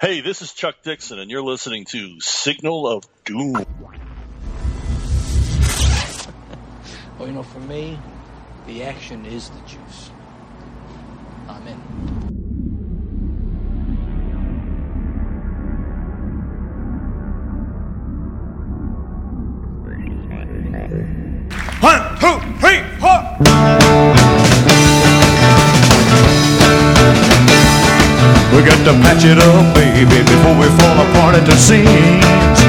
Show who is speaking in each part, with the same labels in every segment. Speaker 1: Hey, this is Chuck Dixon, and you're listening to Signal of Doom.
Speaker 2: Well, you know, for me, the action is the juice. I'm in.
Speaker 3: One, two, three, four. We got to patch it up, baby, before we fall apart at the seams.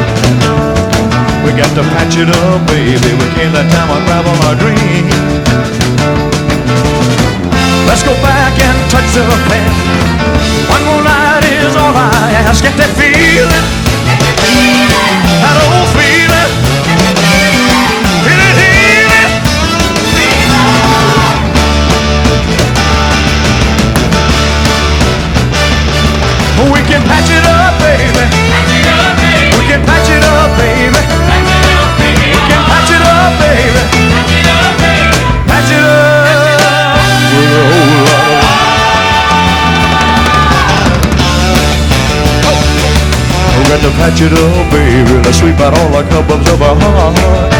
Speaker 3: We got to patch it up, baby. We can't let time unravel our dreams. Let's go back and touch the past. One more night is all I ask. Get that feeling, that old feeling. Feel it, feel it. We can patch it up, baby. We can patch it up, baby. We can patch it up, baby. Patch it up with a whole lot of love. We got to patch it up, baby. Let's sweep out all the cobwebs of our heart.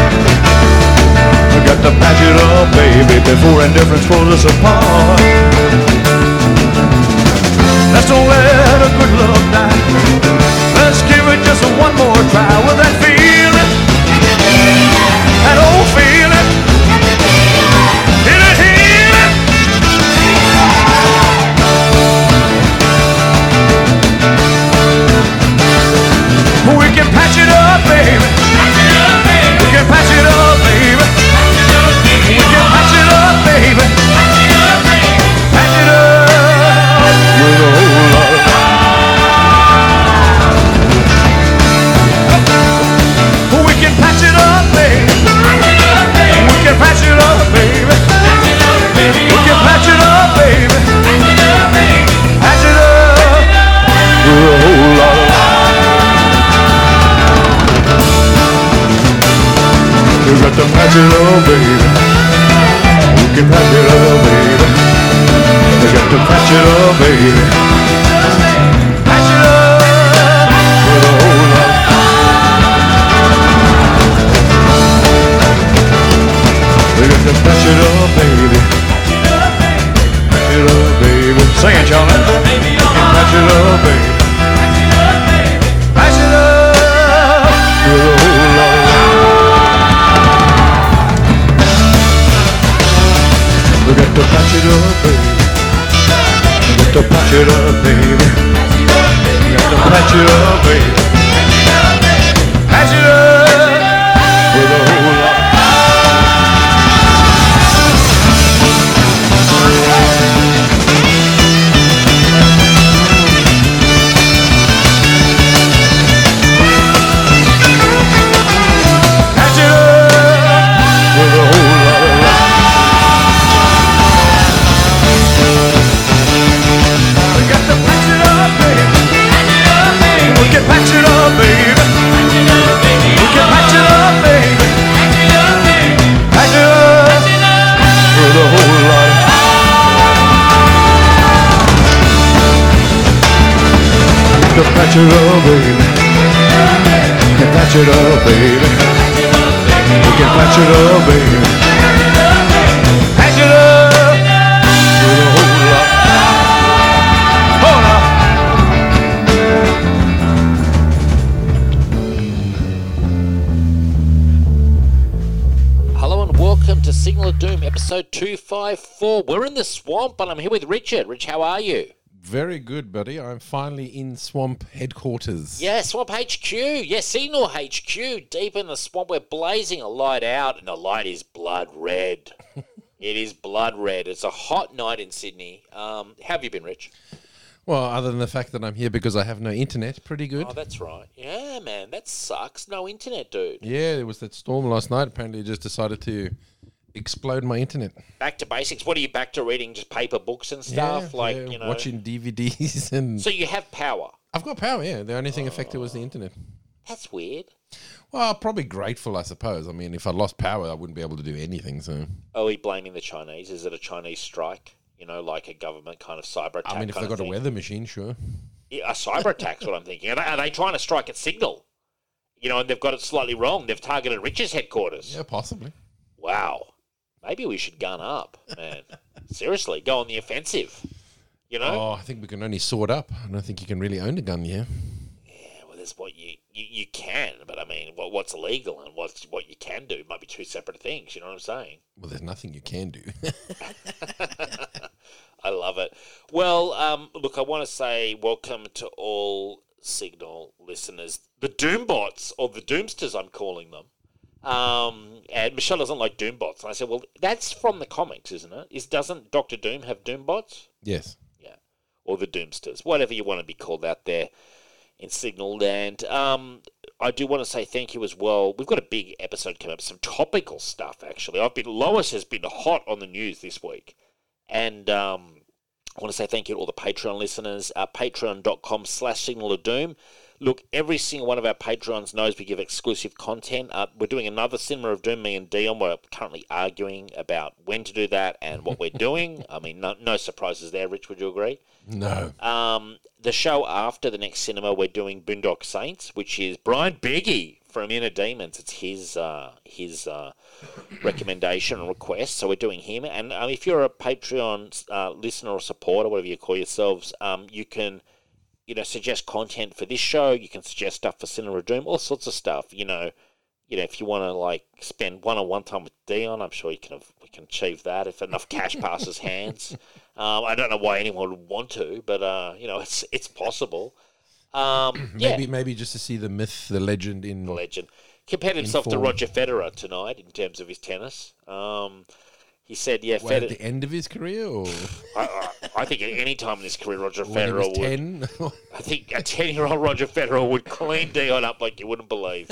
Speaker 3: We got to patch it up, baby, before indifference pulls us apart. Let's don't let a good love die. Let's give it just one more try with that feeling, that old feeling. Feel it, feel it. We can patch it up, baby. We can patch it up, baby. We can patch it up, baby. Patch it up with a whole lot of We can patch it up, baby. We can patch it up, baby. We can patch it up, baby. Patch it up with a whole lot of You got to patch it up, baby. You can patch it up, baby. You got to patch it up, baby. Patch it up with a whole lot. You got to patch it up, baby. Patch it up, baby. Sing it, y'all. You can patch it up, baby. Patch it up with a whole lot. We got to patch it up, baby. We got to patch it up, baby. We got to patch it up, baby. Patch it up with a whole lot. Patch it up with a whole lot of love. We got to patch it up, baby. We can patch it up, baby. We can patch it up, baby. Patch it up with a whole lot. To patch it up, baby. We can patch it up, baby. We can patch it up, baby. Patch it up with a whole lot. Hold up.
Speaker 2: Hello and welcome to Signal of Doom, episode 254. We're in the swamp and I'm here with Richard. Rich, how are you?
Speaker 4: Very good, buddy. I'm finally in Swamp headquarters.
Speaker 2: Yeah, Swamp HQ. Yeah, Signal HQ. Deep in the swamp, we're blazing a light out, and the light is blood red. it is blood red. It's a hot night in Sydney. Um, how have you been, Rich?
Speaker 4: Well, other than the fact that I'm here because I have no internet, pretty good.
Speaker 2: Oh, that's right. Yeah, man, that sucks. No internet, dude.
Speaker 4: yeah, it was that storm last night. Apparently, it just decided to explode my internet.
Speaker 2: Back to basics. What are you back to reading? Just paper books and stuff,
Speaker 4: Yeah,
Speaker 2: like
Speaker 4: yeah,
Speaker 2: you know.
Speaker 4: watching DVDs and
Speaker 2: So you have power.
Speaker 4: I've got power. Yeah, the only thing affected was the internet.
Speaker 2: That's weird.
Speaker 4: Well, probably grateful, I suppose. I mean, if I lost power, I wouldn't be able to do anything. So,
Speaker 2: Are we blaming the Chinese? Is it a Chinese strike? You know, like a government kind of cyber attack.
Speaker 4: I mean, if
Speaker 2: kind
Speaker 4: they
Speaker 2: of
Speaker 4: got a
Speaker 2: thing?
Speaker 4: weather machine, sure.
Speaker 2: Yeah, a cyber attack's what I'm thinking. Are they, are they trying to strike a signal? You know, and they've got it slightly wrong. They've targeted Rich's headquarters.
Speaker 5: Yeah, possibly.
Speaker 2: Wow. Maybe we should gun up, man. Seriously, go on the offensive. You know?
Speaker 5: Oh, I think we can only sort up. I don't think you can really own a gun here.
Speaker 2: Yeah, well, there's what you, you, you can, but I mean, what, what's illegal and what's what you can do might be two separate things. You know what I'm saying?
Speaker 5: Well, there's nothing you can do.
Speaker 2: I love it. Well, um, look, I want to say welcome to all Signal listeners, the Doombots or the Doomsters, I'm calling them. Um, and Michelle doesn't like Doombots, and I said, "Well, that's from the comics, isn't it? Is doesn't Doctor Doom have Doombots?
Speaker 5: yes.
Speaker 2: Yeah, or the Doomsters, whatever you want to be called out there in Signal Land." Um, I do want to say thank you as well. We've got a big episode coming up, some topical stuff actually. I've been Lois has been hot on the news this week. And um, I want to say thank you to all the Patreon listeners. Uh, Patreon.com slash Signal of Doom. Look, every single one of our Patreons knows we give exclusive content. Uh, we're doing another Cinema of Doom, me and Dion. We're currently arguing about when to do that and what we're doing. I mean, no, no surprises there, Rich, would you agree?
Speaker 5: No.
Speaker 2: Um, the show after the next cinema, we're doing Boondock Saints, which is Brian Biggie from Inner Demons. It's his uh, his uh, recommendation and request. So we're doing him. And um, if you're a Patreon uh, listener or supporter, whatever you call yourselves, um, you can you know suggest content for this show. You can suggest stuff for Cinema Doom, all sorts of stuff. You know, you know if you want to like spend one on one time with Dion, I'm sure you can we can achieve that if enough cash passes hands. Um, I don't know why anyone would want to, but uh, you know it's it's possible. Um, yeah,
Speaker 5: Maybe maybe just to see the myth, the legend in
Speaker 2: legend. Compared himself to
Speaker 5: Informed.
Speaker 2: Roger Federer tonight in terms of his tennis. Um, he said, "Yeah,
Speaker 5: well, at
Speaker 2: Federer.
Speaker 5: the end of his career or
Speaker 2: I, I, I think at any time in his career, Roger
Speaker 5: when he
Speaker 2: Federer
Speaker 5: was
Speaker 2: would
Speaker 5: 10?
Speaker 2: I think a 10 year old Roger Federer would clean Dion up like you wouldn't believe.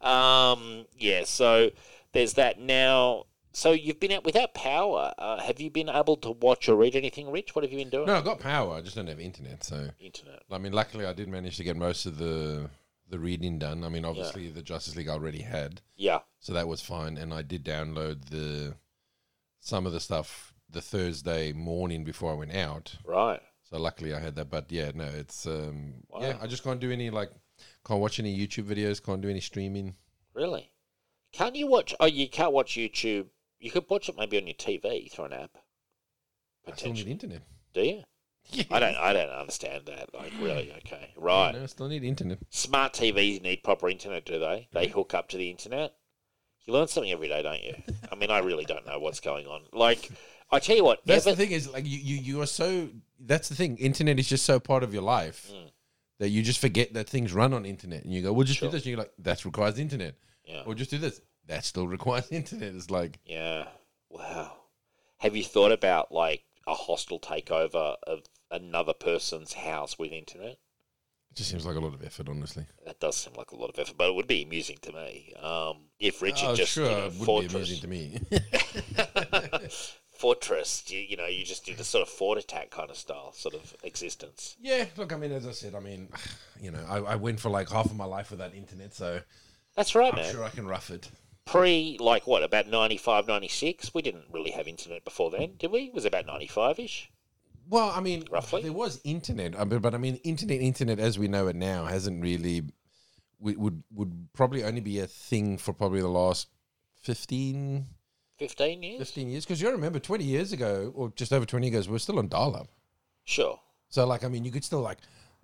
Speaker 2: Um, yeah, so there's that now. So you've been out without power. Uh, have you been able to watch or read anything, Rich? What have you been doing?
Speaker 5: no, I got power. I just don't have internet. So,
Speaker 2: Internet.
Speaker 5: I mean, luckily I did manage to get most of the the reading done. I mean, obviously the Justice League I already had.
Speaker 2: Yeah.
Speaker 5: So that was fine. And I did download the some of the stuff the Thursday morning before I went out.
Speaker 2: Right.
Speaker 5: So luckily I had that. But yeah, no, it's um yeah,
Speaker 2: Wow.
Speaker 5: I just can't do any like can't watch any YouTube videos, can't do any streaming.
Speaker 2: Really? Can't you watch? Oh, you can't watch YouTube. You could watch it maybe on your TV through an app.
Speaker 5: I still need
Speaker 2: Potentially.
Speaker 5: internet.
Speaker 2: Do you? I don't. I don't understand that. Like really? Okay. Right.
Speaker 5: No, I still need internet.
Speaker 2: Smart TVs need proper internet, do they?
Speaker 5: Mm-hmm.
Speaker 2: They hook up to the internet. You learn something every day, don't you? I mean, I really don't know what's going on. Like, I tell you what,
Speaker 5: That's
Speaker 2: ever-
Speaker 5: the thing is like you, you you are so that's the thing. Internet is just so part of your life
Speaker 2: Mm.
Speaker 5: that you just forget that things run on internet and you go, Well just
Speaker 2: Sure.
Speaker 5: do this and you're like, That requires internet.
Speaker 2: Yeah.
Speaker 5: Or just do this. That still requires internet. It's like
Speaker 2: yeah, wow. Have you thought about like a hostile takeover of another person's house with internet?
Speaker 5: it just seems like a lot of effort, honestly.
Speaker 2: That does seem like a lot of effort, but it would be amusing to me. Um, if Richard
Speaker 5: Oh,
Speaker 2: just
Speaker 5: sure,
Speaker 2: you know,
Speaker 5: it would
Speaker 2: fortress,
Speaker 5: be amusing to me.
Speaker 2: fortress, you, you know, you just do the sort of fort attack kind of style, sort of existence.
Speaker 5: yeah, look, I mean, as I said, I mean, you know, I, I went for like half of my life without internet, so
Speaker 2: That's right,
Speaker 5: I'm
Speaker 2: man.
Speaker 5: sure I can rough it.
Speaker 2: pre like what about 95 96 we didn't really have internet before then did we it was about 95ish
Speaker 5: Well, I mean,
Speaker 2: Roughly?
Speaker 5: there was internet, uh, but, but I mean, internet, internet as we know it now hasn't really would would, would probably only be a thing for probably the last 15,
Speaker 2: 15 years
Speaker 5: 15 years. Because you remember, twenty years ago, or just over twenty years, we are still on dial-up.
Speaker 2: sure
Speaker 5: So, like, I mean, you could still like,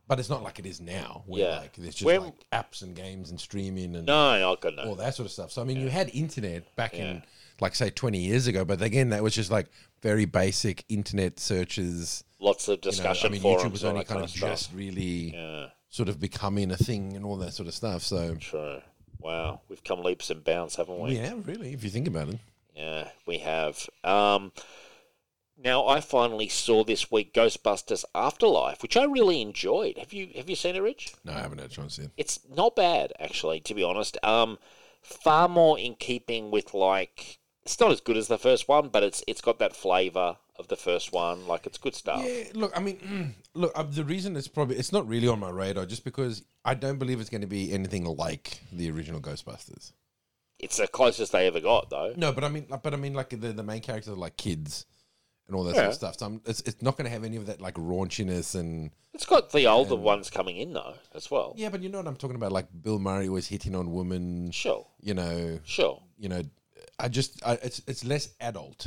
Speaker 5: but it's not like it is now. Where,
Speaker 2: Yeah.
Speaker 5: like there's just
Speaker 2: When-
Speaker 5: like apps and games and streaming and
Speaker 2: no no, i got
Speaker 5: all
Speaker 2: no
Speaker 5: that sort of stuff. So I mean, you had internet back
Speaker 2: Yeah.
Speaker 5: in like say 20 years ago, but again, that was just like very basic internet searches.
Speaker 2: lots of
Speaker 5: You know, I
Speaker 2: discussion
Speaker 5: mean,
Speaker 2: forums
Speaker 5: YouTube was
Speaker 2: and all
Speaker 5: only
Speaker 2: that kind of, stuff
Speaker 5: just really
Speaker 2: yeah
Speaker 5: sort of becoming a thing and all that sort of stuff. So
Speaker 2: true wow we've come leaps and bounds haven't we
Speaker 5: yeah, really, if you think about it,
Speaker 2: Yeah, we have. Um, now I finally saw this week Ghostbusters Afterlife, which I really enjoyed. Have you have you seen it, Rich?
Speaker 5: no, I haven't had a chance yet.
Speaker 2: It's not bad, actually, to be honest. Um, far more in keeping with like it's not as good as the first one, but it's it's got that flavour of the first one. Like it's good
Speaker 4: Oh.
Speaker 2: stuff.
Speaker 5: Yeah, look, I mean, look, uh, the reason it's probably it's not really on my radar just because I don't believe it's going to be anything like the original Ghostbusters.
Speaker 2: It's the closest they ever got, though.
Speaker 5: No, but I mean, but I mean, like the, the main characters are like kids,
Speaker 4: and all that sort of
Speaker 2: Yeah.
Speaker 4: stuff. So I'm, it's, it's not going to have any of that like raunchiness and
Speaker 2: It's got the older ones coming in though as well.
Speaker 4: yeah. But you know what I'm talking about? Like Bill Murray was hitting on women.
Speaker 2: Sure,
Speaker 4: You know,
Speaker 2: sure.
Speaker 4: you know. I just I, it's it's less adult,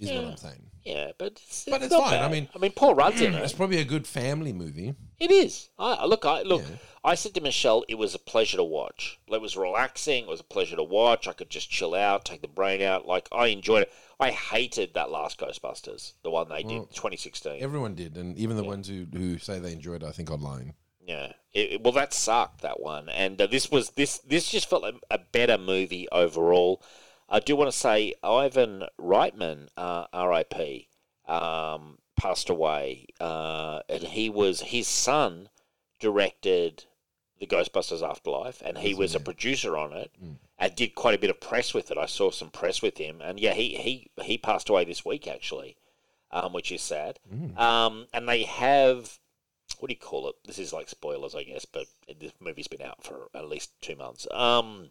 Speaker 4: is what
Speaker 2: Yeah.
Speaker 4: I'm saying.
Speaker 2: Yeah, but it's,
Speaker 4: But it's
Speaker 2: not
Speaker 4: fine. I
Speaker 2: bad.
Speaker 4: mean-
Speaker 2: I mean, Paul Rudd's in
Speaker 4: It's
Speaker 2: it.
Speaker 4: probably a good family movie.
Speaker 2: It is. I I- look. I look.
Speaker 4: Yeah.
Speaker 2: I said to Michelle, it was a pleasure to watch. It was relaxing. It was a pleasure to watch. I could just chill out, take the brain out. Like I enjoyed it. I hated that last Ghostbusters, the one they did, 2016.
Speaker 4: Everyone did, and even the ones who who say they enjoyed, it, I think, online.
Speaker 2: Yeah. It, it- well, that sucked that one, and uh, this was this this just felt like a better movie overall. I do want to say Ivan Reitman, uh, R.I.P., um, passed away, uh, and he was his son directed the Ghostbusters Afterlife, and he was a producer on it, and did quite a bit of press with it. I saw some press with him, and yeah, he he he passed away this week actually, um, which is sad. Um, and they have what do you call it? This is like spoilers, I guess, but this movie's been out for at least two months. Um,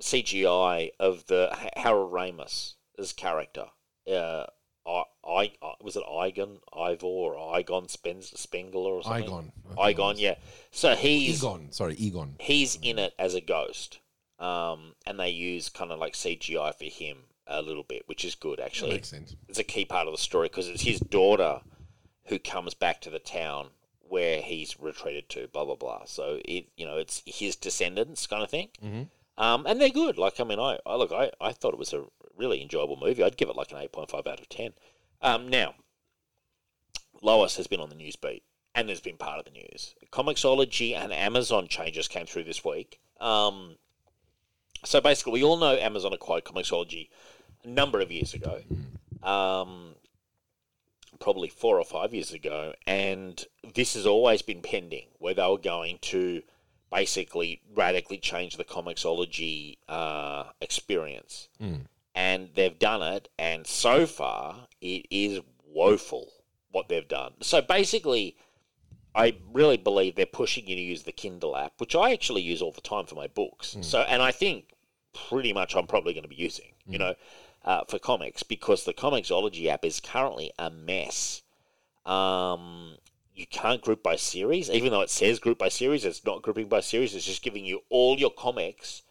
Speaker 2: CGI of the H- Harold Ramis' his character. Uh, I, I, I- was it Igon, Ivor, or Igon Spens, Spengler, or something?
Speaker 4: Igon.
Speaker 2: Igon, yeah. So he's
Speaker 4: Egon. Sorry, Egon.
Speaker 2: he's in it as a ghost, um, and they use kind of like CGI for him a little bit, which is good
Speaker 4: That
Speaker 2: actually
Speaker 4: makes sense.
Speaker 2: it's a key part of the story because it's his daughter who comes back to the town where he's retreated to. Blah blah blah. So it you know it's his descendants kind of thing. Um, and they're good. Like I mean, I, I look, I, I thought it was a really enjoyable movie. I'd give it like an eight point five out of ten. Um, now, Lois has been on the news beat and has been part of the news. Comixology and Amazon changes came through this week. Um, so basically, we all know Amazon acquired Comixology a number of years ago um, probably four or five years ago, and this has always been pending where they were going to basically radically change the comicsology uh, experience. And they've done it, and so far it is woeful what they've done. So basically, I really believe they're pushing you to use the Kindle app, which I actually use all the time for my books. So, and I think pretty much I'm probably going to be using, you know, uh, for comics because the Comicsology app is currently a mess. Um, you can't group by series, even though it says group by series, it's not grouping by series. It's just giving you all your comics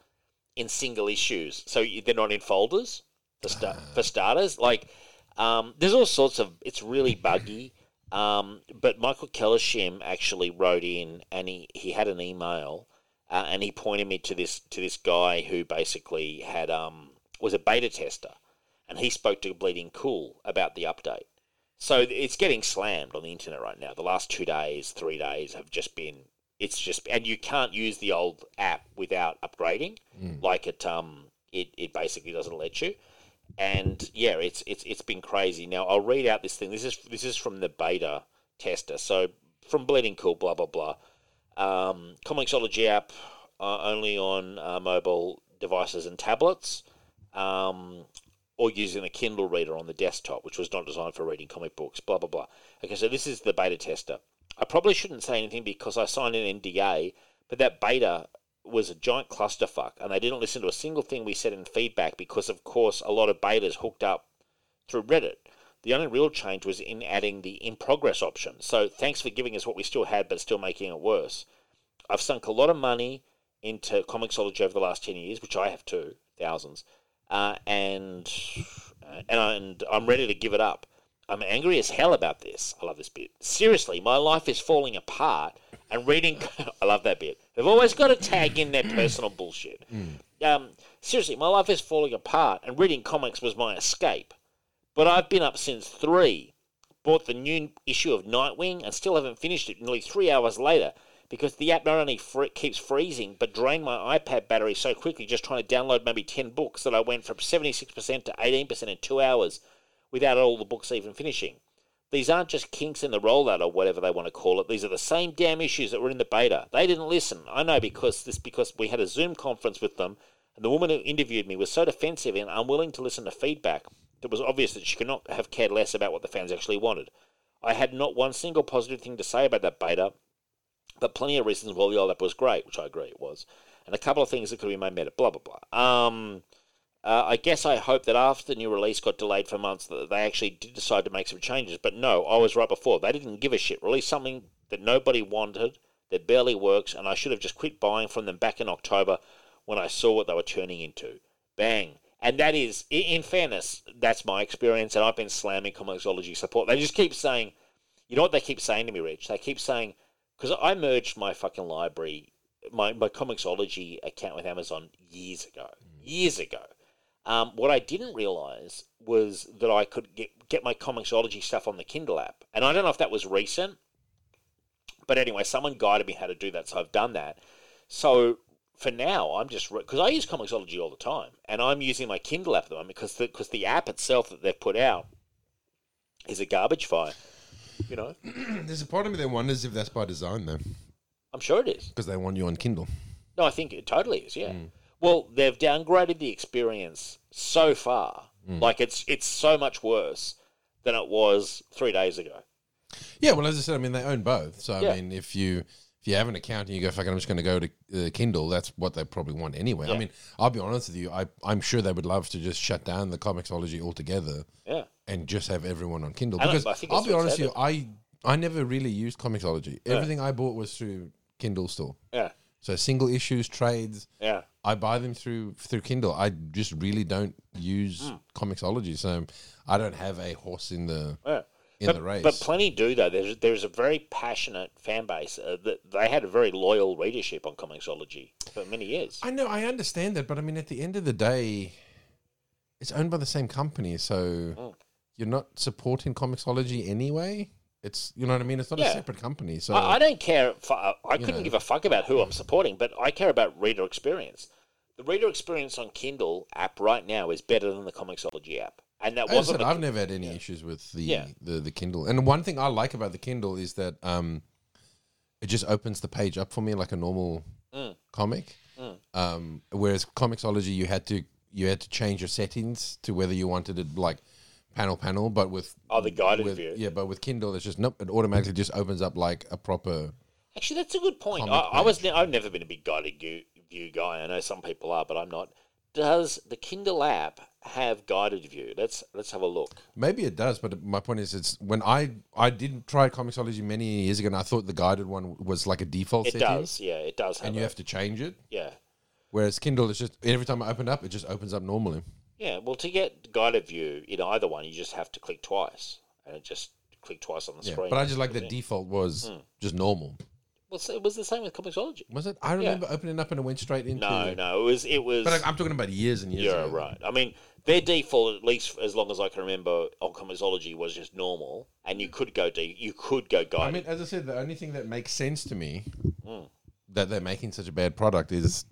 Speaker 2: in single issues, so you- they're not in folders for, sta- for starters. Like, um, there's all sorts of. It's really buggy. Um, but Michael Kellishim actually wrote in, and he, he had an email, uh, and he pointed me to this to this guy who basically had um was a beta tester, and he spoke to Bleeding Cool about the update. So it's getting slammed on the internet right now. The last two days, three days have just been. It's just, and you can't use the old app without upgrading. Like it, um, it, it basically doesn't let you. And yeah, it's it's it's been crazy. Now I'll read out this thing. This is this is from the beta tester. So from Bleeding Cool, blah blah blah. Um, Comixology app uh, only on uh, mobile devices and tablets. Um, or using a Kindle reader on the desktop, which was not designed for reading comic books, blah, blah, blah. Okay, so this is the beta tester. I probably shouldn't say anything because I signed an NDA, but that beta was a giant clusterfuck, and they didn't listen to a single thing we said in feedback because, of course, a lot of betas hooked up through Reddit. The only real change was in adding the in progress option. So thanks for giving us what we still had, but still making it worse. I've sunk a lot of money into comicsology over the last ten years, which I have too, thousands, uh, and uh, and I, and I'm ready to give it up. I'm angry as hell about this. I love this bit. Seriously, my life is falling apart. And reading, I love that bit. They've always got to tag in their personal bullshit. Um, seriously, my life is falling apart, and reading comics was my escape. But I've been up since three, bought the new issue of Nightwing, and still haven't finished it nearly three hours later because the app not only fr- keeps freezing but drained my iPad battery so quickly just trying to download maybe 10 books that I went from 76% to 18% in two hours without all the books even finishing. These aren't just kinks in the rollout or whatever they want to call it. These are the same damn issues that were in the beta. They didn't listen. I know because this because we had a Zoom conference with them, and the woman who interviewed me was so defensive and unwilling to listen to feedback that it was obvious that she could not have cared less about what the fans actually wanted. I had not one single positive thing to say about that beta, but plenty of reasons why the old app was great, which I agree it was, and a couple of things that could be made better. Blah blah blah. Um, Uh, I guess I hope that after the new release got delayed for months, that they actually did decide to make some changes. But no, I was right before. They didn't give a shit. Release something that nobody wanted, that barely works, and I should have just quit buying from them back in October when I saw what they were turning into. Bang. And that is, i- in fairness, that's my experience, and I've been slamming Comixology support. They just keep saying, you know what they keep saying to me, Rich? They keep saying, because I merged my fucking library, my, my Comixology account with Amazon years ago. Years ago. Um, what I didn't realize was that I could get, get my Comixology stuff on the Kindle app. And I don't know if that was recent, but anyway, someone guided me how to do that, so I've done that. So for now, I'm just because I use Comixology all the time, and I'm using my Kindle app at the moment because the, cause the app itself that they've put out is a garbage fire. You know,
Speaker 5: There's a part of me that wonders if that's by design, though,
Speaker 2: I'm sure it is.
Speaker 5: because they want you on Kindle.
Speaker 2: No, I think it totally is. Yeah.
Speaker 5: Mm.
Speaker 2: Well, they've downgraded the experience so far.
Speaker 5: Mm.
Speaker 2: Like it's it's so much worse than it was three days ago.
Speaker 5: Yeah, well, as I said, I mean they own both. So
Speaker 2: Yeah.
Speaker 5: I mean, if you if you have an account and you go, "Fuck, it, I'm just going to go to uh, Kindle," that's what they probably want anyway.
Speaker 2: Yeah.
Speaker 5: I mean, I'll be honest with you, I I'm sure they would love to just shut down the comicsology altogether
Speaker 2: Yeah.
Speaker 5: and just have everyone on Kindle.
Speaker 2: I don't-
Speaker 5: Because
Speaker 2: I think
Speaker 5: I'll
Speaker 2: that's
Speaker 5: be
Speaker 2: what
Speaker 5: honest
Speaker 2: they
Speaker 5: with you, I I never really used comicsology. Everything I bought was through Kindle store.
Speaker 2: Yeah.
Speaker 5: So single issues, trades,
Speaker 2: Yeah.
Speaker 5: I buy them through through Kindle. I just really don't use
Speaker 2: Hmm.
Speaker 5: comicsology, so I don't have a horse in the
Speaker 2: Yeah.
Speaker 5: in
Speaker 2: but,
Speaker 5: the race.
Speaker 2: but plenty do though. There's there's a very passionate fan base. Uh, that they had a very loyal readership on Comixology for many years.
Speaker 5: I know, I understand that, but I mean, at the end of the day, it's owned by the same company, so
Speaker 2: Hmm.
Speaker 5: you're not supporting Comixology anyway. It's you know what I mean. It's not
Speaker 2: Yeah.
Speaker 5: a separate company, so
Speaker 2: I, I don't care. fu- I couldn't
Speaker 5: know.
Speaker 2: give a fuck about who I'm supporting, but I care about reader experience. The reader experience on Kindle app right now is better than the Comixology app, and that
Speaker 5: As I
Speaker 2: wasn't.
Speaker 5: said,
Speaker 2: because-
Speaker 5: I've never had any issues with the,
Speaker 2: Yeah.
Speaker 5: the the Kindle. And one thing I like about the Kindle is that um, it just opens the page up for me like a normal
Speaker 2: Mm.
Speaker 5: comic. Um, whereas Comixology, you had to you had to change your settings to whether you wanted it like panel panel, but with
Speaker 2: Oh, the guided
Speaker 5: with,
Speaker 2: view.
Speaker 5: Yeah, but with Kindle, it's just nope. It automatically just opens up like a proper.
Speaker 2: Actually, that's a good point. I,
Speaker 5: Comic
Speaker 2: I was ne- I've never been a big guided gu- view guy. I know some people are, but I'm not. Does the Kindle app have guided view? Let's let's have a look.
Speaker 5: Maybe it does, but my point is, it's when I I did try Comixology many years ago, and I thought the guided one was like a default
Speaker 2: It
Speaker 5: setting,
Speaker 2: does. Yeah, it does have.
Speaker 5: and you
Speaker 2: a-
Speaker 5: have to change it.
Speaker 2: yeah.
Speaker 5: Whereas Kindle is just every time I open up, it just opens up normally.
Speaker 2: Yeah, well, to get guided view in either one, you just have to click twice, and it just click twice on the
Speaker 5: Yeah,
Speaker 2: screen.
Speaker 5: but I just like the default was
Speaker 2: Hmm.
Speaker 5: just normal.
Speaker 2: Well, so it was the same with Comixology.
Speaker 5: Was it? I remember opening up and it went straight into.
Speaker 2: No, no, it was it was.
Speaker 5: But I, I'm talking about years and years.
Speaker 2: yeah,
Speaker 5: ago.
Speaker 2: right. I mean, their default, at least as long as I can remember, on Comixology was just normal, and you could go deep, you could go guided.
Speaker 5: I mean, as I said, the only thing that makes sense to me
Speaker 2: Hmm.
Speaker 5: that they're making such a bad product is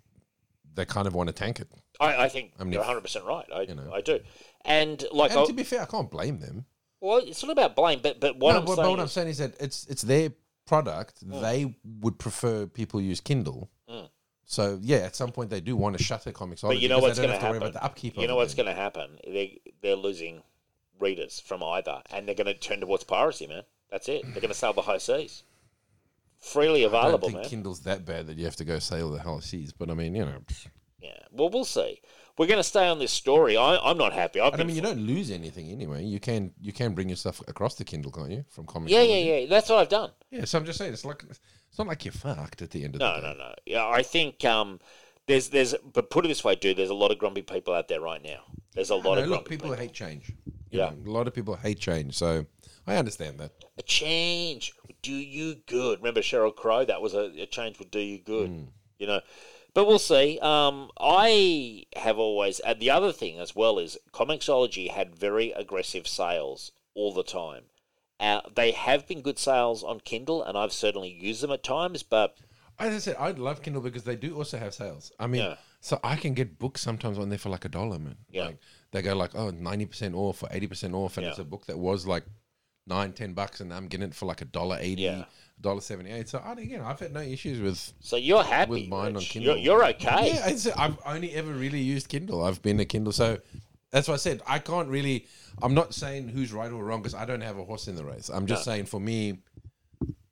Speaker 5: they kind of want to tank it.
Speaker 2: I, I think
Speaker 5: mean,
Speaker 2: you're
Speaker 5: if-
Speaker 2: 100 percent right. I,
Speaker 5: know.
Speaker 2: I do, and like, oh
Speaker 5: And
Speaker 2: I,
Speaker 5: to be fair, I can't blame them.
Speaker 2: well, it's not about blame, but but what
Speaker 5: No,
Speaker 2: I'm
Speaker 5: but, but
Speaker 2: saying,
Speaker 5: what I'm
Speaker 2: is- Hmm.
Speaker 5: saying is that it's it's their product. They would prefer people use Kindle. So yeah, at some point they do want to shut their comics.
Speaker 2: but you know what's
Speaker 5: going
Speaker 2: going to happen.
Speaker 5: About the upkeep.
Speaker 2: you know what's going to happen. They they're losing readers from either, and they're going to turn towards piracy, man. That's it. They're going to sail the high seas, freely
Speaker 5: I don't
Speaker 2: available,
Speaker 5: think
Speaker 2: man.
Speaker 5: Kindle's that bad that you have to go sail the hell seas. But I mean, you know,
Speaker 2: Yeah. Well, we'll see. We're going to stay on this story. I, I'm not happy. I've
Speaker 5: and I
Speaker 2: been
Speaker 5: mean, you don't lose anything anyway. You can you can bring your stuff across the Kindle, can't you? From comics.
Speaker 2: Yeah, yeah, yeah. That's what I've done.
Speaker 5: Yeah, so I'm just saying, it's like it's not like you're fucked at the end of
Speaker 2: No,
Speaker 5: the day.
Speaker 2: no, no. Yeah, I think um, there's there's but put it this way, dude. There's a lot of grumpy people out there right now. There's a lot
Speaker 5: No,
Speaker 2: of
Speaker 5: look,
Speaker 2: grumpy
Speaker 5: people
Speaker 2: people.
Speaker 5: hate change.
Speaker 2: Yeah.
Speaker 5: yeah, a lot of people hate change. So I understand that.
Speaker 2: A change would do you good. Remember Cheryl Crow? That was a, a change would do you good.
Speaker 5: Hmm.
Speaker 2: You know. But we'll see. Um, I have always, and the other thing as well is Comixology had very aggressive sales all the time. Uh, they have been good sales on Kindle, and I've certainly used them at times, but
Speaker 5: As I said, I love Kindle because they do also have sales. I mean,
Speaker 2: Yeah.
Speaker 5: so I can get books sometimes on there for like a dollar, man.
Speaker 2: Yeah.
Speaker 5: Like they go like, oh, 90% off or 80% off. And
Speaker 2: Yeah.
Speaker 5: it's a book that was like nine, 10 bucks and I'm getting it for like a dollar 80,
Speaker 2: Yeah.
Speaker 5: dollar 78. So I, again, I've had no issues with,
Speaker 2: So you're happy.
Speaker 5: With mine on
Speaker 2: Rich.
Speaker 5: Kindle.
Speaker 2: You're, you're okay.
Speaker 5: yeah, it's, I've only ever really used Kindle. I've been a Kindle. So that's why I said, I can't really, I'm not saying who's right or wrong because I don't have a horse in the race. I'm just saying for me,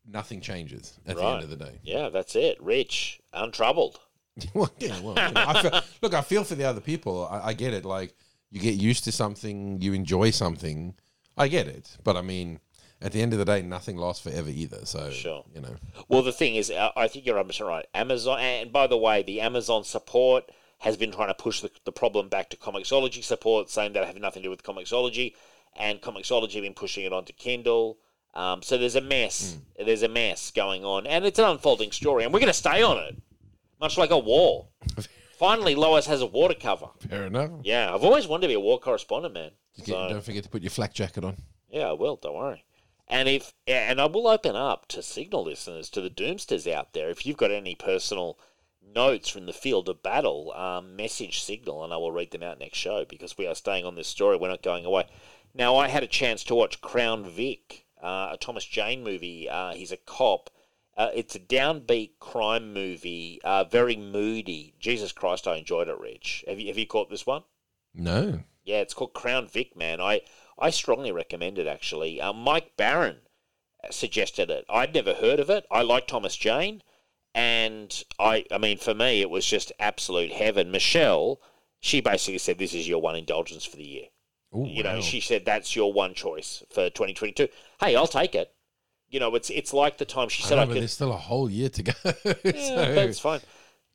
Speaker 5: nothing changes at the
Speaker 2: Right.
Speaker 5: end of the day.
Speaker 2: Yeah, that's it. Rich, untroubled.
Speaker 5: well, yeah, well, you know, I feel, look, I feel for the other people. I, I get it. Like you get used to something, you enjoy something. I get it, but I mean, at the end of the day, nothing lasts forever either. So
Speaker 2: Sure.
Speaker 5: you know,
Speaker 2: Well, the thing is, I I think you're 100 right. Amazon, and by the way, the Amazon support has been trying to push the, the problem back to Comixology support, saying that it have nothing to do with Comixology, and Comixology been pushing it onto Kindle. Um, so there's a mess. There's a mess going on, and it's an unfolding story, and we're going to stay on it, much like a wall. Finally, Lois has a water cover.
Speaker 5: fair enough.
Speaker 2: Yeah, I've always wanted to be a war correspondent, man.
Speaker 5: You get-
Speaker 2: So-
Speaker 5: don't forget to put your flak jacket on.
Speaker 2: yeah, I will. Don't worry. And if and I will open up to signal listeners to the doomsters out there. If you've got any personal notes from the field of battle, um, message signal, and I will read them out next show because we are staying on this story. We're not going away. Now I had a chance to watch Crown Vic, uh, a Thomas Jane movie. Uh, he's a cop. Uh, it's a downbeat crime movie, uh, very moody. Jesus Christ, I enjoyed it, Rich. Have you, have you caught this one?
Speaker 5: No,
Speaker 2: Yeah, it's called Crown Vic, man. I, I strongly recommend it, actually. Uh, Mike Barron uh, suggested it. I'd never heard of it. I like Thomas Jane. And I, I mean, for me, it was just absolute heaven. Michelle, she basically said, This is your one indulgence for the year.
Speaker 5: Ooh,
Speaker 2: You know,
Speaker 5: wow.
Speaker 2: she said, That's your one choice for 2022. Hey, I'll take it. You know, it's it's like the time she
Speaker 5: I
Speaker 2: said
Speaker 5: know,
Speaker 2: I
Speaker 5: but
Speaker 2: could.
Speaker 5: there's still a whole year to go.
Speaker 2: Yeah,
Speaker 5: So-
Speaker 2: that's fine.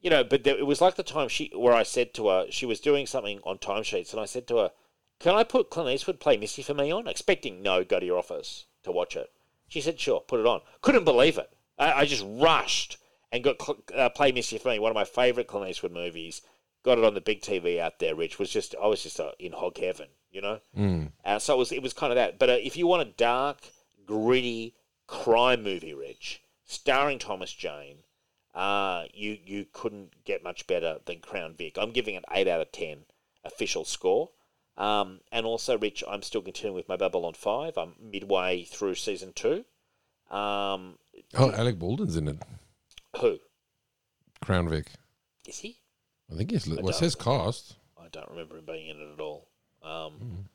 Speaker 2: You know, but there, it was like the time she where I said to her, she was doing something on timesheets, and I said to her, "Can I put Clint Eastwood play Missy for me on?" Expecting no, go to your office to watch it. She said, "Sure, put it on." Couldn't believe it. I, I just rushed and got Cl- uh, play Missy for me, one of my favorite Clint Eastwood movies. Got it on the big TV out there, Rich. Was just I was just uh, in hog heaven, you know. Uh, so it was it was kind of that. But uh, if you want a dark, gritty crime movie, Rich, starring Thomas Jane, uh, you you couldn't get much better than Crown Vic. I'm giving it eight out of ten official score. Um, and also, Rich, I'm still continuing with my Babylon Five. I'm midway through season two. Um,
Speaker 5: oh, Alec Baldwin's in it.
Speaker 2: who
Speaker 5: Crown Vic.
Speaker 2: is he?
Speaker 5: I think he's. li- Well, it says cast.
Speaker 2: I don't remember him being in it at all. Um,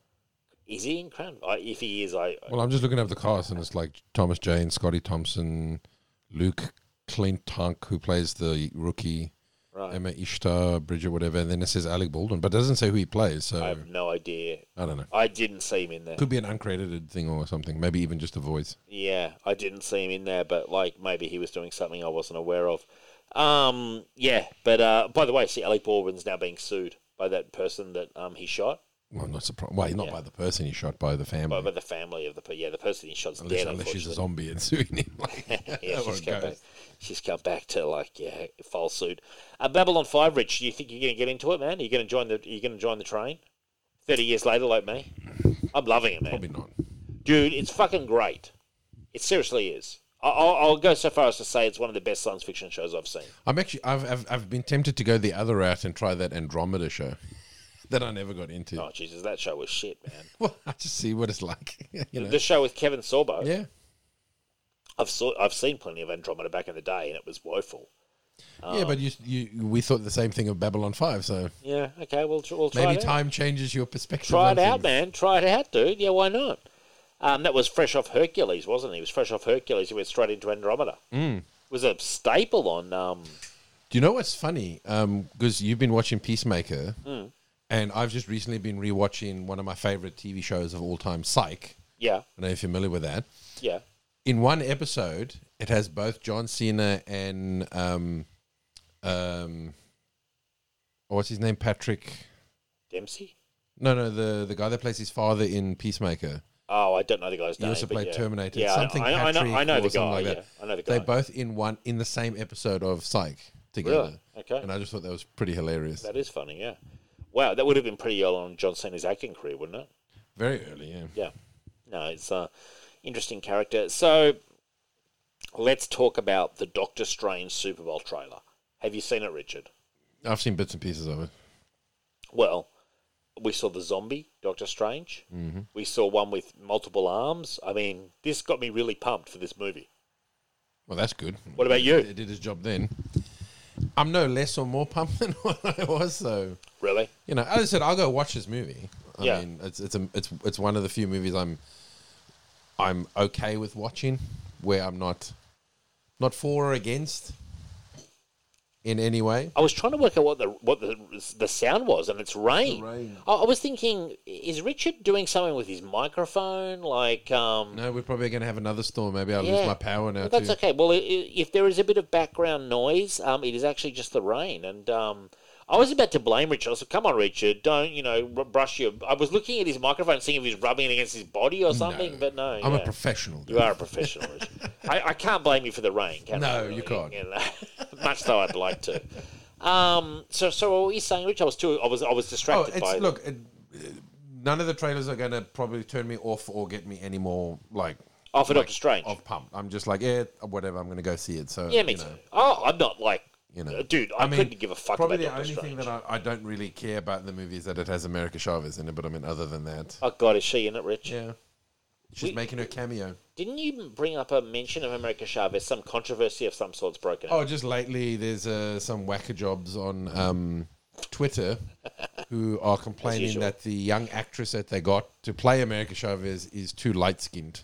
Speaker 2: Is he in Crown? I, if he is, I
Speaker 5: Well, I'm just looking up the cast, and it's like Thomas Jane, Scotty Thompson, Luke Clintonk, who plays the rookie,
Speaker 2: Right.
Speaker 5: Emma Ishtar, Bridger, whatever, and then it says Alec Baldwin, but it doesn't say who he plays. So
Speaker 2: I have no idea.
Speaker 5: I don't know.
Speaker 2: I didn't see him in there.
Speaker 5: Could be an uncredited thing or something. Maybe even just a voice.
Speaker 2: Yeah, I didn't see him in there, but like maybe he was doing something I wasn't aware of. Um, yeah, but uh, by the way, see, Alec Baldwin's now being sued by that person that um he shot,
Speaker 5: Well, I'm not surprised. Well, not
Speaker 2: Yeah.
Speaker 5: by the person he shot, by the family.
Speaker 2: by, by the family of the per- yeah, the person he shot's
Speaker 5: unless,
Speaker 2: dead.
Speaker 5: unless she's a
Speaker 2: Unfortunately,
Speaker 5: zombie and suing him. Like,
Speaker 2: yeah,
Speaker 5: or
Speaker 2: she's
Speaker 5: a
Speaker 2: come back.
Speaker 5: ghost.
Speaker 2: She's come back to like yeah, false suit. Uh, Babylon Five, Rich. Do you think you're going to get into it, man? Are you going to join the? Are you going to join the train? Thirty years later, like me, I'm loving it, man.
Speaker 5: Probably not.
Speaker 2: dude, it's fucking great. It seriously is. I- I'll, I'll go so far as to say it's one of the best science fiction shows I've seen.
Speaker 5: I'm actually. I've, I've I've been tempted to go the other route and try that Andromeda show that I never got into.
Speaker 2: Oh Jesus, that show was shit, man.
Speaker 5: Well, I just see what it's like. you know.
Speaker 2: The show with Kevin Sorbo.
Speaker 5: Yeah.
Speaker 2: I've saw, I've seen plenty of Andromeda back in the day, and it was woeful.
Speaker 5: yeah,
Speaker 2: Um,
Speaker 5: but you, you we thought the same thing of Babylon Five, so
Speaker 2: Yeah. Okay. We'll tr- we'll try
Speaker 5: maybe
Speaker 2: it out.
Speaker 5: time changes your perspective.
Speaker 2: Try
Speaker 5: on
Speaker 2: it out,
Speaker 5: things.
Speaker 2: man. Try it out, dude. Yeah, why not? Um, that was fresh off Hercules, wasn't it? It was fresh off Hercules. He went straight into Andromeda. Mm. It was a staple on. Um,
Speaker 5: Do you know what's funny? Because you've been watching Peacemaker,
Speaker 2: Hmm.
Speaker 5: and I've just recently been rewatching one of my favorite TV shows of all time, Psych.
Speaker 2: yeah,
Speaker 5: I don't know if you're familiar with that.
Speaker 2: yeah.
Speaker 5: In one episode, it has both John Cena and um, um, oh, what's his name? Patrick.
Speaker 2: Dempsey.
Speaker 5: No, no, the the guy that plays his father in Peacemaker.
Speaker 2: Oh, I don't know the guy's
Speaker 5: He
Speaker 2: name.
Speaker 5: also
Speaker 2: but
Speaker 5: played
Speaker 2: yeah.
Speaker 5: Terminator.
Speaker 2: Yeah, I know-
Speaker 5: something
Speaker 2: I know, I know,
Speaker 5: Patrick
Speaker 2: I know
Speaker 5: or
Speaker 2: the guy.
Speaker 5: something like
Speaker 2: yeah,
Speaker 5: that.
Speaker 2: I know the guy.
Speaker 5: They're both in one in the same episode of
Speaker 2: Really?
Speaker 5: Psych together.
Speaker 2: Okay.
Speaker 5: And I just thought that was pretty hilarious.
Speaker 2: That is funny, yeah. Wow, that would have been pretty early on in John Cena's acting career, wouldn't it?
Speaker 5: Very early, yeah.
Speaker 2: Yeah. No, it's a interesting character. So let's talk about the Doctor Strange Super Bowl trailer. Have you seen it, Richard?
Speaker 5: I've seen bits and pieces of it.
Speaker 2: Well, we saw the zombie Doctor Strange. Mm-hmm. We saw one with multiple arms. I mean, this got me really pumped for this movie.
Speaker 5: Well, that's good.
Speaker 2: What about you?
Speaker 5: It did his job then. I'm no less or more pumped than what I was, so
Speaker 2: Really?
Speaker 5: you know. As I said, I'll go watch this movie. I
Speaker 2: Yeah.
Speaker 5: mean, it's it's a, it's it's one of the few movies I'm I'm okay with watching, where I'm not not for or against. in any way.
Speaker 2: I was trying to work out what the what the the sound was, and it's rain.
Speaker 5: rain.
Speaker 2: I, I was thinking, is Richard doing something with his microphone? Like, um,
Speaker 5: No, we're probably going to have another storm. Maybe I'll
Speaker 2: Yeah.
Speaker 5: lose my power now
Speaker 2: Well, that's
Speaker 5: too.
Speaker 2: okay. Well, i- i- if there is a bit of background noise, um, it is actually just the rain. And um, I was about to blame Richard. I said, "Come on, Richard, don't you know r- brush your." I was looking at his microphone, seeing if he's rubbing it against his body or something, but no.
Speaker 5: I'm
Speaker 2: yeah.
Speaker 5: a professional.
Speaker 2: You are a professional. Richard. I, I can't blame you for the rain. Can I,
Speaker 5: No, you can't.
Speaker 2: know, much though I'd like to. Um, so, so what were you saying, Rich? I was too. I was. I was
Speaker 5: Oh,
Speaker 2: distracted by.
Speaker 5: it's look. It, none of the trailers are going to probably turn me off or get me any more like
Speaker 2: Oh, for Doctor Strange.
Speaker 5: off pump. I'm just like, yeah, whatever. I'm going to go see it. So
Speaker 2: yeah, me
Speaker 5: you
Speaker 2: too.
Speaker 5: know,
Speaker 2: Oh, I'm not like.
Speaker 5: You know.
Speaker 2: uh, dude, I,
Speaker 5: I mean,
Speaker 2: couldn't give a fuck about
Speaker 5: Probably the
Speaker 2: Doctor
Speaker 5: only
Speaker 2: Strange.
Speaker 5: thing that I, I don't really care about in the movie is that it has America Chavez in it. But I mean, other than that,
Speaker 2: Oh God, is she in it, Rich?
Speaker 5: yeah, she's
Speaker 2: We-
Speaker 5: making her cameo.
Speaker 2: Didn't you bring up a mention of America Chavez? Some controversy of some sort's broken. out.
Speaker 5: Oh, just lately, there's uh, some whacker jobs on um, Twitter who are complaining
Speaker 2: usual.
Speaker 5: that the young actress that they got to play America Chavez is too light skinned,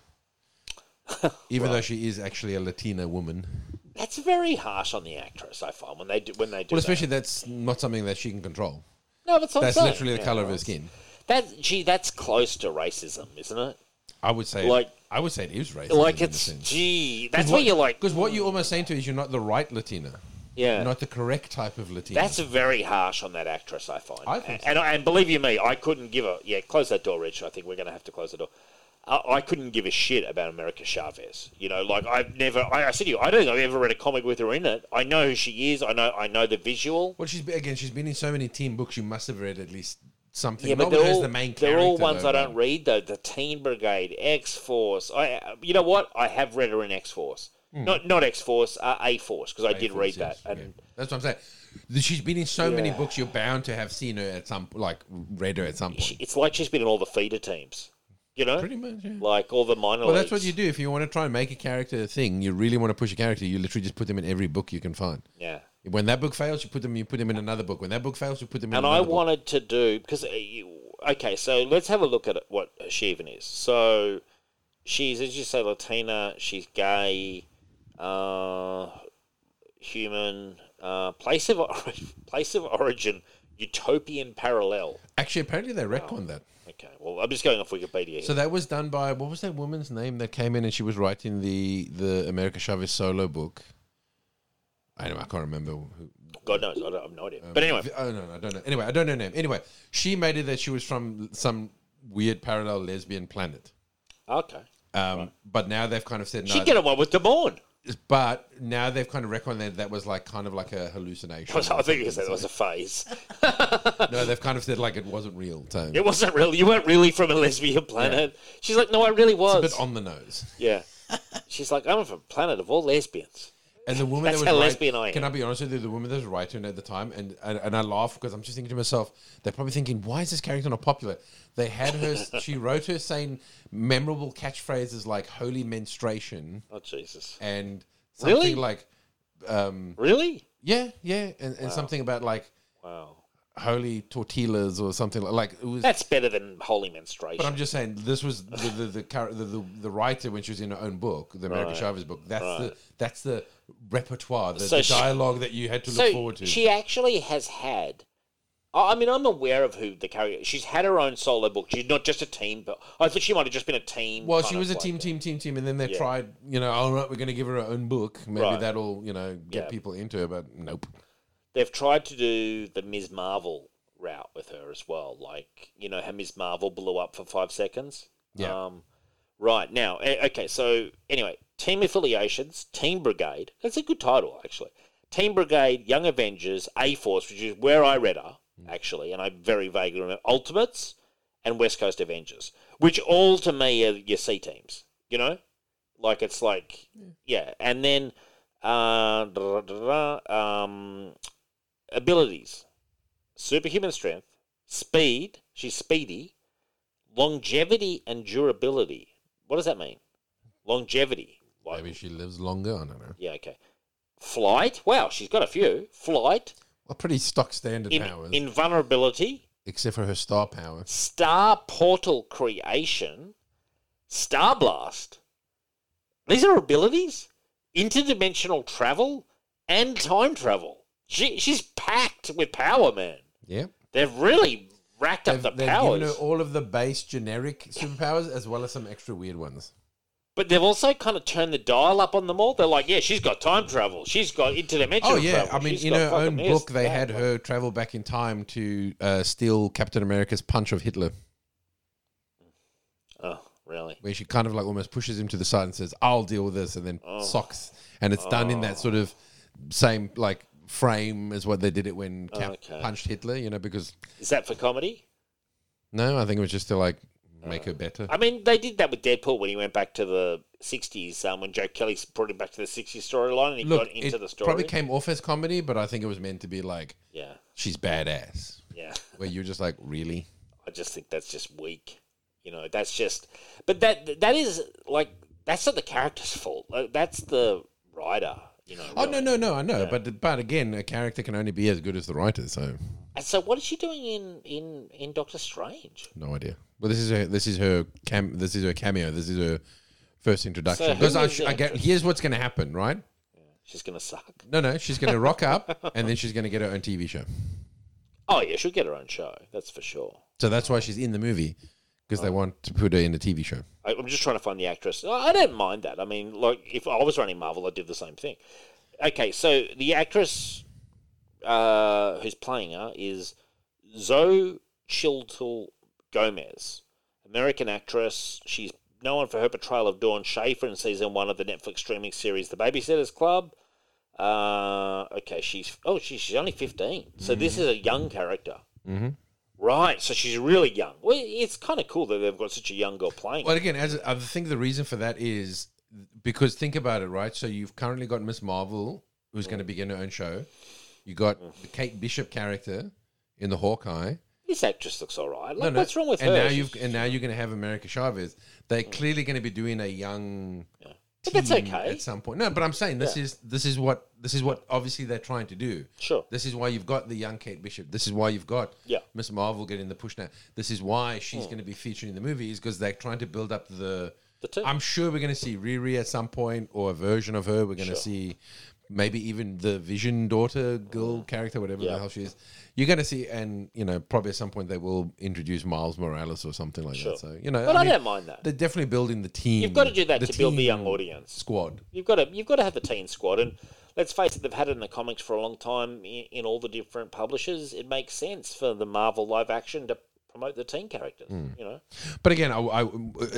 Speaker 5: even though she is actually a Latina woman.
Speaker 2: That's very harsh on the actress. I find when they do when they do.
Speaker 5: Well,
Speaker 2: that.
Speaker 5: especially that's not something that she can control.
Speaker 2: no, that's, what I'm
Speaker 5: That's
Speaker 2: saying.
Speaker 5: literally the
Speaker 2: Yeah,
Speaker 5: color of her
Speaker 2: that's-
Speaker 5: skin.
Speaker 2: That gee, that's close to racism, isn't it?
Speaker 5: I would say,
Speaker 2: Like-
Speaker 5: like, I would say it is racist.
Speaker 2: Like
Speaker 5: in a
Speaker 2: it's
Speaker 5: sense.
Speaker 2: gee, that's where you're like,
Speaker 5: because what you almost saying to is you're not the right Latina,
Speaker 2: yeah.
Speaker 5: you're not the correct type of Latina.
Speaker 2: That's very harsh on that actress, I find.
Speaker 5: I think so.
Speaker 2: and, and believe you me, I couldn't give a yeah. Close that door, Rich. I think we're going to have to close the door. I, I couldn't give a shit about America Chavez. You know, like I've never. I, I said to you, I don't think I've ever read a comic with her in it. I know who she is. I know. I know the visual.
Speaker 5: Well, she's be- again. She's been in so many teen books. You must have read at least something.
Speaker 2: Yeah, but
Speaker 5: Not
Speaker 2: they're
Speaker 5: her as
Speaker 2: all,
Speaker 5: the main
Speaker 2: they're all
Speaker 5: character,
Speaker 2: ones
Speaker 5: though,
Speaker 2: I
Speaker 5: but-
Speaker 2: don't read though. The Teen Brigade, X Force. I, you know what? I have read her in X Force. Not not X Force, uh, A Force, because I did read that.
Speaker 5: Hmm. Yes,
Speaker 2: And
Speaker 5: yeah. that's what I'm saying. Th- She's been in so many
Speaker 2: Yeah.
Speaker 5: books. You're bound to have seen her at some, like read her at some point.
Speaker 2: she- it's like she's been in all the feeder teams. You know,
Speaker 5: Pretty much. Yeah.
Speaker 2: like all the minor.
Speaker 5: well, that's what
Speaker 2: leagues.
Speaker 5: you do if you want to try and make a character a thing. You really want to push a character. You literally just put them in every book you can find.
Speaker 2: Yeah.
Speaker 5: When that book fails, you put them. You put them in another book. When that book fails, you put them in.
Speaker 2: And I
Speaker 5: another book.
Speaker 2: wanted to do because uh, you, okay, so let's have a look at what she even is. So she's as you say Latina. She's gay, uh, human, uh, place of or- place of origin, utopian parallel.
Speaker 5: Actually, apparently they
Speaker 2: Oh.
Speaker 5: retconned that.
Speaker 2: Okay, well I'm just going off Wikipedia. Here.
Speaker 5: So that was done by what was that woman's name that came in and she was writing the the America Chavez solo book. I know I can't remember who.
Speaker 2: God knows, I don't, have no idea. but anyway,
Speaker 5: Oh no, no, I don't know. Anyway, I don't know her name. Anyway, she made it that she was from some weird parallel lesbian planet.
Speaker 2: okay,
Speaker 5: Um, But now they've kind of said no.
Speaker 2: she get on one with De Morn.
Speaker 5: but now they've kind of recognized that that was like kind of like a hallucination.
Speaker 2: I think you said that was a phase.
Speaker 5: no, they've kind of said like it wasn't real. So
Speaker 2: It wasn't real. You weren't really from a lesbian planet. She's like, no, I really was.
Speaker 5: a bit on the nose.
Speaker 2: Yeah. She's like, I'm from a planet of all lesbians.
Speaker 5: And the woman
Speaker 2: That's
Speaker 5: that was
Speaker 2: how
Speaker 5: write-
Speaker 2: lesbian I am.
Speaker 5: Can I be honest with you? The woman that was writing at the time, and, and and I laugh because I'm just thinking to myself, they're probably thinking, why is this character not popular? They had her. she wrote her saying memorable catchphrases like "holy menstruation"
Speaker 2: Oh, Jesus.
Speaker 5: and something
Speaker 2: Really?
Speaker 5: like
Speaker 2: Really?
Speaker 5: "yeah, yeah," and, and something about like
Speaker 2: Wow.
Speaker 5: "holy tortillas" or something like like it was.
Speaker 2: That's better than holy menstruation.
Speaker 5: but I'm just saying, this was the the the, char- the, the, the writer when she was in her own book, the America Chavez book. That's the that's the repertoire, the,
Speaker 2: So
Speaker 5: the
Speaker 2: she-
Speaker 5: dialogue that you had to look
Speaker 2: so
Speaker 5: forward to.
Speaker 2: she actually has had. I I mean, I'm aware of who the character. She's had her own solo book. She's not just a team, but I thought she might have just been a team.
Speaker 5: Well,
Speaker 2: kind
Speaker 5: she
Speaker 2: of
Speaker 5: was a
Speaker 2: like
Speaker 5: team,
Speaker 2: that.
Speaker 5: team, team, team, and then they
Speaker 2: Yeah.
Speaker 5: tried, you know, all right, we're going to give her her own book. Maybe
Speaker 2: Right.
Speaker 5: that'll, you know, get
Speaker 2: Yeah.
Speaker 5: people into her, but nope.
Speaker 2: They've tried to do the Ms. Marvel route with her as well. Like you know how Ms. Marvel blew up for five seconds.
Speaker 5: Yeah.
Speaker 2: Um, right now, eh, okay. So anyway, team affiliations, Team Brigade. That's a good title actually. Team Brigade, Young Avengers, A Force, which is where I read her actually, and I very vaguely remember Ultimates and West Coast Avengers, which all to me are your C teams. You know, like it's like yeah, and then uh, da- da- da- da, um, abilities, superhuman strength, speed. She's speedy longevity and durability. What does that mean? Longevity. Like,
Speaker 5: Maybe she lives longer. I don't know.
Speaker 2: Yeah, okay. Flight. Wow, she's got a few. Flight.
Speaker 5: Well, pretty stock standard
Speaker 2: In,
Speaker 5: powers,
Speaker 2: invulnerability.
Speaker 5: except for her star power.
Speaker 2: Star portal creation. Star blast. These are abilities. Interdimensional travel and time travel. She, she's packed with power, man.
Speaker 5: Yeah.
Speaker 2: They've really racked
Speaker 5: They've,
Speaker 2: up the
Speaker 5: they've
Speaker 2: powers.
Speaker 5: given her all of the base generic superpowers as well as some extra weird ones.
Speaker 2: But they've also kind of turned the dial up on them all. They're like, yeah, she's got time travel. She's got interdimensional
Speaker 5: Oh yeah,
Speaker 2: travel.
Speaker 5: I mean,
Speaker 2: She's
Speaker 5: in
Speaker 2: got
Speaker 5: her
Speaker 2: fucking
Speaker 5: own
Speaker 2: this,
Speaker 5: book, they
Speaker 2: that."
Speaker 5: had her travel back in time to uh, steal Captain America's punch of Hitler,
Speaker 2: Oh, really?
Speaker 5: where she kind of like almost pushes him to the side and says, "I'll deal with this," and then
Speaker 2: Oh.
Speaker 5: socks, and it's done in that sort of same like frame as what they did it when Cap
Speaker 2: Okay.
Speaker 5: punched Hitler, you know? Because
Speaker 2: Is that for comedy?
Speaker 5: no, I think it was just to like make her better.
Speaker 2: I mean, they did that with Deadpool when he went back to the 60s, um, when Joe Kelly brought him back to the 60s storyline and he
Speaker 5: Look,
Speaker 2: got
Speaker 5: it
Speaker 2: into the story.
Speaker 5: probably came off as comedy, but I think it was meant to be like
Speaker 2: yeah,
Speaker 5: she's badass,
Speaker 2: yeah.
Speaker 5: where you're just like, really?
Speaker 2: I just think that's just weak. You know, that's just. But that that is, like, that's not the character's fault. Like, That's the writer. You know,
Speaker 5: Oh
Speaker 2: really.
Speaker 5: no, no, no, I know, but but again, a character can only be as good as the writer, so.
Speaker 2: And so, what is she doing in in in Doctor Strange?
Speaker 5: No idea. Well, this is her. This is her cam. This is her cameo. This is her first
Speaker 2: So
Speaker 5: introduction.
Speaker 2: who
Speaker 5: Because I,
Speaker 2: is
Speaker 5: sh-
Speaker 2: the
Speaker 5: I get,
Speaker 2: actress?
Speaker 5: here's what's going to happen, right?
Speaker 2: She's gonna suck.
Speaker 5: No, no, she's going to rock up, and then she's going to get her own TV show.
Speaker 2: Oh yeah, she'll get her own show. That's for sure.
Speaker 5: So that's why she's in the movie because
Speaker 2: Oh.
Speaker 5: they want to put her in a TV show.
Speaker 2: I, I'm just trying to find the actress. I, I don't mind that. I mean, like if I was running Marvel, I'd do the same thing. Okay, so the actress uh, who's playing her is Zoe Chiltel Gomez, American actress. She's known for her portrayal of Dawn Schaefer in season one of the Netflix streaming series The Babysitters Club. Uh, okay, she's oh she's, she's only 15 so this is a young character.
Speaker 5: Mm-hmm.
Speaker 2: Right, so she's really young. Well, it's kind of cool that they've got such a young girl playing.
Speaker 5: Well, again, as I think the reason for that is because think about it, right? So you've currently got Miss Marvel, who's
Speaker 2: Mm.
Speaker 5: going to begin her own show. You got the Kate Bishop character in the Hawkeye.
Speaker 2: This actress looks all right.
Speaker 5: No,
Speaker 2: Like,
Speaker 5: no.
Speaker 2: what's wrong with
Speaker 5: and
Speaker 2: her? Mm.
Speaker 5: Now you've, and now you're going to have America Chavez. They're clearly going to be doing a young.
Speaker 2: but that's
Speaker 5: team
Speaker 2: okay.
Speaker 5: At some point, no. But I'm saying this is this is what this is what obviously they're trying to do.
Speaker 2: Sure.
Speaker 5: This is why you've got the young Kate Bishop. This is why you've got
Speaker 2: Yeah. Mm.
Speaker 5: Miss Marvel getting the push now. This is why she's going to be featuring in the movies because they're trying to build up the.
Speaker 2: The two.
Speaker 5: I'm sure we're going to see Riri at some point or a version of her. We're going to see maybe even the Vision daughter girl character, whatever
Speaker 2: Yeah.
Speaker 5: the hell she is. You're going to see, and you know, probably at some point they will introduce Miles Morales or something like
Speaker 2: Sure.
Speaker 5: that. So you know,
Speaker 2: But I,
Speaker 5: mean,
Speaker 2: don't mind that.
Speaker 5: They're definitely building the team.
Speaker 2: You've got to do that to build the
Speaker 5: team
Speaker 2: young audience.
Speaker 5: squad.
Speaker 2: You've got to you've got to have a teen squad, and let's face it, they've had it in the comics for a long time in, in all the different publishers. It makes sense for the Marvel live action to promote the teen characters.
Speaker 5: Hmm.
Speaker 2: You know,
Speaker 5: But again, I, I,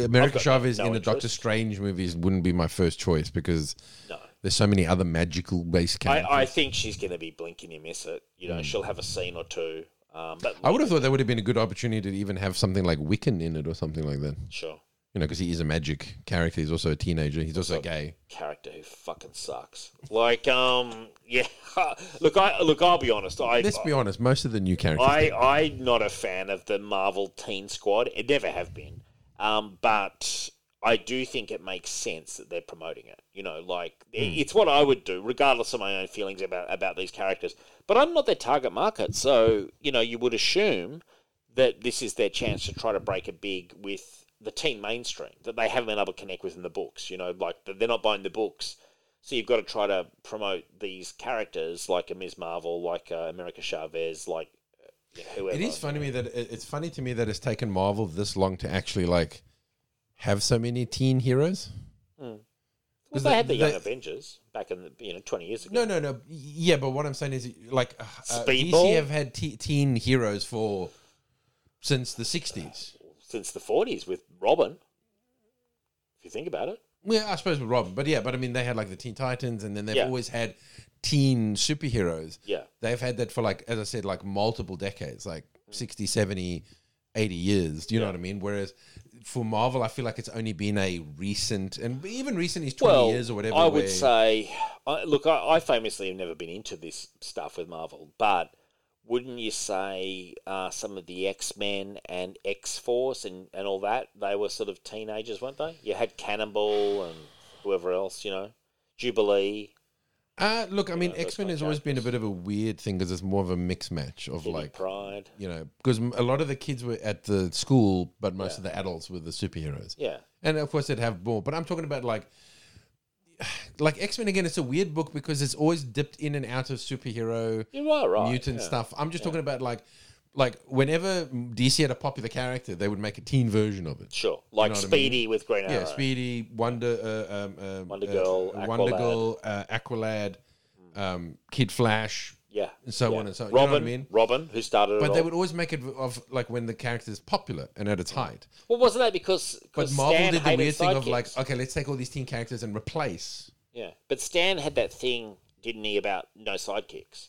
Speaker 5: America
Speaker 2: got
Speaker 5: Chavez
Speaker 2: no
Speaker 5: in the Doctor
Speaker 2: interest.
Speaker 5: Strange movies wouldn't be my first choice because
Speaker 2: no.
Speaker 5: there's so many other magical based characters. I, Hmm.
Speaker 2: I, I think she's going to be blinking and miss it. You know, she'll have a scene or two. Um, but
Speaker 5: would have thought that would have been a good opportunity to even have something like Wiccan in it or something like that.
Speaker 2: sure
Speaker 5: You know, because he is a magic character. He's also a teenager. He's also gay.
Speaker 2: character who fucking sucks. Like, um, yeah. look, I look. I'll be honest. I
Speaker 5: Let's be honest, most of the new characters.
Speaker 2: I, I'm not a fan of the Marvel Teen Squad. I never have been. Um, but I do think it makes sense that they're promoting it. You know, like i- it's what I would do, regardless of my own feelings about about these characters. But I'm not their target market, so you know, you would assume that this is their chance to try to break it big with the teen mainstream that they haven't been able to connect with in the books. You know, like that they're not buying the books. So you've got to try to promote these characters like a Ms. Marvel, like uh, America Chavez, like yeah, whoever.
Speaker 5: it is funny to me that it- it's funny to me that it's taken Marvel this long to actually like have so many teen heroes.
Speaker 2: Well,
Speaker 5: 'Cause
Speaker 2: Hmm. they
Speaker 5: they-
Speaker 2: had the Young
Speaker 5: they-
Speaker 2: Avengers back in the you know twenty years ago.
Speaker 5: No, no, no. Yeah, but what I'm saying is, like, uh, uh,
Speaker 2: Speedball?
Speaker 5: DC have had te- teen heroes for since the '60s.
Speaker 2: Since the forties with Robin, if you think about it,
Speaker 5: Yeah, I suppose with Robin, but yeah, but I mean, they had like the Teen Titans, and then they've
Speaker 2: Yeah.
Speaker 5: always had teen superheroes.
Speaker 2: yeah,
Speaker 5: They've had that for like, as I said, like multiple decades, like 60, 70, 80 years. Do you
Speaker 2: Mm.
Speaker 5: know
Speaker 2: Yeah.
Speaker 5: what I mean? Whereas for Marvel, I feel like it's only been a recent, and even recent is 20 years or whatever.
Speaker 2: I would
Speaker 5: where-
Speaker 2: say, I, look, I, I famously have never been into this stuff with Marvel, but wouldn't you say uh, some of the X Men and X Force and, and all that they were sort of teenagers, weren't they? You had Cannonball and whoever else, you know, Jubilee,
Speaker 5: Uh, look, I mean,
Speaker 2: that's
Speaker 5: X Men
Speaker 2: my
Speaker 5: has always been a bit of a weird thing because it's more of a mixed match of
Speaker 2: Kitty
Speaker 5: like
Speaker 2: Pride,
Speaker 5: you know, because a lot of the kids were at the school, but most of the adults were the superheroes.
Speaker 2: yeah,
Speaker 5: And of course, they'd have more. But I'm talking about like like X Men again. It's a weird book because it's always dipped in and out of superhero
Speaker 2: You are right.
Speaker 5: mutant
Speaker 2: yeah.
Speaker 5: stuff. I'm just talking about like, like whenever DC had a popular character, they would make a teen version of it.
Speaker 2: Sure, like
Speaker 5: know what I mean?
Speaker 2: Speedy with Green Arrow.
Speaker 5: Yeah, Speedy, Wonder, uh, um, uh,
Speaker 2: Wonder
Speaker 5: uh,
Speaker 2: Girl,
Speaker 5: Wonder
Speaker 2: Aqualad. Hmm.
Speaker 5: Girl, uh, Aqualad, um, Kid Flash,
Speaker 2: Yeah,
Speaker 5: and so
Speaker 2: yeah.
Speaker 5: on and so on. You know
Speaker 2: Robin,
Speaker 5: what I mean?
Speaker 2: Robin, who started it
Speaker 5: but
Speaker 2: all.
Speaker 5: they would always make it of like when the character is popular and at its height.
Speaker 2: Well, wasn't that because?
Speaker 5: But
Speaker 2: because
Speaker 5: Marvel
Speaker 2: Stan
Speaker 5: did the
Speaker 2: hated
Speaker 5: weird thing of
Speaker 2: sidekicks?
Speaker 5: like, okay, let's take all these teen characters and replace.
Speaker 2: Yeah, but Stan had that thing, didn't he, about no sidekicks?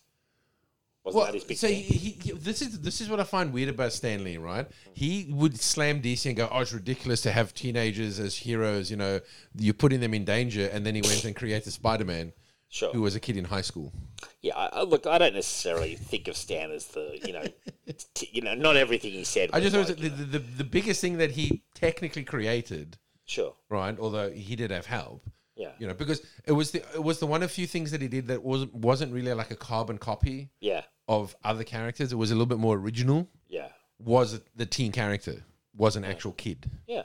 Speaker 2: Wasn't
Speaker 5: Well,
Speaker 2: that his big
Speaker 5: so
Speaker 2: thing?
Speaker 5: he, he, this is this is what I find weird about Stanley, right? He would slam DC and go, "Oh, it's ridiculous to have teenagers as heroes. You know, you're putting them in danger." And then he went and created Spider-Man,
Speaker 2: Sure.
Speaker 5: who was a kid in high school.
Speaker 2: Yeah, I, I- look, I don't necessarily think of Stan as the you know, t- you know, not everything he said.
Speaker 5: I just
Speaker 2: was
Speaker 5: thought
Speaker 2: like,
Speaker 5: the, the, the, the biggest thing that he technically created,
Speaker 2: sure,
Speaker 5: right? Although he did have help,
Speaker 2: yeah,
Speaker 5: you know, because it was the it was the one of few things that he did that wasn't wasn't really like a carbon copy
Speaker 2: yeah,
Speaker 5: of other characters. It was a little bit more original.
Speaker 2: yeah,
Speaker 5: Was the teen character was an actual kid.
Speaker 2: yeah.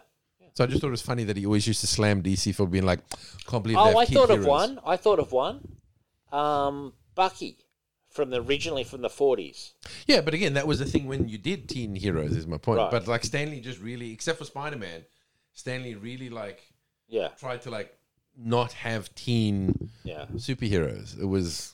Speaker 5: So I just thought it was funny that he always used to slam DC for being like, "Can't believe." they
Speaker 2: Oh,
Speaker 5: have
Speaker 2: I
Speaker 5: kid
Speaker 2: thought of
Speaker 5: heroes."
Speaker 2: one. I thought of one. Um, Bucky from the originally from the forties.
Speaker 5: Yeah, but again, that was the thing when you did teen heroes. Is my point.
Speaker 2: Right.
Speaker 5: But like Stanley just really, except for Spider Man, Stanley really like
Speaker 2: Yeah,
Speaker 5: tried to like not have teen
Speaker 2: yeah,
Speaker 5: superheroes. It was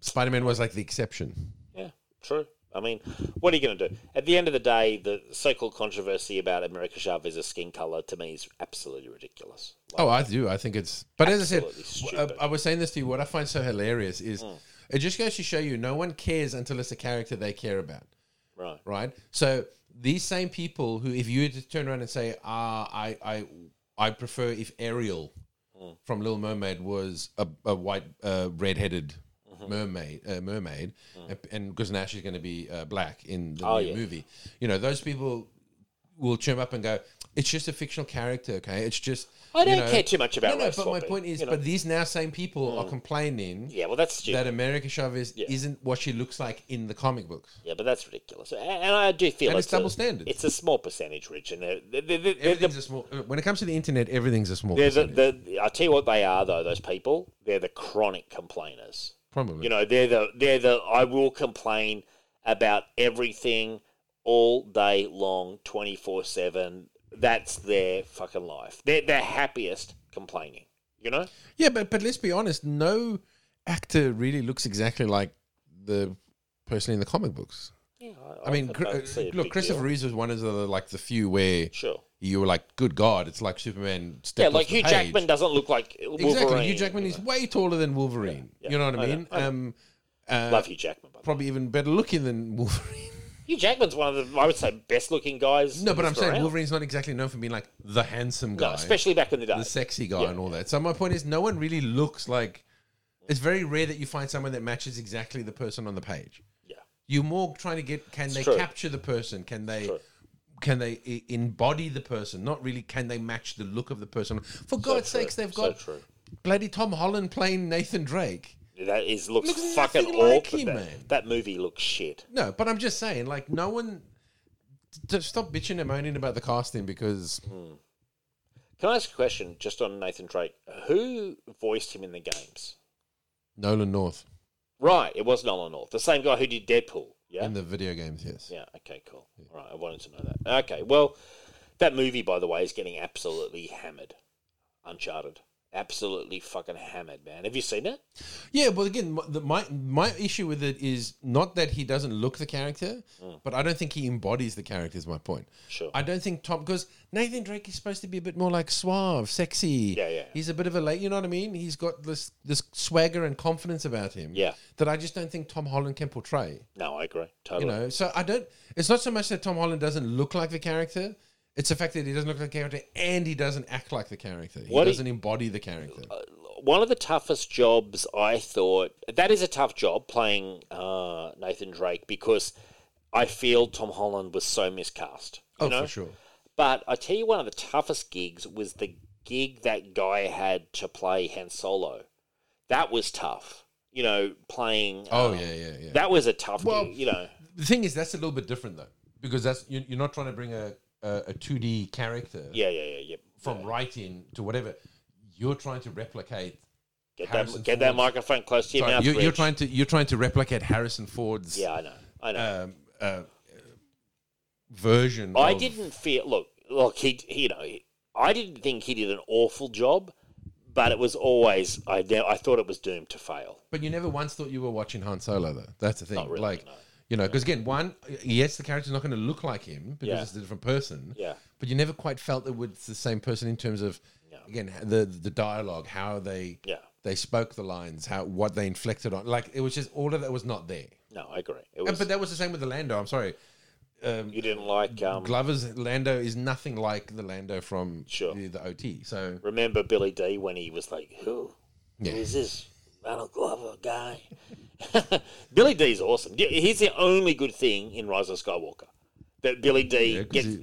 Speaker 5: Spider Man was like the exception.
Speaker 2: yeah. True. I mean, what are you going to do? At the end of the day, the so-called controversy about America Chavez's skin color to me is absolutely ridiculous. Like,
Speaker 5: Oh, I do. I think it's. But as I said,
Speaker 2: Absolutely
Speaker 5: w- uh,
Speaker 2: stupid. Mm.
Speaker 5: I, I was saying this to you. What I find so hilarious is it just goes to show you no one cares until it's a character they care about.
Speaker 2: right.
Speaker 5: right? So these same people who, if you were to turn around and say, "Ah, I, I, I prefer if Ariel
Speaker 2: Mm.
Speaker 5: from Little Mermaid was a, a white, uh, red-headed
Speaker 2: Mm-hmm.
Speaker 5: mermaid, uh, mermaid, and because now she's going to be uh, black in the
Speaker 2: Mm. Oh,
Speaker 5: new
Speaker 2: yeah.
Speaker 5: movie," you know, those people will chirp up and go, "It's just a fictional character, okay? It's just."
Speaker 2: I don't
Speaker 5: you know-
Speaker 2: care too much
Speaker 5: No,
Speaker 2: about.
Speaker 5: no,
Speaker 2: race
Speaker 5: but my
Speaker 2: swapping,
Speaker 5: point is,
Speaker 2: you know. Mm.
Speaker 5: but these now same people are complaining
Speaker 2: yeah, well, that's stupid.
Speaker 5: that America Chavez
Speaker 2: Yeah.
Speaker 5: isn't what she looks like in the comic books.
Speaker 2: Yeah, but that's ridiculous. A- And I do feel
Speaker 5: And
Speaker 2: it's,
Speaker 5: it's double
Speaker 2: a,
Speaker 5: standard.
Speaker 2: It's a small percentage, Rich, and they're, they're, they're, they're,
Speaker 5: Everything's
Speaker 2: the,
Speaker 5: a small. uh, When it comes to the internet, everything's a small.
Speaker 2: they're the,
Speaker 5: percentage,
Speaker 2: the- I tell you what they are though. Those people, they're the chronic complainers.
Speaker 5: probably.
Speaker 2: You know, they're the they're the I will complain about everything all day long, twenty four seven. That's their fucking life. They're they're happiest complaining. You know,
Speaker 5: yeah, but but let's be honest. No actor really looks exactly like the person in the comic books.
Speaker 2: yeah,
Speaker 5: I mean,
Speaker 2: don't
Speaker 5: cr- uh,
Speaker 2: see a
Speaker 5: look,
Speaker 2: big
Speaker 5: Christopher
Speaker 2: deal.
Speaker 5: Reeves was one of the like the few where
Speaker 2: Sure.
Speaker 5: you were like, "Good God, it's like Superman." Stepped
Speaker 2: Yeah,
Speaker 5: off
Speaker 2: like
Speaker 5: the
Speaker 2: Hugh
Speaker 5: page.
Speaker 2: Jackman doesn't look like Wolverine.
Speaker 5: Exactly, Hugh Jackman
Speaker 2: you
Speaker 5: is way taller than Wolverine.
Speaker 2: Yeah, yeah.
Speaker 5: You know
Speaker 2: I
Speaker 5: what I
Speaker 2: know,
Speaker 5: mean?
Speaker 2: I know.
Speaker 5: Um,
Speaker 2: know. Love Hugh Jackman. By the way.
Speaker 5: probably even better looking than Wolverine.
Speaker 2: Hugh Jackman's one of the, I would say, best looking guys.
Speaker 5: no, but I'm saying
Speaker 2: around.
Speaker 5: Wolverine's not exactly known for being like the handsome guy.
Speaker 2: No, especially back in the day.
Speaker 5: the sexy guy
Speaker 2: Yeah.
Speaker 5: and all that. So my point is, no one really looks like. It's very rare that you find someone that matches exactly the person on the page.
Speaker 2: yeah,
Speaker 5: You're more trying to get can they
Speaker 2: true.
Speaker 5: capture the person? Can they?
Speaker 2: true.
Speaker 5: Can they e- embody the person? Not really. Can they match the look of the person? For God's
Speaker 2: true,
Speaker 5: sakes, they've
Speaker 2: so
Speaker 5: got
Speaker 2: true.
Speaker 5: bloody Tom Holland playing Nathan Drake.
Speaker 2: That is looks,
Speaker 5: Looks
Speaker 2: fucking
Speaker 5: nothing like
Speaker 2: awful.
Speaker 5: him,
Speaker 2: that,
Speaker 5: man.
Speaker 2: that movie looks shit.
Speaker 5: No, but I'm just saying, like, no one. d- Stop bitching and moaning about the casting because
Speaker 2: Hmm. Can I ask a question just on Nathan Drake? Who voiced him in the games?
Speaker 5: Nolan North
Speaker 2: Right, it was Nolan North, the same guy who did Deadpool. Yeah,
Speaker 5: in the video games, yes.
Speaker 2: yeah. Okay, cool. All right, I wanted to know that. Okay, well, that movie, by the way, is getting absolutely hammered. Uncharted, absolutely fucking hammered, man. Have you seen it?
Speaker 5: Yeah, but again, my- the, my my issue with it is not that he doesn't look the character, but I don't think he embodies the character. Is my point.
Speaker 2: Mm. Sure.
Speaker 5: I don't think Tom because Nathan Drake is supposed to be a bit more like suave, sexy.
Speaker 2: Yeah, yeah.
Speaker 5: He's a bit of a late. You know what I mean? He's got this this swagger and confidence about him.
Speaker 2: Yeah.
Speaker 5: That I just don't think Tom Holland can portray.
Speaker 2: No, I agree
Speaker 5: You
Speaker 2: totally.
Speaker 5: know, so I don't. It's not so much that Tom Holland doesn't look like the character. It's the fact that he doesn't look like the character and he doesn't act like the character. He
Speaker 2: What Uh, do you-
Speaker 5: doesn't embody the character.
Speaker 2: one of the toughest jobs I thought that is a tough job playing uh, Nathan Drake because I feel Tom Holland was so miscast. You
Speaker 5: oh,
Speaker 2: know?
Speaker 5: for sure.
Speaker 2: But I tell you, one of the toughest gigs was the gig that guy had to play Han Solo. That was tough. You know, playing.
Speaker 5: Oh
Speaker 2: um,
Speaker 5: yeah, yeah, yeah.
Speaker 2: That was a tough
Speaker 5: Well,
Speaker 2: gig. You know,
Speaker 5: The thing is, that's a little bit different though, because that's you- you're not trying to bring a a two D character
Speaker 2: yeah, yeah, yeah, yeah.
Speaker 5: from writing to whatever. You're trying to replicate
Speaker 2: Get
Speaker 5: Harrison
Speaker 2: that get that
Speaker 5: Ford.
Speaker 2: microphone close to your
Speaker 5: Sorry,
Speaker 2: mouth.
Speaker 5: you, you're
Speaker 2: Rich.
Speaker 5: trying to you're trying to replicate Harrison Ford's
Speaker 2: Yeah, I know. I know.
Speaker 5: um, uh, version.
Speaker 2: I
Speaker 5: of-
Speaker 2: didn't feel. Look, look. He, he- you know, he- I didn't think he did an awful job, but it was always. I, ne- I thought it was doomed to fail.
Speaker 5: But you never once thought you were watching Han Solo, though. That's the thing.
Speaker 2: Not really,
Speaker 5: like,
Speaker 2: no.
Speaker 5: you know, because again, one, yes, the character's not going to look like him because
Speaker 2: Yeah.
Speaker 5: it's a different person.
Speaker 2: Yeah.
Speaker 5: But you never quite felt it was the same person in terms of,
Speaker 2: No.
Speaker 5: again, the the dialogue, how they
Speaker 2: Yeah.
Speaker 5: they spoke the lines, how what they inflected on. Like, it was just all of that was not there.
Speaker 2: No, I agree. It
Speaker 5: And,
Speaker 2: was.
Speaker 5: but that was the same with the Lando. I'm sorry,
Speaker 2: you didn't like. Um,
Speaker 5: Glover's Lando is nothing like the Lando from
Speaker 2: Sure.
Speaker 5: the, the OT. So
Speaker 2: remember Billy D when he was like, "Who?
Speaker 5: Mm-hmm. Yeah.
Speaker 2: Who is this Donald Glover guy?" Billy D's awesome. Yeah, He's the only good thing in Rise of Skywalker that Billy D
Speaker 5: because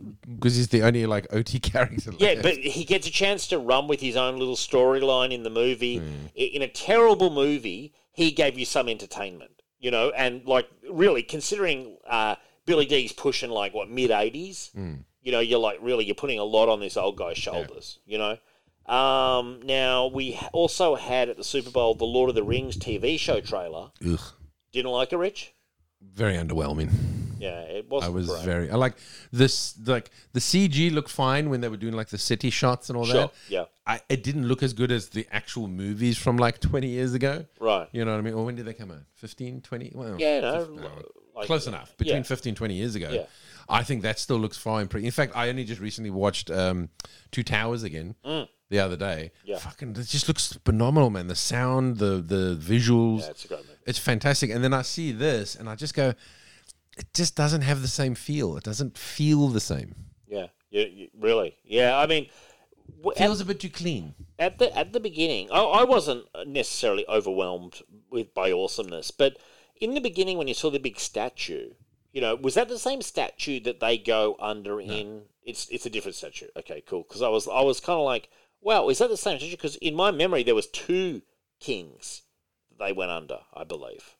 Speaker 2: gets.
Speaker 5: he's the only like OT character.
Speaker 2: Yeah,
Speaker 5: left.
Speaker 2: but he gets a chance to run with his own little storyline in the movie.
Speaker 5: Hmm.
Speaker 2: I In a terrible movie, he gave you some entertainment, you know, and like really considering uh, Billy D's pushing like what mid eighties,
Speaker 5: Hmm.
Speaker 2: you know, you're like really you're putting a lot on this old guy's shoulders, you know. Um, now we ha- also had at the Super Bowl the Lord of the Rings TV show trailer.
Speaker 5: Ugh,
Speaker 2: Didn't like it, Rich?
Speaker 5: very underwhelming.
Speaker 2: Yeah, it
Speaker 5: I
Speaker 2: wasn't.
Speaker 5: was
Speaker 2: great.
Speaker 5: very. I like this. Like the CG looked fine when they were doing like the city shots and all
Speaker 2: Sure,
Speaker 5: that.
Speaker 2: yeah.
Speaker 5: I, it didn't look as good as the actual movies from like 20 years ago.
Speaker 2: right.
Speaker 5: You know what I mean? Or when did they come out? 15, 20? Well,
Speaker 2: Yeah, no,
Speaker 5: fif-
Speaker 2: like-
Speaker 5: close enough. Between
Speaker 2: Yeah.
Speaker 5: 15, 20 years ago.
Speaker 2: Yeah.
Speaker 5: I think that still looks fine. Pretty. In fact, I only just recently watched um, Two Towers again the other day.
Speaker 2: Mm. Yeah.
Speaker 5: Fucking, it just looks phenomenal, man. The sound, the the visuals.
Speaker 2: Yeah, it's a great movie.
Speaker 5: It's fantastic. And then I see this and I just go, it just doesn't have the same feel. It doesn't feel the same.
Speaker 2: Yeah, you, you, really. Yeah, I mean, w-
Speaker 5: It feels a bit too clean.
Speaker 2: at the at the beginning, I, I wasn't necessarily overwhelmed with by awesomeness, but in the beginning, when you saw the big statue, you know, was that the same statue that they go under in? It's it's a different statue. Okay, cool. Because I was I was kind of like, wow, is that the same statue? Because in my memory, there was two kings that they went under, I believe.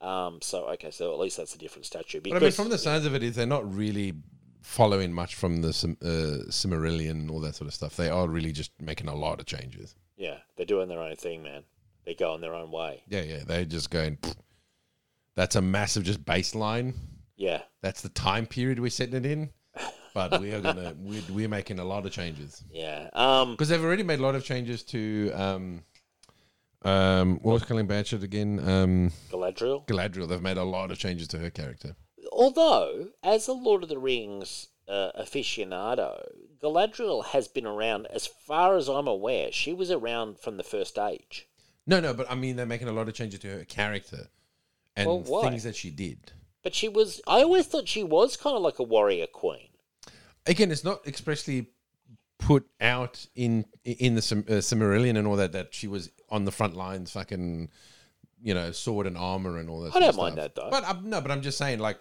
Speaker 2: Um, so okay, so at least that's a different statue. Because
Speaker 5: But I mean, from the sounds of it, is they're not really following much from the Sim- uh, Cimmerillion, all that sort of stuff. They are really just making a lot of changes.
Speaker 2: yeah, they're doing their own thing, man. They're going their own way.
Speaker 5: Yeah, yeah. They're just going, "Pfft, that's a massive just baseline.
Speaker 2: Yeah.
Speaker 5: That's the time period we're setting it in. But we are going to, we're, we're making a lot of changes.
Speaker 2: Yeah. Um,
Speaker 5: Because they've already made a lot of changes to, um, um, what was Colin Blanchard again? Um,
Speaker 2: Galadriel.
Speaker 5: Galadriel. They've made a lot of changes to her character.
Speaker 2: Although, as a Lord of the Rings uh, aficionado, Galadriel has been around, as far as I'm aware, she was around from the first age.
Speaker 5: No, no, but I mean, they're making a lot of changes to her character and
Speaker 2: Well, why?
Speaker 5: things that she did.
Speaker 2: But she was, I always thought she was kind of like a warrior queen.
Speaker 5: Again, it's not expressly put out in in the Cim- uh, Cimmerillion and all that that she was on the front lines, fucking, you know, sword and armor and all that.
Speaker 2: I
Speaker 5: sort of
Speaker 2: don't mind that,
Speaker 5: stuff.
Speaker 2: though.
Speaker 5: But I'm, no, but I'm just saying, like.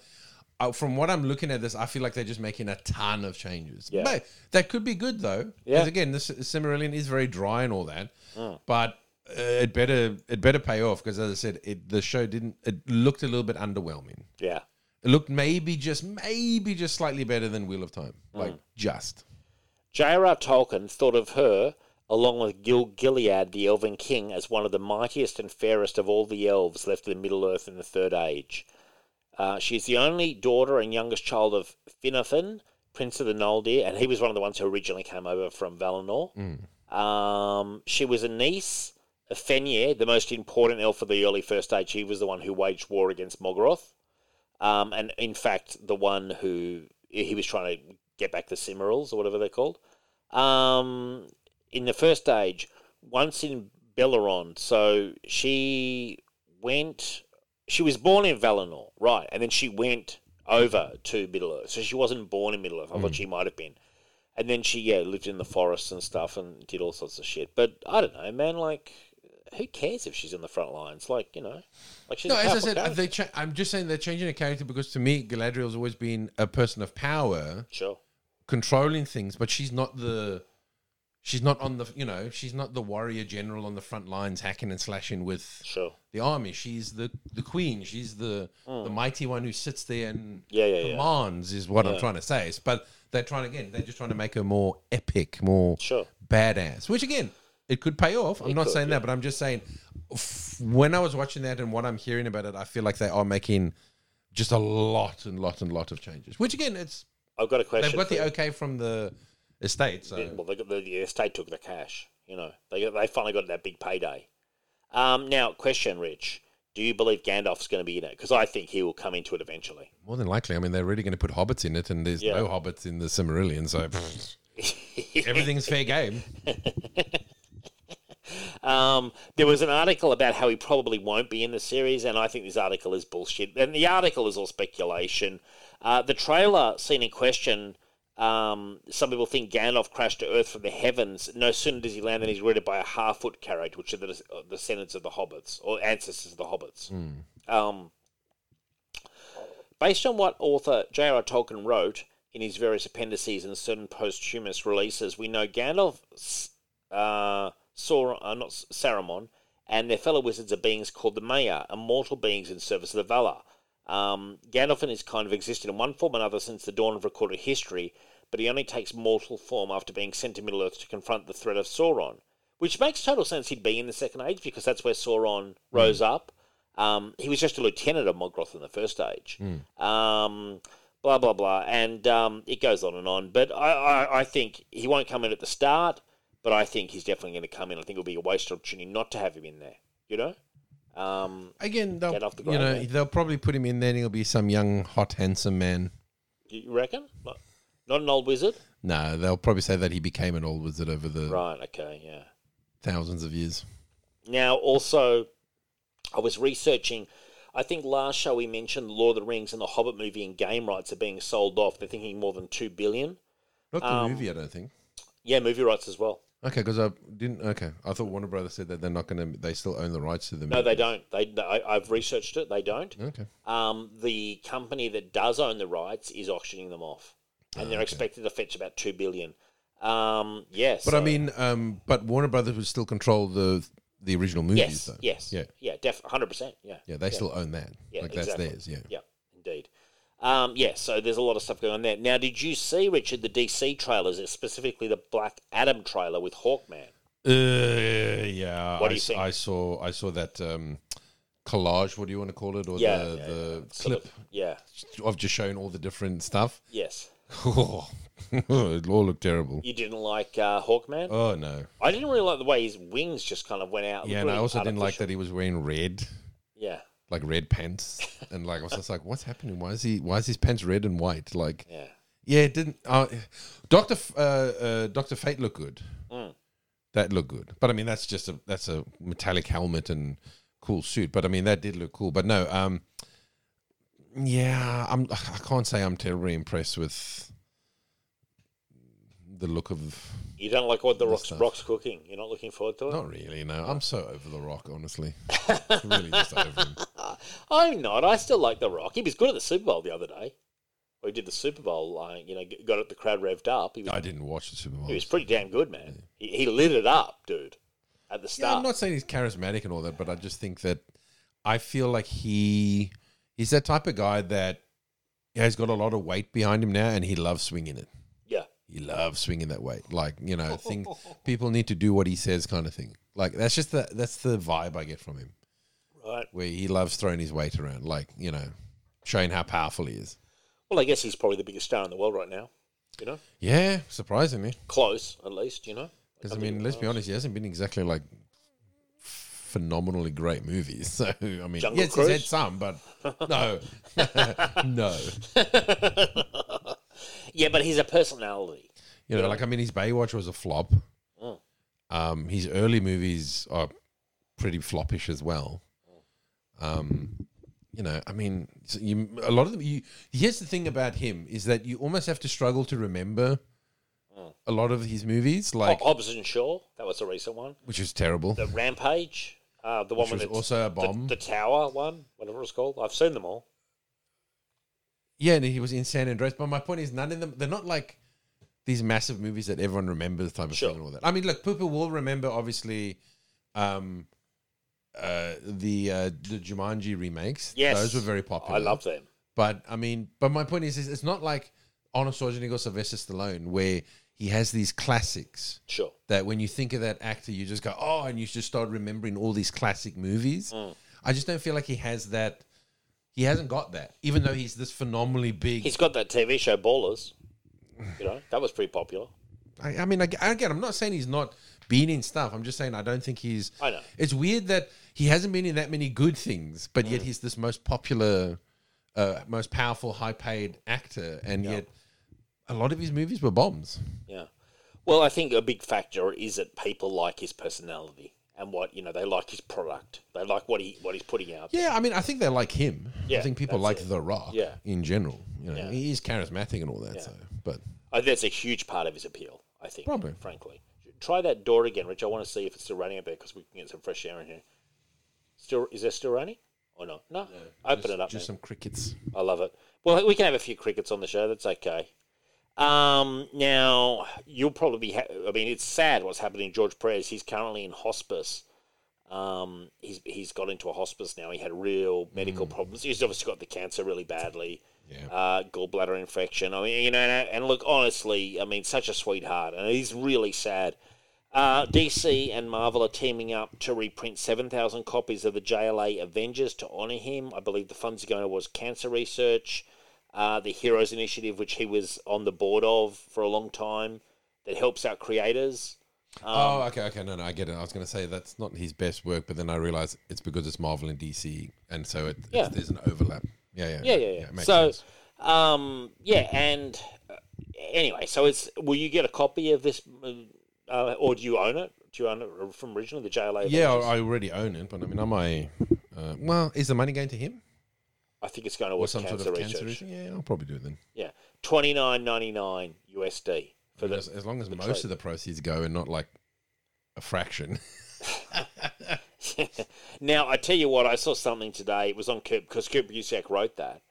Speaker 5: uh, From what I'm looking at this, I feel like they're just making a ton of changes.
Speaker 2: Yeah.
Speaker 5: But that could be good though,
Speaker 2: Yeah. Mm.
Speaker 5: because again, this Cimmerillion is very dry and all that. But uh, it better it better pay off because, as I said, it, the show didn't. It looked a little bit underwhelming.
Speaker 2: Yeah.
Speaker 5: It looked maybe just maybe just slightly better than Wheel of Time,
Speaker 2: Hmm.
Speaker 5: like just.
Speaker 2: J.R.R. Tolkien thought of her, along with Gil Gilead, the Elven King, as one of the mightiest and fairest of all the elves left in Middle Earth in the Third Age. Uh, she is the only daughter and youngest child of Finafin, Prince of the Noldir, and he was one of the ones who originally came over from Valinor. Um, she was a niece of Fenrir, the most important elf of the early First Age. He was the one who waged war against Morgoth, um, and in fact, the one who he was trying to get back the Cimmerals or whatever they're called. Um, in the First Age, once in Belleron, so she went. She was born in Valinor, right, and then she went over to Middle Earth. So she wasn't born in Middle Earth.
Speaker 5: Hmm.
Speaker 2: I thought she might have been. And then she, yeah, lived in the forest and stuff and did all sorts of shit. But I don't know, man. Like, who cares if she's in the front lines? Like, you know, like she's
Speaker 5: No,
Speaker 2: a
Speaker 5: as I
Speaker 2: powerful
Speaker 5: said,
Speaker 2: character.
Speaker 5: they cha- I'm just saying they're changing a character because to me, Galadriel's always been a person of power,
Speaker 2: Sure.
Speaker 5: controlling things, but she's not the. She's not on the, you know, she's not the warrior general on the front lines hacking and slashing with
Speaker 2: Sure.
Speaker 5: the army. She's the the queen. She's the the mighty one who sits there and
Speaker 2: Hmm. Yeah, yeah, yeah.
Speaker 5: commands is what I'm trying to say. It's- But they're trying again. They're just trying to make her more epic, more
Speaker 2: Sure.
Speaker 5: badass. Which again, It could pay off. I'm
Speaker 2: It
Speaker 5: not
Speaker 2: could,
Speaker 5: saying that, but I'm just saying f- when I was watching that and what I'm hearing about it, I feel like they are making just a lot and lot and lot of changes. Which again, it's
Speaker 2: I've got a question.
Speaker 5: they've got
Speaker 2: for
Speaker 5: the
Speaker 2: you.
Speaker 5: okay from the estate,
Speaker 2: Yeah,
Speaker 5: so
Speaker 2: well, they got the, the estate took the cash. You know, they got, they finally got that big payday. Um, now, question, Rich, do you believe Gandalf's going to be in it? Because I think he will come into it eventually.
Speaker 5: more than likely, I mean, they're really going to put hobbits in it, and there's
Speaker 2: Yeah.
Speaker 5: no hobbits in the Cimmerillion, so pfft, everything's fair game.
Speaker 2: Um, there was an article about how he probably won't be in the series, and I think this article is bullshit. And the article is all speculation. Uh, the trailer scene in question, um, some people think Gandalf crashed to Earth from the heavens. No sooner does he land than he's ridden by a half foot carriage, which are the uh, descendants of the hobbits or ancestors of the hobbits. Um, based on what author J.R.R. Tolkien wrote in his various appendices and certain posthumous releases, we know Gandalf s- uh, Sauron, uh, not S- Saruman, and their fellow wizards are beings called the Maya, immortal beings in service of the Valar. Um, Gandalf and his kind have existed in one form or another since the dawn of recorded history, but he only takes mortal form after being sent to Middle Earth to confront the threat of Sauron, which makes total sense. He'd be in the Second Age because that's where Sauron rose up. Um, he was just a lieutenant of Mogroth in the First Age. Um, blah blah blah, and um, it goes on and on. But I, I, I think he won't come in at the start, but I think he's definitely going to come in. I think it'll be a waste of opportunity not to have him in there. You know, um,
Speaker 5: Again, they'll,
Speaker 2: Get off the
Speaker 5: you know,
Speaker 2: ground.
Speaker 5: they'll probably put him in there, and he'll be some young, hot, handsome man.
Speaker 2: you you reckon? Not, not an old wizard,
Speaker 5: No, they'll probably say that he became an old wizard over the
Speaker 2: right? Okay, yeah.
Speaker 5: thousands of years.
Speaker 2: Now, also, I was researching. I think last show we mentioned Lord of the Rings and the Hobbit movie and game rights are being sold off. They're thinking more than two billion.
Speaker 5: Not the
Speaker 2: Um,
Speaker 5: movie, I don't think.
Speaker 2: Yeah, movie rights as well.
Speaker 5: Okay, because I didn't. Okay, I thought Warner Brothers said that they're not going to. They still own the rights to the
Speaker 2: No,
Speaker 5: movie.
Speaker 2: they don't. They, I, I've researched it. They don't.
Speaker 5: Okay.
Speaker 2: Um, the company that does own the rights is auctioning them off,
Speaker 5: Ah,
Speaker 2: and they're expected to fetch about two billion. Um, yes,
Speaker 5: But I mean, um, but Warner Brothers would still control the the original movies,
Speaker 2: yes,
Speaker 5: though.
Speaker 2: yes,
Speaker 5: Yeah.
Speaker 2: yeah, yeah, def, hundred percent, yeah,
Speaker 5: Yeah, they still own that.
Speaker 2: Yeah,
Speaker 5: like
Speaker 2: exactly.
Speaker 5: that's theirs. Yeah.
Speaker 2: yeah, indeed. Um, yeah, so there's a lot of stuff going on there. Now, did you see Richard the DC trailers, uh, specifically the Black Adam trailer with Hawkman?
Speaker 5: Uh, yeah.
Speaker 2: What
Speaker 5: I,
Speaker 2: do you
Speaker 5: s-
Speaker 2: think?
Speaker 5: I saw. I saw that um, collage. What do you want to call it? Or
Speaker 2: Yeah,
Speaker 5: the,
Speaker 2: yeah,
Speaker 5: the
Speaker 2: Sort
Speaker 5: clip
Speaker 2: of- yeah,
Speaker 5: of just showing all the different stuff.
Speaker 2: yes.
Speaker 5: it all looked terrible.
Speaker 2: You didn't like uh, Hawkman?
Speaker 5: Oh no.
Speaker 2: I didn't really like the way his wings just kind of went out. It
Speaker 5: Yeah,
Speaker 2: looked
Speaker 5: and I
Speaker 2: really
Speaker 5: also didn't like
Speaker 2: artificial.
Speaker 5: that he was wearing red.
Speaker 2: Yeah.
Speaker 5: like red pants and like I was just like what's happening why is he why is his pants red and white like
Speaker 2: Yeah.
Speaker 5: yeah it didn't uh, Dr F- uh, uh, Dr Fate looked good that looked good but I mean that's just a that's a metallic helmet and cool suit but I mean that did look cool but no um yeah I'm I can't say I'm terribly impressed with the look of
Speaker 2: You don't like what the rock's,
Speaker 5: stuff.
Speaker 2: rock's cooking. You're not looking forward to it.
Speaker 5: not really no I'm so over the rock honestly really just over him
Speaker 2: I'm not. I still like the Rock. He was good at the Super Bowl the other day. Well, he did the Super Bowl. Uh, you know, g- got the crowd revved up. He was,
Speaker 5: I didn't watch the Super Bowl
Speaker 2: he was pretty damn good, man. He, he lit it up, dude. At the
Speaker 5: Yeah, I'm
Speaker 2: start,
Speaker 5: not saying he's charismatic and all that, but I just think that I feel like he he's that type of guy that yeah, he's got a lot of weight behind him now, and he loves swinging it.
Speaker 2: yeah,
Speaker 5: He loves swinging that weight, like you know, think people need to do what he says, kind of thing. Like that's just the that's the vibe I get from him,
Speaker 2: right.
Speaker 5: where he loves throwing his weight around, like you know, showing how powerful he is.
Speaker 2: Well, I guess he's probably the biggest star in the world right now. You know,
Speaker 5: Yeah, surprisingly,
Speaker 2: close at least. You know,
Speaker 5: because I mean, let's be honest, he hasn't been exactly like phenomenally great movies. So I mean,
Speaker 2: Jungle
Speaker 5: yes,
Speaker 2: Cruise?
Speaker 5: he's had some, but no, no.
Speaker 2: yeah, but he's a personality.
Speaker 5: You know, like I mean, his Baywatch was a flop.
Speaker 2: Mm.
Speaker 5: Um, his early movies are pretty floppish as well. Um, you know, I mean, so you, a lot of them. You, here's the thing about him is that you almost have to struggle to remember a lot of his movies, like
Speaker 2: Mm. oh, Hobbs and Shaw. That was a recent one.
Speaker 5: which is terrible.
Speaker 2: The Rampage. Uh, the one
Speaker 5: Which
Speaker 2: with
Speaker 5: was
Speaker 2: the-
Speaker 5: also
Speaker 2: the-
Speaker 5: a bomb.
Speaker 2: The, Tower one, whatever it's called. I've seen them all.
Speaker 5: Yeah, and he was in San Andreas. But my point is, none of them, they're not like these massive movies that everyone remembers type of
Speaker 2: Sure.
Speaker 5: thing and all that. I mean, look, people will remember, obviously, um, uh, the uh, the Jumanji remakes.
Speaker 2: Yes.
Speaker 5: Those were very popular.
Speaker 2: I love them.
Speaker 5: But I mean, but my point is, is it's not like Arnold Schwarzenegger or Sylvester Stallone where he has these classics
Speaker 2: Sure.
Speaker 5: that when you think of that actor, you just go, oh, and you just start remembering all these classic movies.
Speaker 2: Mm.
Speaker 5: I just don't feel like he has that. He hasn't got that, even though he's this phenomenally big.
Speaker 2: He's got that TV show Ballers. You know, that was pretty popular.
Speaker 5: I, I mean, I, again, I'm not saying he's not been in stuff. I'm just saying I don't think he's.
Speaker 2: I know.
Speaker 5: It's weird that he hasn't been in that many good things, but
Speaker 2: Mm.
Speaker 5: yet he's this most popular, uh, most powerful, high-paid actor, and yet a lot of his movies were bombs.
Speaker 2: Yeah. Well, I think a big factor is that people like his personality and what you know they like his product. They like what he what he's putting out.
Speaker 5: Yeah, I mean, I think they like him. I
Speaker 2: Yeah,
Speaker 5: think people like
Speaker 2: that's it.
Speaker 5: The Rock.
Speaker 2: Yeah.
Speaker 5: in general, you know,
Speaker 2: Yeah.
Speaker 5: he is charismatic and all that. So, but
Speaker 2: I think that's a huge part of his appeal. I think,
Speaker 5: Probably.
Speaker 2: frankly, try that door again, Rich. I want to see if it's still running a bit because we can get some fresh air in here. Still, is there still running or not? No, open it up.
Speaker 5: just
Speaker 2: man.
Speaker 5: some crickets.
Speaker 2: I love it. Well, we can have a few crickets on the show. That's okay. Um, now you'll probably be. Ha- I mean, it's sad what's happening. to George Perez. He's currently in hospice. Um, he's he's got into a hospice now. He had real medical problems. He's obviously got the cancer really badly.
Speaker 5: Yeah.
Speaker 2: Uh, gallbladder infection. I mean, you know, and, and look, honestly, I mean, such a sweetheart, and he's really sad. Uh, DC and Marvel are teaming up to reprint 7,000 copies of the JLA Avengers to honour him. I believe the funds are going towards cancer research, uh, the Heroes Initiative, which he was on the board of for a long time, that helps out creators. Um,
Speaker 5: oh, okay, okay, no, no, I get it. I was going to say that's not his best work, but then I realized it's because it's Marvel and DC, and so it,
Speaker 2: Yeah.
Speaker 5: it's, there's an overlap. Yeah, yeah,
Speaker 2: Yeah, yeah, yeah.
Speaker 5: it makes
Speaker 2: so,
Speaker 5: sense.
Speaker 2: um, yeah, and uh, anyway, so it's will you get a copy of this, uh, or do you own it? Do you own it from originally the JLA?
Speaker 5: yeah, uh,
Speaker 2: Avengers?
Speaker 5: I I already own it, but I mean, am I? Uh, well, is the money going to him
Speaker 2: I think it's going
Speaker 5: or
Speaker 2: towards
Speaker 5: some
Speaker 2: cancer
Speaker 5: sort of
Speaker 2: research.
Speaker 5: cancer issue? Yeah, I'll probably do it then.
Speaker 2: Yeah, twenty nine ninety nine USD for
Speaker 5: as,
Speaker 2: the.
Speaker 5: as long as most
Speaker 2: trade.
Speaker 5: of the proceeds go and not like a fraction.
Speaker 2: Now I tell you what, I saw something today. It was on Kurt because Kurt Busiek wrote that,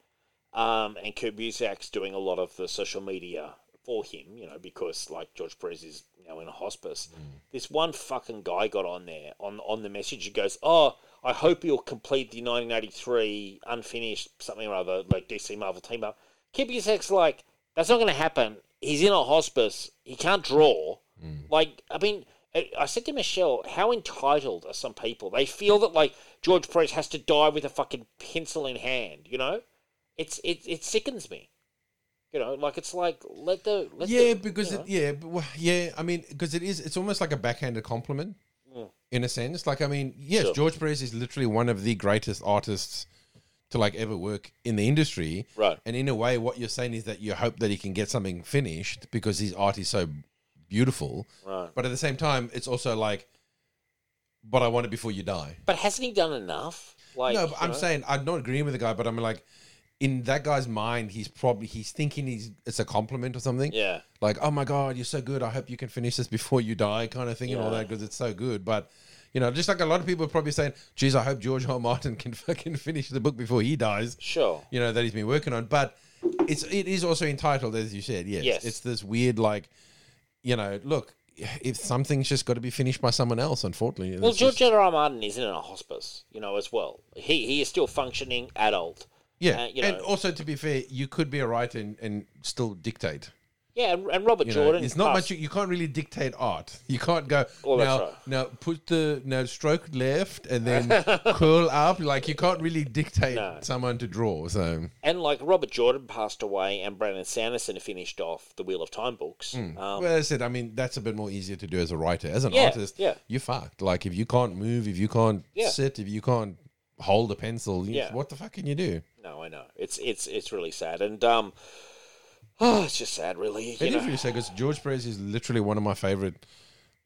Speaker 2: um, and Kurt Busiek's doing a lot of the social media for him. You know, because like George Perez is now in a hospice. This one fucking guy got on there on on the message. He goes, "Oh, I hope you'll complete the 1983 unfinished something or other like DC Marvel team up." Kurt Busiek's like, "That's not going to happen. He's in a hospice. He can't draw." Like, I mean, I I said to Michelle, how entitled are some people? They feel that like George Perez has to die with a fucking pencil in hand. You know, it's it it sickens me. You know, like it's like let the let the-
Speaker 5: yeah, because
Speaker 2: you
Speaker 5: it,
Speaker 2: know.
Speaker 5: yeah, but, well, yeah. I mean, because it is. It's almost like a backhanded compliment, in a sense. Like, I mean, yes,
Speaker 2: Sure.
Speaker 5: George Perez is literally one of the greatest artists to like ever work in the industry.
Speaker 2: Right.
Speaker 5: And in a way, what you're saying is that you hope that he can get something finished because his art is so beautiful.
Speaker 2: Right.
Speaker 5: But at the same time, it's also like, but I want it before you die.
Speaker 2: but hasn't he done enough? Like
Speaker 5: No, but
Speaker 2: you
Speaker 5: I'm
Speaker 2: know?
Speaker 5: saying I'm not agreeing with the guy, but I'm like, in that guy's mind, he's probably he's thinking he's it's a compliment or something.
Speaker 2: yeah,
Speaker 5: Like, oh my god, you're so good. I hope you can finish this before you die, kind of thing, and all
Speaker 2: Yeah.
Speaker 5: that because it's so good. But you know, just like a lot of people are probably saying, "Geez, I hope George R. Martin can fucking finish the book before he dies."
Speaker 2: sure.
Speaker 5: You know that he's been working on, but it's it is also entitled, as you said. Yes,
Speaker 2: Yes.
Speaker 5: it's this weird like, you know, look. If something's just got to be finished by someone else, unfortunately.
Speaker 2: Well,
Speaker 5: it's just-
Speaker 2: George R. R. Martin is in a hospice, you know, as well. He he is still functioning adult.
Speaker 5: Yeah,
Speaker 2: Uh, you
Speaker 5: and
Speaker 2: know.
Speaker 5: also to be fair, you could be a writer and, and still dictate.
Speaker 2: Yeah, and, and Robert
Speaker 5: You know,
Speaker 2: Jordan.
Speaker 5: it's not
Speaker 2: passed-
Speaker 5: much. You, you can't really dictate art. You can't go
Speaker 2: Well, that's
Speaker 5: now.
Speaker 2: right.
Speaker 5: Now put the now stroke left and then curl up. Like you can't really dictate
Speaker 2: No. Um,
Speaker 5: someone to draw. So
Speaker 2: And like Robert Jordan passed away, and Brandon Sanderson finished off the Wheel of Time books. Um,
Speaker 5: Hmm. well, as I said, I mean that's a bit more easier to do as a writer. As an
Speaker 2: Yeah,
Speaker 5: artist,
Speaker 2: yeah.
Speaker 5: you're fucked. Like if you can't move, if you can't
Speaker 2: Yeah.
Speaker 5: sit, if you can't hold a pencil, you,
Speaker 2: Yeah.
Speaker 5: what the fuck can you do?
Speaker 2: No, I know. It's it's it's really sad, and um, oh, it's just sad, really. You
Speaker 5: It is
Speaker 2: know?
Speaker 5: really sad because George Perez is literally one of my favorite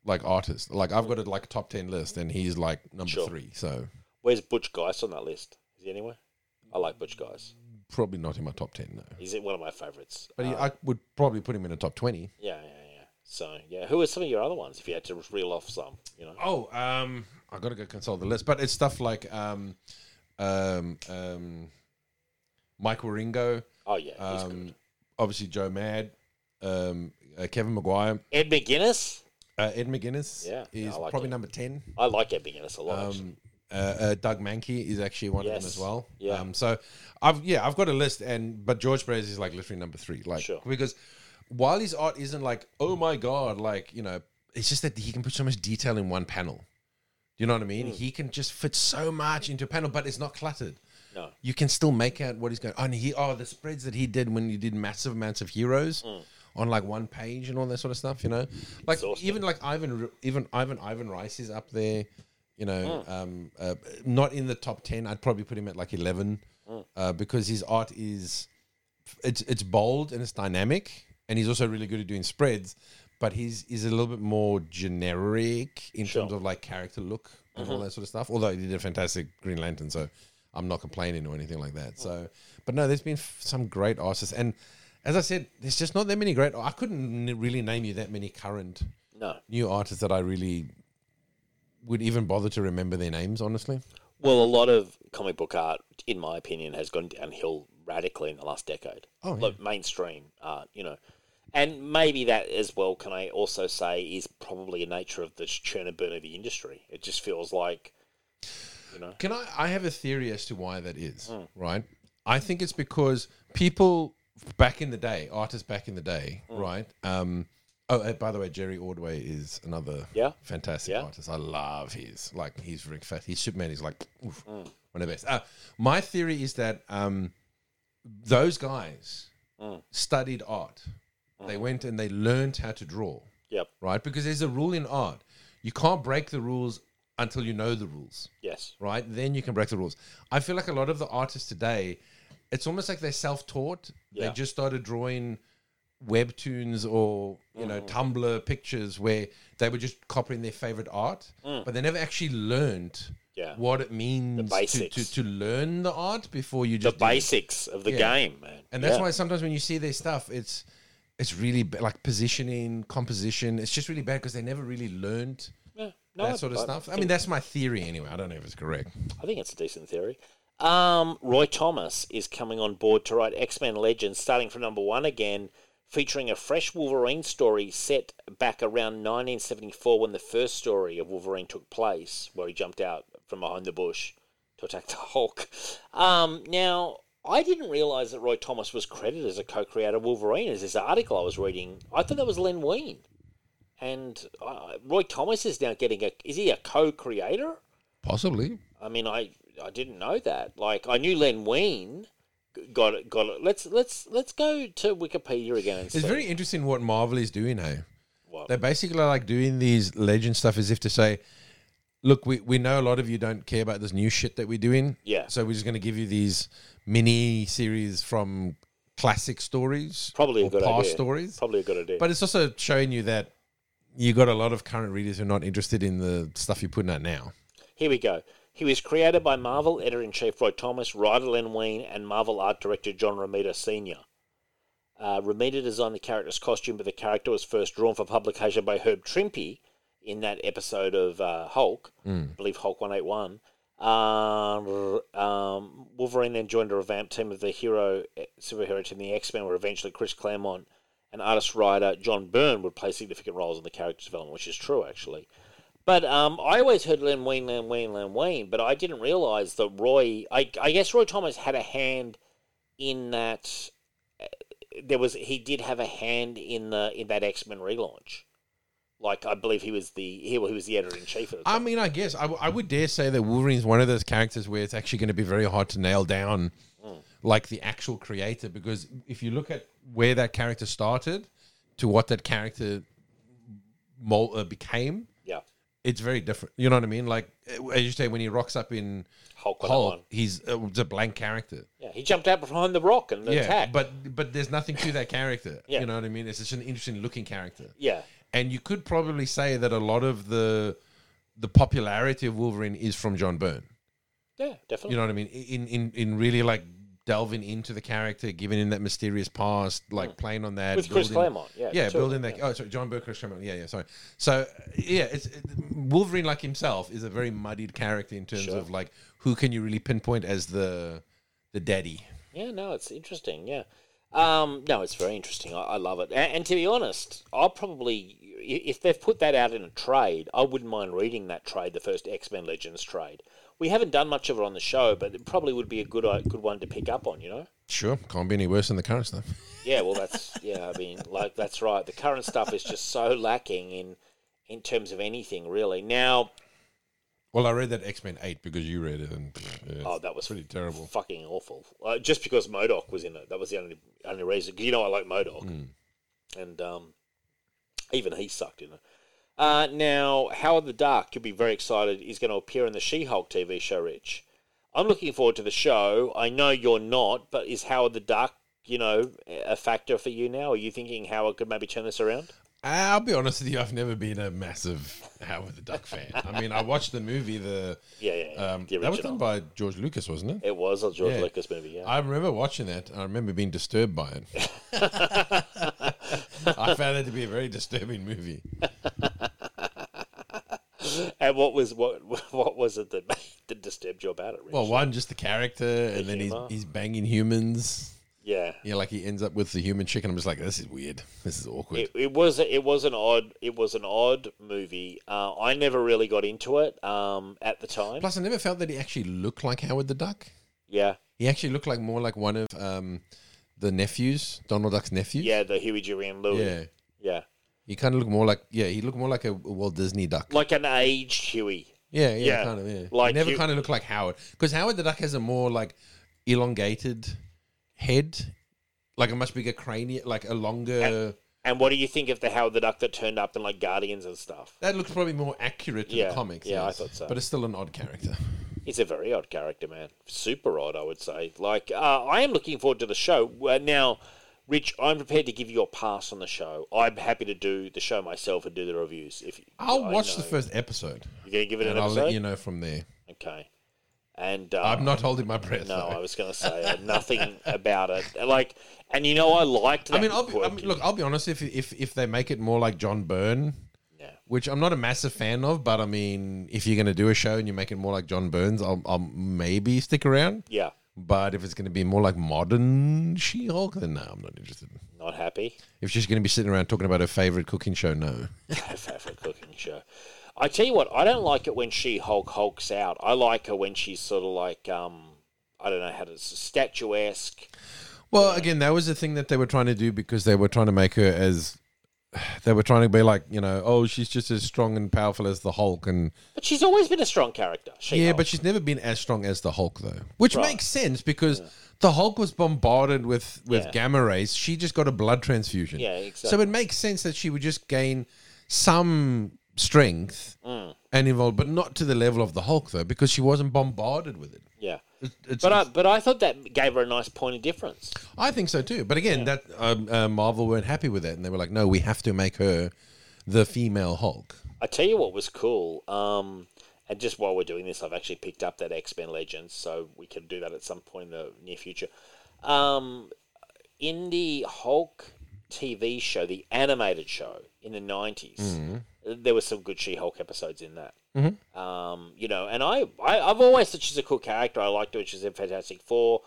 Speaker 5: like artists. Like I've got a like top ten list, and he's like number
Speaker 2: Sure.
Speaker 5: three. So
Speaker 2: Where's Butch Geist on that list? Is he anywhere? I like Butch Geist.
Speaker 5: probably not in my top ten, no.
Speaker 2: He's one of my favorites.
Speaker 5: But he,
Speaker 2: Um,
Speaker 5: I would probably put him in a top twenty.
Speaker 2: yeah, yeah, yeah. So yeah, who are some of your other ones? If you had to reel off some, you know.
Speaker 5: Oh, um, I gotta go consult the list, but it's stuff like um, um, um, Michael Ringo,
Speaker 2: Oh yeah, he's good.
Speaker 5: um, obviously Joe Mad, um, uh, Kevin Maguire,
Speaker 2: Ed McGuinness.
Speaker 5: uh, Ed McGuinness.
Speaker 2: Yeah, yeah,
Speaker 5: is
Speaker 2: I like
Speaker 5: probably
Speaker 2: it.
Speaker 5: number ten.
Speaker 2: I like Ed McGuinness a lot. actually.
Speaker 5: Um, uh, uh, Doug Mankey is actually one of
Speaker 2: Yes.
Speaker 5: them as well.
Speaker 2: Yeah.
Speaker 5: Um, so I've yeah I've got a list and but George Perez is like literally number three. Like
Speaker 2: Sure.
Speaker 5: because while his art isn't like, oh my god, like you know, it's just that he can put so much detail in one panel. You know what I mean?
Speaker 2: Hmm.
Speaker 5: He can just fit so much into a panel, but it's not cluttered.
Speaker 2: No.
Speaker 5: you can still make out what he's going. And he, oh, the spreads that he did when he did massive amounts of heroes on like one page and all that sort of stuff. You know, like
Speaker 2: Exhausting.
Speaker 5: even like Ivan, even Ivan, Ivan Rice is up there. You know, um, uh, not in the top ten. I'd probably put him at like eleven uh, because his art is it's it's bold and it's dynamic, and he's also really good at doing spreads. But he's is a little bit more generic in terms of like character look and all that sort of stuff. Although he did a fantastic Green Lantern, so I'm not complaining or anything like that. So, but no, there's been f- some great artists, and as I said, there's just not that many great. I couldn't n- really name you that many current
Speaker 2: No.
Speaker 5: new artists that I really would even bother to remember their names. Honestly,
Speaker 2: Well, a lot of comic book art, in my opinion, has gone downhill radically in the last decade.
Speaker 5: Oh, yeah.
Speaker 2: like mainstream art, you know, and maybe that as well. Can I also say is probably a nature of the churn and burn of the industry. It just feels like, you know,
Speaker 5: Can I? I have a theory as to why that is.
Speaker 2: Hmm.
Speaker 5: Right. I think it's because people back in the day, artists back in the day,
Speaker 2: Hmm.
Speaker 5: right? Um, oh, uh, by the way, Jerry Ordway is another
Speaker 2: Yeah.
Speaker 5: fantastic
Speaker 2: Yeah.
Speaker 5: artist. I love his. Like he's very fat. His Superman is like oof,
Speaker 2: Hmm.
Speaker 5: one of the best. Uh, my theory is that um, those guys
Speaker 2: Hmm.
Speaker 5: studied art. They went and they learned how to draw
Speaker 2: yep,
Speaker 5: right? Because there's a rule in art. You can't break the rules until you know the rules,
Speaker 2: yes,
Speaker 5: right? Then you can break the rules. I feel like a lot of the artists today, it's almost like they're self taught.
Speaker 2: Yeah.
Speaker 5: They just started drawing webtoons or, you
Speaker 2: Mm.
Speaker 5: know, Tumblr pictures where they were just copying their favorite art, but they never actually learned
Speaker 2: Mm. Yeah.
Speaker 5: what it means to, to,
Speaker 2: basics.
Speaker 5: to learn the art before you
Speaker 2: the
Speaker 5: just do it.
Speaker 2: basics of the
Speaker 5: Yeah.
Speaker 2: game, man,
Speaker 5: And that's
Speaker 2: Yeah.
Speaker 5: why sometimes when you see their stuff, it's it's really ba- like positioning, composition. It's just really bad because they never really learned
Speaker 2: Yeah. No,
Speaker 5: that sort of
Speaker 2: I-
Speaker 5: stuff. I mean, that's my theory anyway. I don't know if it's correct.
Speaker 2: I think it's a decent theory. Um, Roy Thomas is coming on board to write X Men Legends, starting from number one again, featuring a fresh Wolverine story set back around 1974 when the first story of Wolverine took place, where he jumped out from behind the bush to attack the Hulk. Um, now, I didn't realize that Roy Thomas was credited as a co creator of Wolverine, as this article I was reading. I thought that was Len Wein. And uh, Roy Thomas is now getting a. Is he a co creator?
Speaker 5: Possibly.
Speaker 2: I mean, I I didn't know that. Like, I knew Len Wein g- got it. Got it. Let's let's let's go to Wikipedia again. And
Speaker 5: It's very interesting what Marvel is doing, hey?
Speaker 2: What?
Speaker 5: They're basically like doing these legend stuff as if to say, look, we, we know a lot of you don't care about this new shit that we're doing.
Speaker 2: Yeah.
Speaker 5: So we're just going to give you these mini series from classic stories.
Speaker 2: probably a
Speaker 5: or
Speaker 2: good
Speaker 5: past
Speaker 2: idea.
Speaker 5: stories.
Speaker 2: Probably a good idea.
Speaker 5: But it's also showing you that you got a lot of current readers who are not interested in the stuff you're putting out now.
Speaker 2: Here we go. He was created by Marvel editor in chief Roy Thomas, writer Len Wein, and Marvel art director John Romita Sr. Uh, Romita designed the character's costume, but the character was first drawn for publication by Herb Trimpe in that episode of uh, Hulk, I believe Hulk 181. Um, um, Wolverine then joined a revamp team of the hero eh, superhero team, the X Men, where eventually Chris Claremont and artist writer John Byrne would play significant roles in the character's development, which is true actually. But um, I always heard Len Wein, Len Wein, Len Wein, but I didn't realise that Roy. I, I guess Roy Thomas had a hand in that. uh, There was he did have a hand in the in that X Men relaunch. Like I believe he was the he, he was the editor in chief of the
Speaker 5: I mean, I guess I, w- I would dare say that Wolverine's one of those characters where it's actually going to be very hard to nail down,
Speaker 2: Mm.
Speaker 5: like the actual creator, because if you look at where that character started to what that character mol- uh, became,
Speaker 2: yeah
Speaker 5: it's very different. You know what I mean? Like, uh, as you say, when he rocks up in
Speaker 2: Hulk one
Speaker 5: Hulk, he's uh, it's a blank character.
Speaker 2: yeah he jumped out behind the rock and
Speaker 5: yeah,
Speaker 2: attacked
Speaker 5: but but there's nothing to that character.
Speaker 2: Yeah.
Speaker 5: You know what I mean? It's just an interesting looking character.
Speaker 2: yeah
Speaker 5: And you could probably say that a lot of the the popularity of Wolverine is from John Byrne.
Speaker 2: yeah definitely
Speaker 5: You know what I mean? In in in really like delving into the character, giving in that mysterious past, like playing on that
Speaker 2: Hmm. with Chris
Speaker 5: building-
Speaker 2: Claremont yeah
Speaker 5: Yeah,
Speaker 2: the two of
Speaker 5: building
Speaker 2: them,
Speaker 5: that. Oh, sorry, John Burke, Chris Claremont. Yeah, yeah, sorry. So, uh, yeah, it's it, Wolverine like himself is a very muddied character in terms of like who can you really pinpoint as the the daddy.
Speaker 2: Yeah, no, it's interesting. Yeah, um, no, it's very interesting. I, I love it. And, and to be honest, I'll probably i- if they've put that out in a trade, I wouldn't mind reading that trade, the first X Men Legends trade. We haven't done much of it on the show, but it probably would be a good uh, good one to pick up on. You know,
Speaker 5: Sure, can't be any worse than the current stuff.
Speaker 2: Yeah, well, that's yeah. I mean, like that's right. The current stuff is just so lacking in in terms of anything really. Now,
Speaker 5: Well, I read that X Men Eight because you read it, and yeah,
Speaker 2: oh,
Speaker 5: it's
Speaker 2: that was
Speaker 5: pretty terrible.
Speaker 2: fucking awful. Uh, just because Modoc was in it, that was the only only reason. 'cause you know, I like Modoc,
Speaker 5: Hmm.
Speaker 2: and um, even he sucked in it. Uh, now, Howard the Dark, you'll be very excited, is going to appear in the She-Hulk TV show. Rich, I'm looking forward to the show. I know you're not, but is Howard the Dark, you know, a factor for you now? Are you thinking Howard could maybe turn this around?
Speaker 5: I'll be honest with you, I've never been a massive Howard the Duck fan. I mean, I watched the movie, the
Speaker 2: Yeah, yeah, yeah.
Speaker 5: um,
Speaker 2: the
Speaker 5: that was
Speaker 2: original.
Speaker 5: done by George Lucas, wasn't it?
Speaker 2: it was a George
Speaker 5: Yeah.
Speaker 2: Lucas movie. Yeah.
Speaker 5: I remember watching that. and I remember being disturbed by it. I found it to be a very disturbing movie.
Speaker 2: and what was what what was it that, that disturbed you about it? Rich?
Speaker 5: Well, one just the character, and then he's,
Speaker 2: humor.
Speaker 5: he's banging humans.
Speaker 2: yeah.
Speaker 5: Yeah, like he ends up with the human chicken. I'm just like, this is weird. This is awkward.
Speaker 2: It, it was it was an odd it was an odd movie. Uh, I never really got into it um, at the time.
Speaker 5: Plus, I never felt that he actually looked like Howard the Duck.
Speaker 2: yeah,
Speaker 5: He actually looked like more like one of um, the nephews, Donald Duck's nephews.
Speaker 2: yeah, the Huey, Dewey, and Louie.
Speaker 5: yeah.
Speaker 2: yeah,
Speaker 5: He kind of looked more like yeah. He looked more like a Walt Disney duck.
Speaker 2: like an aged Huey.
Speaker 5: yeah, yeah,
Speaker 2: yeah,
Speaker 5: kind of. Yeah,
Speaker 2: like
Speaker 5: he never
Speaker 2: you-
Speaker 5: kind of looked like Howard because Howard the duck has a more like elongated head, like a much bigger cranium, like a longer.
Speaker 2: And what do you think of the Howard the Duck that turned up in like Guardians and stuff?
Speaker 5: that looks probably more accurate to
Speaker 2: Yeah,
Speaker 5: the comics.
Speaker 2: yeah, I
Speaker 5: yes.
Speaker 2: thought so.
Speaker 5: But it's still an odd character.
Speaker 2: He's a very odd character, man. Super odd, I would say. Like, uh, I am looking forward to the show. Uh, now, Rich, I'm prepared to give you a pass on the show. I'm happy to do the show myself and do the reviews. If
Speaker 5: I'll
Speaker 2: I
Speaker 5: watch the
Speaker 2: know.
Speaker 5: first episode
Speaker 2: You're gonna give it an
Speaker 5: and I'll
Speaker 2: episode,
Speaker 5: let you know from there.
Speaker 2: okay? And uh,
Speaker 5: I'm not holding my breath.
Speaker 2: No,
Speaker 5: though.
Speaker 2: I was going to say uh, nothing about it. Like, and you know, I liked. That
Speaker 5: I mean, I'll be, I
Speaker 2: quirky-
Speaker 5: mean, look, I'll be honest. If if if they make it more like John Byrne,
Speaker 2: Yeah.
Speaker 5: which I'm not a massive fan of, but I mean, if you're going to do a show and you make it more like John Burns, I'll, I'll maybe stick around.
Speaker 2: yeah,
Speaker 5: But if it's going to be more like modern She-Hulk, then no, I'm not interested.
Speaker 2: not happy.
Speaker 5: If she's going to be sitting around talking about her favorite cooking show, no.
Speaker 2: Favorite cooking show. I tell you what, I don't like it when she Hulk hulks out. I like her when she's sort of like, um, I don't know how to statuesque.
Speaker 5: Well, again, that was the thing that they were trying to do because they were trying to make her as they were trying to be like, you know, oh, she's just as strong and powerful as the Hulk, and
Speaker 2: But she's always been a strong character. She
Speaker 5: Yeah, but she's never been as strong as the Hulk though, which
Speaker 2: Right.
Speaker 5: makes sense because the Hulk was bombarded with with
Speaker 2: Yeah.
Speaker 5: gamma rays. She just got a blood transfusion.
Speaker 2: Yeah,
Speaker 5: So
Speaker 2: exactly.
Speaker 5: it makes sense that she would just gain some strength
Speaker 2: Mm.
Speaker 5: and involve, but not to the level of the Hulk though, because she wasn't bombarded with it.
Speaker 2: yeah.
Speaker 5: It's,
Speaker 2: But I, but I thought that gave her a nice point of difference.
Speaker 5: I think so too. But again, that um, uh, Marvel weren't happy with that, and they were like, "No, we have to make her the female Hulk."
Speaker 2: I tell you what was cool. Um, and just while we're doing this, I've actually picked up that X Men Legends, so we can do that at some point in the near future. Um, in the Hulk TV show, the animated show in the 90s
Speaker 5: Mm-hmm.
Speaker 2: there were some good She Hulk episodes in that. Um, you know, and I, I I've always thought she's a cool character. I liked her. when She's in Fantastic Four.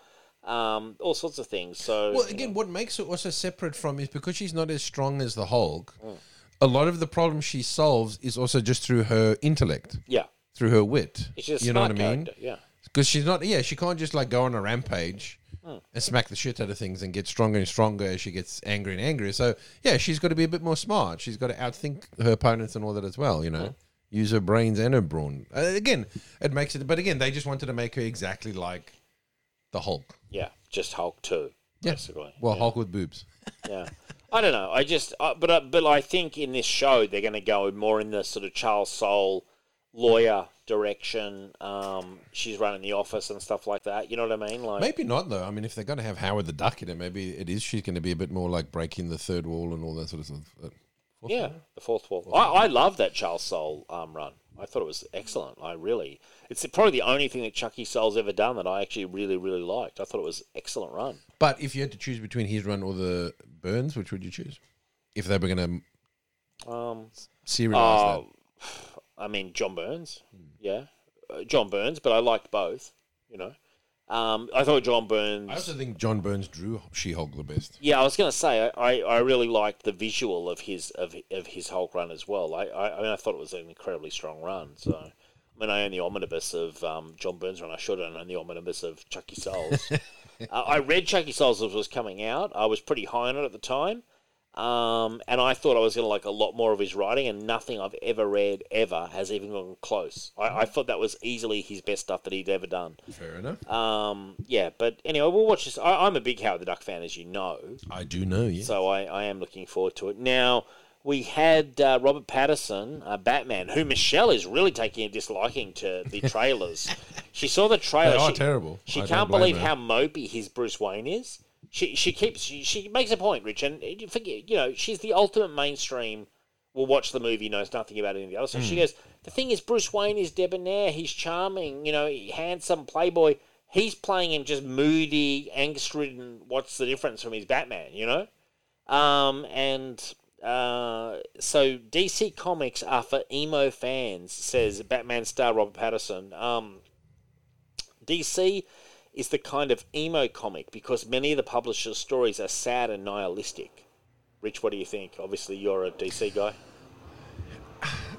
Speaker 2: Um, all sorts of things. So
Speaker 5: Well, again, what makes her also separate from is because she's not as strong as the Hulk. A lot of the problems she solves is also just through her intellect,
Speaker 2: yeah,
Speaker 5: through her wit.
Speaker 2: she's a
Speaker 5: you know
Speaker 2: smart
Speaker 5: what I mean?
Speaker 2: character. Yeah.
Speaker 5: Because she's not. Yeah, she can't just like go on a rampage
Speaker 2: Hmm.
Speaker 5: and smack the shit out of things and get stronger and stronger as she gets angry and angrier. So yeah, she's got to be a bit more smart. She's got to outthink her opponents and all that as well. You know.
Speaker 2: Hmm.
Speaker 5: Use her brains and her brawn. Uh, again, it makes it. But again, they just wanted to make her exactly like the Hulk.
Speaker 2: Yeah, just Hulk too.
Speaker 5: Yeah.
Speaker 2: Basically.
Speaker 5: Well, Hulk with boobs.
Speaker 2: Yeah, I don't know. I just, uh, but uh, but I think in this show they're going to go more in the sort of Charles Soule lawyer direction. Um, she's running the office and stuff like that. You know what I mean? Like,
Speaker 5: Maybe not though. I mean, if they're going to have Howard the Duck in it, maybe it is. She's going to be a bit more like breaking the third wall and all that sort of stuff. But-
Speaker 2: yeah, the fourth wall. I, I love that Charles Soule um, run. I thought it was excellent. I really, it's probably the only thing that Chucky Soule's ever done that I actually really really liked. I thought it was excellent run.
Speaker 5: But if you had to choose between his run or the Burns, which would you choose? If they were going
Speaker 2: Um,
Speaker 5: to serialize that,
Speaker 2: oh, I mean John Burns, yeah, uh, John Burns. But I liked both. You know. Um, I thought John Burns.
Speaker 5: I also think John Burns drew She-Hulk the best.
Speaker 2: Yeah, I was going to say I, I, I really liked the visual of his of, of his Hulk run as well. I, I, I mean I thought it was an incredibly strong run. So I mean I own the omnibus of um, John Burns run. I should own the omnibus of Chucky Souls. Uh, I read Chucky Souls as it was coming out. I was pretty high on it at the time, um, and I thought I was going to like a lot more of his writing. And nothing I've ever read ever has even gone close. I, I thought that was easily his best stuff that he'd ever done.
Speaker 5: Fair enough.
Speaker 2: Um, yeah, but anyway, we'll watch this. I, I'm a big Howard the Duck fan, as you know.
Speaker 5: I do know you.
Speaker 2: So I, I am looking forward to it. Now, we had uh, Robert Patterson, uh, Batman, who Michelle is really taking a disliking to the trailers. she saw the trailer.
Speaker 5: they are
Speaker 2: she,
Speaker 5: terrible.
Speaker 2: She
Speaker 5: I don't
Speaker 2: can't
Speaker 5: blame
Speaker 2: believe
Speaker 5: her.
Speaker 2: how mopey his Bruce Wayne is. She she keeps she, she makes a point, Rich, and you forget you know she's the ultimate mainstream. Will watch the movie, knows nothing about any of the other. So she
Speaker 5: Hmm.
Speaker 2: goes. The thing is, Bruce Wayne is debonair. He's charming. You know, handsome playboy. He's playing him just moody, angst-ridden. What's the difference from his Batman? You know. Um, and uh, so DC Comics are for emo fans, says Batman star Robert Patterson. Um, DC is the kind of emo comic because many of the publisher's stories are sad and nihilistic. Rich, what do you think? Obviously, you're a DC guy.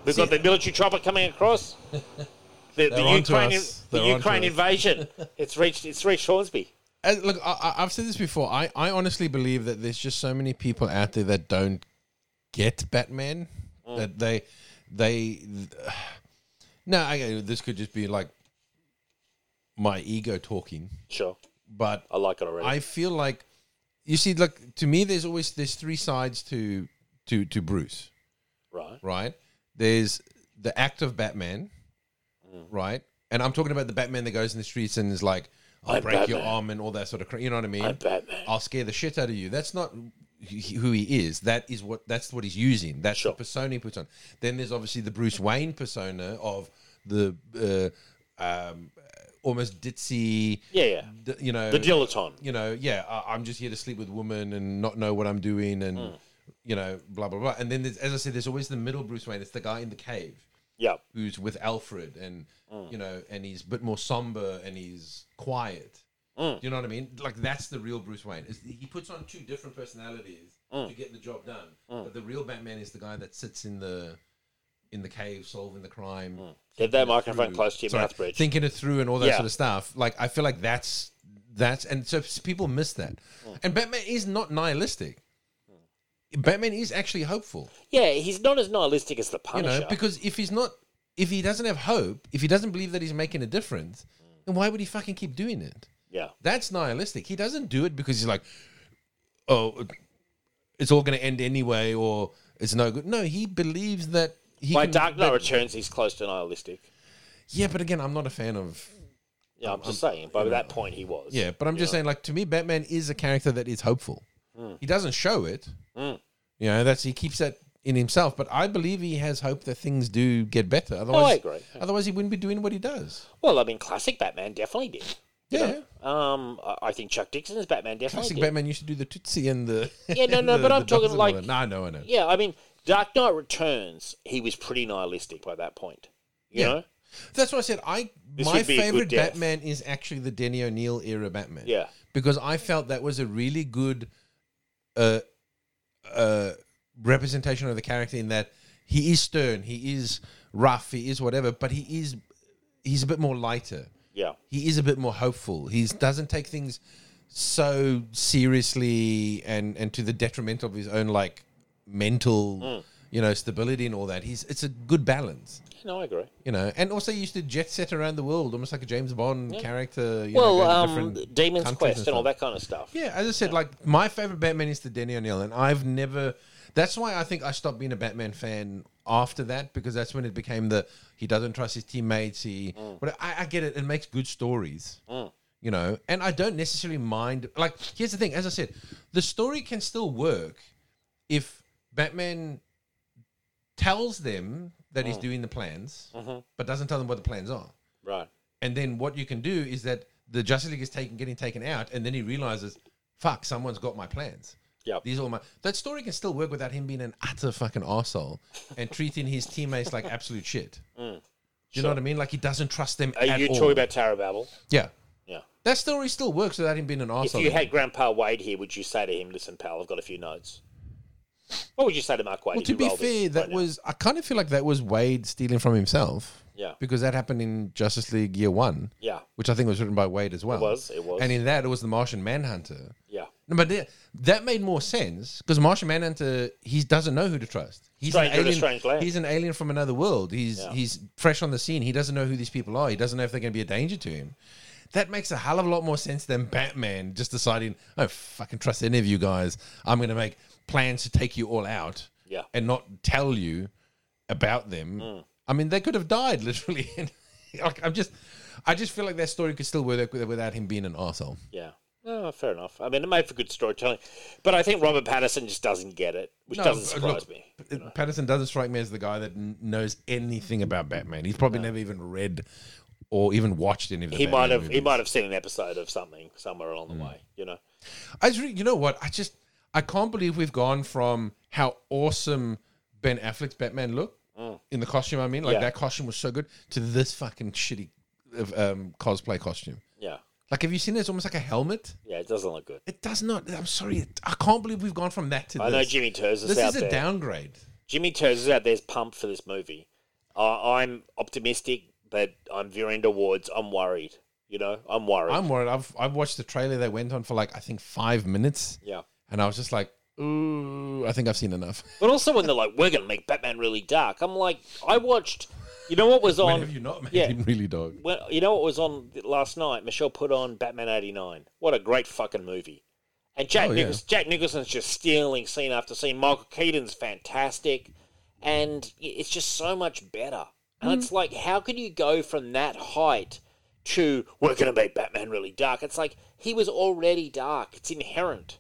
Speaker 2: We've got the military chopper coming across. The, the
Speaker 5: onto
Speaker 2: Ukraine,
Speaker 5: us.
Speaker 2: the
Speaker 5: They're onto
Speaker 2: Ukraine
Speaker 5: us.
Speaker 2: invasion. It's reached. It's reached Hornsby.
Speaker 5: And Uh, look, I, I- I've said this before. I, I honestly believe that there's just so many people out there that don't get Batman. That they, they, no, I, this could just be like my ego talking.
Speaker 2: Sure,
Speaker 5: But
Speaker 2: I like it already.
Speaker 5: I feel like you see, like to me, there's always there's three sides to to to Bruce,
Speaker 2: right.
Speaker 5: right? There's the act of Batman, right? And I'm talking about the Batman that goes in the streets and is like, "I'll
Speaker 2: I'm
Speaker 5: break your
Speaker 2: Batman.
Speaker 5: arm" and all that sort of crap. You know what I mean?
Speaker 2: I'm Batman.
Speaker 5: I'll scare the shit out of you. That's not wh- who he is. That is what that's what he's using. That's
Speaker 2: Sure.
Speaker 5: the persona he puts on. Then there's obviously the Bruce Wayne persona of the uh, um, almost ditzy,
Speaker 2: Yeah, yeah.
Speaker 5: d- you know,
Speaker 2: The dilettante.
Speaker 5: you know, yeah, I, I'm just here to sleep with women and not know what I'm doing and. You know, blah blah blah, and then there's, as I said, there's always the middle Bruce Wayne. It's the guy in the cave
Speaker 2: Yeah.
Speaker 5: who's with Alfred, and you know, and he's a bit more somber and he's quiet. Do you know what I mean? Like that's the real Bruce Wayne. It's, he puts on two different personalities to get the job done. But the real Batman is the guy that sits in the in the cave solving the crime.
Speaker 2: Get that
Speaker 5: thinking it
Speaker 2: microphone
Speaker 5: through.
Speaker 2: close to your
Speaker 5: Mm. Sorry,
Speaker 2: mouth, Bridge.
Speaker 5: Thinking it through and all that
Speaker 2: Yeah.
Speaker 5: sort of stuff. Like I feel like that's that's and so s- people miss that.
Speaker 2: Mm.
Speaker 5: And Batman is not nihilistic. Batman is actually hopeful.
Speaker 2: Yeah, he's not as nihilistic as the
Speaker 5: You
Speaker 2: Punisher.
Speaker 5: know, because if he's not, if he doesn't have hope, if he doesn't believe that he's making a difference, then why would he fucking keep doing it?
Speaker 2: yeah,
Speaker 5: That's nihilistic. He doesn't do it because he's like, oh, it's all going to end anyway, or it's no good. No, he believes that he.
Speaker 2: by
Speaker 5: can-
Speaker 2: Dark Knight
Speaker 5: that-
Speaker 2: Returns, he's close to nihilistic.
Speaker 5: Yeah, but again, I'm not a fan of.
Speaker 2: Yeah, I'm just saying. By that point, he was.
Speaker 5: Yeah, but I'm just saying, like to me, Batman is a character that is hopeful.
Speaker 2: Mm.
Speaker 5: He doesn't show it. You know, that's he keeps that in himself. But I believe he has hope that things do get better. Otherwise,
Speaker 2: Oh, agree.
Speaker 5: Otherwise, he wouldn't be doing what he does.
Speaker 2: Well, I mean, classic Batman definitely did.
Speaker 5: Yeah.
Speaker 2: Um, I- I think Chuck Dixon's Batman definitely
Speaker 5: Classic
Speaker 2: did.
Speaker 5: Batman used to do the Tootsie and the.
Speaker 2: Yeah, no, no, but I'm talking
Speaker 5: buttons and all
Speaker 2: like-
Speaker 5: that. No, I know, I know.
Speaker 2: Yeah, I mean, Dark Knight Returns, he was pretty nihilistic by that point. You
Speaker 5: Yeah.
Speaker 2: know?
Speaker 5: That's what I said. I
Speaker 2: This
Speaker 5: my
Speaker 2: would be a good
Speaker 5: favorite
Speaker 2: death.
Speaker 5: Batman is actually the Denny O'Neill era Batman.
Speaker 2: Yeah.
Speaker 5: because I felt that was a really good uh, uh, representation of the character in that he is stern, he is rough, he is whatever, but he is he's a bit more lighter.
Speaker 2: Yeah.
Speaker 5: He is a bit more hopeful. He doesn't take things so seriously and and to the detriment of his own like mental
Speaker 2: Mm.
Speaker 5: you know stability and all that. He's it's a good balance
Speaker 2: No, I agree.
Speaker 5: you know, and also used to jet set around the world, almost like a James Bond character. You
Speaker 2: well,
Speaker 5: know, going
Speaker 2: um,
Speaker 5: to different
Speaker 2: Demon's
Speaker 5: countries
Speaker 2: Quest and, all
Speaker 5: stuff.
Speaker 2: that kind of stuff.
Speaker 5: Yeah, as I said, like my favorite Batman is the Denny O'Neill, and I've never. That's why I think I stopped being a Batman fan after that because that's when it became the he doesn't trust his teammates. He, but I, I get it. It makes good stories, you know, and I don't necessarily mind. Like here's the thing, as I said, the story can still work if Batman tells them that he's doing the plans, but doesn't tell them what the plans are.
Speaker 2: Right.
Speaker 5: And then what you can do is that the Justice League is taken, getting taken out, and then he realizes, fuck, someone's got my plans.
Speaker 2: Yep.
Speaker 5: These are all my. That story can still work without him being an utter fucking asshole and treating his teammates like absolute shit. Do you know what I mean? Like he doesn't trust them
Speaker 2: Mm. Are
Speaker 5: at
Speaker 2: you
Speaker 5: all.
Speaker 2: talking about Tower of Babel?
Speaker 5: yeah,
Speaker 2: Yeah.
Speaker 5: that story still works without him being an
Speaker 2: If
Speaker 5: asshole.
Speaker 2: you had Grandpa Wade here, would you say to him, listen, pal, I've got a few notes? What would you say to Mark Wade?
Speaker 5: well,
Speaker 2: if
Speaker 5: to
Speaker 2: he
Speaker 5: be
Speaker 2: rolled it
Speaker 5: fair,
Speaker 2: right
Speaker 5: that
Speaker 2: now?
Speaker 5: was I kind of feel like that was Wade stealing from himself.
Speaker 2: Yeah.
Speaker 5: because that happened in Justice League Year One,
Speaker 2: Yeah.
Speaker 5: which I think was written by Wade as well.
Speaker 2: was, it was.
Speaker 5: and in that it was the Martian Manhunter.
Speaker 2: Yeah.
Speaker 5: No, but that- that made more sense because Martian Manhunter he doesn't know who to trust. He's
Speaker 2: Stranger in a strange land.
Speaker 5: He's an alien from another world. He's
Speaker 2: Yeah.
Speaker 5: he's fresh on the scene. He doesn't know who these people are. He doesn't know if they're going to be a danger to him. That makes a hell of a lot more sense than Batman just deciding, I don't fucking trust any of you guys. I'm going to make plans to take you all out
Speaker 2: Yeah. Hmm.
Speaker 5: and not tell you about them. I mean, they could have died literally. Like, I'm just, I just feel like that story could still work without him being an arsehole.
Speaker 2: Yeah. No, fair enough. I mean, it made for good storytelling, but I think Robert Patterson just doesn't get it, which
Speaker 5: No,
Speaker 2: doesn't
Speaker 5: uh,
Speaker 2: surprise
Speaker 5: look,
Speaker 2: me.
Speaker 5: P- Patterson doesn't strike me as the guy that n- knows anything about Batman. He's probably never even read or even watched any of the.
Speaker 2: He
Speaker 5: Batman
Speaker 2: might have he
Speaker 5: movies. Hmm.
Speaker 2: might have seen an episode of something somewhere along the way, you know.
Speaker 5: I just, re- you know what? I just I can't believe we've gone from how awesome Ben Affleck's Batman looked in the costume. I mean, like
Speaker 2: Mm. Yeah.
Speaker 5: that costume was so good to this fucking shitty uh, um, cosplay costume.
Speaker 2: Yeah.
Speaker 5: Like, have you seen it? It's almost like a helmet.
Speaker 2: Yeah, it doesn't look good.
Speaker 5: It does not. I'm sorry. It, I can't believe we've gone from that to
Speaker 2: I
Speaker 5: this.
Speaker 2: know Jimmy Terz
Speaker 5: this
Speaker 2: is out
Speaker 5: is a
Speaker 2: there.
Speaker 5: downgrade.
Speaker 2: Jimmy Terz is out there's pumped for this movie. I I'm optimistic, but I'm veering towards I'm worried. You know, I'm worried.
Speaker 5: I'm worried. I've I've watched the trailer that went on for like I think five minutes.
Speaker 2: yeah.
Speaker 5: And I was just like, ooh, I think I've seen enough.
Speaker 2: But also when they're like, we're going to make Batman really dark, I'm like, I watched, you know what was
Speaker 5: When have
Speaker 2: on,
Speaker 5: you not made
Speaker 2: yeah.
Speaker 5: him really dog?
Speaker 2: well, you know what was on last night? Michelle put on Batman 89. What a great fucking movie. And Jack,
Speaker 5: Oh, yeah.
Speaker 2: Nichols, Jack Nicholson's just stealing scene after scene. Michael Keaton's fantastic. And it's just so much better. And it's like, how could you go from that height to, we're going to make Batman really dark? It's like, he was already dark. It's inherent.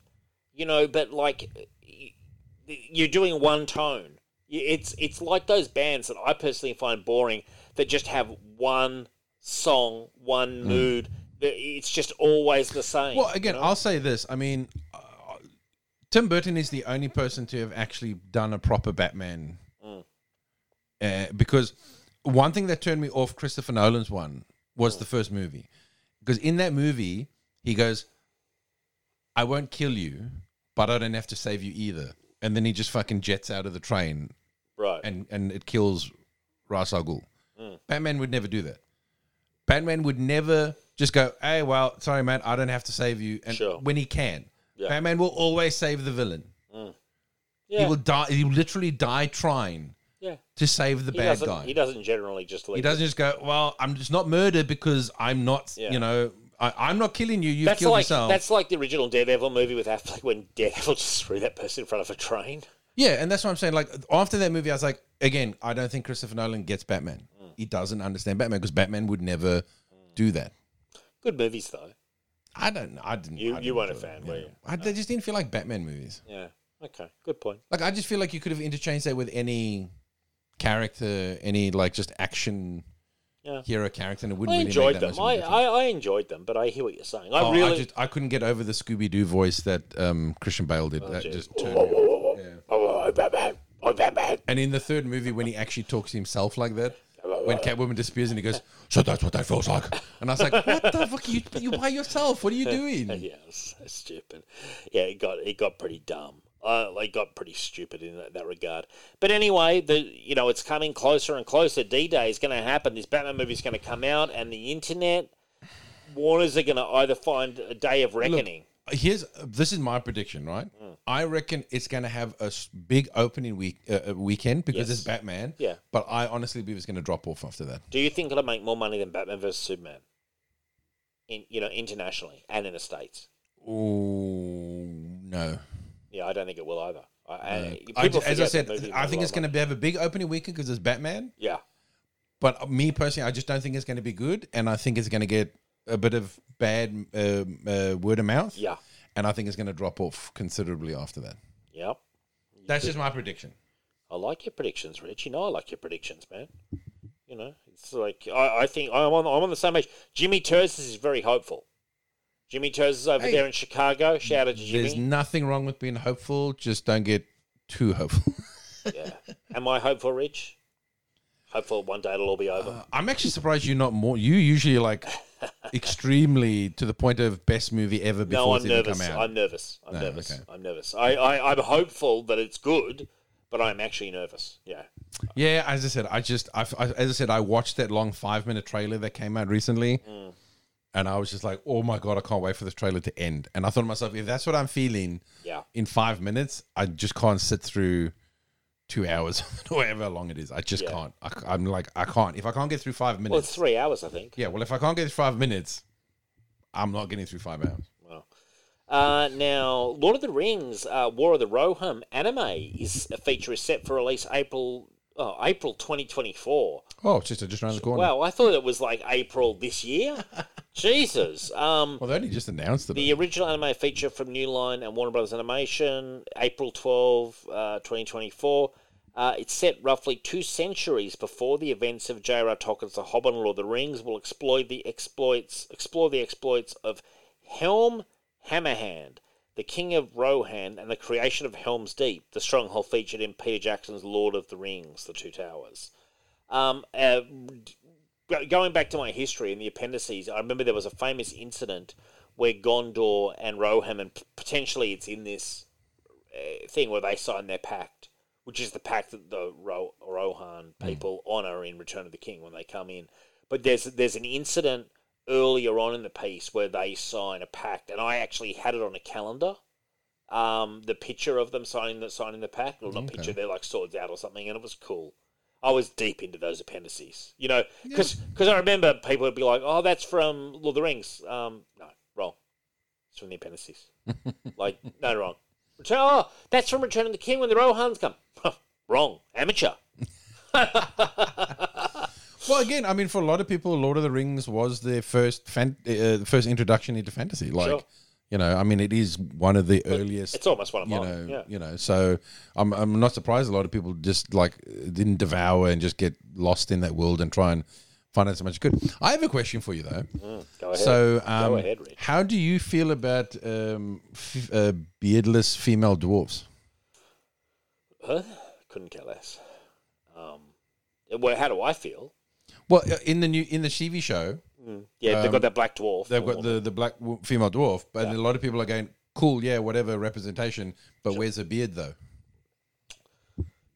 Speaker 2: You know, but like, you're doing one tone. Y- It's it's like those bands that I personally find boring that just have one song, one mood. that It's just always the same.
Speaker 5: Mm. Well, again, I'll say this. I mean, uh, Tim Burton is the only person to have actually done a proper Batman.
Speaker 2: Mm.
Speaker 5: Uh, because one thing that turned me off Christopher Nolan's one was the first movie. Because in that movie, he goes, I won't kill you, but I don't have to save you either. And then he just fucking jets out of the train
Speaker 2: right?
Speaker 5: and and it kills Ras Al Ghul.
Speaker 2: Mm.
Speaker 5: Batman would never do that. Batman would never just go, "Hey, well, sorry, man, I don't have to save you." And
Speaker 2: Sure.
Speaker 5: when he can,
Speaker 2: Yeah. Mm.
Speaker 5: Batman will always save the villain.
Speaker 2: yeah,
Speaker 5: He will die. He will literally die trying
Speaker 2: yeah.
Speaker 5: to save the
Speaker 2: He
Speaker 5: bad
Speaker 2: doesn't.
Speaker 5: guy.
Speaker 2: He doesn't generally just leave.
Speaker 5: He doesn't just go, "Well, I'm just not murder because I'm not,
Speaker 2: Yeah.
Speaker 5: you know, I, I'm not killing you. You've
Speaker 2: That's
Speaker 5: killed
Speaker 2: like
Speaker 5: yourself."
Speaker 2: that's like the original Daredevil movie with Affleck when Daredevil just threw that person in front of a train.
Speaker 5: Yeah, and that's what I'm saying. Like after that movie, I was like, again, I don't think Christopher Nolan gets Batman. He doesn't understand Batman because Batman would never do that.
Speaker 2: Good movies though.
Speaker 5: I don't. know. I didn't.
Speaker 2: You-
Speaker 5: I
Speaker 2: you
Speaker 5: didn't
Speaker 2: weren't a
Speaker 5: enjoy
Speaker 2: fan,
Speaker 5: them,
Speaker 2: were
Speaker 5: yeah.
Speaker 2: you?
Speaker 5: I they just didn't feel like Batman movies.
Speaker 2: Yeah. Okay. Good point.
Speaker 5: Like I just feel like you could have interchanged that with any character, any like just action
Speaker 2: Yeah.
Speaker 5: hero character, and it
Speaker 2: I
Speaker 5: wouldn't really
Speaker 2: enjoyed
Speaker 5: make that
Speaker 2: them.
Speaker 5: much
Speaker 2: I,
Speaker 5: of a difference.
Speaker 2: I, I enjoyed them, but I hear what you're saying. I
Speaker 5: Oh,
Speaker 2: really.
Speaker 5: I just I couldn't get over the Scooby Doo voice that um, Christian Bale did. that
Speaker 2: geez.
Speaker 5: just turned me off.
Speaker 2: oh, Batman! Oh, Batman!
Speaker 5: And in the third movie, when he actually talks to himself like that, when Catwoman disappears and he goes, "So that's what that feels like," and I was like, "What the fuck? Are you you by yourself? What are you doing?"
Speaker 2: Yeah, it's so stupid. Yeah, it got it got pretty dumb. Uh, it got pretty stupid in that, that regard. But anyway, the you know it's coming closer and closer. D Day is going to happen. This Batman movie is going to come out, and the internet warners are going to either find a day of reckoning.
Speaker 5: Here's this is my prediction, right? I reckon it's going to have a s- big opening week uh, uh, weekend because
Speaker 2: Yes.
Speaker 5: it's Batman.
Speaker 2: Yeah.
Speaker 5: but I honestly believe it's going to drop off after that.
Speaker 2: Do you think it'll make more money than Batman versus Superman? In you know internationally and in the states.
Speaker 5: Oh no!
Speaker 2: Yeah, I don't think it will either. I, I,
Speaker 5: I,
Speaker 2: people
Speaker 5: ju- as I
Speaker 2: forget
Speaker 5: said,
Speaker 2: the movie
Speaker 5: I
Speaker 2: made a
Speaker 5: think
Speaker 2: lot
Speaker 5: it's
Speaker 2: of
Speaker 5: going to
Speaker 2: money.
Speaker 5: have a big opening weekend because it's Batman.
Speaker 2: Yeah,
Speaker 5: But me personally, I just don't think it's going to be good, and I think it's going to get a bit of bad um, uh, word of mouth.
Speaker 2: yeah,
Speaker 5: and I think it's going to drop off considerably after that.
Speaker 2: yeah.
Speaker 5: That's just my prediction.
Speaker 2: I like your predictions, Rich. You know I like your predictions, man. You know, it's like I, I think I'm on I'm on the same page. Jimmy Terz is very hopeful. Jimmy Terz is over
Speaker 5: Hey.
Speaker 2: there in Chicago. Shout out to
Speaker 5: There's
Speaker 2: Jimmy.
Speaker 5: nothing wrong with being hopeful. Just don't get too hopeful.
Speaker 2: yeah. Am I hopeful, Rich? Hopeful one day it'll all be
Speaker 5: Uh,
Speaker 2: over.
Speaker 5: I'm actually surprised you're not more. You usually like extremely to the point of best movie ever before
Speaker 2: no, I'm
Speaker 5: it's even
Speaker 2: nervous.
Speaker 5: come out.
Speaker 2: I'm nervous. I'm
Speaker 5: No,
Speaker 2: nervous.
Speaker 5: okay.
Speaker 2: I'm nervous. I, I, I'm hopeful that it's good, but I'm actually nervous. Yeah.
Speaker 5: Yeah, as I said, I just, I, I- as I said, I watched that long five minute trailer that came out recently,
Speaker 2: Mm.
Speaker 5: and I was just like, oh my god, I can't wait for this trailer to end. And I thought to myself, if that's what I'm feeling
Speaker 2: Yeah.
Speaker 5: in five minutes, I just can't sit through two hours or however long it is. I just
Speaker 2: Yeah.
Speaker 5: can't. I, am like, I can't. If I can't get through five minutes,
Speaker 2: Well, it's three hours, I think.
Speaker 5: yeah. Well, if I can't get through five minutes, I'm not getting through five hours.
Speaker 2: Wow. Uh, now, Lord of the Rings, uh, War of the Rohirrim anime is a feature is set for release April oh, April 2024.
Speaker 5: Oh, it's just just around the corner. Well,
Speaker 2: Wow, I thought it was like April this year. Jesus. Um,
Speaker 5: they only just announced it.
Speaker 2: the original anime feature from New Line and Warner Brothers Animation, April 12, uh, 2024. Uh, it's set roughly two centuries before the events of J.R.R. Tolkien's The Hobbit and Lord of the Rings. Will exploit the exploits, explore the exploits of Helm Hammerhand, the King of Rohan, and the creation of Helm's Deep, the stronghold featured in Peter Jackson's Lord of the Rings: The Two Towers. Um, uh, go- going back to my history in the appendices, I remember there was a famous incident where Gondor and Rohan, and p- potentially it's in this uh, thing where they signed their pact, which is the pact that the Ro- Rohan people honor in Return of the King when they come in. But there's there's an incident earlier on in the piece where they sign a pact, and I actually had it on a calendar. Um, the picture of them signing the signing the pact, or not
Speaker 5: Okay.
Speaker 2: picture, they're like swords out or something, and it was cool. I was deep into those appendices, you know, because I remember people would be like, "Oh, that's from Lord of the Rings." Um, no, wrong. It's from the appendices. like, no, wrong. Return, oh, that's from Return of the King when the Rohans come. wrong, amateur.
Speaker 5: Well, again, I mean, for a lot of people, Lord of the Rings was their first fan- uh, first introduction into fantasy. Like,
Speaker 2: Sure.
Speaker 5: you know, I mean, it is one of the earliest.
Speaker 2: It's almost one of
Speaker 5: you
Speaker 2: mine.
Speaker 5: know,
Speaker 2: yeah.
Speaker 5: you know. So I'm I'm not surprised a lot of people just like didn't devour and just get lost in that world and try and find out so much good. I have a question for you though.
Speaker 2: Go ahead.
Speaker 5: So, um,
Speaker 2: ahead, Rich.
Speaker 5: how do you feel about um, f- uh, beardless female dwarfs?
Speaker 2: Huh? couldn't care less. Um, well, how do I feel?
Speaker 5: Well, uh, in the new in the TV show,
Speaker 2: Yeah, they've got that black dwarf.
Speaker 5: Um, they've got the, the black w- female dwarf, but a lot of people are going, cool, yeah, whatever representation, but where's her beard though?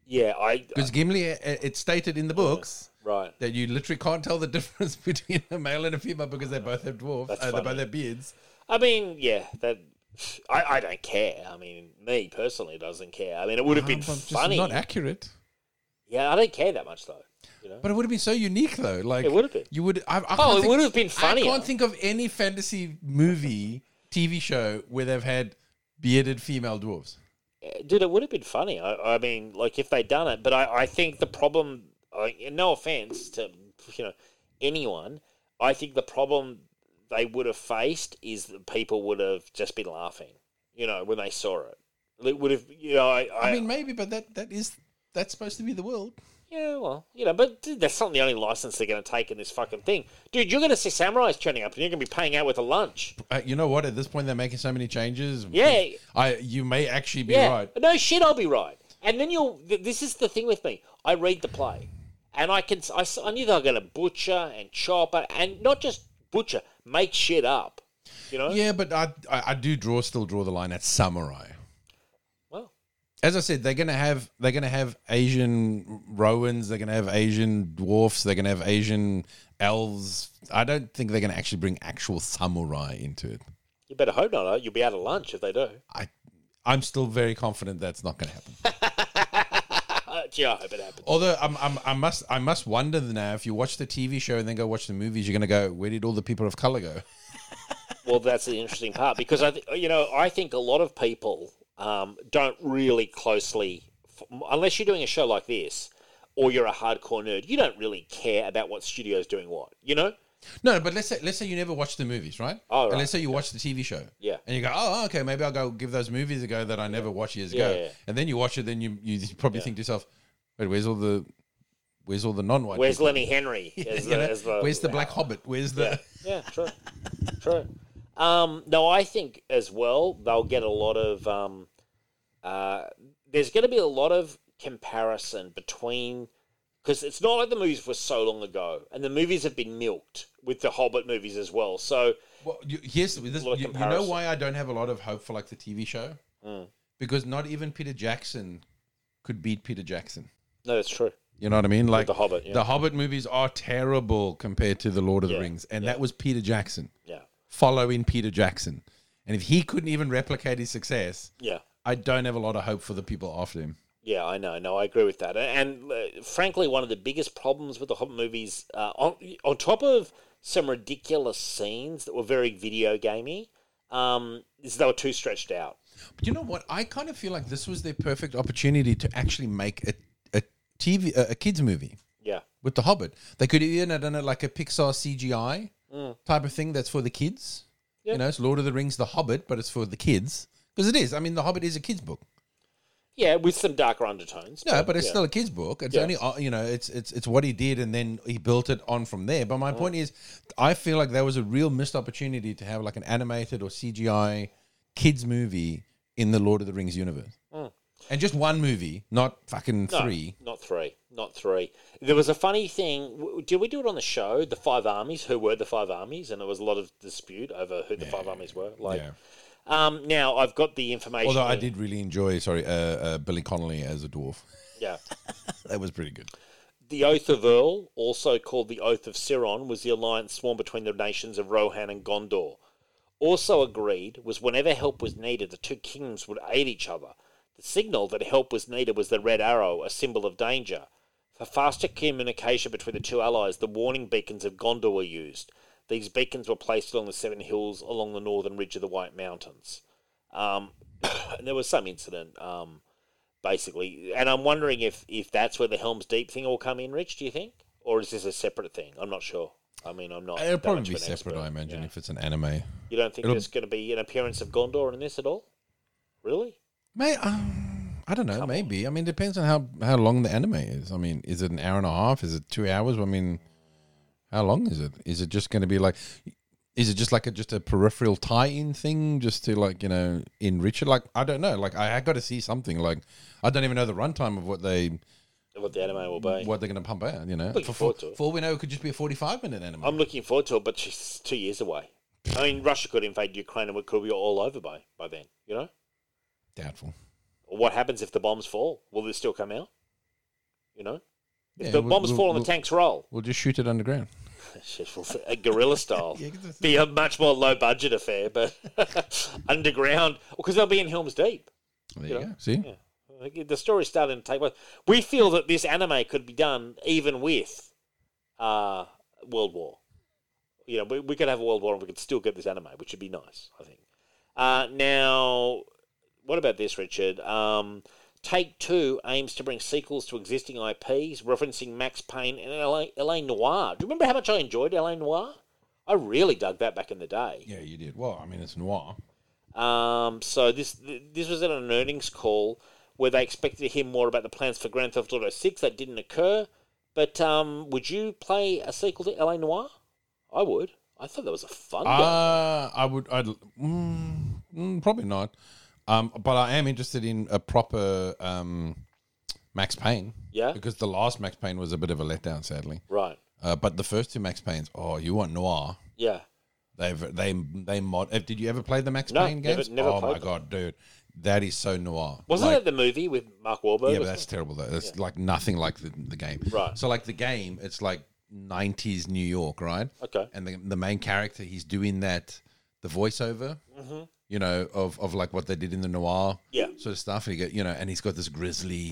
Speaker 2: yeah, I
Speaker 5: Because Gimli, uh, it's stated in the books
Speaker 2: right.
Speaker 5: that you literally can't tell the difference between a male and a female because they both have dwarfs,
Speaker 2: That's
Speaker 5: uh, they
Speaker 2: funny.
Speaker 5: both have beards.
Speaker 2: I mean, yeah, that. I, I don't care. I mean, me personally doesn't care. I mean, it would have been
Speaker 5: Um, just
Speaker 2: funny.
Speaker 5: not accurate.
Speaker 2: yeah, I don't care that much though. You know,
Speaker 5: But it would have been so unique though. Like
Speaker 2: It would have been.
Speaker 5: You would. I, I can't
Speaker 2: Oh, it
Speaker 5: think-
Speaker 2: would have been
Speaker 5: I
Speaker 2: funnier.
Speaker 5: can't think of any fantasy movie, TV show where they've had bearded female dwarfs.
Speaker 2: Uh, dude, it would have been funny. I, I mean, like if they'd done it, but I, I think the problem. I, and no offense to you know anyone, I think the problem they would have faced is that people would have just been laughing. You know, when they saw it, it would have. You know, I, I,
Speaker 5: I mean, maybe, but that that is that's supposed to be the world.
Speaker 2: Yeah, well, you know, but dude, that's not the only license they're going to take in this fucking thing, dude. You're going to see samurais turning up, and you're going to be paying out with a lunch.
Speaker 5: Uh, you know what? At this point, they're making so many changes.
Speaker 2: Yeah.
Speaker 5: I you may actually be
Speaker 2: yeah,
Speaker 5: right.
Speaker 2: no shit, I'll be right. And then you'll. th- This is the thing with me. I read the play, and I can. I, s- I knew they were going to butcher and chopper, and not just butcher, make shit up. You know.
Speaker 5: Yeah, but I, I I do draw still draw the line at samurai.
Speaker 2: Well,
Speaker 5: As I said, they're gonna have they're gonna have Asian Rowans, they're gonna have Asian dwarfs, they're gonna have Asian elves. I don't think they're gonna actually bring actual samurai into it.
Speaker 2: you better hope not. Huh? You'll be out of lunch if they do.
Speaker 5: I I'm still very confident that's not gonna happen.
Speaker 2: Uh, yeah, I hope it happens.
Speaker 5: Although I'm, I'm I must I must wonder now if you watch the TV show and then go watch the movies, you're gonna go, where did all the people of color go?
Speaker 2: Well, that's the interesting part because I, th- you know, I think a lot of people um, don't really closely, unless you're doing a show like this or you're a hardcore nerd, you don't really care about what studio's doing what, you know?
Speaker 5: No, but let's say let's say you never watch the movies, right?
Speaker 2: Oh,
Speaker 5: And
Speaker 2: right.
Speaker 5: let's say you watch the TV show.
Speaker 2: Yeah.
Speaker 5: And you go, oh, okay, maybe I'll go give those movies a go that I never watched years
Speaker 2: Yeah,
Speaker 5: ago.
Speaker 2: yeah.
Speaker 5: And then you watch it, then you you probably think to yourself, wait, where's all the where's all the non-white?
Speaker 2: Where's
Speaker 5: people?
Speaker 2: Lenny Henry? As
Speaker 5: You know,
Speaker 2: as
Speaker 5: where's the Black Hobbit? Where's the
Speaker 2: Yeah, true, true. Um, no, I think as well they'll get a lot of. Um, uh, there's going to be a lot of comparison between because it's not like the movies were so long ago, and the movies have been milked with the Hobbit movies as well. So
Speaker 5: Well, you, here's this,
Speaker 2: lot
Speaker 5: you,
Speaker 2: of
Speaker 5: you know
Speaker 2: comparison. Mm.
Speaker 5: why I don't have a lot of hope for like the TV show because not even Peter Jackson could beat Peter Jackson.
Speaker 2: No, that's true.
Speaker 5: You know what I mean? Like
Speaker 2: The Hobbit, yeah.
Speaker 5: The Hobbit movies are terrible compared to the Lord of the
Speaker 2: Yeah,
Speaker 5: Rings, and that was Peter Jackson
Speaker 2: Yeah.
Speaker 5: following Peter Jackson. And if he couldn't even replicate his success,
Speaker 2: Yeah.
Speaker 5: I don't have a lot of hope for the people after him.
Speaker 2: Yeah, I know. No, I agree with that. And uh, frankly, one of the biggest problems with the Hobbit movies, uh, on on top of some ridiculous scenes that were very video gamey, um, is they were too stretched out.
Speaker 5: But you know what? I kind of feel like this was their perfect opportunity to actually make a, a TV a, a kids movie
Speaker 2: Yeah,
Speaker 5: with The Hobbit. They could even have done it like a Pixar CGI type of thing that's for the kids. You know, it's Lord of the Rings, The Hobbit, but it's for the kids because it is. I mean, The Hobbit is a kids book.
Speaker 2: yeah, with some darker undertones.
Speaker 5: No, but it's
Speaker 2: yeah.
Speaker 5: still a kids book. It's
Speaker 2: Yeah.
Speaker 5: only only uh, you know, it's it's it's what he did, and then he built it on from there. But my
Speaker 2: Mm.
Speaker 5: point is, I feel like there was a real missed opportunity to have like an animated or CGI kids movie in the Lord of the Rings universe, and just one movie, not fucking
Speaker 2: Mm. No,
Speaker 5: three.
Speaker 2: not three, not three. There was a funny thing. w- Did we do it on the show? The five armies. Who were the five armies? And there was a lot of dispute over who the five armies were. Like,
Speaker 5: Yeah.
Speaker 2: um, now I've got the information.
Speaker 5: Although I did really enjoy, sorry, uh, uh, Billy Connolly as a dwarf.
Speaker 2: Yeah.
Speaker 5: That was pretty good.
Speaker 2: The Oath of Earl, also called the Oath of Ciron, was the alliance sworn between the nations of Rohan and Gondor. Also agreed was whenever help was needed, the two kingdoms would aid each other. The signal that help was needed was the red arrow, a symbol of danger. For faster communication between the two allies, the warning beacons of Gondor were used. These beacons were placed along the Seven Hills along the northern ridge of the White Mountains. Um, and there was some incident. Um, basically. And I'm wondering if if that's where the Helm's Deep thing will come in, Rich. Do you think, or is this a separate thing? I'm not sure. I mean, I'm not.
Speaker 5: It'll
Speaker 2: that
Speaker 5: probably
Speaker 2: much of
Speaker 5: be
Speaker 2: an
Speaker 5: separate,
Speaker 2: expert.
Speaker 5: I imagine,
Speaker 2: Yeah.
Speaker 5: if it's an anime.
Speaker 2: You don't think
Speaker 5: it'll-
Speaker 2: there's going to be an appearance of Gondor in this at all? Really?
Speaker 5: May um, I don't know. maybe I mean, depends on how how long the anime is. I mean, is it an hour and a half? Is it two hours? I mean, how long is it? Is it just going to be like? Is it just like a just a peripheral tie-in thing, just to like you know enrich it? Like I don't know. Like I, I got to see something. Like I don't even know the runtime of what they
Speaker 2: What the anime will be?
Speaker 5: what they're going to pump out. You know,
Speaker 2: Looking
Speaker 5: for, for,
Speaker 2: forward to it. Um,
Speaker 5: for all we know, it could just be a forty-five minute anime.
Speaker 2: I'm looking forward to it, but she's two years away. I mean, Russia could invade Ukraine and it could be all over by by then. You know,
Speaker 5: Doubtful.
Speaker 2: what happens if the bombs fall? Will this still come out? You know, if
Speaker 5: Yeah,
Speaker 2: the
Speaker 5: we'll-
Speaker 2: bombs
Speaker 5: we'll-
Speaker 2: fall and
Speaker 5: we'll-
Speaker 2: the tanks roll,
Speaker 5: We'll just shoot it underground.
Speaker 2: a uh, guerrilla style.
Speaker 5: Yeah, 'cause it's-
Speaker 2: be a much more low budget affair, but underground because they'll be in Helm's Deep.
Speaker 5: There you go. See,
Speaker 2: Like, The story's starting to take place. We feel that this anime could be done even with uh, World War. You know, we, we could have a World War and we could still get this anime, which would be nice, I think. Uh, now, what about this, Richard? Um, Take Two aims to bring sequels to existing IPs, referencing Max Payne and LA, LA Noir. Do you remember how much I enjoyed LA Noir? I really dug that back in the day.
Speaker 5: yeah, you did. Well, I mean, it's noir.
Speaker 2: Um, so this th- this was at an earnings call where they expected to hear more about the plans for Grand Theft Auto Six. That didn't occur. But um, would you play a sequel to La Noir? I would. I thought that was a fun game.
Speaker 5: Uh, I would. I'd mm, mm, probably not. Um, but I am interested in a proper um, Max Payne.
Speaker 2: Yeah.
Speaker 5: Because the last Max Payne was a bit of a letdown, sadly.
Speaker 2: Right.
Speaker 5: Uh, but the first two Max Paynes, oh, you want noir?
Speaker 2: Yeah.
Speaker 5: They've they they mod. eh, Did you ever play the Max
Speaker 2: No,
Speaker 5: Payne
Speaker 2: never-
Speaker 5: games?
Speaker 2: never
Speaker 5: oh
Speaker 2: played
Speaker 5: my
Speaker 2: them.
Speaker 5: god, dude, that is so noir.
Speaker 2: Wasn't
Speaker 5: Like-
Speaker 2: that the movie with Mark Wahlberg?
Speaker 5: yeah,
Speaker 2: or
Speaker 5: but that's terrible though. That's like nothing like the, the game.
Speaker 2: Right.
Speaker 5: So like the game, it's like '90s New York, right?
Speaker 2: Okay.
Speaker 5: And the, the main character, he's doing that the voiceover, you know, of of like what they did in the noir,
Speaker 2: Mm-hmm. Yeah.
Speaker 5: sort of stuff. And he get, you know, and he's got this grizzly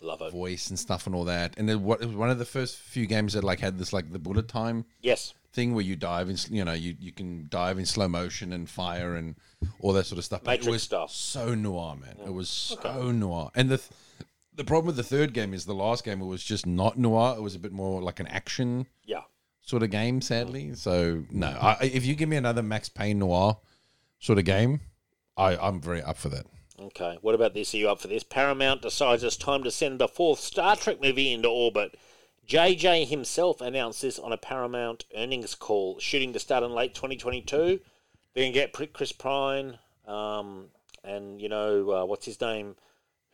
Speaker 2: something? Love it.
Speaker 5: voice and stuff and all that. And it, wa- it was one of the first few games that like had this like the bullet time
Speaker 2: Yes.
Speaker 5: thing where you dive in, s- you know, you, you can dive in slow motion and fire and all that sort of stuff. But it
Speaker 2: Matrix
Speaker 5: was
Speaker 2: stuff.
Speaker 5: so noir, man. It was so noir. And the th- the problem with the third game is the last game it was just not noir. It was a bit more like an action
Speaker 2: Yeah.
Speaker 5: sort of game, sadly. So no, I, I- if you give me another Max Payne noir sort of game, I, I'm very up for that.
Speaker 2: Okay. What about this? Are you up for this? Paramount decides it's time to send the fourth Star Trek movie into orbit. JJ himself announced this on a Paramount earnings call, shooting to start in late 2022. They're going to get Pri- Chris Pine um, and, you know, uh, what's his name?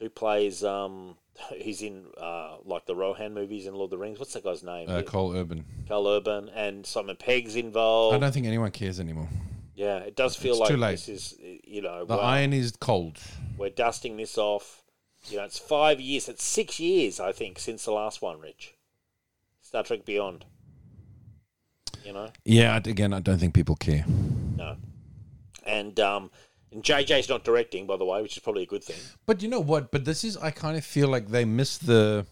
Speaker 2: Who plays, um, he's in, uh, like, the Rohan movies and Lord of the Rings. What's that guy's name?
Speaker 5: Uh, Cole Urban.
Speaker 2: Carl Urban and Simon Pegg's involved.
Speaker 5: I don't think anyone cares anymore.
Speaker 2: yeah, it does feel
Speaker 5: It's
Speaker 2: like
Speaker 5: too late.
Speaker 2: this is, you know,
Speaker 5: The
Speaker 2: wow,
Speaker 5: iron is cold.
Speaker 2: we're dusting this off. You know, it's five years. It's six years, I think, since the last one, Rich. Star Trek Beyond. You know,
Speaker 5: Yeah, I- again, I don't think people care.
Speaker 2: no. And um, and JJ's not directing, by the way, which is probably a good thing.
Speaker 5: But you know what? But this is I kind of feel like they miss the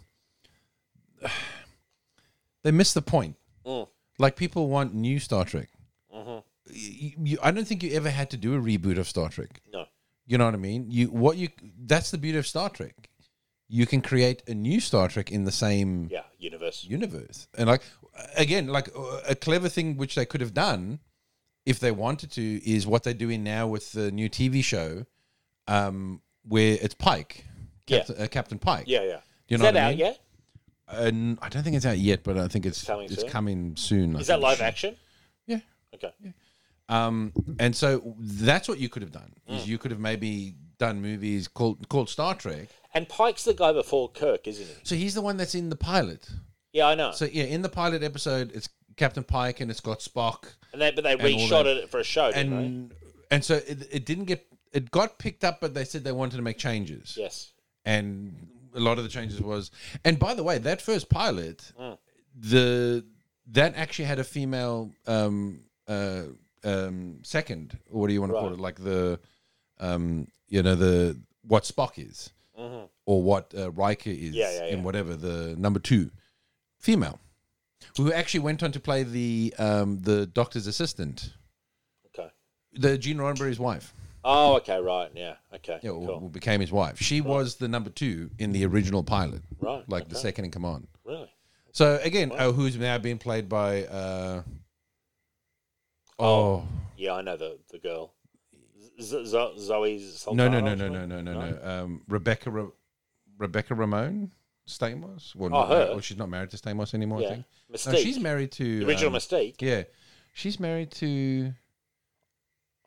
Speaker 5: they miss the point.
Speaker 2: Mm.
Speaker 5: Like people want new Star Trek. Y- you- I don't think you ever had to do a reboot of Star Trek.
Speaker 2: No.
Speaker 5: You know what I mean? You what you that's the beauty of Star Trek. You can create a new Star Trek in the same
Speaker 2: Yeah, universe.
Speaker 5: universe. And like again, like uh, a clever thing which they could have done if they wanted to is what they're doing now with the new TV show, um, where it's Pike,
Speaker 2: Yeah.
Speaker 5: Captain, uh, Captain Pike.
Speaker 2: Yeah, yeah.
Speaker 5: you
Speaker 2: is
Speaker 5: know
Speaker 2: that
Speaker 5: what I
Speaker 2: out
Speaker 5: mean?
Speaker 2: yet?
Speaker 5: And I don't think it's out yet, but I think it's it's
Speaker 2: coming
Speaker 5: coming
Speaker 2: soon?
Speaker 5: soon. I
Speaker 2: Is that
Speaker 5: think.
Speaker 2: live action?
Speaker 5: Yeah.
Speaker 2: Okay.
Speaker 5: Um, and so that's what you could have done is
Speaker 2: Mm.
Speaker 5: you could have maybe done movies called called Star Trek.
Speaker 2: And Pike's the guy before Kirk, isn't he?
Speaker 5: So he's the one that's in the pilot.
Speaker 2: Yeah, I know.
Speaker 5: So yeah, in the pilot episode, it's Captain Pike and it's got Spock.
Speaker 2: and they, but they
Speaker 5: all
Speaker 2: reshot
Speaker 5: that.
Speaker 2: it for a show, didn't they?
Speaker 5: and and so it, it didn't get it got picked up but they said they wanted to make changes
Speaker 2: Yes.
Speaker 5: and a lot of the changes was and by the way that first pilot
Speaker 2: Mm.
Speaker 5: the that actually had a female um uh um second or what do you want to call
Speaker 2: Right.
Speaker 5: it like the um you know the what spock is or what uh, Riker is
Speaker 2: Mm-hmm. Yeah, yeah, yeah.
Speaker 5: in whatever the number 2 female who actually went on to play the um the doctor's assistant
Speaker 2: Okay.
Speaker 5: the Gene Roddenberry's wife,
Speaker 2: Oh, okay, right. Yeah. Okay.
Speaker 5: yeah, or
Speaker 2: cool.
Speaker 5: became his wife. She was the number two in the original pilot,
Speaker 2: Right,
Speaker 5: Like the
Speaker 2: okay.
Speaker 5: second in command.
Speaker 2: Really?
Speaker 5: So again, oh, who's now being played by? uh
Speaker 2: Oh.
Speaker 5: Oh,
Speaker 2: Yeah, I know the the girl. Z- Z- Zoe
Speaker 5: no,
Speaker 2: Saldana
Speaker 5: no, no,
Speaker 2: or
Speaker 5: no, no,
Speaker 2: something?
Speaker 5: no, no, no. Um, Rebecca, Ra- Rebecca Ramon Stamos. Well,
Speaker 2: Oh,
Speaker 5: not married-
Speaker 2: her.
Speaker 5: or she's not married to Stamos anymore. I
Speaker 2: Yeah.
Speaker 5: think.
Speaker 2: Mystique.
Speaker 5: No, she's married to
Speaker 2: the original
Speaker 5: um,
Speaker 2: Mistake.
Speaker 5: Yeah, she's married to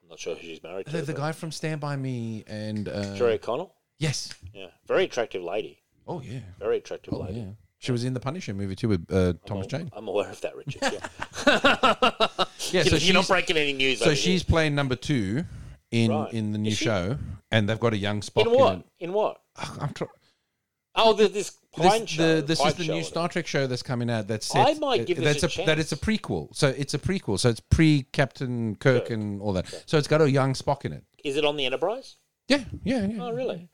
Speaker 2: I'm not sure who she's married
Speaker 5: the,
Speaker 2: to.
Speaker 5: the
Speaker 2: but-
Speaker 5: guy from Stand by Me and uh,
Speaker 2: Jerry O'Connell.
Speaker 5: Yes.
Speaker 2: Yeah. Very attractive lady.
Speaker 5: Oh yeah.
Speaker 2: Very attractive
Speaker 5: Oh
Speaker 2: lady.
Speaker 5: yeah. She was in the Punisher movie too with uh, Thomas
Speaker 2: I'm,
Speaker 5: Jane.
Speaker 2: I'm aware of that, Richard. Yeah.
Speaker 5: Yeah,
Speaker 2: You're-
Speaker 5: so
Speaker 2: you're not
Speaker 5: she's-
Speaker 2: breaking any news.
Speaker 5: So
Speaker 2: over
Speaker 5: she's
Speaker 2: here.
Speaker 5: playing number two in
Speaker 2: Right.
Speaker 5: in the new
Speaker 2: Is she?
Speaker 5: show, and they've got a young Spock.
Speaker 2: in what?
Speaker 5: it.
Speaker 2: In what?
Speaker 5: Ugh, I'm try-
Speaker 2: Oh, the, this Pine
Speaker 5: this,
Speaker 2: show.
Speaker 5: the, this
Speaker 2: Pine
Speaker 5: is the
Speaker 2: show,
Speaker 5: new
Speaker 2: isn't it?
Speaker 5: Star Trek show that's coming out. That's
Speaker 2: I
Speaker 5: set,
Speaker 2: might give this
Speaker 5: that's
Speaker 2: a
Speaker 5: that it's a prequel. So it's a prequel. So it's pre Captain Kirk
Speaker 2: Kirk.
Speaker 5: and all that. So it's got a young Spock in it.
Speaker 2: Is it on the Enterprise?
Speaker 5: Yeah, yeah, yeah.
Speaker 2: Oh, really?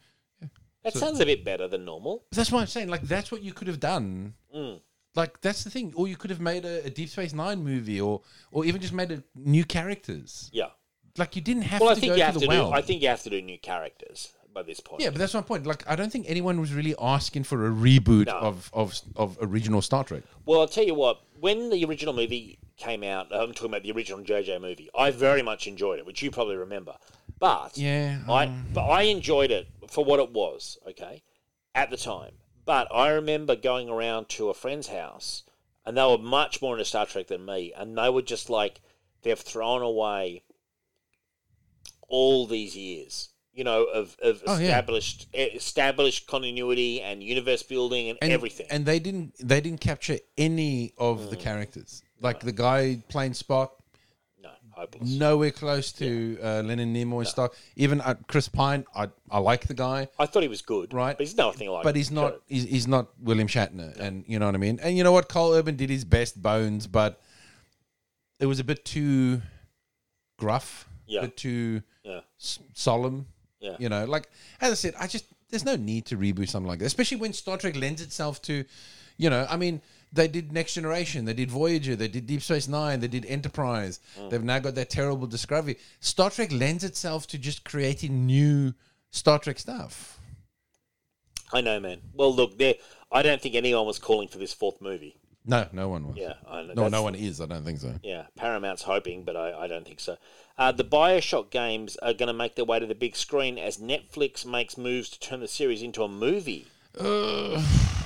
Speaker 2: That sounds a bit better than normal.
Speaker 5: That's what I'm saying. Like that's what you could have done.
Speaker 2: Mm.
Speaker 5: Like that's the thing. Or you could have made a, a Deep Space Nine movie, or or even just made a new characters.
Speaker 2: Yeah.
Speaker 5: Like you didn't have
Speaker 2: Well, I
Speaker 5: to
Speaker 2: think
Speaker 5: go
Speaker 2: you
Speaker 5: to
Speaker 2: have
Speaker 5: the
Speaker 2: to
Speaker 5: well.
Speaker 2: do. I think you have to do new characters by this point.
Speaker 5: Yeah, but that's my point. Like, I don't think anyone was really asking for a reboot
Speaker 2: No.
Speaker 5: of, of of original Star Trek.
Speaker 2: Well, I'll tell you what. When the original movie came out, I'm talking about the original JJ movie. I very much enjoyed it, which you probably remember. But
Speaker 5: Yeah, um,
Speaker 2: I but I enjoyed it for what it was. Okay, at the time. But I remember going around to a friend's house, and they were much more into Star Trek than me, and they were just like, they've thrown away all these years. You know, of, of
Speaker 5: Oh, yeah.
Speaker 2: established e-, established continuity and universe building and,
Speaker 5: And,
Speaker 2: everything. Mm.
Speaker 5: And they didn't they didn't capture any of the characters. Like the guy playing Spock,
Speaker 2: no, hopeless.
Speaker 5: nowhere close to uh, Leonard Nimoy Star. Even uh, Chris Pine, I I like the guy,
Speaker 2: I thought he was good,
Speaker 5: Right.
Speaker 2: But he's nothing like.
Speaker 5: but he's not
Speaker 2: Kirk.
Speaker 5: he's, he's not William Shatner, and you know what I mean. And you know what, Cole Urban did his best Bones, but it was a bit too gruff,
Speaker 2: Yeah.
Speaker 5: a bit too
Speaker 2: Yeah,
Speaker 5: s- solemn.
Speaker 2: Yeah.
Speaker 5: You know, like as I said, I just there's no need to reboot something like that, especially when Star Trek lends itself to, you know, I mean, they did Next Generation, they did Voyager, they did Deep Space Nine, they did Enterprise.
Speaker 2: Mm.
Speaker 5: They've now got that terrible Discovery. Star Trek lends itself to just creating new Star Trek stuff.
Speaker 2: I know, man. Well, look, there. I don't think anyone was calling for this fourth movie.
Speaker 5: No, no one was.
Speaker 2: Yeah, I know.
Speaker 5: No,
Speaker 2: That's-
Speaker 5: no one is. I don't think so.
Speaker 2: Yeah, Paramount's hoping, but I, I don't think so. Uh, the Bioshock games are going to make their way to the big screen as Netflix makes moves to turn the series into a movie.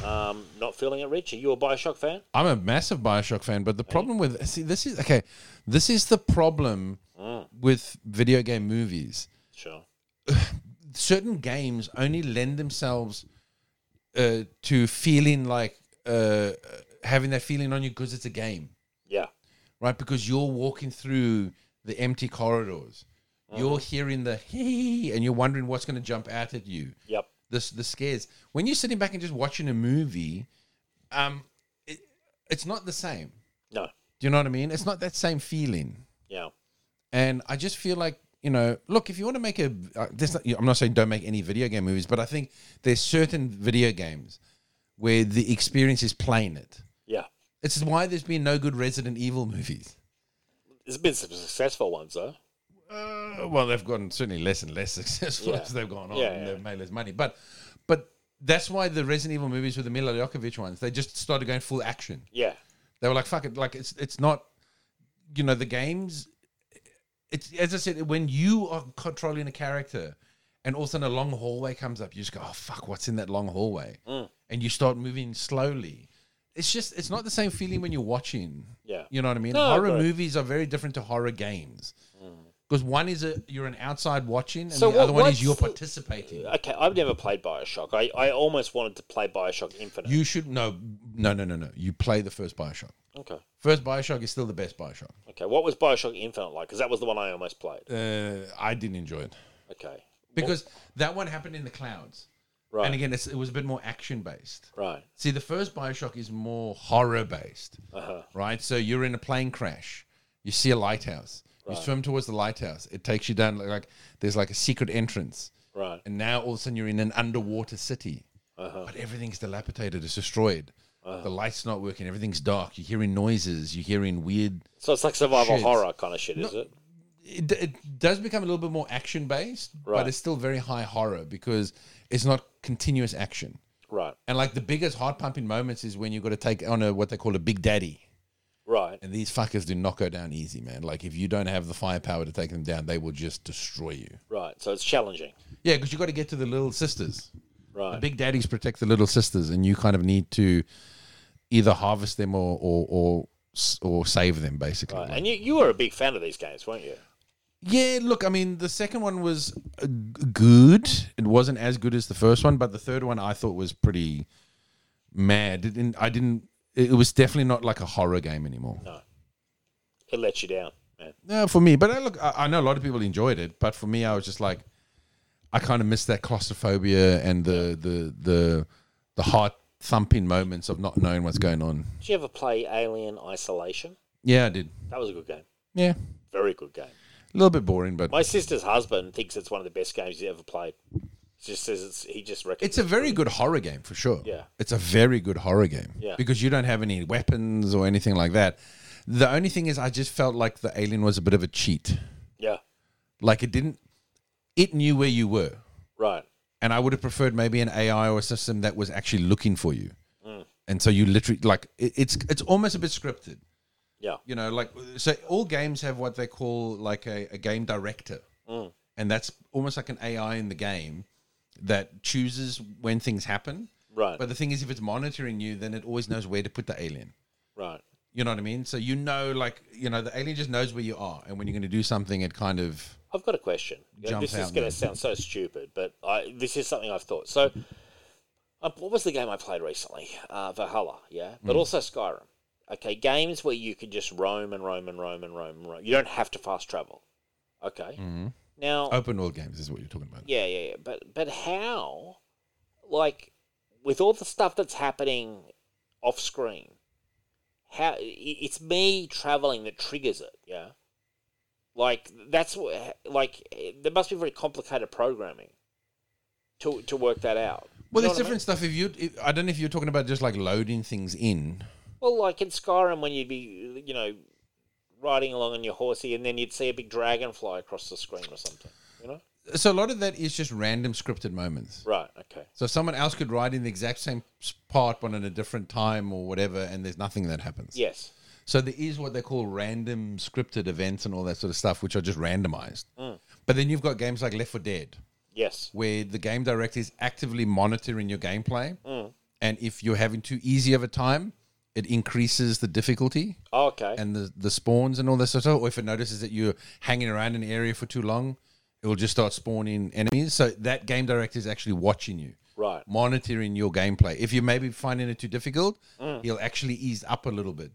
Speaker 2: Um, not feeling it, Rich. Are you a Bioshock fan?
Speaker 5: I'm a massive Bioshock fan, but the problem with see this is okay. This is the problem
Speaker 2: Mm.
Speaker 5: with video game movies.
Speaker 2: Sure.
Speaker 5: certain games only lend themselves uh, to feeling like uh, having that feeling on you because it's a game,
Speaker 2: Yeah.
Speaker 5: right? Because you're walking through the empty corridors, you're hearing the hee, and you're wondering what's going to jump out at you.
Speaker 2: Yep.
Speaker 5: this the scares. When you're sitting back and just watching a movie, um, it, it's not the same.
Speaker 2: No.
Speaker 5: Do you know what I mean? It's not that same feeling.
Speaker 2: Yeah.
Speaker 5: And I just feel like, you know, look, if you want to make a, uh, this, I'm not saying don't make any video game movies, but I think there's certain video games where the experience is playing it.
Speaker 2: Yeah.
Speaker 5: This is why there's been no good Resident Evil movies.
Speaker 2: There's been some successful ones though.
Speaker 5: Uh, well, they've gotten certainly less and less successful
Speaker 2: Yeah.
Speaker 5: as they've gone on.
Speaker 2: Yeah,
Speaker 5: and
Speaker 2: yeah.
Speaker 5: They've made less money, but but that's why the Resident Evil movies with the Mila Djokovic ones, they just started going full action.
Speaker 2: Yeah.
Speaker 5: They were like, "Fuck it!" Like it's it's not, you know, the games. It's as I said, when you are controlling a character, and all of a sudden a long hallway comes up, you just go, "Oh fuck, what's in that long hallway?"
Speaker 2: Mm.
Speaker 5: And you start moving slowly. It's just it's not the same feeling when you're watching.
Speaker 2: Yeah.
Speaker 5: you know what I mean.
Speaker 2: No, I
Speaker 5: horror
Speaker 2: got it.
Speaker 5: movies are very different to horror games. Because one is a you're an outside watching, and
Speaker 2: So
Speaker 5: the
Speaker 2: what-
Speaker 5: other one
Speaker 2: what's
Speaker 5: is you're
Speaker 2: the-
Speaker 5: participating.
Speaker 2: Okay, I've never played Bioshock. I, I almost wanted to play Bioshock Infinite.
Speaker 5: You should no, no, no, no, no. You play the first Bioshock.
Speaker 2: okay.
Speaker 5: First Bioshock is still the best Bioshock.
Speaker 2: Okay. What was Bioshock Infinite like? Because that was the one I almost played.
Speaker 5: Uh, I didn't enjoy it.
Speaker 2: Okay.
Speaker 5: because that one happened in the clouds.
Speaker 2: Right.
Speaker 5: And again, it's, it was a bit more action based.
Speaker 2: right.
Speaker 5: See, the first Bioshock is more horror based,
Speaker 2: Uh-huh.
Speaker 5: right? So you're in a plane crash, you see a lighthouse, you swim towards the lighthouse, it takes you down like, like there's like a secret entrance,
Speaker 2: Right. Uh-huh.
Speaker 5: and now all of a sudden you're in an underwater city, but everything's dilapidated, it's destroyed. The light's not working. Everything's dark. You're hearing noises. You're hearing weird
Speaker 2: So it's like survival
Speaker 5: Shit.
Speaker 2: horror kind of shit, is it?
Speaker 5: it, d- it does become a little bit more action based,
Speaker 2: Right.
Speaker 5: but it's still very high horror because it's not continuous action.
Speaker 2: Right.
Speaker 5: And like the biggest heart pumping moments is when you've got to take on a what they call a big daddy.
Speaker 2: Right.
Speaker 5: And these fuckers do not go down easy, man. Like if you don't have the firepower to take them down, they will just destroy you.
Speaker 2: Right. So it's challenging.
Speaker 5: Yeah, because you've got to get to the little sisters. The
Speaker 2: Right.
Speaker 5: big daddies protect the little sisters, and you kind of need to either harvest them or or or, s- or save them, basically.
Speaker 2: Right.
Speaker 5: Like-
Speaker 2: And you, you were a big fan of these games, weren't you?
Speaker 5: Yeah, look, I mean, the second one was uh, g- good. It wasn't as good as the first one, but the third one I thought was pretty mad. It didn't, I didn't. It it was definitely not like a horror game anymore. No,
Speaker 2: It let you down, man.
Speaker 5: for me. But I, look, I, I know a lot of people enjoyed it, but for me, I was just like, I kind of missed that claustrophobia and the the the the heart thumping moments of not knowing what's going on.
Speaker 2: Did you ever play Alien Isolation?
Speaker 5: Yeah, I did.
Speaker 2: That was a good game.
Speaker 5: Yeah,
Speaker 2: Very good game.
Speaker 5: a little bit boring, but
Speaker 2: My sister's husband thinks it's one of the best games he's ever played. Just says it's, he just reckons
Speaker 5: It's a very good horror game for sure.
Speaker 2: Yeah.
Speaker 5: It's a very good horror game.
Speaker 2: Yeah.
Speaker 5: Because you don't have any weapons or anything like that. The only thing is I just felt like the alien was a bit of a cheat.
Speaker 2: yeah,
Speaker 5: Like it didn't it knew where you were.
Speaker 2: right,
Speaker 5: And I would have preferred maybe an AI or a system that was actually looking for you.
Speaker 2: Mm.
Speaker 5: And so you literally like it, it's it's almost a bit scripted.
Speaker 2: yeah,
Speaker 5: You know, like so all games have what they call like a, a game director.
Speaker 2: Mm.
Speaker 5: And that's almost like an AI in the game that chooses when things happen.
Speaker 2: right,
Speaker 5: But the thing is, if it's monitoring you, then it always knows where to put the alien.
Speaker 2: right,
Speaker 5: You know what I mean? So you know, like you know, the alien just knows where you are, and when you're going to do something, it kind of
Speaker 2: I've got a question. You know,
Speaker 5: Jumps
Speaker 2: this is
Speaker 5: out
Speaker 2: going
Speaker 5: there.
Speaker 2: to sound so stupid, but I this is something I've thought. So, uh, what was the game I played recently? Uh, Valhalla, yeah, but also Skyrim. Okay, games where you can just roam and roam and roam and roam and roam. You don't have to fast travel. Okay, now
Speaker 5: open world games is what you're talking about.
Speaker 2: Yeah, yeah, yeah. But but how, like, with all the stuff that's happening off screen, how i- it's me traveling that triggers it. Yeah, like that's wh- like eh, there must be very complicated programming to to work that out.
Speaker 5: Well,
Speaker 2: You know
Speaker 5: there's
Speaker 2: what I
Speaker 5: different stuff. If you, if, I don't know if you're talking about just like loading things in.
Speaker 2: mean? Well, like in Skyrim, when you'd be you know riding along on your horsey, and then you'd see a big dragon fly across the screen or something. You know?
Speaker 5: So a lot of that is just random scripted moments.
Speaker 2: Right. Okay.
Speaker 5: So someone else could ride in the exact same s- part, but in a different time or whatever, and there's nothing that happens.
Speaker 2: Yes.
Speaker 5: So there is what they call random scripted events and all that sort of stuff, which are just randomized. But then you've got games like Left 4 Dead,
Speaker 2: Yes.
Speaker 5: where the game director is actively monitoring your gameplay. And if you're having too easy of a time, it increases the difficulty
Speaker 2: Oh, okay.
Speaker 5: and the, the spawns and all that sort of stuff. Or if it notices that you're hanging around an area for too long, it will just start spawning enemies. So that game director is actually watching you,
Speaker 2: right.
Speaker 5: monitoring your gameplay. If you're maybe finding it too difficult, he'll actually ease up a little bit.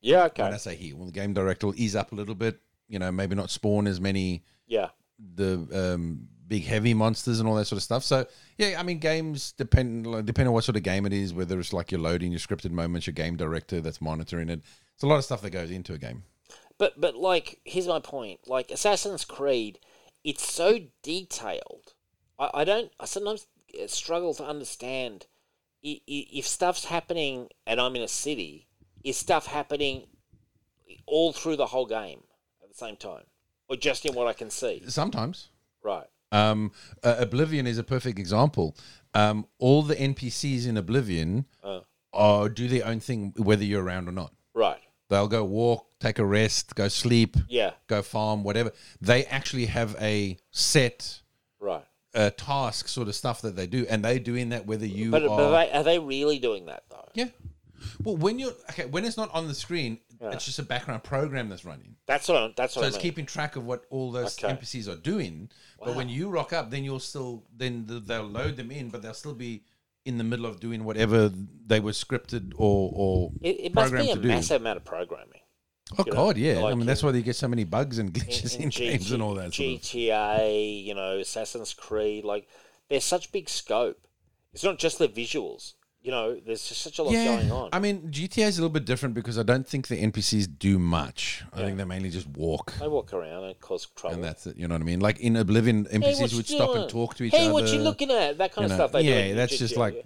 Speaker 2: Yeah.
Speaker 5: When I
Speaker 2: Okay.
Speaker 5: say he, well, the game director will ease up a little bit, you know, maybe not spawn as many
Speaker 2: Yeah.
Speaker 5: the um, big heavy monsters and all that sort of stuff. So yeah, I mean, games depend like, depend on what sort of game it is, whether it's like your loading, your scripted moments, your game director that's monitoring it. It's a lot of stuff that goes into a game.
Speaker 2: But but like here's my point. Like Assassin's Creed, it's so detailed. I, I don't. I sometimes uh, struggle to understand i- i- if stuff's happening and I'm in a city. Is stuff happening all through the whole game at the same time, or just in what I can see?
Speaker 5: Sometimes.
Speaker 2: Right.
Speaker 5: Um, uh, Oblivion is a perfect example. Um, all the NPCs in Oblivion are do their own thing, whether you're around or not.
Speaker 2: Right.
Speaker 5: They'll go walk, take a rest, go sleep,
Speaker 2: Yeah.
Speaker 5: go farm, whatever. They actually have a set
Speaker 2: Right.
Speaker 5: uh, task sort of stuff that they do, and they're doing that whether you
Speaker 2: But,
Speaker 5: are.
Speaker 2: but are, they, are they really doing that though?
Speaker 5: yeah. Well, when you're okay, when it's not on the screen, it's just a background program that's running.
Speaker 2: That's what. I'm, that's what
Speaker 5: So
Speaker 2: I
Speaker 5: it's
Speaker 2: mean.
Speaker 5: keeping track of what all those
Speaker 2: Okay.
Speaker 5: NPCs are doing. But when you rock up, then you'll still then th- they'll load them in, but they'll still be in the middle of doing whatever they were scripted or or
Speaker 2: it it must
Speaker 5: programmed
Speaker 2: be a
Speaker 5: to do.
Speaker 2: massive amount of programming.
Speaker 5: oh
Speaker 2: you know,
Speaker 5: god, yeah. I
Speaker 2: like
Speaker 5: mean that's why you get so many bugs and glitches in, games
Speaker 2: GT
Speaker 5: and all that. Sort of.
Speaker 2: GTA, you know, Assassin's Creed, like there's such big scope. It's not just the visuals. You know, there's just such a lot going on.
Speaker 5: I mean GTA is a little bit different because I don't think the NPCs do much. I think they mainly just walk.
Speaker 2: they walk around and cause trouble.
Speaker 5: And that's it. You know what I mean? Like in Oblivion,
Speaker 2: hey,
Speaker 5: NPCs
Speaker 2: what you
Speaker 5: would stop
Speaker 2: doing?
Speaker 5: and talk to each
Speaker 2: hey,
Speaker 5: other.
Speaker 2: what you looking at? That kind
Speaker 5: you
Speaker 2: of
Speaker 5: know.
Speaker 2: stuff. They do
Speaker 5: yeah,
Speaker 2: in
Speaker 5: that's just
Speaker 2: GTA,
Speaker 5: like
Speaker 2: yeah.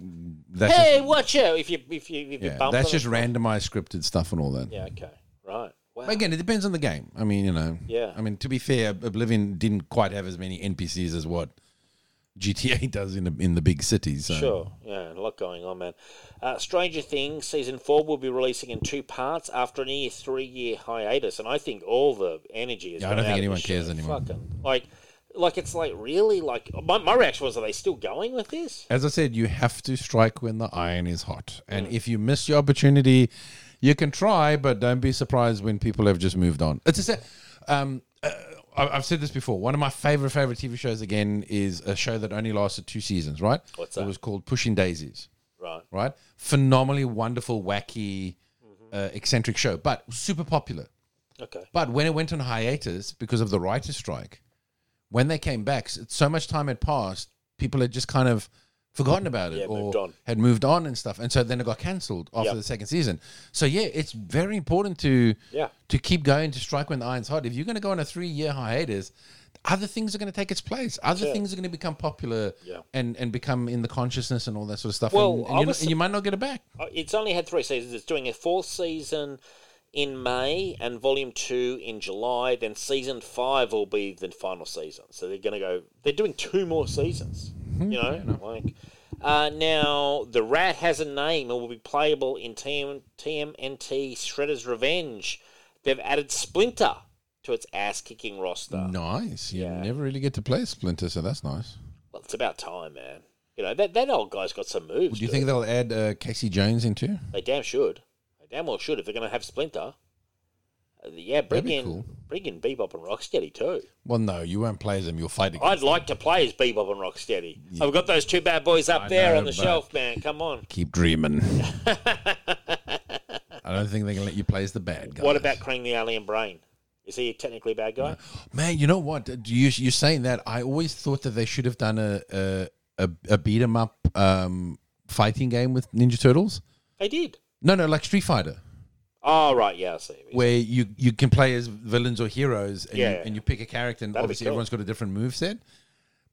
Speaker 5: that's just
Speaker 2: hey, watch out! If you if you if you
Speaker 5: Yeah,
Speaker 2: bump
Speaker 5: that's
Speaker 2: them.
Speaker 5: just randomized scripted stuff and all that.
Speaker 2: Yeah. Okay. Right. Wow.
Speaker 5: But again, it depends on the game. I mean, you know.
Speaker 2: Yeah.
Speaker 5: I mean, to be fair, Oblivion didn't quite have as many NPCs as what GTA does in the, in the big cities. So.
Speaker 2: Sure, yeah, a lot going on, man. Uh, Stranger Things season four will be releasing in two parts after an year three year hiatus, and I think all the energy is.
Speaker 5: Yeah, I don't think anyone cares anymore.
Speaker 2: Fucking, like, like it's like really like my, my reaction was, are they still going with this?
Speaker 5: As I said, you have to strike when the iron is hot, and if you miss your opportunity, you can try, but don't be surprised when people have just moved on. It's just, um, uh, I- I've said this before. One of my favorite favorite TV shows again is a show that only lasted two seasons. Right?
Speaker 2: What's
Speaker 5: It
Speaker 2: that?
Speaker 5: was called Pushing Daisies.
Speaker 2: Right.
Speaker 5: right? Phenomenally wonderful, wacky,
Speaker 2: Mm-hmm.
Speaker 5: uh, eccentric show, but super popular.
Speaker 2: Okay.
Speaker 5: But when it went on hiatus because of the writer's strike, when they came back, s- so much time had passed, people had just kind of forgotten about it
Speaker 2: Yeah,
Speaker 5: or
Speaker 2: moved on.
Speaker 5: had moved on and stuff. And so then it got cancelled after
Speaker 2: Yep.
Speaker 5: the second season. So yeah, it's very important to
Speaker 2: Yeah.
Speaker 5: to keep going to strike when the iron's hot. If you're going to go on a three year hiatus, other things are going to take its place. Other things are going to become popular
Speaker 2: Yeah.
Speaker 5: and, and become in the consciousness and all that sort of stuff.
Speaker 2: Well,
Speaker 5: and, and
Speaker 2: I
Speaker 5: you,
Speaker 2: was-
Speaker 5: and you might not get it back.
Speaker 2: Uh, It's only had three seasons. It's doing a fourth season in May and volume two in July. Then season five will be the final season. So they're going to go. They're doing two more seasons.
Speaker 5: Mm-hmm.
Speaker 2: You know, like uh, now the rat has a name and will be playable in TM, TMNT Shredder's Revenge. They've added Splinter to its ass-kicking roster.
Speaker 5: Nice. You
Speaker 2: Uh, Yeah.
Speaker 5: never really get to play Splinter, so that's nice.
Speaker 2: Well, it's about time, man. You know that that old guy's got some moves.
Speaker 5: Do you
Speaker 2: dude.
Speaker 5: think they'll add uh, Casey Jones into?
Speaker 2: They damn should. They damn well should if they're going to have Splinter. Uh, yeah, bring
Speaker 5: be
Speaker 2: in,
Speaker 5: cool.
Speaker 2: bring in Bebop and Rocksteady too.
Speaker 5: Well, no, you won't play as him. You'll fight against
Speaker 2: I'd like to play as Bebop and Rocksteady. I've got those two bad boys up
Speaker 5: I
Speaker 2: there
Speaker 5: know,
Speaker 2: on the
Speaker 5: but-
Speaker 2: shelf, man. Come on.
Speaker 5: Keep dreaming. I don't think they're going to let you play as the bad guy.
Speaker 2: What about Krang the Alien Brain? Is he a technically bad guy?
Speaker 5: Man, you know what? Do You, you're saying that. I always thought that they should have done a, a, a, a beat 'em up um, fighting game with Ninja Turtles.
Speaker 2: They did.
Speaker 5: No, no, like Street Fighter.
Speaker 2: Oh, right. Yeah, I see.
Speaker 5: where you you can play as villains or heroes and,
Speaker 2: Yeah.
Speaker 5: you, and you pick a character and
Speaker 2: That'd be
Speaker 5: obviously
Speaker 2: cool.
Speaker 5: everyone's got a different move set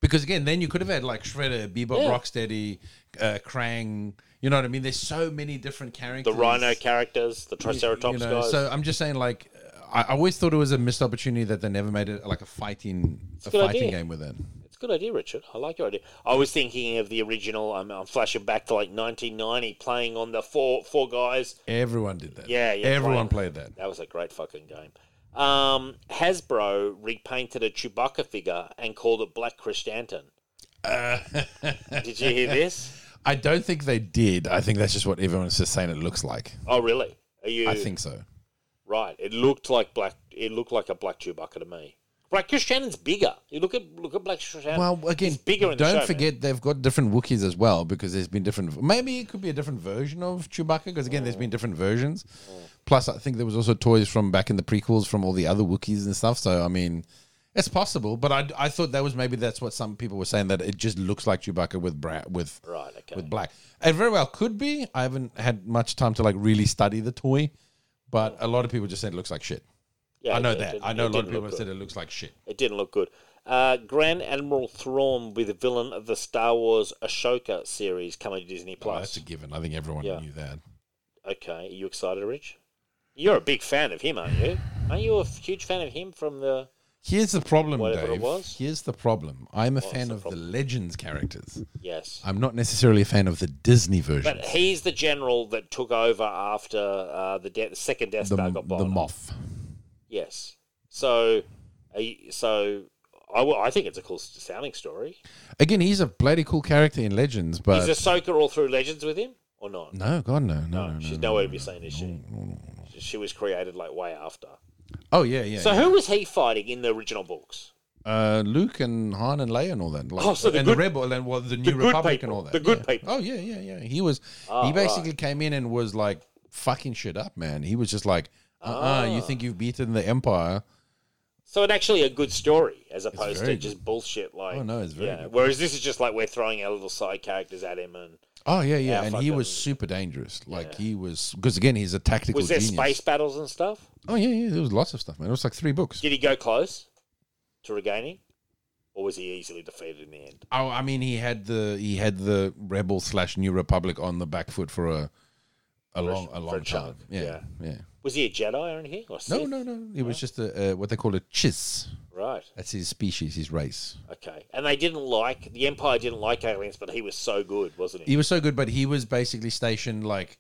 Speaker 5: because again then you could have had like shredder bebop
Speaker 2: Yeah.
Speaker 5: rocksteady uh, krang you know what i mean there's so many different characters
Speaker 2: the Rhino characters, the Triceratops
Speaker 5: you know,
Speaker 2: guys.
Speaker 5: so i'm just saying like I I always thought it was a missed opportunity that they never made it like a fighting, a,
Speaker 2: a good
Speaker 5: fighting
Speaker 2: idea.
Speaker 5: game with it.
Speaker 2: It's a good idea, Richard. I like your idea. I was thinking of the original. I'm, I'm flashing back to like 1990, playing on the four four guys.
Speaker 5: Everyone did that.
Speaker 2: Yeah, yeah,
Speaker 5: everyone
Speaker 2: playing-
Speaker 5: played that.
Speaker 2: That was a great fucking game. Um, Hasbro repainted a Chewbacca figure and called it Black Christanton.
Speaker 5: Uh,
Speaker 2: Did you hear this?
Speaker 5: I don't think they did. I think that's just what everyone's just saying it looks like.
Speaker 2: Oh, really? Are you?
Speaker 5: I think so.
Speaker 2: right. It looked like black. It looked like a black Chewbacca to me. Black Christianen's bigger. You look at look at Black Christianen.
Speaker 5: Well, again,
Speaker 2: He's bigger in the
Speaker 5: don't
Speaker 2: show,
Speaker 5: forget they've got different Wookiees as well because there's been different. Maybe it could be a different version of Chewbacca because again, there's been different versions. Plus, I think there was also toys from back in the prequels from all the other Wookiees and stuff. So I mean, It's possible, but I, I thought that was maybe that's what some people were saying that it just looks like Chewbacca with bra- with
Speaker 2: Right, okay.
Speaker 5: with black. It very well could be. I haven't had much time to like really study the toy, but a lot of people just said it looks like shit.
Speaker 2: Yeah,
Speaker 5: I know
Speaker 2: it- it
Speaker 5: that.
Speaker 2: didn't-
Speaker 5: I know a
Speaker 2: it
Speaker 5: lot of
Speaker 2: didn't look
Speaker 5: people have
Speaker 2: good.
Speaker 5: said it looks like shit.
Speaker 2: It didn't look good. Uh, Grand Admiral Thrawn will be the villain of the Star Wars Ashoka series coming to Disney
Speaker 5: Oh,
Speaker 2: Plus.
Speaker 5: that's a given. I think everyone
Speaker 2: Yeah.
Speaker 5: knew that.
Speaker 2: Okay, are you excited, Rich? You're a big fan of him, aren't you? Aren't you a f- huge fan of him from the?
Speaker 5: Here's the problem,
Speaker 2: Whatever it
Speaker 5: Dave.
Speaker 2: was.
Speaker 5: Here's the problem. I'm a fan
Speaker 2: the
Speaker 5: of
Speaker 2: problem?
Speaker 5: the Legends characters.
Speaker 2: Yes,
Speaker 5: I'm not necessarily a fan of the Disney version.
Speaker 2: but he's the general that took over after uh, the, de- the second Death
Speaker 5: The,
Speaker 2: Star got bombed.
Speaker 5: the Moth.
Speaker 2: Yes. So, are you- so I, will- I think it's a cool s- sounding story.
Speaker 5: Again, he's a bloody cool character in Legends,
Speaker 2: Is
Speaker 5: but
Speaker 2: Ahsoka all through Legends with him or not?
Speaker 5: no, God, no, no, no. no,
Speaker 2: she's
Speaker 5: no.
Speaker 2: nowhere to be seen, is she? She was created like way after.
Speaker 5: Oh yeah, yeah.
Speaker 2: So who was he fighting in the original books?
Speaker 5: uh, Luke and Han and Leia and all that. Like,
Speaker 2: Oh, so the
Speaker 5: and
Speaker 2: good-
Speaker 5: the Rebel and well, the New
Speaker 2: good
Speaker 5: Republic
Speaker 2: people,
Speaker 5: and all that.
Speaker 2: the good Ah,
Speaker 5: yeah.
Speaker 2: people.
Speaker 5: Oh yeah, yeah, yeah. He was. he basically came in and was like fucking shit up, man. He was just like, uh, uh
Speaker 2: Ah.
Speaker 5: you think you've beaten the Empire?
Speaker 2: So it actually a good story as opposed to
Speaker 5: very
Speaker 2: just bullshit like
Speaker 5: Oh, no, it's very
Speaker 2: yeah.
Speaker 5: good.
Speaker 2: Whereas this is just like we're throwing our little side characters at him and
Speaker 5: Oh yeah,
Speaker 2: Yeah,
Speaker 5: yeah. and he was
Speaker 2: fucking-
Speaker 5: super dangerous. Like he was because again, he's a tactical
Speaker 2: was there
Speaker 5: genius.
Speaker 2: space battles and stuff?
Speaker 5: Oh yeah, yeah. There was lots of stuff, man. It was like three books.
Speaker 2: Did he go close to regaining? Or was he easily defeated in the end?
Speaker 5: Oh, I mean, he had the he had the Rebel slash New Republic on the back foot for a a long a long
Speaker 2: for a
Speaker 5: time.
Speaker 2: chunk,
Speaker 5: Yeah, yeah.
Speaker 2: yeah. Was he a Jedi or anything? Or
Speaker 5: No,
Speaker 2: Sith?
Speaker 5: no, no. It was just a, uh, what they call a chiss.
Speaker 2: Right.
Speaker 5: That's his species, his race.
Speaker 2: Okay. And they didn't like the Empire didn't like aliens, but he was so good, wasn't he?
Speaker 5: He was so good, but he was basically stationed like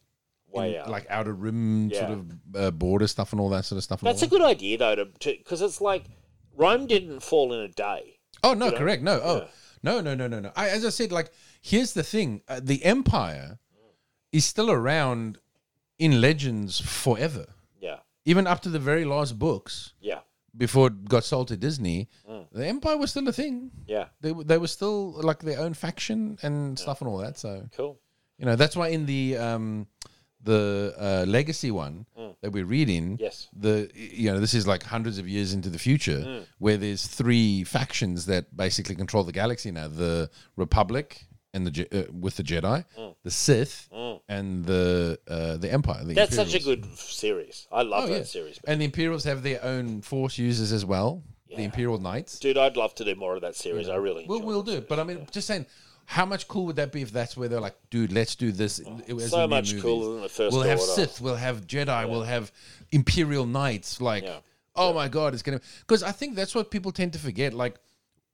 Speaker 5: in-
Speaker 2: Way out.
Speaker 5: like outer rim sort
Speaker 2: Oh, Yeah.
Speaker 5: of uh, border stuff and all that sort of stuff. and
Speaker 2: That's
Speaker 5: all
Speaker 2: a good idea though, to because it's like Rome didn't fall in a day.
Speaker 5: that. Oh no, correct. No, oh no, no, no, no, no. I, as I said, like here's the thing: uh, the empire is still around in legends forever,
Speaker 2: Yeah.
Speaker 5: even up to the very last books.
Speaker 2: Yeah.
Speaker 5: before it got sold to Disney, the Empire was still a thing.
Speaker 2: Yeah.
Speaker 5: They w- they were still like their own faction and stuff and all that. So
Speaker 2: Cool.
Speaker 5: you know that's why in the um the uh, legacy one that we're reading,
Speaker 2: Mm. Yes. Mm.
Speaker 5: the you know this is like hundreds of years into the future where there's three factions that basically control the galaxy now: the Republic. And the Je- uh, with the Jedi,
Speaker 2: Mm.
Speaker 5: the Sith, and the uh, the Empire. The
Speaker 2: That's such a
Speaker 5: Imperials.
Speaker 2: good f- series. I love
Speaker 5: Oh,
Speaker 2: that
Speaker 5: yeah.
Speaker 2: series. man.
Speaker 5: And the Imperials have their own Force users as well. The Imperial Knights.
Speaker 2: Dude, I'd love to do more of that series. I really
Speaker 5: We'll,
Speaker 2: enjoy
Speaker 5: we'll
Speaker 2: it.
Speaker 5: do it. But I mean, just saying, how much cool would that be if that's where they're like, dude, let's do this. as
Speaker 2: Oh, so
Speaker 5: in the
Speaker 2: much
Speaker 5: movies.
Speaker 2: cooler than the first
Speaker 5: We'll have
Speaker 2: order.
Speaker 5: Sith. We'll have Jedi. We'll have Imperial Knights. Like,
Speaker 2: Yeah.
Speaker 5: oh my god, it's gonna. Because I think that's what people tend to forget. Like,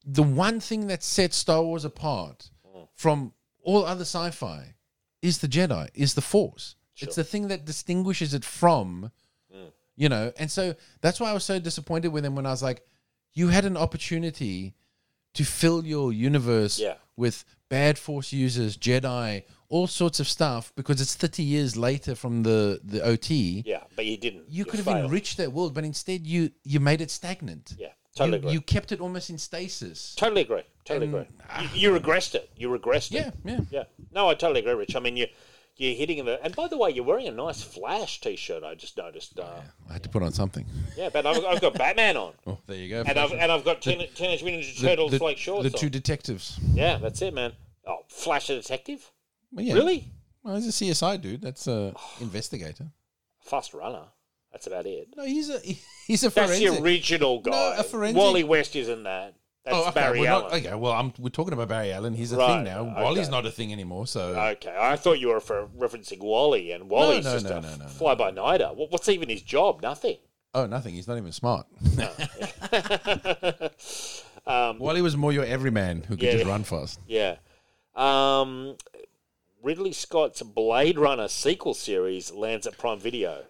Speaker 5: the one thing that sets Star Wars apart
Speaker 2: Mm.
Speaker 5: from all other sci-fi is the Jedi, is the Force. It's the thing that distinguishes it from,
Speaker 2: Mm.
Speaker 5: you know. And so that's why I was so disappointed with them when I was like, you had an opportunity to fill your universe
Speaker 2: Yeah.
Speaker 5: with bad Force users, Jedi, all sorts of stuff, because it's thirty years later from the the OT.
Speaker 2: Yeah, but you didn't.
Speaker 5: You could have
Speaker 2: failed.
Speaker 5: enriched that world, but instead you you made it stagnant.
Speaker 2: Yeah, totally
Speaker 5: You,
Speaker 2: agree.
Speaker 5: you kept it almost in stasis.
Speaker 2: Totally agree. Totally agree. You, you regressed it. You regressed
Speaker 5: Yeah,
Speaker 2: it.
Speaker 5: yeah.
Speaker 2: Yeah. No, I totally agree, Rich. I mean, you you're hitting the. And by the way, you're wearing a nice Flash T-shirt. I just noticed. Uh,
Speaker 5: I had to put on something.
Speaker 2: yeah. but I've, I've got Batman on,
Speaker 5: Oh, there you go.
Speaker 2: and I've and I've got Teen- Teenage Mutant Ninja Turtles
Speaker 5: the,
Speaker 2: like shorts
Speaker 5: the two
Speaker 2: on.
Speaker 5: detectives.
Speaker 2: yeah, that's it, man. Oh, Flash a detective?
Speaker 5: Well, yeah.
Speaker 2: Really?
Speaker 5: Well, he's a CSI dude. That's a investigator.
Speaker 2: Fast runner. That's about it.
Speaker 5: No, he's a he's a
Speaker 2: That's
Speaker 5: forensic.
Speaker 2: the original guy.
Speaker 5: a forensic-
Speaker 2: Wally West isn't that. That's
Speaker 5: Oh, okay.
Speaker 2: Barry
Speaker 5: we're
Speaker 2: Allen.
Speaker 5: not, okay, well, I'm, we're talking about Barry Allen. He's a
Speaker 2: Right,
Speaker 5: thing now.
Speaker 2: okay.
Speaker 5: Wally's not a thing anymore. So
Speaker 2: Okay, I thought you were for referencing Wally, and Wally's
Speaker 5: no,
Speaker 2: just
Speaker 5: no,
Speaker 2: a
Speaker 5: no, no, no.
Speaker 2: fly by nighter. What's even his job? Nothing.
Speaker 5: oh, nothing. He's not even smart. Wally was more your everyman who could
Speaker 2: Um, Yeah.
Speaker 5: just run fast.
Speaker 2: Yeah. Um, Ridley Scott's Blade Runner sequel series lands at Prime Video.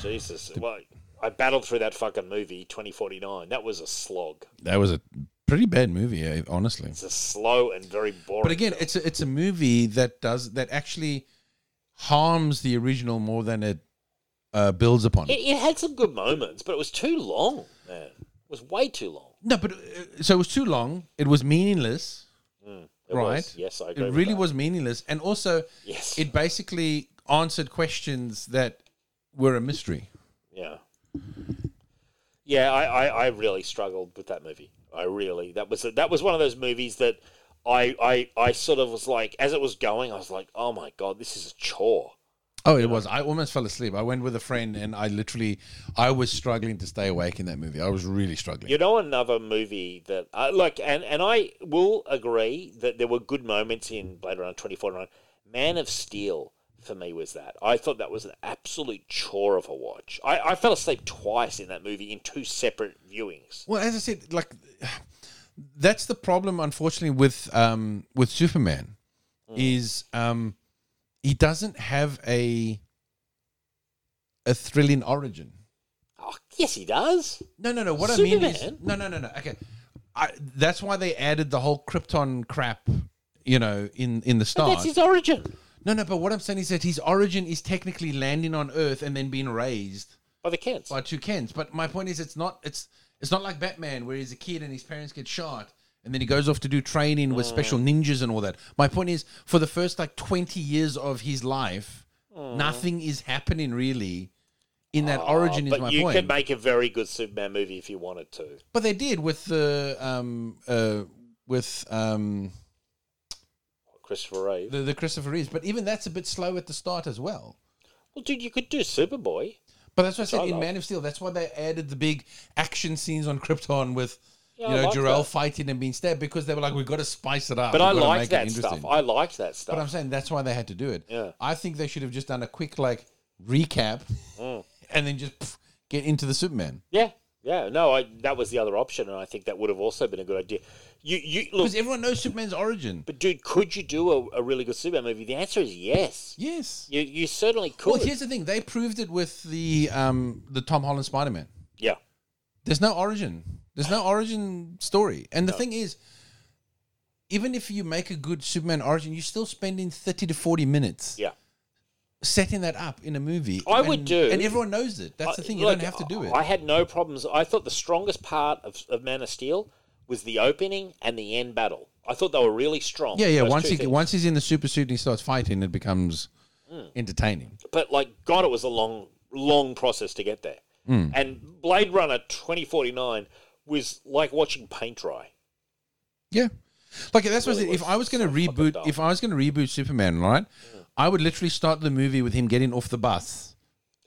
Speaker 2: Jesus. Well, I battled through that fucking movie, 2049. That was a slog.
Speaker 5: That was a pretty bad movie, eh, honestly.
Speaker 2: It's a slow and very boring.
Speaker 5: But again, it's a, it's a movie that does that actually harms the original more than it uh, builds upon.
Speaker 2: it, it had some good moments, but it was too long, man. It was way too long.
Speaker 5: No, but uh, so it was too long. It was meaningless,
Speaker 2: It was.
Speaker 5: right?
Speaker 2: Yes, I agree.
Speaker 5: It
Speaker 2: with
Speaker 5: really
Speaker 2: that.
Speaker 5: was meaningless, and also
Speaker 2: Yes.
Speaker 5: it basically answered questions that were a mystery.
Speaker 2: Yeah. Yeah, I, I, I really struggled with that movie. I really that was that was one of those movies that I, I I sort of was like as it was going, I was like, oh my god, this is a chore.
Speaker 5: Oh, it was. I almost fell asleep. I went with a friend, and I literally, I was struggling to stay awake in that movie. I was really struggling.
Speaker 2: You know, another movie that I look and and I will agree that there were good moments in Blade Runner twenty forty nine. Man of Steel for me was that. I thought that was an absolute chore of a watch. I, I fell asleep twice in that movie in two separate viewings.
Speaker 5: Well, as I said, like that's the problem, unfortunately, with um, with Superman,
Speaker 2: Hmm.
Speaker 5: is um, he doesn't have a a thrilling origin.
Speaker 2: Oh, yes, he does.
Speaker 5: No, no, no. What I mean is,
Speaker 2: Superman?
Speaker 5: no, no, no, no. Okay, I, that's why they added the whole Krypton crap, you know, in in the
Speaker 2: But
Speaker 5: start.
Speaker 2: that's his origin.
Speaker 5: no, no. But what I'm saying is that his origin is technically landing on Earth and then being raised
Speaker 2: By the kids.
Speaker 5: by two Kens. But my point is, it's not it's it's not like Batman where he's a kid and his parents get shot. And then he goes off to do training with special
Speaker 2: Mm.
Speaker 5: ninjas and all that. My point is, for the first like twenty years of his life,
Speaker 2: Mm.
Speaker 5: nothing is happening really in that origin. is
Speaker 2: Ah, but
Speaker 5: my
Speaker 2: you
Speaker 5: point.
Speaker 2: could make a very good Superman movie if you wanted to.
Speaker 5: But they did with the um uh with um
Speaker 2: Christopher Reeve.
Speaker 5: the, the Christopher Reeves. But even that's a bit slow at the start as well.
Speaker 2: Well, dude, you could do Superboy.
Speaker 5: But that's what I said
Speaker 2: I
Speaker 5: in
Speaker 2: love.
Speaker 5: Man of Steel. That's why they added the big action scenes on Krypton with
Speaker 2: Yeah,
Speaker 5: you
Speaker 2: I
Speaker 5: know
Speaker 2: like
Speaker 5: Jarell
Speaker 2: that.
Speaker 5: fighting and being stabbed because they were like we've got to spice it up.
Speaker 2: But I
Speaker 5: We've got to
Speaker 2: liked
Speaker 5: make it
Speaker 2: that
Speaker 5: interesting."
Speaker 2: stuff. I liked that
Speaker 5: But I'm
Speaker 2: stuff.
Speaker 5: saying that's why they had to do it.
Speaker 2: Yeah.
Speaker 5: I think they should have just done a quick like recap
Speaker 2: Mm.
Speaker 5: and then just pff, get into the Superman.
Speaker 2: Yeah, yeah. No, I, that was the other option, and I think that would have also been a good idea. You, you look,
Speaker 5: Because everyone knows Superman's origin.
Speaker 2: but dude, could you do a, a really good Superman movie? The answer is yes.
Speaker 5: Yes.
Speaker 2: You, you certainly could.
Speaker 5: Well, here's the thing. They proved it with the um, the Tom Holland Spider Man.
Speaker 2: yeah,
Speaker 5: There's no origin. There's no origin story. And the thing is, even if you make a good Superman origin, you're still spending thirty to forty minutes
Speaker 2: yeah.
Speaker 5: setting that up in a movie.
Speaker 2: I would
Speaker 5: And-
Speaker 2: do-
Speaker 5: and everyone knows it. That's the
Speaker 2: I-
Speaker 5: thing. You
Speaker 2: look,
Speaker 5: don't have to do it.
Speaker 2: I had no problems. I thought the strongest part of, of Man of Steel was the opening and the end battle. I thought they were really strong.
Speaker 5: yeah, yeah.
Speaker 2: those
Speaker 5: Once
Speaker 2: two
Speaker 5: he
Speaker 2: things.
Speaker 5: once he's in the super suit and he starts fighting, it becomes
Speaker 2: Mm.
Speaker 5: entertaining.
Speaker 2: but like god it was a long long process to get there
Speaker 5: Hmm.
Speaker 2: and blade runner 2049 was like watching paint dry
Speaker 5: Yeah. Like that's what I
Speaker 2: Really
Speaker 5: said. If
Speaker 2: was
Speaker 5: I was going to
Speaker 2: so fucking Mm.
Speaker 5: reboot,
Speaker 2: dumb.
Speaker 5: if I was going to reboot Superman, right, I would literally start the movie with him getting off the bus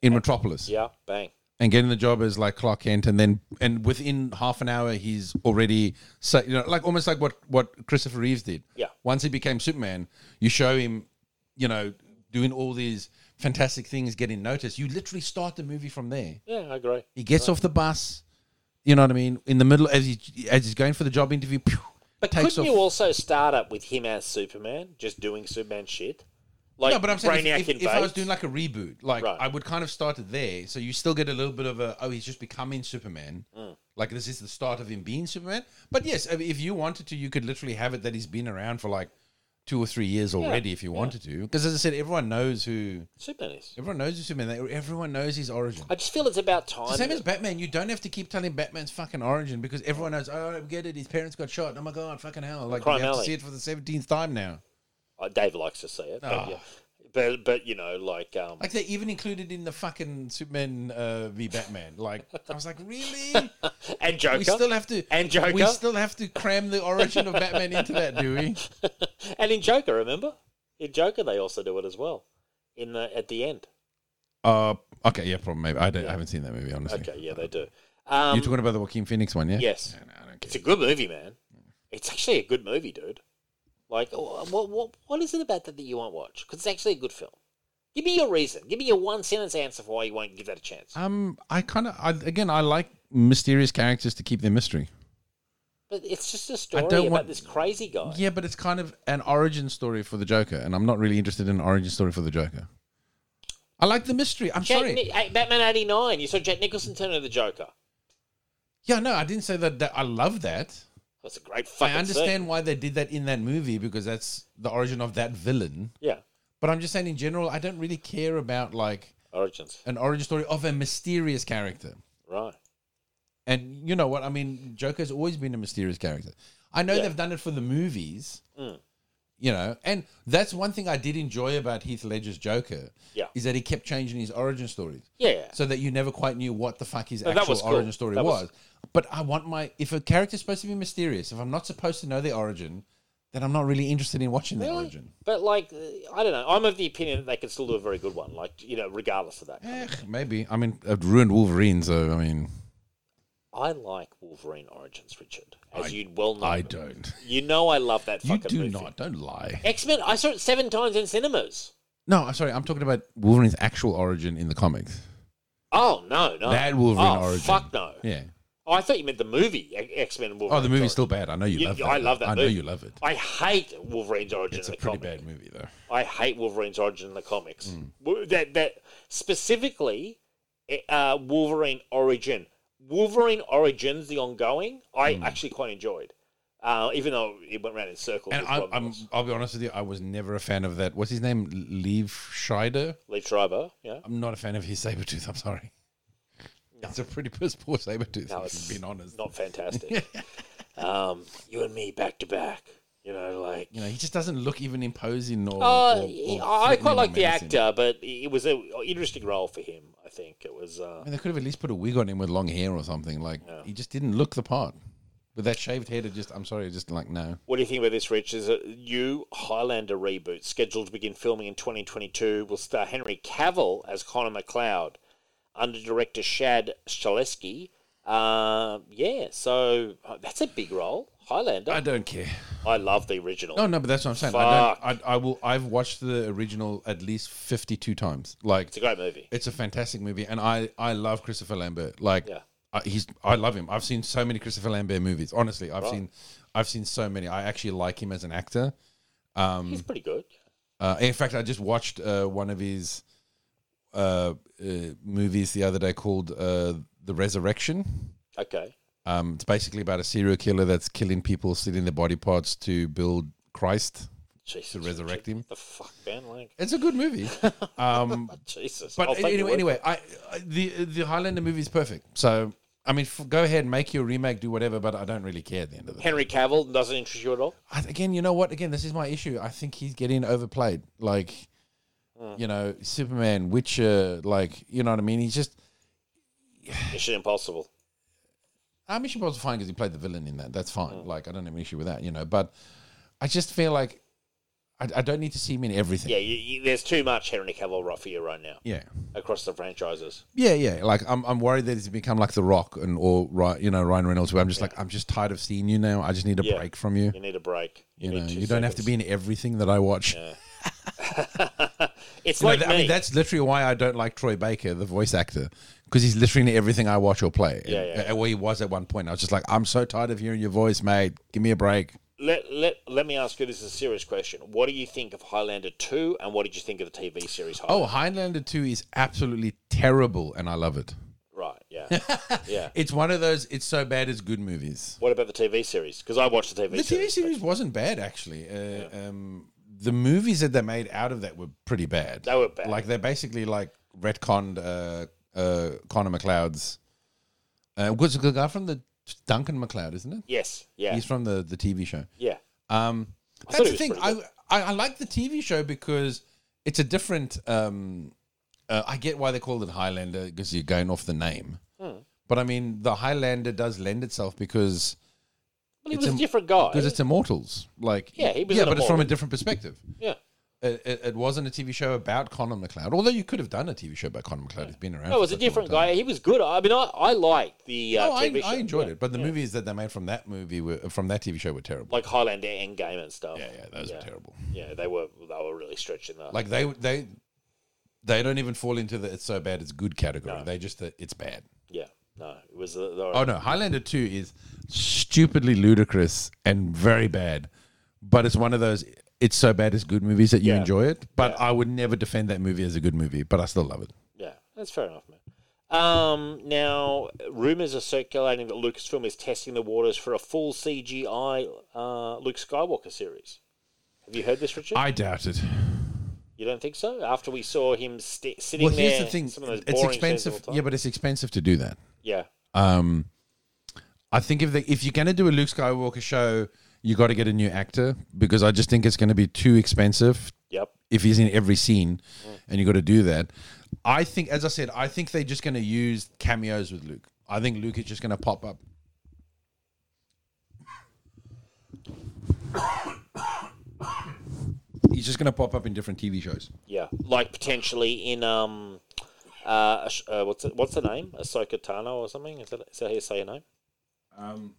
Speaker 5: in Metropolis.
Speaker 2: yeah bang
Speaker 5: and getting the job as like Clark Kent, and then and within half an hour he's already so you know like almost like what what Christopher Reeves did.
Speaker 2: Yeah.
Speaker 5: Once he became Superman, you show him, you know, doing all these fantastic things, getting noticed. You literally start the movie from there.
Speaker 2: yeah i agree
Speaker 5: He gets off the bus, you know what I mean, in the middle as he as he's going for the job interview. Pew,
Speaker 2: but
Speaker 5: takes
Speaker 2: couldn't
Speaker 5: off.
Speaker 2: you also start up with him as superman just doing superman shit like
Speaker 5: no, but I'm saying
Speaker 2: Brainiac
Speaker 5: if, if,
Speaker 2: and
Speaker 5: if I was
Speaker 2: Bates?
Speaker 5: doing like a reboot, like
Speaker 2: Right.
Speaker 5: I would kind of start it there, so you still get a little bit of a oh, he's just becoming Superman.
Speaker 2: Mm.
Speaker 5: Like this is the start of him being Superman. But yes, I mean, if you wanted to, you could literally have it that he's been around for like two or three years already, if you wanted to. Because as I said, everyone knows who
Speaker 2: superman is
Speaker 5: everyone knows who Superman. they- Everyone knows his origin.
Speaker 2: i just feel it's about
Speaker 5: It's
Speaker 2: time
Speaker 5: the same as Batman, you don't have to keep telling Batman's fucking origin because everyone knows. Oh, I get it. His parents got shot. Oh my god, fucking hell! Like
Speaker 2: Crime
Speaker 5: you have
Speaker 2: Alley.
Speaker 5: to see it for the seventeenth time now.
Speaker 2: Uh, dave likes to see it but,
Speaker 5: Ah.
Speaker 2: yeah. but but you know like um
Speaker 5: Like they even included in the fucking Superman uh, v Batman. Like I was like, really?
Speaker 2: and joker
Speaker 5: We still have to
Speaker 2: And Joker?
Speaker 5: We still have to cram the origin of Batman into that, do we?
Speaker 2: and in joker remember in joker they also do it as well in the at the end
Speaker 5: Uh, okay, yeah, probably. Maybe I, don't, I haven't seen that movie honestly.
Speaker 2: okay yeah they do um
Speaker 5: You're talking about the Joaquin Phoenix one, yeah?
Speaker 2: Yes.
Speaker 5: No, no, I don't
Speaker 2: It's a
Speaker 5: care.
Speaker 2: good movie, man. It's actually a good movie, dude. Like, wh- what what what is it about that that you won't watch? Because it's actually a good film. Give me your reason. Give me your one sentence answer for why you won't give that a chance.
Speaker 5: Um, I kind of I, again, I like mysterious characters to keep their mystery.
Speaker 2: But it's just a story
Speaker 5: don't
Speaker 2: about
Speaker 5: want-
Speaker 2: this crazy guy.
Speaker 5: Yeah, but it's kind of an origin story for the Joker, and I'm not really interested in an origin story for the Joker. I like the mystery. I'm
Speaker 2: Jack
Speaker 5: sorry.
Speaker 2: Ni- hey, Batman eighty nine. You saw Jack Nicholson turn into the Joker.
Speaker 5: yeah, no, I didn't say that, that I love that.
Speaker 2: That's a great fucking.
Speaker 5: I
Speaker 2: Scene.
Speaker 5: understand why they did that in that movie because that's the origin of that villain.
Speaker 2: Yeah,
Speaker 5: But I'm just saying, in general, I don't really care about like
Speaker 2: origins.
Speaker 5: an origin story of a mysterious character.
Speaker 2: Right.
Speaker 5: And you know what? I mean, Joker's always been a mysterious character. I know
Speaker 2: Yeah. Mm.
Speaker 5: they've done it for the movies. You know, and that's one thing I did enjoy about Heath Ledger's Joker.
Speaker 2: Yeah.
Speaker 5: is that he kept changing his origin stories.
Speaker 2: Yeah.
Speaker 5: so that you never quite knew what the fuck his
Speaker 2: that
Speaker 5: actual
Speaker 2: was cool.
Speaker 5: origin story
Speaker 2: That was-
Speaker 5: was. But I want my if a character's supposed to be mysterious, if I'm not supposed to know their origin, then I'm not really interested in watching their origin.
Speaker 2: But like, uh, I don't know. I'm of the opinion that they could still do a very good one. Like, you know, regardless of that.
Speaker 5: Eh, maybe. I mean, it ruined Wolverine, so I mean,
Speaker 2: I like Wolverine Origins, Richard, as you well know.
Speaker 5: I don't.
Speaker 2: You know, I love that.
Speaker 5: You
Speaker 2: fucking
Speaker 5: do
Speaker 2: movie.
Speaker 5: not. Don't lie.
Speaker 2: X Men. I saw it seven times in cinemas.
Speaker 5: No, I'm sorry. I'm talking about Wolverine's actual origin in the comics.
Speaker 2: Oh no, no.
Speaker 5: That Wolverine
Speaker 2: oh,
Speaker 5: origin.
Speaker 2: Fuck no.
Speaker 5: Yeah.
Speaker 2: Oh, I thought you meant the movie X Men. Wolverine.
Speaker 5: Oh, the movie's still bad. I know you,
Speaker 2: You-
Speaker 5: love that.
Speaker 2: I love that
Speaker 5: I know
Speaker 2: movie.
Speaker 5: you love it.
Speaker 2: I hate Wolverine's origin.
Speaker 5: It's
Speaker 2: in
Speaker 5: a
Speaker 2: the
Speaker 5: pretty
Speaker 2: comic.
Speaker 5: bad movie, though.
Speaker 2: I hate Wolverine's origin in the comics.
Speaker 5: Mm.
Speaker 2: Wo- That that specifically, eh, uh, Wolverine origin. Wolverine Origins, the ongoing, I
Speaker 5: Mm.
Speaker 2: actually quite enjoyed, uh, even though it went round in circles.
Speaker 5: And
Speaker 2: with
Speaker 5: I,
Speaker 2: Rob
Speaker 5: I'm,
Speaker 2: Mills.
Speaker 5: I'll be honest with you. I was never a fan of that. What's his name? Leave Scheider.
Speaker 2: Lee Schreiber, yeah.
Speaker 5: I'm not a fan of his saber tooth. I'm sorry. It's a pretty piss poor saber tooth.
Speaker 2: No,
Speaker 5: if
Speaker 2: it's
Speaker 5: I'm being honest.
Speaker 2: Not fantastic. um, you and me back to back. You know, like
Speaker 5: You know, he just doesn't look even imposing or.
Speaker 2: Uh,
Speaker 5: or- or
Speaker 2: I
Speaker 5: threatening
Speaker 2: quite
Speaker 5: or
Speaker 2: like the
Speaker 5: menacing.
Speaker 2: actor, but it was an interesting role for him. I think it was. Uh,
Speaker 5: I mean, they could have at least put a wig on him with long hair or something. Like he just didn't look the part. With that shaved head, it just I'm sorry, it just like no.
Speaker 2: what do you think about this, Rich? Is a new Highlander reboot scheduled to begin filming in 2022 will star Henry Cavill as Connor McLeod under director Shad Shaleski. Uh, yeah, so uh, that's a big role. Highlander.
Speaker 5: I
Speaker 2: I,
Speaker 5: don't care.
Speaker 2: love the original.
Speaker 5: No, no, but that's what I'm saying. I,
Speaker 2: Fuck.
Speaker 5: don't, I, I will. I've watched the original at least 52 times. Like
Speaker 2: It's a great movie.
Speaker 5: it's a fantastic movie, and I I love Christopher Lambert. Like,
Speaker 2: Yeah.
Speaker 5: I, he's I love him. I've seen so many Christopher Lambert movies. Honestly, I've seen I've seen so many. I actually like him as an actor.
Speaker 2: He's pretty good.
Speaker 5: Uh, in fact, I just watched uh, one of his uh, uh, movies the other day called uh, The Resurrection.
Speaker 2: Okay.
Speaker 5: Um, it's basically about a serial killer that's killing people, stealing their body parts to build Christ
Speaker 2: Jesus.
Speaker 5: to resurrect him.
Speaker 2: The fuck, Ben? Like,
Speaker 5: It's a good movie. Um,
Speaker 2: Jesus. Oh, I'll
Speaker 5: But
Speaker 2: take your word
Speaker 5: anyway,
Speaker 2: for it.
Speaker 5: anyway, I, I the the Highlander movie is perfect. So I mean, f- go ahead, make your remake, do whatever. But I don't really care at the end of the day.
Speaker 2: Henry Cavill doesn't interest you at all?
Speaker 5: I, again, you know what? Again, this is my issue. I think he's getting overplayed. Like, you know, Superman, Witcher, like you know what I mean. He's just.
Speaker 2: Mission Impossible.
Speaker 5: I'm actually was fine because he played the villain in that. That's fine. Like I don't have an issue with that, you know. But I just feel like I, I don't need to see him in everything.
Speaker 2: Yeah, you, you, there's too much Henry Cavill right for you right now
Speaker 5: yeah.
Speaker 2: across the franchises.
Speaker 5: Yeah, yeah. Like I'm, I'm worried that he's become like The Rock and or Ry- you know Ryan Reynolds, where I'm just like I'm just tired of seeing you now. I just need a
Speaker 2: Yeah.
Speaker 5: break from you.
Speaker 2: You need a break.
Speaker 5: You,
Speaker 2: need
Speaker 5: know, you
Speaker 2: two
Speaker 5: don't have to be in everything that I watch.
Speaker 2: seconds. It's
Speaker 5: You know,
Speaker 2: like
Speaker 5: th-
Speaker 2: me.
Speaker 5: I mean, that's literally why I don't like Troy Baker, the voice actor, because he's literally in everything I watch or play.
Speaker 2: Yeah,
Speaker 5: And-
Speaker 2: yeah, yeah.
Speaker 5: uh, Where he was at one point, I was just like, I'm so tired of hearing your voice, mate. Give me a break.
Speaker 2: let, let, let me ask you this is a serious question. What do you think of Highlander 2 and what did you think of the TV series
Speaker 5: Oh,
Speaker 2: Highlander?
Speaker 5: Highlander Two is absolutely terrible, and I love it.
Speaker 2: Right, yeah. yeah.
Speaker 5: It's one of those. It's so bad it's good movies.
Speaker 2: What about the TV series? Because I watched the TV
Speaker 5: The TV
Speaker 2: series.
Speaker 5: series wasn't bad actually. Uh, um, the movies that they made out of that were pretty bad.
Speaker 2: They were bad.
Speaker 5: Like they basically like retconned uh, uh, Connor McLeod's. Uh, was the guy from the Duncan McLeod, isn't it?
Speaker 2: Yes, yeah.
Speaker 5: He's from the the TV show.
Speaker 2: yeah.
Speaker 5: Um,
Speaker 2: I thought
Speaker 5: that's
Speaker 2: it
Speaker 5: the
Speaker 2: was
Speaker 5: thing.
Speaker 2: pretty
Speaker 5: I,
Speaker 2: good.
Speaker 5: I I like the TV show because it's a different. Um, uh, I get why they called it Highlander because you're going off the name.
Speaker 2: Hmm.
Speaker 5: But I mean, the Highlander does lend itself because
Speaker 2: Well, he
Speaker 5: it's
Speaker 2: was a,
Speaker 5: a-
Speaker 2: different guy.
Speaker 5: because it's Immortals. Like
Speaker 2: Yeah, he was
Speaker 5: yeah,
Speaker 2: an
Speaker 5: but it's from a
Speaker 2: immortal.
Speaker 5: different perspective.
Speaker 2: yeah.
Speaker 5: It, it, it wasn't a TV show about Conor McLeod, although you could have done a TV show about Conor McLeod. He's been around.
Speaker 2: No, it was a different guy. He was good. I mean, I, I liked the uh,
Speaker 5: Oh, I,
Speaker 2: TV show.
Speaker 5: I enjoyed
Speaker 2: yeah.
Speaker 5: it, but the movies that they made from that movie were from that TV show were terrible.
Speaker 2: Like Highlander Endgame and stuff.
Speaker 5: yeah, yeah, those were terrible.
Speaker 2: Yeah, they were they were really stretching that.
Speaker 5: Like they they they don't even fall into the it's so bad it's good category. They just the, it's bad.
Speaker 2: yeah, no, it was uh, the, the
Speaker 5: Oh no, Highlander Two is stupidly ludicrous and very bad, but it's one of those it's so bad it's good movies that you
Speaker 2: Yeah.
Speaker 5: enjoy it. But I would never defend that movie as a good movie, but I still love it.
Speaker 2: yeah, that's fair enough, man. Um, now rumors are circulating that Lucasfilm is testing the waters for a full CGI uh, Luke Skywalker series. Have you heard this, Richard?
Speaker 5: I doubt it.
Speaker 2: you don't think so? After we saw him sti- sitting
Speaker 5: Well, here's
Speaker 2: there,
Speaker 5: the thing:
Speaker 2: some of those
Speaker 5: it's
Speaker 2: boring scenes
Speaker 5: expensive.
Speaker 2: all the
Speaker 5: Yeah,
Speaker 2: time.
Speaker 5: but it's expensive to do that.
Speaker 2: yeah,
Speaker 5: Um, I think if they, if you're going to do a Luke Skywalker show you got to get a new actor because I just think it's going to be too expensive
Speaker 2: Yep.
Speaker 5: if he's in every scene and you got to do that. I think, as I said, I think they're just going to use cameos with Luke. I think Luke is just going to pop up. He's just going to pop up in different TV shows.
Speaker 2: Yeah. Like potentially in um, uh, Ash- uh what's it, what's the name? Ahsoka Tano or something? Is that is that how you say her name?
Speaker 5: Um,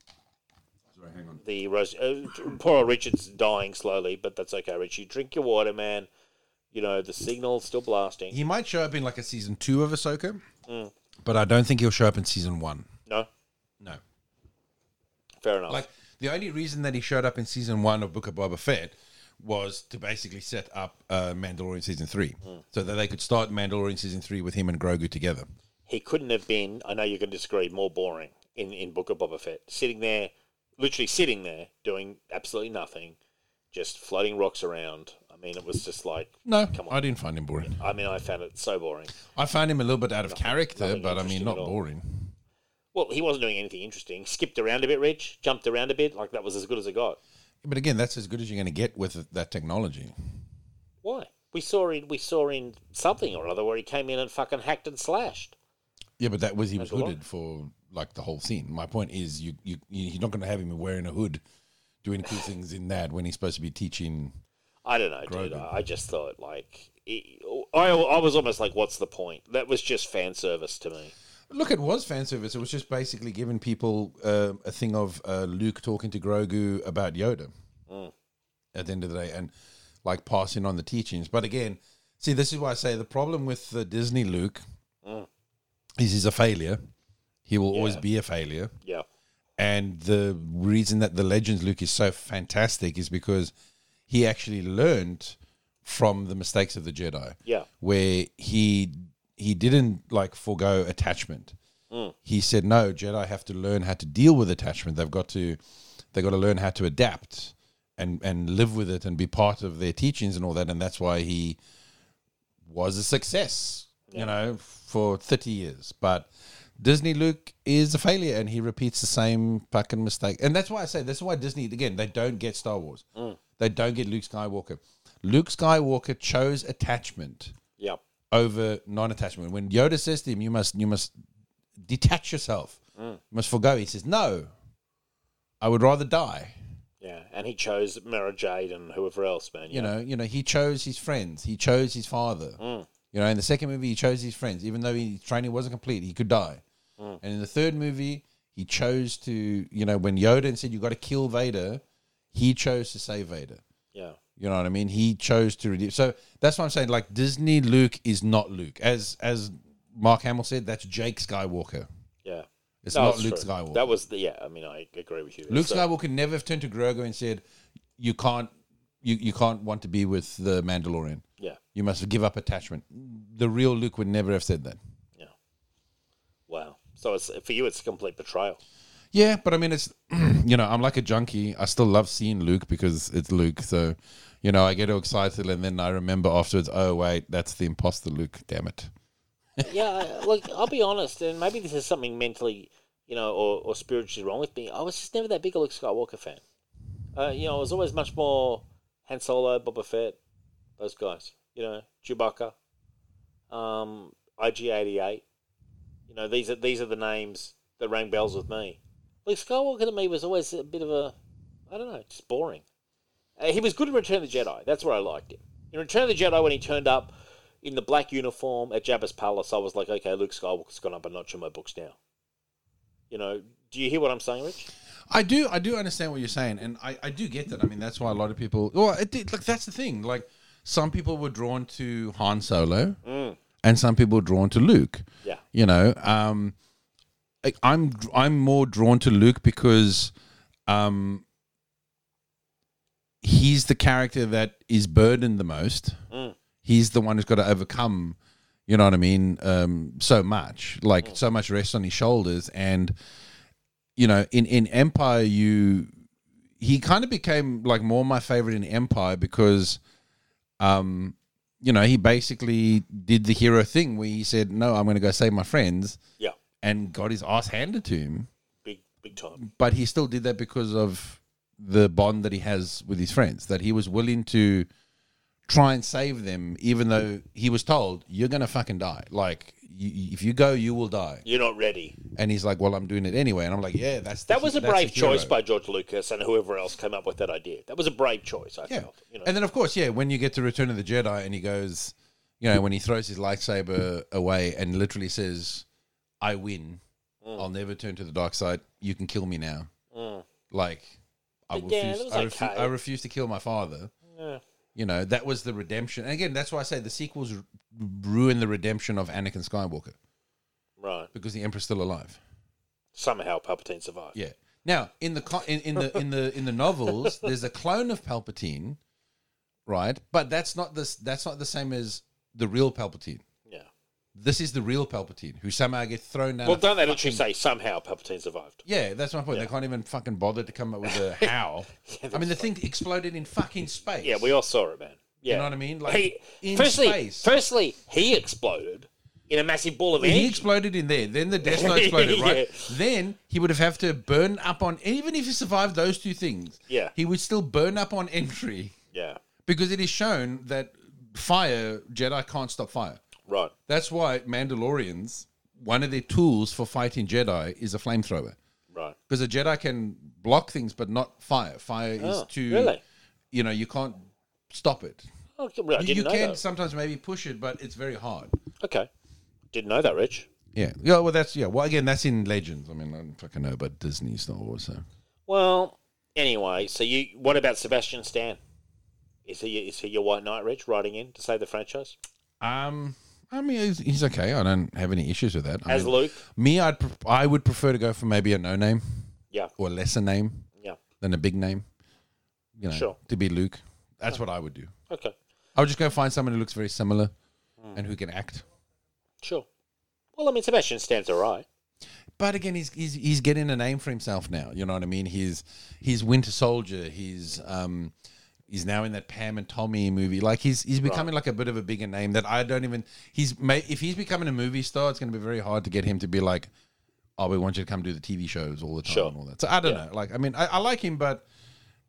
Speaker 5: sorry, hang on.
Speaker 2: The Rose. Uh, poor old Richard's dying slowly, but that's okay. Richie, drink your water, man. You know the signal's still blasting.
Speaker 5: He might show up in like a season two of Ahsoka, but I don't think he'll show up in season one.
Speaker 2: No,
Speaker 5: No.
Speaker 2: fair enough.
Speaker 5: Like the only reason that he showed up in season one of Book of Boba Fett was to basically set up uh, Mandalorian season three,
Speaker 2: Hmm.
Speaker 5: so that they could start Mandalorian season three with him and Grogu together.
Speaker 2: he couldn't have been. I know you're going to disagree. More boring in in Book of Boba Fett, sitting there, literally sitting there, doing absolutely nothing, just floating rocks around. I mean, it was just like.
Speaker 5: No,
Speaker 2: Come on.
Speaker 5: I didn't find him boring.
Speaker 2: I mean, I found it so boring.
Speaker 5: I found him a little bit out of character,
Speaker 2: nothing
Speaker 5: but I mean
Speaker 2: interesting
Speaker 5: not
Speaker 2: at all.
Speaker 5: boring.
Speaker 2: Well, he wasn't doing anything interesting. Skipped around a bit, Rich. Jumped around a bit. Like that was as good as it got.
Speaker 5: But again, that's as good as you're going to get with that technology.
Speaker 2: Why? We saw in we saw in something or other where he came in and fucking hacked and slashed.
Speaker 5: Yeah, but that was he was
Speaker 2: That's a lot.
Speaker 5: hooded for like the whole scene. My point is, you you you're not going to have him wearing a hood, doing cool things in that when he's supposed to be teaching.
Speaker 2: I don't know, dude.
Speaker 5: Grogu.
Speaker 2: I I just thought like it, I I was almost like, what's the point? That was just fan service to me.
Speaker 5: Look, it was fan service. It was just basically giving people uh, a thing of uh, Luke talking to Grogu about Yoda at the end of the day, and like passing on the teachings. But again, see, this is why I say the problem with the Disney Luke is he's a failure. He will always
Speaker 2: Yeah.
Speaker 5: be a failure.
Speaker 2: Yeah,
Speaker 5: And the reason that the Legends Luke is so fantastic is because he actually learned from the mistakes of the Jedi.
Speaker 2: Yeah.
Speaker 5: Where he he didn't like forego attachment. He said, No, Jedi have to learn how to deal with attachment. They've got to they've got to learn how to adapt and and live with it and be part of their teachings and all that. And that's why he was a success, you know, for 30 years. But Disney Luke is a failure and he repeats the same fucking mistake. And that's why I say, this is why Disney, again, they don't get Star Wars. They don't get Luke Skywalker. Luke Skywalker chose attachment
Speaker 2: yeah,
Speaker 5: over non-attachment. When Yoda says to him, "You must, you must detach yourself, you must forego," he says, "No, I would rather die."
Speaker 2: yeah. And he chose Mara Jade and whoever else, man.
Speaker 5: you know, you know, he chose his friends. He chose his father. You know, in the second movie, he chose his friends, even though his training wasn't complete. He could die. And in the third movie, he chose to, you know, when Yoda said you got to kill Vader, he chose to save Vader.
Speaker 2: yeah,
Speaker 5: You know what I mean? He chose to redeem. So that's what I'm saying. Like Disney Luke is not Luke, as as Mark Hamill said. That's Jake Skywalker.
Speaker 2: yeah.
Speaker 5: It's
Speaker 2: No,
Speaker 5: not
Speaker 2: it's
Speaker 5: Luke
Speaker 2: true.
Speaker 5: Skywalker.
Speaker 2: That was the yeah. I mean, I agree with you.
Speaker 5: Luke
Speaker 2: So-
Speaker 5: Skywalker never turned to Grogu and said, "You can't, you you can't want to be with the Mandalorian."
Speaker 2: Yeah,
Speaker 5: You must give up attachment. The real Luke would never have said that.
Speaker 2: yeah. Wow. So it's for you, it's a complete betrayal.
Speaker 5: Yeah, but I mean, it's you know, I'm like a junkie. I still love seeing Luke because it's Luke. So, you know, I get all excited, and then I remember afterwards. Oh wait, that's the imposter Luke. Damn it.
Speaker 2: yeah, I- like I'll be honest, and maybe this is something mentally, you know, or, or spiritually wrong with me. I was just never that big a Luke Skywalker fan. Uh, you know, I was always much more Han Solo, Boba Fett, those guys. You know, Chewbacca, um, IG88. You know, these are these are the names that rang bells with me. Luke Skywalker to me was always a bit of a, I don't know, just boring. Uh, he was good in Return of the Jedi. That's where I liked him. In Return of the Jedi, when he turned up in the black uniform at Jabba's palace, I was like, okay, Luke Skywalker's gone up a notch in my books now. You know, do you hear what I'm saying, Rich?
Speaker 5: I do, I do understand what you're saying, and I, I do get that. I mean, that's why a lot of people. Well, it did, like that's the thing. Like some people were drawn to Han Solo, and some people were drawn to Luke.
Speaker 2: Yeah.
Speaker 5: you know, um, I, I'm I'm more drawn to Luke because, um, he's the character that is burdened the most. He's the one who's got to overcome. You know what I mean? Um, so much, like so much rests on his shoulders, and you know, in in Empire, you he kind of became like more my favorite in Empire because, um, you know, he basically did the hero thing where he said, "No, I'm going to go save my friends,"
Speaker 2: Yeah,
Speaker 5: and got his ass handed to him.
Speaker 2: big, big time.
Speaker 5: But he still did that because of the bond that he has with his friends. That he was willing to try and save them, even though he was told, "You're gonna fucking die. Like, you, if you go, you will die."
Speaker 2: You're not ready.
Speaker 5: And he's like, "Well, I'm doing it anyway." And I'm like, "Yeah, that's the
Speaker 2: That was
Speaker 5: he-
Speaker 2: a
Speaker 5: that's
Speaker 2: brave
Speaker 5: the hero."
Speaker 2: choice by George Lucas and whoever else came up with that idea. That was a brave choice, I
Speaker 5: Yeah.
Speaker 2: felt. You know,
Speaker 5: And then, of course, yeah, when you get to Return of the Jedi and he goes, you know, when he throws his lightsaber away and literally says, I win.
Speaker 2: Mm.
Speaker 5: I'll never turn to the dark side. You can kill me now. Like, I,
Speaker 2: But yeah,
Speaker 5: refuse,
Speaker 2: that was
Speaker 5: I, refu-
Speaker 2: okay.
Speaker 5: I refuse to kill my father. You know, that was the redemption. And again, that's why I say the sequels r- ruin the redemption of Anakin Skywalker
Speaker 2: right.
Speaker 5: because the Emperor's still alive.
Speaker 2: Somehow Palpatine survived.
Speaker 5: Yeah. Now, in the co- in, in the in the in the novels, there's a clone of Palpatine, right? But that's not this. That's not the same as the real Palpatine.
Speaker 2: Yeah.
Speaker 5: This is the real Palpatine who somehow gets thrown down.
Speaker 2: Well,
Speaker 5: a-
Speaker 2: don't they literally say somehow Palpatine survived?
Speaker 5: yeah, that's my point. They can't even fucking bother to come up with a how. I mean, the thing exploded in fucking space.
Speaker 2: Yeah, we all saw it, man. Yeah.
Speaker 5: You know what I mean? Like
Speaker 2: he,
Speaker 5: in
Speaker 2: firstly,
Speaker 5: space.
Speaker 2: firstly, he exploded in a massive ball of
Speaker 5: he
Speaker 2: energy.
Speaker 5: exploded in there. Then the Death Star exploded, right?
Speaker 2: Yeah.
Speaker 5: Then he would have have to burn up on. Even if he survived those two things,
Speaker 2: Yeah.
Speaker 5: he would still burn up on entry.
Speaker 2: yeah.
Speaker 5: because it is shown that fire Jedi can't stop fire.
Speaker 2: Right.
Speaker 5: That's why Mandalorians, one of their tools for fighting Jedi is a flamethrower,
Speaker 2: Right.
Speaker 5: because a Jedi can block things but not fire. Fire is
Speaker 2: Oh,
Speaker 5: too,
Speaker 2: really?
Speaker 5: you know, you can't stop it.
Speaker 2: Oh, Okay, well, I
Speaker 5: You,
Speaker 2: didn't
Speaker 5: you
Speaker 2: know
Speaker 5: can
Speaker 2: that.
Speaker 5: sometimes maybe push it, but it's very hard.
Speaker 2: Okay. Didn't know that, Rich.
Speaker 5: Yeah, yeah. Well, that's yeah. Well, again, that's in Legends. I mean, I don't fucking know about Disney Star Wars. So
Speaker 2: Well, anyway, so you what about Sebastian Stan? Is he is he your white knight, Rich, riding in to save the franchise
Speaker 5: um. I mean, he's, he's okay. I don't have any issues with that. I
Speaker 2: as
Speaker 5: mean,
Speaker 2: Luke?
Speaker 5: me, I'd pre- I would prefer to go for maybe a no name.
Speaker 2: Yeah.
Speaker 5: or a lesser name
Speaker 2: Yeah.
Speaker 5: than a big name. You know,
Speaker 2: Sure.
Speaker 5: to be Luke. That's what I would do.
Speaker 2: Okay.
Speaker 5: I would just go find someone who looks very similar and who can act.
Speaker 2: Sure. Well, I mean, Sebastian Stan's all right.
Speaker 5: But again, he's, he's he's getting a name for himself now. You know what I mean? He's he's Winter Soldier. He's um he's now in that Pam and Tommy movie. Like he's he's becoming like a bit of a bigger name that I don't even. He's ma- if he's becoming a movie star, it's going to be very hard to get him to be like, oh, we want you to come do the TV shows all the time
Speaker 2: Sure.
Speaker 5: and all that. So I don't know. Like I mean, I, I like him, but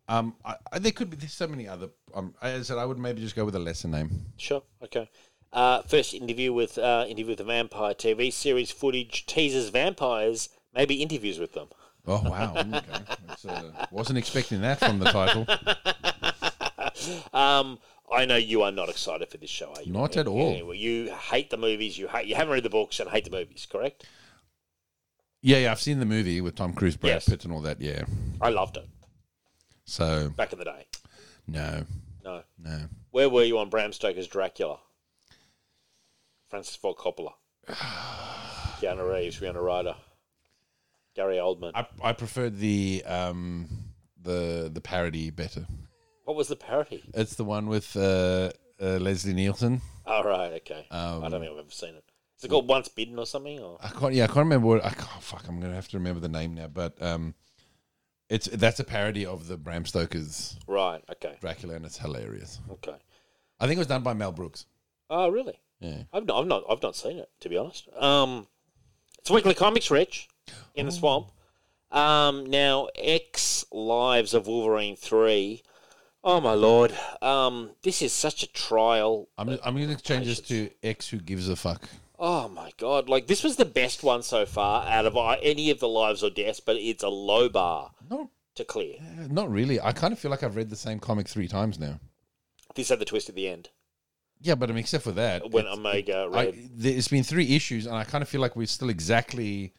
Speaker 5: um, I, I, there could be there's so many other. Um, as I said, I would maybe just go with a lesser name.
Speaker 2: Sure. Okay. Uh, first interview with uh, interview with the vampire TV series footage teases vampires, maybe interviews with them.
Speaker 5: Oh wow, okay. That's, uh, wasn't expecting that from the title.
Speaker 2: Um, I know you are not excited for this show, are you?
Speaker 5: Not at all.
Speaker 2: Anyway, you hate the movies. You hate. You haven't read the books and hate the movies, correct?
Speaker 5: Yeah, yeah, I've seen the movie with Tom Cruise, Brad
Speaker 2: Yes.
Speaker 5: Pitt, and all that. Yeah.
Speaker 2: I loved it
Speaker 5: So
Speaker 2: back in the day.
Speaker 5: no,
Speaker 2: No.
Speaker 5: no.
Speaker 2: Where were you on Bram Stoker's Dracula? Francis Ford Coppola. Keanu Reeves, Rihanna Ryder, Gary Oldman.
Speaker 5: I, I preferred the um the the parody better.
Speaker 2: What was the parody?
Speaker 5: It's the one with uh, uh Leslie Nielsen.
Speaker 2: All Oh, right, okay. I
Speaker 5: Um,
Speaker 2: don't think I've ever seen it. Is it called Once Bidden or something? Or
Speaker 5: I can't. Yeah, I can't remember. What, I can't. oh, Fuck. I'm gonna have to remember the name now. But um, it's that's a parody of the Bram Stoker's
Speaker 2: right, okay,
Speaker 5: Dracula, and it's hilarious.
Speaker 2: okay.
Speaker 5: I think it was done by Mel Brooks.
Speaker 2: Oh, really?
Speaker 5: Yeah.
Speaker 2: I've not, I've not, I've not seen it to be honest. Um, it's Weekly Comics, Rich, in the swamp. Um, now X Lives of Wolverine three. Oh my lord! Um, this is such a trial.
Speaker 5: I'm I'm gonna change this to X Who Gives a Fuck.
Speaker 2: Oh my god! Like this was the best one so far out of uh, any of the lives or deaths, but it's a low bar
Speaker 5: No,
Speaker 2: to clear.
Speaker 5: uh, not really. I kind of feel like I've read the same comic three times now.
Speaker 2: This had the twist at the end
Speaker 5: Yeah, but I mean, except for that,
Speaker 2: when
Speaker 5: it's-
Speaker 2: Omega
Speaker 5: I,
Speaker 2: read.
Speaker 5: there- it's been three issues, and I kind of feel like we're still exactly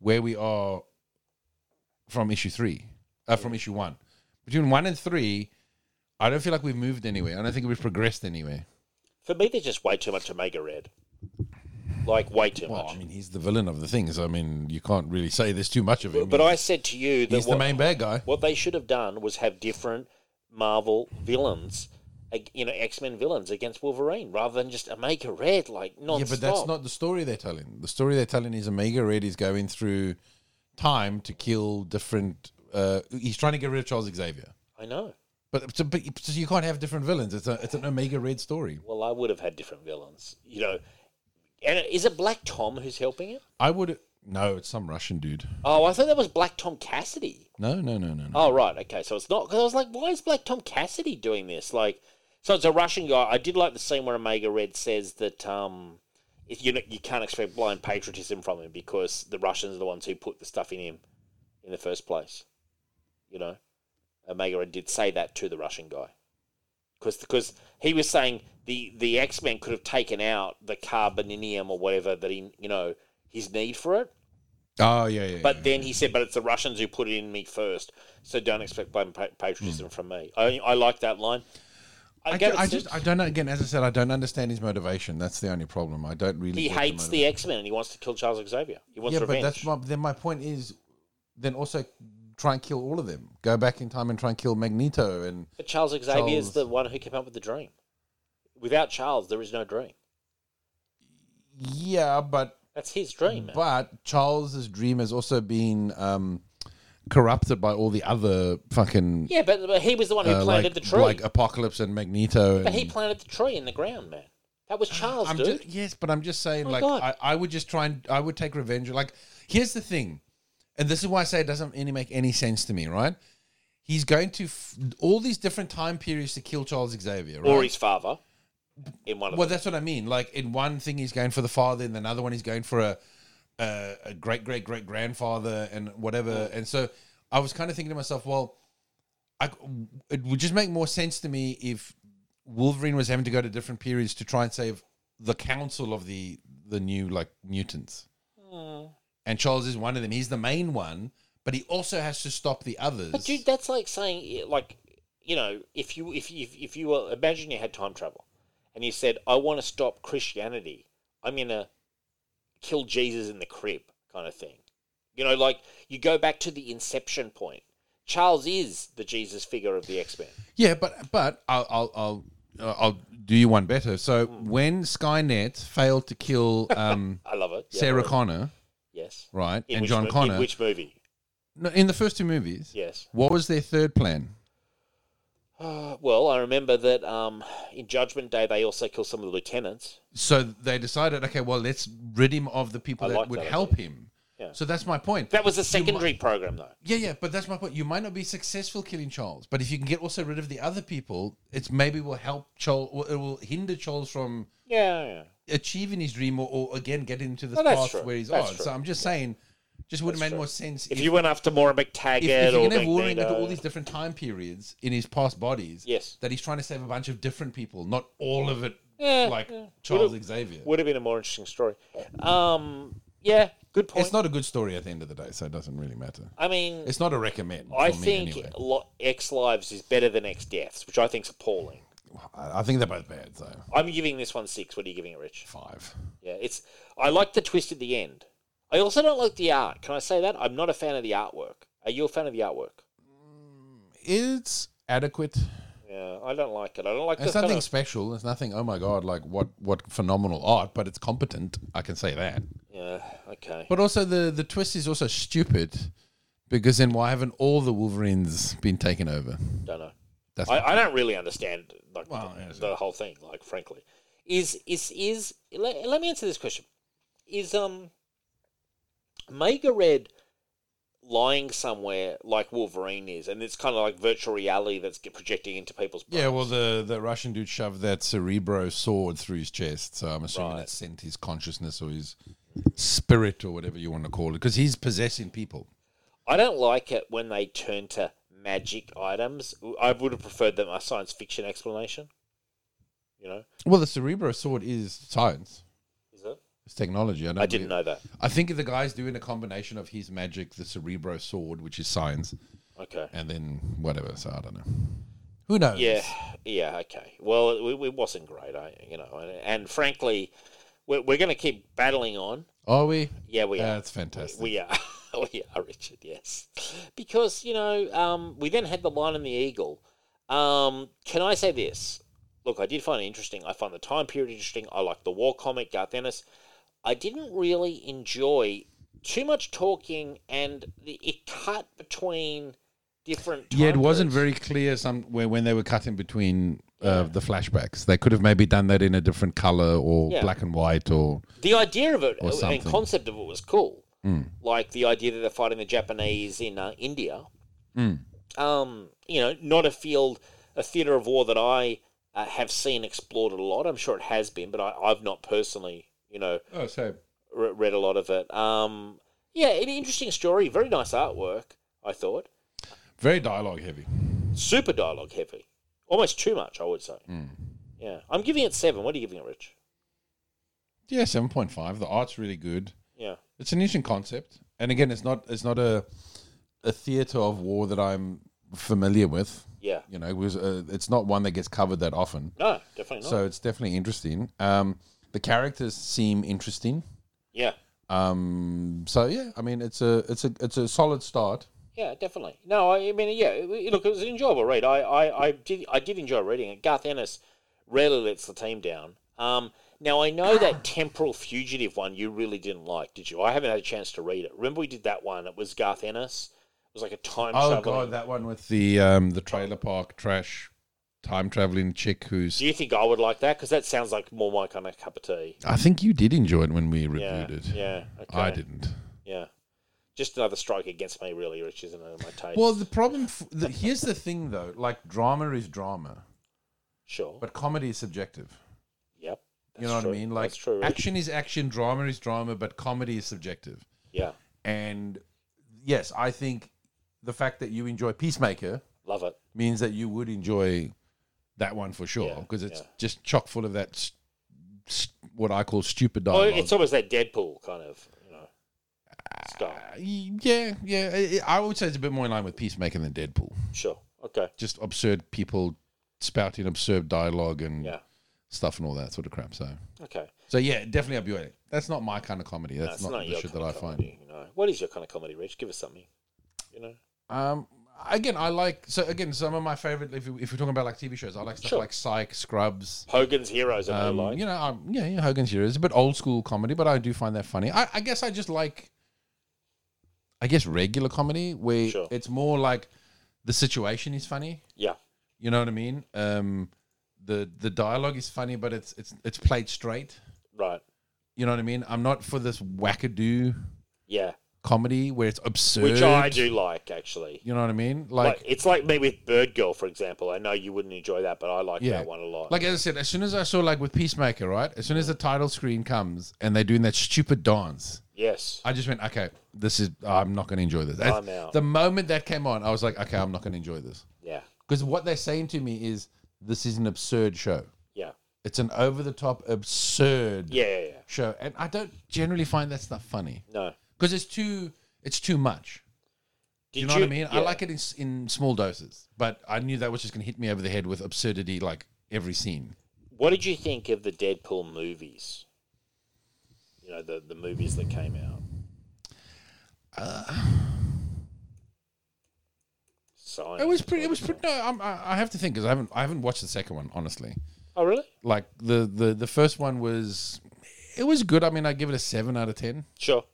Speaker 5: where we are from issue three, uh, from issue one. Between one and three, I don't feel like we've moved anywhere. I don't think we've progressed anywhere.
Speaker 2: For me, there's just way too much Omega Red. Like way too
Speaker 5: Well,
Speaker 2: much.
Speaker 5: I mean, he's the villain of the thing, so I mean, you can't really say there's too much of him.
Speaker 2: but I said to you that
Speaker 5: he's
Speaker 2: what,
Speaker 5: the main bad guy.
Speaker 2: what they should have done was have different Marvel villains, ag- you know, X Men villains against Wolverine, rather than just Omega Red, like non
Speaker 5: Yeah, but that's not the story they're telling. The story they're telling is Omega Red is going through time to kill different. Uh, he's trying to get rid of Charles Xavier.
Speaker 2: I know.
Speaker 5: But, so- but so you can't have different villains. It's a it's an Omega Red story.
Speaker 2: Well, I would have had different villains, you know. And is it Black Tom who's helping it?
Speaker 5: I would No, it's some Russian dude.
Speaker 2: Oh, I thought that was Black Tom Cassidy.
Speaker 5: No, no, no, no, no.
Speaker 2: Oh, right. Okay. So it's not. Because I was like, why is Black Tom Cassidy doing this? Like, so it's a Russian guy. I did like the scene where Omega Red says that um, if you, you can't expect blind patriotism from him because the Russians are the ones who put the stuff in him in the first place. You know? Omega Red did say that to the Russian guy. Because he was saying the, the X Men could have taken out the carboninium or whatever that he, you know, his need for it.
Speaker 5: Oh yeah, yeah.
Speaker 2: But then he said, "But it's the Russians who put it in me first, so don't expect blame pa- patriotism from me." I, I like that line. I,
Speaker 5: Hmm. I,
Speaker 2: get
Speaker 5: ju-
Speaker 2: it,
Speaker 5: I
Speaker 2: Sid.
Speaker 5: just I don't know. Again, as I said, I don't understand his motivation. That's the only problem. I don't really.
Speaker 2: he
Speaker 5: get the
Speaker 2: hates the X Men and he wants to kill Charles Xavier. He wants
Speaker 5: yeah,
Speaker 2: revenge.
Speaker 5: but that's my then my point is, then also try and kill all of them. Go back in time and try and kill Magneto and
Speaker 2: But Charles Xavier is
Speaker 5: Charles-
Speaker 2: the one who came up with the dream. Without Charles, there is no dream.
Speaker 5: yeah, but
Speaker 2: That's his dream. Man.
Speaker 5: but Charles's dream has also been um, corrupted by all the other fucking
Speaker 2: yeah, but, but he was the one who
Speaker 5: uh,
Speaker 2: planted
Speaker 5: like,
Speaker 2: the tree.
Speaker 5: like Apocalypse and Magneto. And,
Speaker 2: but he planted the tree in the ground, man. That was Charles,
Speaker 5: I'm
Speaker 2: dude. Oh
Speaker 5: just, yes, but I'm just saying,
Speaker 2: My
Speaker 5: like,
Speaker 2: God.
Speaker 5: I, I would just try and I would take revenge. Like, here's the thing, and this is why I say it doesn't any make any sense to me, right? He's going to f- all these different time periods to kill Charles Xavier, right?
Speaker 2: Or his father. In one of
Speaker 5: well,
Speaker 2: them.
Speaker 5: that's what I mean. Like, in one thing he's going for the father, in another one he's going for a a, a great great great grandfather and whatever. And so I was kind of thinking to myself, well, I, it would just make more sense to me if Wolverine was having to go to different periods to try and save the council of the the new like mutants. And Charles is one of them. He's the main one, but he also has to stop the others.
Speaker 2: But dude, that's like saying like you know if you if you, if, if you were imagine you had time travel and you said I want to stop Christianity, I'm gonna kill Jesus in the crib kind of thing. You know, like you go back to the inception point. Charles is the Jesus figure of the X Men.
Speaker 5: Yeah, but but I'll I'll I'll, uh, I'll do you one better. So
Speaker 2: Mm.
Speaker 5: when Skynet failed to kill um,
Speaker 2: I love it. Yeah,
Speaker 5: Sarah
Speaker 2: right.
Speaker 5: Connor,
Speaker 2: Yes.
Speaker 5: right,
Speaker 2: In
Speaker 5: and
Speaker 2: which
Speaker 5: John
Speaker 2: mo- in
Speaker 5: Connor,
Speaker 2: which movie?
Speaker 5: no, in the first two movies,
Speaker 2: Yes.
Speaker 5: what was their third plan?
Speaker 2: Uh, well, I remember that um, in Judgment Day they also kill some of the lieutenants.
Speaker 5: So they decided, okay, well, let's rid him of the people
Speaker 2: I
Speaker 5: that
Speaker 2: like
Speaker 5: would
Speaker 2: that
Speaker 5: help him.
Speaker 2: Yeah.
Speaker 5: So that's my point.
Speaker 2: That was a secondary program, though.
Speaker 5: yeah, yeah, but that's my point. You might not be successful killing Charles, but if you can get also rid of the other people, it's maybe will help Charles. or It will hinder Charles from
Speaker 2: Yeah, yeah.
Speaker 5: achieving his dream or, or again getting into the
Speaker 2: No, that's
Speaker 5: path
Speaker 2: true.
Speaker 5: where he's
Speaker 2: That's
Speaker 5: on.
Speaker 2: true.
Speaker 5: So I'm just saying, just would have made
Speaker 2: true.
Speaker 5: more sense
Speaker 2: If you went after Maura McTaggart
Speaker 5: if, if you're
Speaker 2: or
Speaker 5: gonna have Wolverine into
Speaker 2: Magneto-
Speaker 5: all these different time periods in his past bodies,
Speaker 2: Yes.
Speaker 5: that he's trying to save a bunch of different people, not all of it
Speaker 2: Yeah,
Speaker 5: like
Speaker 2: yeah.
Speaker 5: Charles
Speaker 2: Would've-
Speaker 5: Xavier.
Speaker 2: Would have been a more interesting story. Um, yeah, good point.
Speaker 5: It's not a good story at the end of the day, so it doesn't really matter.
Speaker 2: I mean,
Speaker 5: It's not a recommend.
Speaker 2: I
Speaker 5: for me
Speaker 2: think
Speaker 5: anyway.
Speaker 2: lo- X Lives is better than X Deaths, which I think's appalling.
Speaker 5: I I think they're both bad. So
Speaker 2: I'm giving this one six. What are you giving it, Rich?
Speaker 5: five.
Speaker 2: Yeah, it's. I like the twist at the end. I also don't like the art. Can I say that? I'm not a fan of the artwork. Are you a fan of the artwork?
Speaker 5: It's adequate.
Speaker 2: Yeah, I don't like it. I don't like the
Speaker 5: It's
Speaker 2: kind
Speaker 5: nothing
Speaker 2: of,
Speaker 5: special. It's nothing. Oh my god! Like what? What phenomenal art! But it's competent. I can say that.
Speaker 2: Yeah, okay.
Speaker 5: But also the the twist is also stupid, because then why haven't all the Wolverines been taken over?
Speaker 2: Don't know.
Speaker 5: That's
Speaker 2: I, I don't really understand like
Speaker 5: Well,
Speaker 2: the,
Speaker 5: yes.
Speaker 2: the whole thing. Like, frankly, is is is let, let me answer this question: Is um Mega Red lying somewhere like Wolverine is, and it's kind of like virtual reality that's get- projecting into people's brains?
Speaker 5: Yeah, well, the, the Russian dude shoved that Cerebro sword through his chest, so I'm assuming
Speaker 2: Right.
Speaker 5: that sent his consciousness or his spirit or whatever you want to call it, because he's possessing people.
Speaker 2: I don't like it when they turn to magic items. I would have preferred them a science fiction explanation. You know,
Speaker 5: Well, the Cerebro sword is science,
Speaker 2: is it?
Speaker 5: it's technology. I, don't
Speaker 2: I didn't
Speaker 5: believe-
Speaker 2: know that.
Speaker 5: I think the guy's doing a combination of his magic, the Cerebro sword, which is science,
Speaker 2: Okay.
Speaker 5: and then whatever. So I don't know. Who knows?
Speaker 2: Yeah, yeah, okay. Well, it, it wasn't great, I, you know, and, and frankly, we're, we're going to keep battling on.
Speaker 5: Are we?
Speaker 2: Yeah, we are.
Speaker 5: That's fantastic.
Speaker 2: We are. we are, Richard, yes. Because, you know, um, we then had the Lion and the Eagle. Um, can I say this? Look, I did find it interesting. I find the time period interesting. I like the war comic, Garth Ennis. I didn't really enjoy too much talking, and the, it cut between different.
Speaker 5: Yeah, it
Speaker 2: time
Speaker 5: wasn't
Speaker 2: periods.
Speaker 5: very clear some where when they were cutting between uh, the flashbacks. They could have maybe done that in a different color or
Speaker 2: Yeah.
Speaker 5: black and white or
Speaker 2: The idea of it
Speaker 5: Or
Speaker 2: and
Speaker 5: something. Mm.
Speaker 2: concept of it was cool. like the idea that they're fighting the Japanese in uh, India.
Speaker 5: Mm.
Speaker 2: Um, you know, not a field, a theater of war that I uh, have seen explored a lot. I'm sure it has been, but I, I've not personally, you know,
Speaker 5: Oh, so
Speaker 2: re- read a lot of it. Um, yeah, an interesting story. Very nice artwork, I thought.
Speaker 5: very dialogue heavy.
Speaker 2: Super dialogue heavy. Almost too much, I would say.
Speaker 5: Mm.
Speaker 2: Yeah. I'm giving it seven. What are you giving it, Rich?
Speaker 5: Yeah, seven point five. The art's really good.
Speaker 2: Yeah.
Speaker 5: It's an interesting concept, and again, it's not it's not a a theater of war that I'm familiar with.
Speaker 2: Yeah.
Speaker 5: You know, it was uh it's not one that gets covered that often.
Speaker 2: No, definitely not.
Speaker 5: So it's definitely interesting. Um, the characters seem interesting.
Speaker 2: yeah.
Speaker 5: Um, so yeah, I mean, it's a it's a it's a solid start.
Speaker 2: Yeah, definitely. No, I I mean, yeah. it- it- Look, it was an enjoyable read. I, I, I did, I did enjoy reading it. Garth Ennis rarely lets the team down. Um, now I know that temporal fugitive one you really didn't like, did you? I haven't had a chance to read it. Remember we did that one? It was Garth Ennis. It was like a time.
Speaker 5: Oh
Speaker 2: traveling-
Speaker 5: god, that one with the um the trailer park trash, time traveling chick who's.
Speaker 2: Do you think I would like that? Because that sounds like more my kind of cup of tea.
Speaker 5: I think you did enjoy it when we reviewed
Speaker 2: Yeah,
Speaker 5: it.
Speaker 2: yeah. Okay.
Speaker 5: I didn't.
Speaker 2: Yeah, just another strike against me, really, which isn't in my taste.
Speaker 5: Well, the problem f- the, here's the thing though. Like drama is drama,
Speaker 2: sure.
Speaker 5: but comedy is subjective.
Speaker 2: yep.
Speaker 5: You
Speaker 2: That's
Speaker 5: know
Speaker 2: true.
Speaker 5: what I mean? Like
Speaker 2: that's true. Rich.
Speaker 5: action is action, drama is drama, but comedy is subjective.
Speaker 2: Yeah,
Speaker 5: And yes, I think the fact that you enjoy Peacemaker
Speaker 2: love it.
Speaker 5: means that you would enjoy that one for sure
Speaker 2: Yeah,
Speaker 5: because it's
Speaker 2: yeah.
Speaker 5: just chock full of that st- st- what I call stupid
Speaker 2: Well,
Speaker 5: dialogue.
Speaker 2: Oh, it's almost that Deadpool kind of, you know, stuff.
Speaker 5: yeah, yeah. I- I would say it's a bit more in line with Peacemaker than Deadpool.
Speaker 2: Sure. Okay.
Speaker 5: Just absurd people spouting absurd dialogue and
Speaker 2: Yeah.
Speaker 5: stuff and all that sort of crap. So,
Speaker 2: Okay.
Speaker 5: so yeah, definitely up your alley. That's not my kind of comedy. That's
Speaker 2: That's
Speaker 5: not,
Speaker 2: not,
Speaker 5: the
Speaker 2: your
Speaker 5: shit
Speaker 2: kind
Speaker 5: that I
Speaker 2: of
Speaker 5: find.
Speaker 2: comedy. You know, what is your kind of comedy, Rich? Give us something. You know.
Speaker 5: Um, again, I like so again some of my favorite. If, you- if we're talking about like TV shows, I like stuff
Speaker 2: Sure.
Speaker 5: like Psych, Scrubs.
Speaker 2: Hogan's Heroes, I know,
Speaker 5: Um,
Speaker 2: like.
Speaker 5: you know, um, yeah, yeah, Hogan's Heroes. It's a bit old school comedy, but I do find that funny. I, I guess I just like, I guess regular comedy where
Speaker 2: Sure.
Speaker 5: it's more like the situation is funny.
Speaker 2: Yeah.
Speaker 5: You know what I mean? Um, the the dialogue is funny, but it's it's it's played straight.
Speaker 2: Right.
Speaker 5: You know what I mean? I'm not for this wackadoo
Speaker 2: Yeah.
Speaker 5: comedy where it's absurd.
Speaker 2: Which I do like, actually.
Speaker 5: You know what I mean?
Speaker 2: Like, it's like me with Bird Girl, for example. I know you wouldn't enjoy that, but I like
Speaker 5: Yeah.
Speaker 2: that one a lot.
Speaker 5: Like as I said, as soon as I saw like with Peacemaker, right? As soon as the title screen comes and they're doing that stupid dance,
Speaker 2: yes.
Speaker 5: I just went, okay, this is I'm not going to enjoy this. As-
Speaker 2: I'm out.
Speaker 5: The moment that came on, I was like, okay, I'm not going to enjoy this
Speaker 2: Yeah.
Speaker 5: because what they're saying to me is this is an absurd show.
Speaker 2: Yeah.
Speaker 5: It's an over the top absurd
Speaker 2: Yeah. Yeah. yeah.
Speaker 5: show, and I don't generally find that stuff funny
Speaker 2: No.
Speaker 5: because it's too it's too much.
Speaker 2: Did
Speaker 5: you know what I mean? I
Speaker 2: yeah.
Speaker 5: like it in, s- in small doses, but I knew that was just going to hit me over the head with absurdity, like every scene.
Speaker 2: What did you think of the Deadpool movies? You know, the, the movies that came out.
Speaker 5: Uh,
Speaker 2: Science.
Speaker 5: It was pretty. It was pretty. No, I'm, I I have to think because I haven't. I haven't watched the second one honestly.
Speaker 2: Oh, really?
Speaker 5: Like the the the first one was, it was good. I mean, I give it a seven out of ten.
Speaker 2: Sure.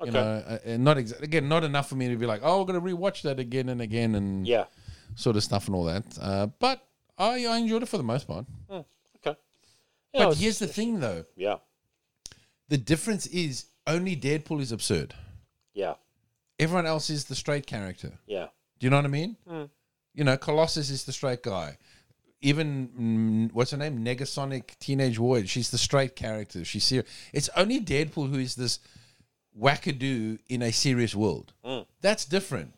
Speaker 5: You
Speaker 2: Okay.
Speaker 5: know, uh, and not exa- again, not enough for me to be like, oh, we're gonna rewatch that again and again and
Speaker 2: Yeah.
Speaker 5: sort of stuff and all that. Uh, but I, I enjoyed it for the most part.
Speaker 2: Okay. Yeah,
Speaker 5: But
Speaker 2: it's-
Speaker 5: here's the thing, though.
Speaker 2: yeah.
Speaker 5: The difference is only Deadpool is absurd.
Speaker 2: Yeah.
Speaker 5: Everyone else is the straight character.
Speaker 2: Yeah.
Speaker 5: Do you know what I mean? You know, Colossus is the straight guy. Even mm, what's her name, Negasonic Teenage Void. She's the straight character. She's serious. It's only Deadpool who is this wackadoo in a serious world. That's different.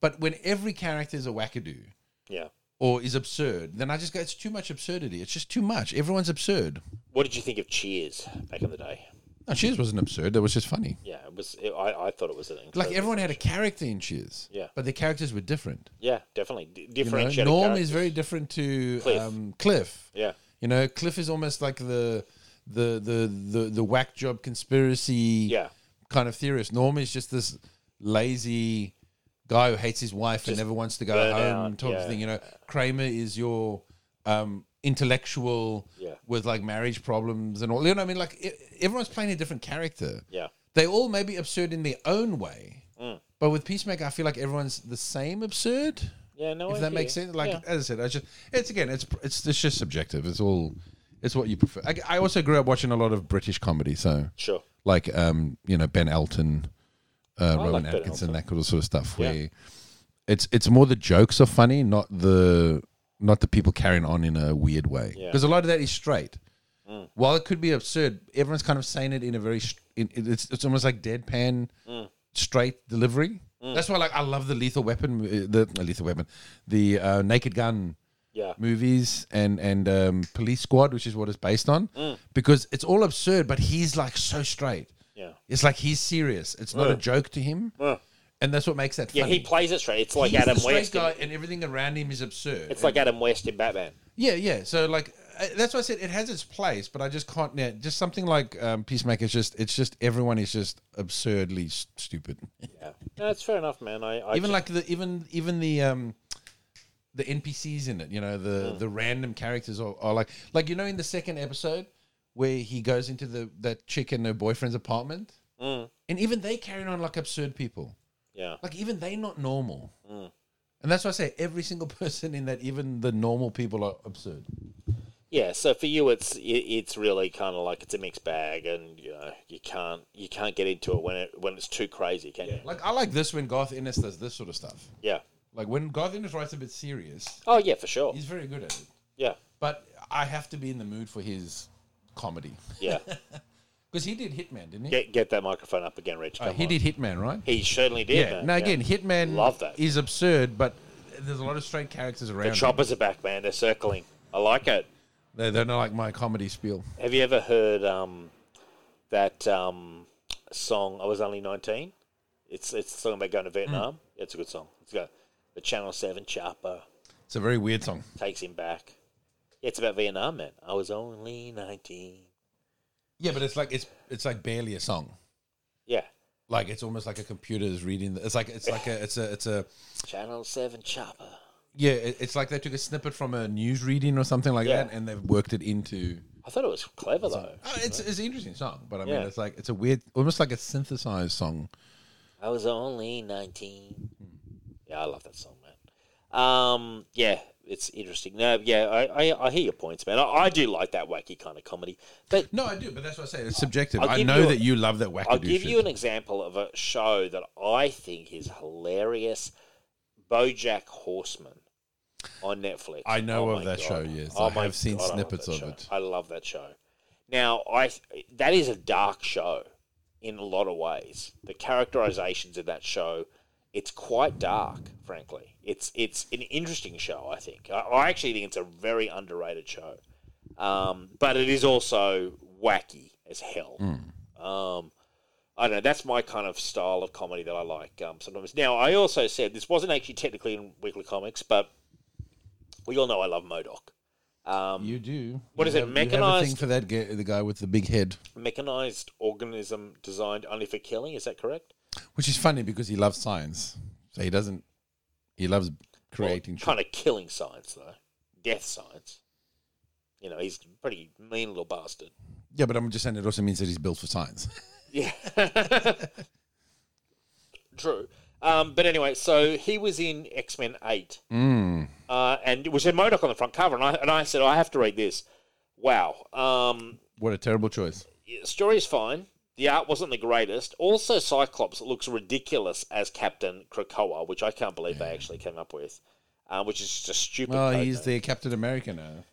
Speaker 5: But when every character is a wackadoo
Speaker 2: Yeah.
Speaker 5: or is absurd, then I just go, it's too much absurdity. It's just too much. Everyone's absurd.
Speaker 2: What did you think of Cheers back in the day?
Speaker 5: No, Cheers wasn't absurd. That was just funny.
Speaker 2: Yeah, it was. It, I I thought it was an
Speaker 5: Like
Speaker 2: incredible-
Speaker 5: everyone had a character in Cheers.
Speaker 2: Yeah.
Speaker 5: But their characters were different.
Speaker 2: Yeah, definitely D-
Speaker 5: You know?
Speaker 2: differentiated.
Speaker 5: Norm
Speaker 2: characters.
Speaker 5: is very different to
Speaker 2: Cliff.
Speaker 5: Um, Cliff.
Speaker 2: Yeah.
Speaker 5: You know, Cliff is almost like the the the the, the whack job conspiracy
Speaker 2: Yeah.
Speaker 5: kind of theorist. Norm is just this lazy guy who hates his wife and never wants to go
Speaker 2: burn
Speaker 5: home
Speaker 2: out,
Speaker 5: type of
Speaker 2: yeah.
Speaker 5: thing. You know, Kramer is your um, intellectual
Speaker 2: Yeah.
Speaker 5: with like marriage problems and all. You know, what I mean, like e- everyone's playing a different character.
Speaker 2: Yeah. Mm.
Speaker 5: They all may be absurd in their own way, but with Peacemaker, I feel like everyone's the same absurd
Speaker 2: Yeah. No.
Speaker 5: if
Speaker 2: I
Speaker 5: that
Speaker 2: hear
Speaker 5: makes
Speaker 2: you.
Speaker 5: sense. Like
Speaker 2: Yeah.
Speaker 5: as I said, I just it's again, it's it's it's just subjective. It's all it's what you prefer. I, I also grew up watching a lot of British comedy, so
Speaker 2: Sure.
Speaker 5: like um you know Ben Elton, uh, Rowan
Speaker 2: like that
Speaker 5: Atkinson,
Speaker 2: also.
Speaker 5: that kind of sort of stuff.
Speaker 2: Yeah.
Speaker 5: Where it's it's more the jokes are funny, not the not the people carrying on in a weird way.
Speaker 2: Yeah. Mm.
Speaker 5: Because a lot of that is straight. While it could be absurd, everyone's kind of saying it in a very st- in, it- it's it's almost like deadpan,
Speaker 2: Mm.
Speaker 5: straight delivery. That's why, like, I love the Lethal Weapon, mo- uh, the uh, Lethal Weapon, the uh, Naked Gun
Speaker 2: Yeah.
Speaker 5: movies and and um, Police Squad, which is what it's based on,
Speaker 2: Mm.
Speaker 5: because it's all absurd. But he's like so straight.
Speaker 2: Yeah.
Speaker 5: It's like he's serious. It's not a joke to him,
Speaker 2: Uh.
Speaker 5: and that's what makes that
Speaker 2: Yeah,
Speaker 5: funny.
Speaker 2: he plays it straight. It's like
Speaker 5: He's
Speaker 2: Adam
Speaker 5: the straight
Speaker 2: West. in-
Speaker 5: guy, and everything around him is absurd.
Speaker 2: it's like Adam West in Batman.
Speaker 5: yeah, yeah. So like uh, that's why I said it has its place, but I just can't. Yeah, just something like um, Peacemaker. It's just it's just everyone is just absurdly s- stupid.
Speaker 2: Yeah. No, that's fair enough, man. I, I
Speaker 5: even
Speaker 2: just-
Speaker 5: like the even even the um the NPCs in it, you know, the the random characters are, are like like you know in the second episode where he goes into the that chick and her boyfriend's apartment, and even they carrying on like absurd people,
Speaker 2: yeah.
Speaker 5: like even they not normal, and that's why I say every single person in that, even the normal people are absurd.
Speaker 2: Yeah, so for you, it's it, it's really kind of like it's a mixed bag, and you know you can't you can't get into it when it when it's too crazy, can you?
Speaker 5: Like I like this when Garth Ennis does this sort of stuff.
Speaker 2: Yeah.
Speaker 5: Like when Garth Ennis writes a bit serious,
Speaker 2: Oh yeah, for sure.
Speaker 5: he's very good at it.
Speaker 2: Yeah,
Speaker 5: But I have to be in the mood for his comedy.
Speaker 2: yeah.
Speaker 5: Because he did Hitman, didn't he?
Speaker 2: Get get that microphone up again, Rich. Come
Speaker 5: Oh, he
Speaker 2: on.
Speaker 5: did Hitman, right?
Speaker 2: He certainly did.
Speaker 5: yeah.
Speaker 2: man.
Speaker 5: Now again, Hitman
Speaker 2: Love that.
Speaker 5: is absurd, but there's a lot of straight characters around.
Speaker 2: the
Speaker 5: him.
Speaker 2: choppers are back, man. They're circling. I like it.
Speaker 5: They they're not like my comedy spiel.
Speaker 2: Have you ever heard um, that um, song? I was only nineteen. It's it's a song about
Speaker 5: Mm.
Speaker 2: going to Vietnam. It's a good song. It's got the Channel Seven chopper
Speaker 5: It's a very weird song.
Speaker 2: takes him back. It's about Vietnam, man. I was only nineteen.
Speaker 5: Yeah, but it's like it's it's like barely a song.
Speaker 2: Yeah.
Speaker 5: Like it's almost like a computer is reading. The, it's like it's like a it's a it's a
Speaker 2: Channel 7 Chopper.
Speaker 5: yeah. it- It's like they took a snippet from a news reading or something like
Speaker 2: Yeah.
Speaker 5: that, and they've worked it into.
Speaker 2: I thought it was clever, though.
Speaker 5: Oh, it's it's an interesting song, but I mean,
Speaker 2: Yeah.
Speaker 5: it's like it's a weird, almost like a synthesized song.
Speaker 2: I was only 19. Yeah, I love that song, man. Um, yeah, it's interesting. No, yeah, I, I, I hear your points, man. I, I do like that wacky kind of comedy. But
Speaker 5: No, I do, but that's what I say. It's subjective.
Speaker 2: I'll
Speaker 5: I
Speaker 2: give
Speaker 5: know
Speaker 2: you a-
Speaker 5: that you love that wackadoo.
Speaker 2: I'll give
Speaker 5: shit.
Speaker 2: you an example of a show that I think is hilarious Bojack Horseman on Netflix.
Speaker 5: I know
Speaker 2: Oh
Speaker 5: of
Speaker 2: my
Speaker 5: that
Speaker 2: God.
Speaker 5: show, yes.
Speaker 2: Oh
Speaker 5: I
Speaker 2: my
Speaker 5: have seen
Speaker 2: God, I love
Speaker 5: snippets
Speaker 2: that
Speaker 5: of
Speaker 2: show.
Speaker 5: it.
Speaker 2: I love that show. Now, I that is a dark show in a lot of ways. The characterizations of that show, it's quite dark, frankly. It's it's an interesting show, I think. I, I actually think it's a very underrated show. Um, but it is also wacky as hell.
Speaker 5: Hmm.
Speaker 2: Um, I don't know. That's my kind of style of comedy that I like. Um, sometimes now, I also said this wasn't actually technically in Weekly Comics, but we all know I love Modoc. Um,
Speaker 5: You do.
Speaker 2: What
Speaker 5: What
Speaker 2: is
Speaker 5: is
Speaker 2: it,
Speaker 5: You have a thing
Speaker 2: mechanized?
Speaker 5: for that guy, the guy with the big head,
Speaker 2: mechanized organism designed only for killing. Is that correct?
Speaker 5: which is funny because he loves science, so he doesn't. He loves creating. shit.
Speaker 2: Kind of killing science though, death science. You know, he's a pretty mean little bastard.
Speaker 5: yeah, but I'm just saying it also means that he's built for science.
Speaker 2: Yeah. True. Um, but anyway, so he was in X Men Eight,
Speaker 5: Hmm.
Speaker 2: uh, and it was in Modoc on the front cover, and I and I said I have to read this. Wow. Um,
Speaker 5: what a terrible choice!
Speaker 2: the story is fine. The art wasn't the greatest. Also, Cyclops looks ridiculous as Captain Krakoa, which I can't believe they actually came up with, uh, which is just a stupid.
Speaker 5: Well,
Speaker 2: code
Speaker 5: he's
Speaker 2: name.
Speaker 5: the Captain America now.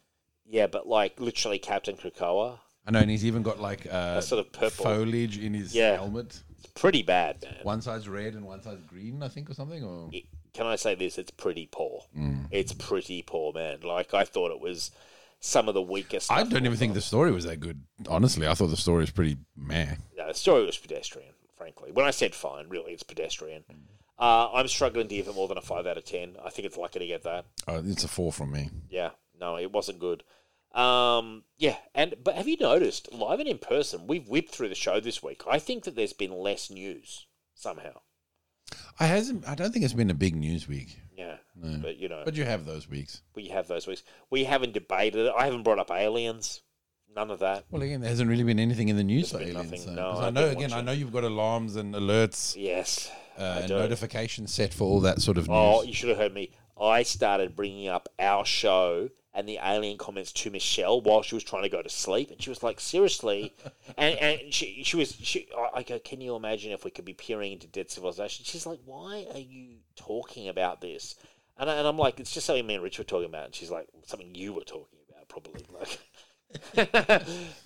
Speaker 2: yeah, but like literally Captain Krakoa,
Speaker 5: I know, and he's even got like uh,
Speaker 2: That's sort of purple.
Speaker 5: foliage in his
Speaker 2: Yeah.
Speaker 5: helmet.
Speaker 2: it's pretty bad, man.
Speaker 5: One side's red and one side's green, I think, or something. Or
Speaker 2: it- can I say this? It's pretty poor.
Speaker 5: Mm.
Speaker 2: It's pretty poor, man. Like I thought it was some of the weakest.
Speaker 5: I
Speaker 2: stuff
Speaker 5: don't even
Speaker 2: we've
Speaker 5: think
Speaker 2: got.
Speaker 5: the story was that good. Honestly, I thought the story was pretty meh.
Speaker 2: No, the story was pedestrian. Frankly, when I said fine, really, it's pedestrian.
Speaker 5: Mm.
Speaker 2: Uh, I'm struggling to give it more than a five out of ten. I think it's lucky to get that.
Speaker 5: Oh, it's a four from me.
Speaker 2: Yeah, no, it wasn't good. Um, yeah, and but have you noticed live and in person? We've whipped through the show this week. I think that there's been less news somehow.
Speaker 5: I hasn't. I don't think it's been a big news week,
Speaker 2: Yeah, but you know,
Speaker 5: but you have those weeks.
Speaker 2: we have those weeks. We haven't debated it. I haven't brought up aliens. None of that.
Speaker 5: Well, again, there hasn't really been anything in the news for
Speaker 2: been
Speaker 5: aliens.
Speaker 2: nothing.
Speaker 5: so-
Speaker 2: No,
Speaker 5: 'cause
Speaker 2: I
Speaker 5: I know.
Speaker 2: didn't
Speaker 5: Again,
Speaker 2: watch
Speaker 5: I
Speaker 2: it.
Speaker 5: know you've got alarms and alerts
Speaker 2: Yes.
Speaker 5: uh, and
Speaker 2: do.
Speaker 5: notifications set for all that sort of news.
Speaker 2: Oh, you should have heard me. I started bringing up our show and the alien comments to Michelle while she was trying to go to sleep, and she was like, "Seriously," and and she she was she. I- I go, "Can you imagine if we could be peering into dead civilization?" She's like, "Why are you talking about this?" And, I, and I'm like, "It's just something me and Rich were talking about," and she's like, "Something you were talking about, probably." Like,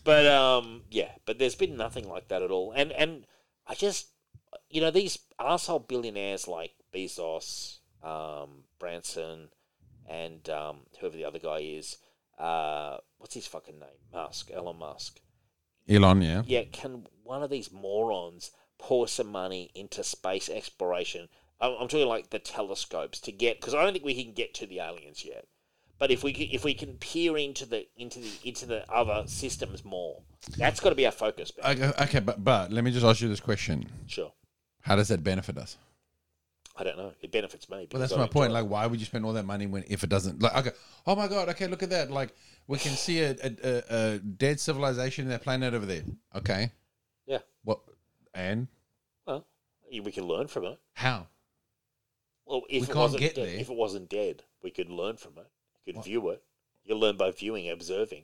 Speaker 2: but um, yeah, but there's been nothing like that at all, and and I just, you know, these asshole billionaires like Bezos, um, Branson, and um, whoever the other guy is, uh, what's his fucking name? Musk, Elon Musk.
Speaker 5: Elon, yeah.
Speaker 2: Yeah, can one of these morons pour some money into space exploration? I'm, I'm talking like the telescopes to get because I don't think we can get to the aliens yet. But if we can, if we can peer into the into the into the other systems more, that's got to be our focus. Ben.
Speaker 5: Okay, okay, but but let me just ask you this question:
Speaker 2: sure,
Speaker 5: How does that benefit us?
Speaker 2: I don't know. It benefits me.
Speaker 5: Well,
Speaker 2: because
Speaker 5: that's
Speaker 2: I
Speaker 5: my
Speaker 2: enjoy
Speaker 5: point.
Speaker 2: it.
Speaker 5: Like, why would you spend all that money when if it doesn't? Like, okay, oh my god, okay, look at that. Like, we can see a a, a, a dead civilization in that planet over there. Okay,
Speaker 2: yeah,
Speaker 5: what and
Speaker 2: well, we can learn from it.
Speaker 5: how?
Speaker 2: Well, if
Speaker 5: We
Speaker 2: it
Speaker 5: can't
Speaker 2: wasn't
Speaker 5: get
Speaker 2: dead,
Speaker 5: there.
Speaker 2: if it wasn't dead, we could learn from it. We could view it. You learn by viewing, observing.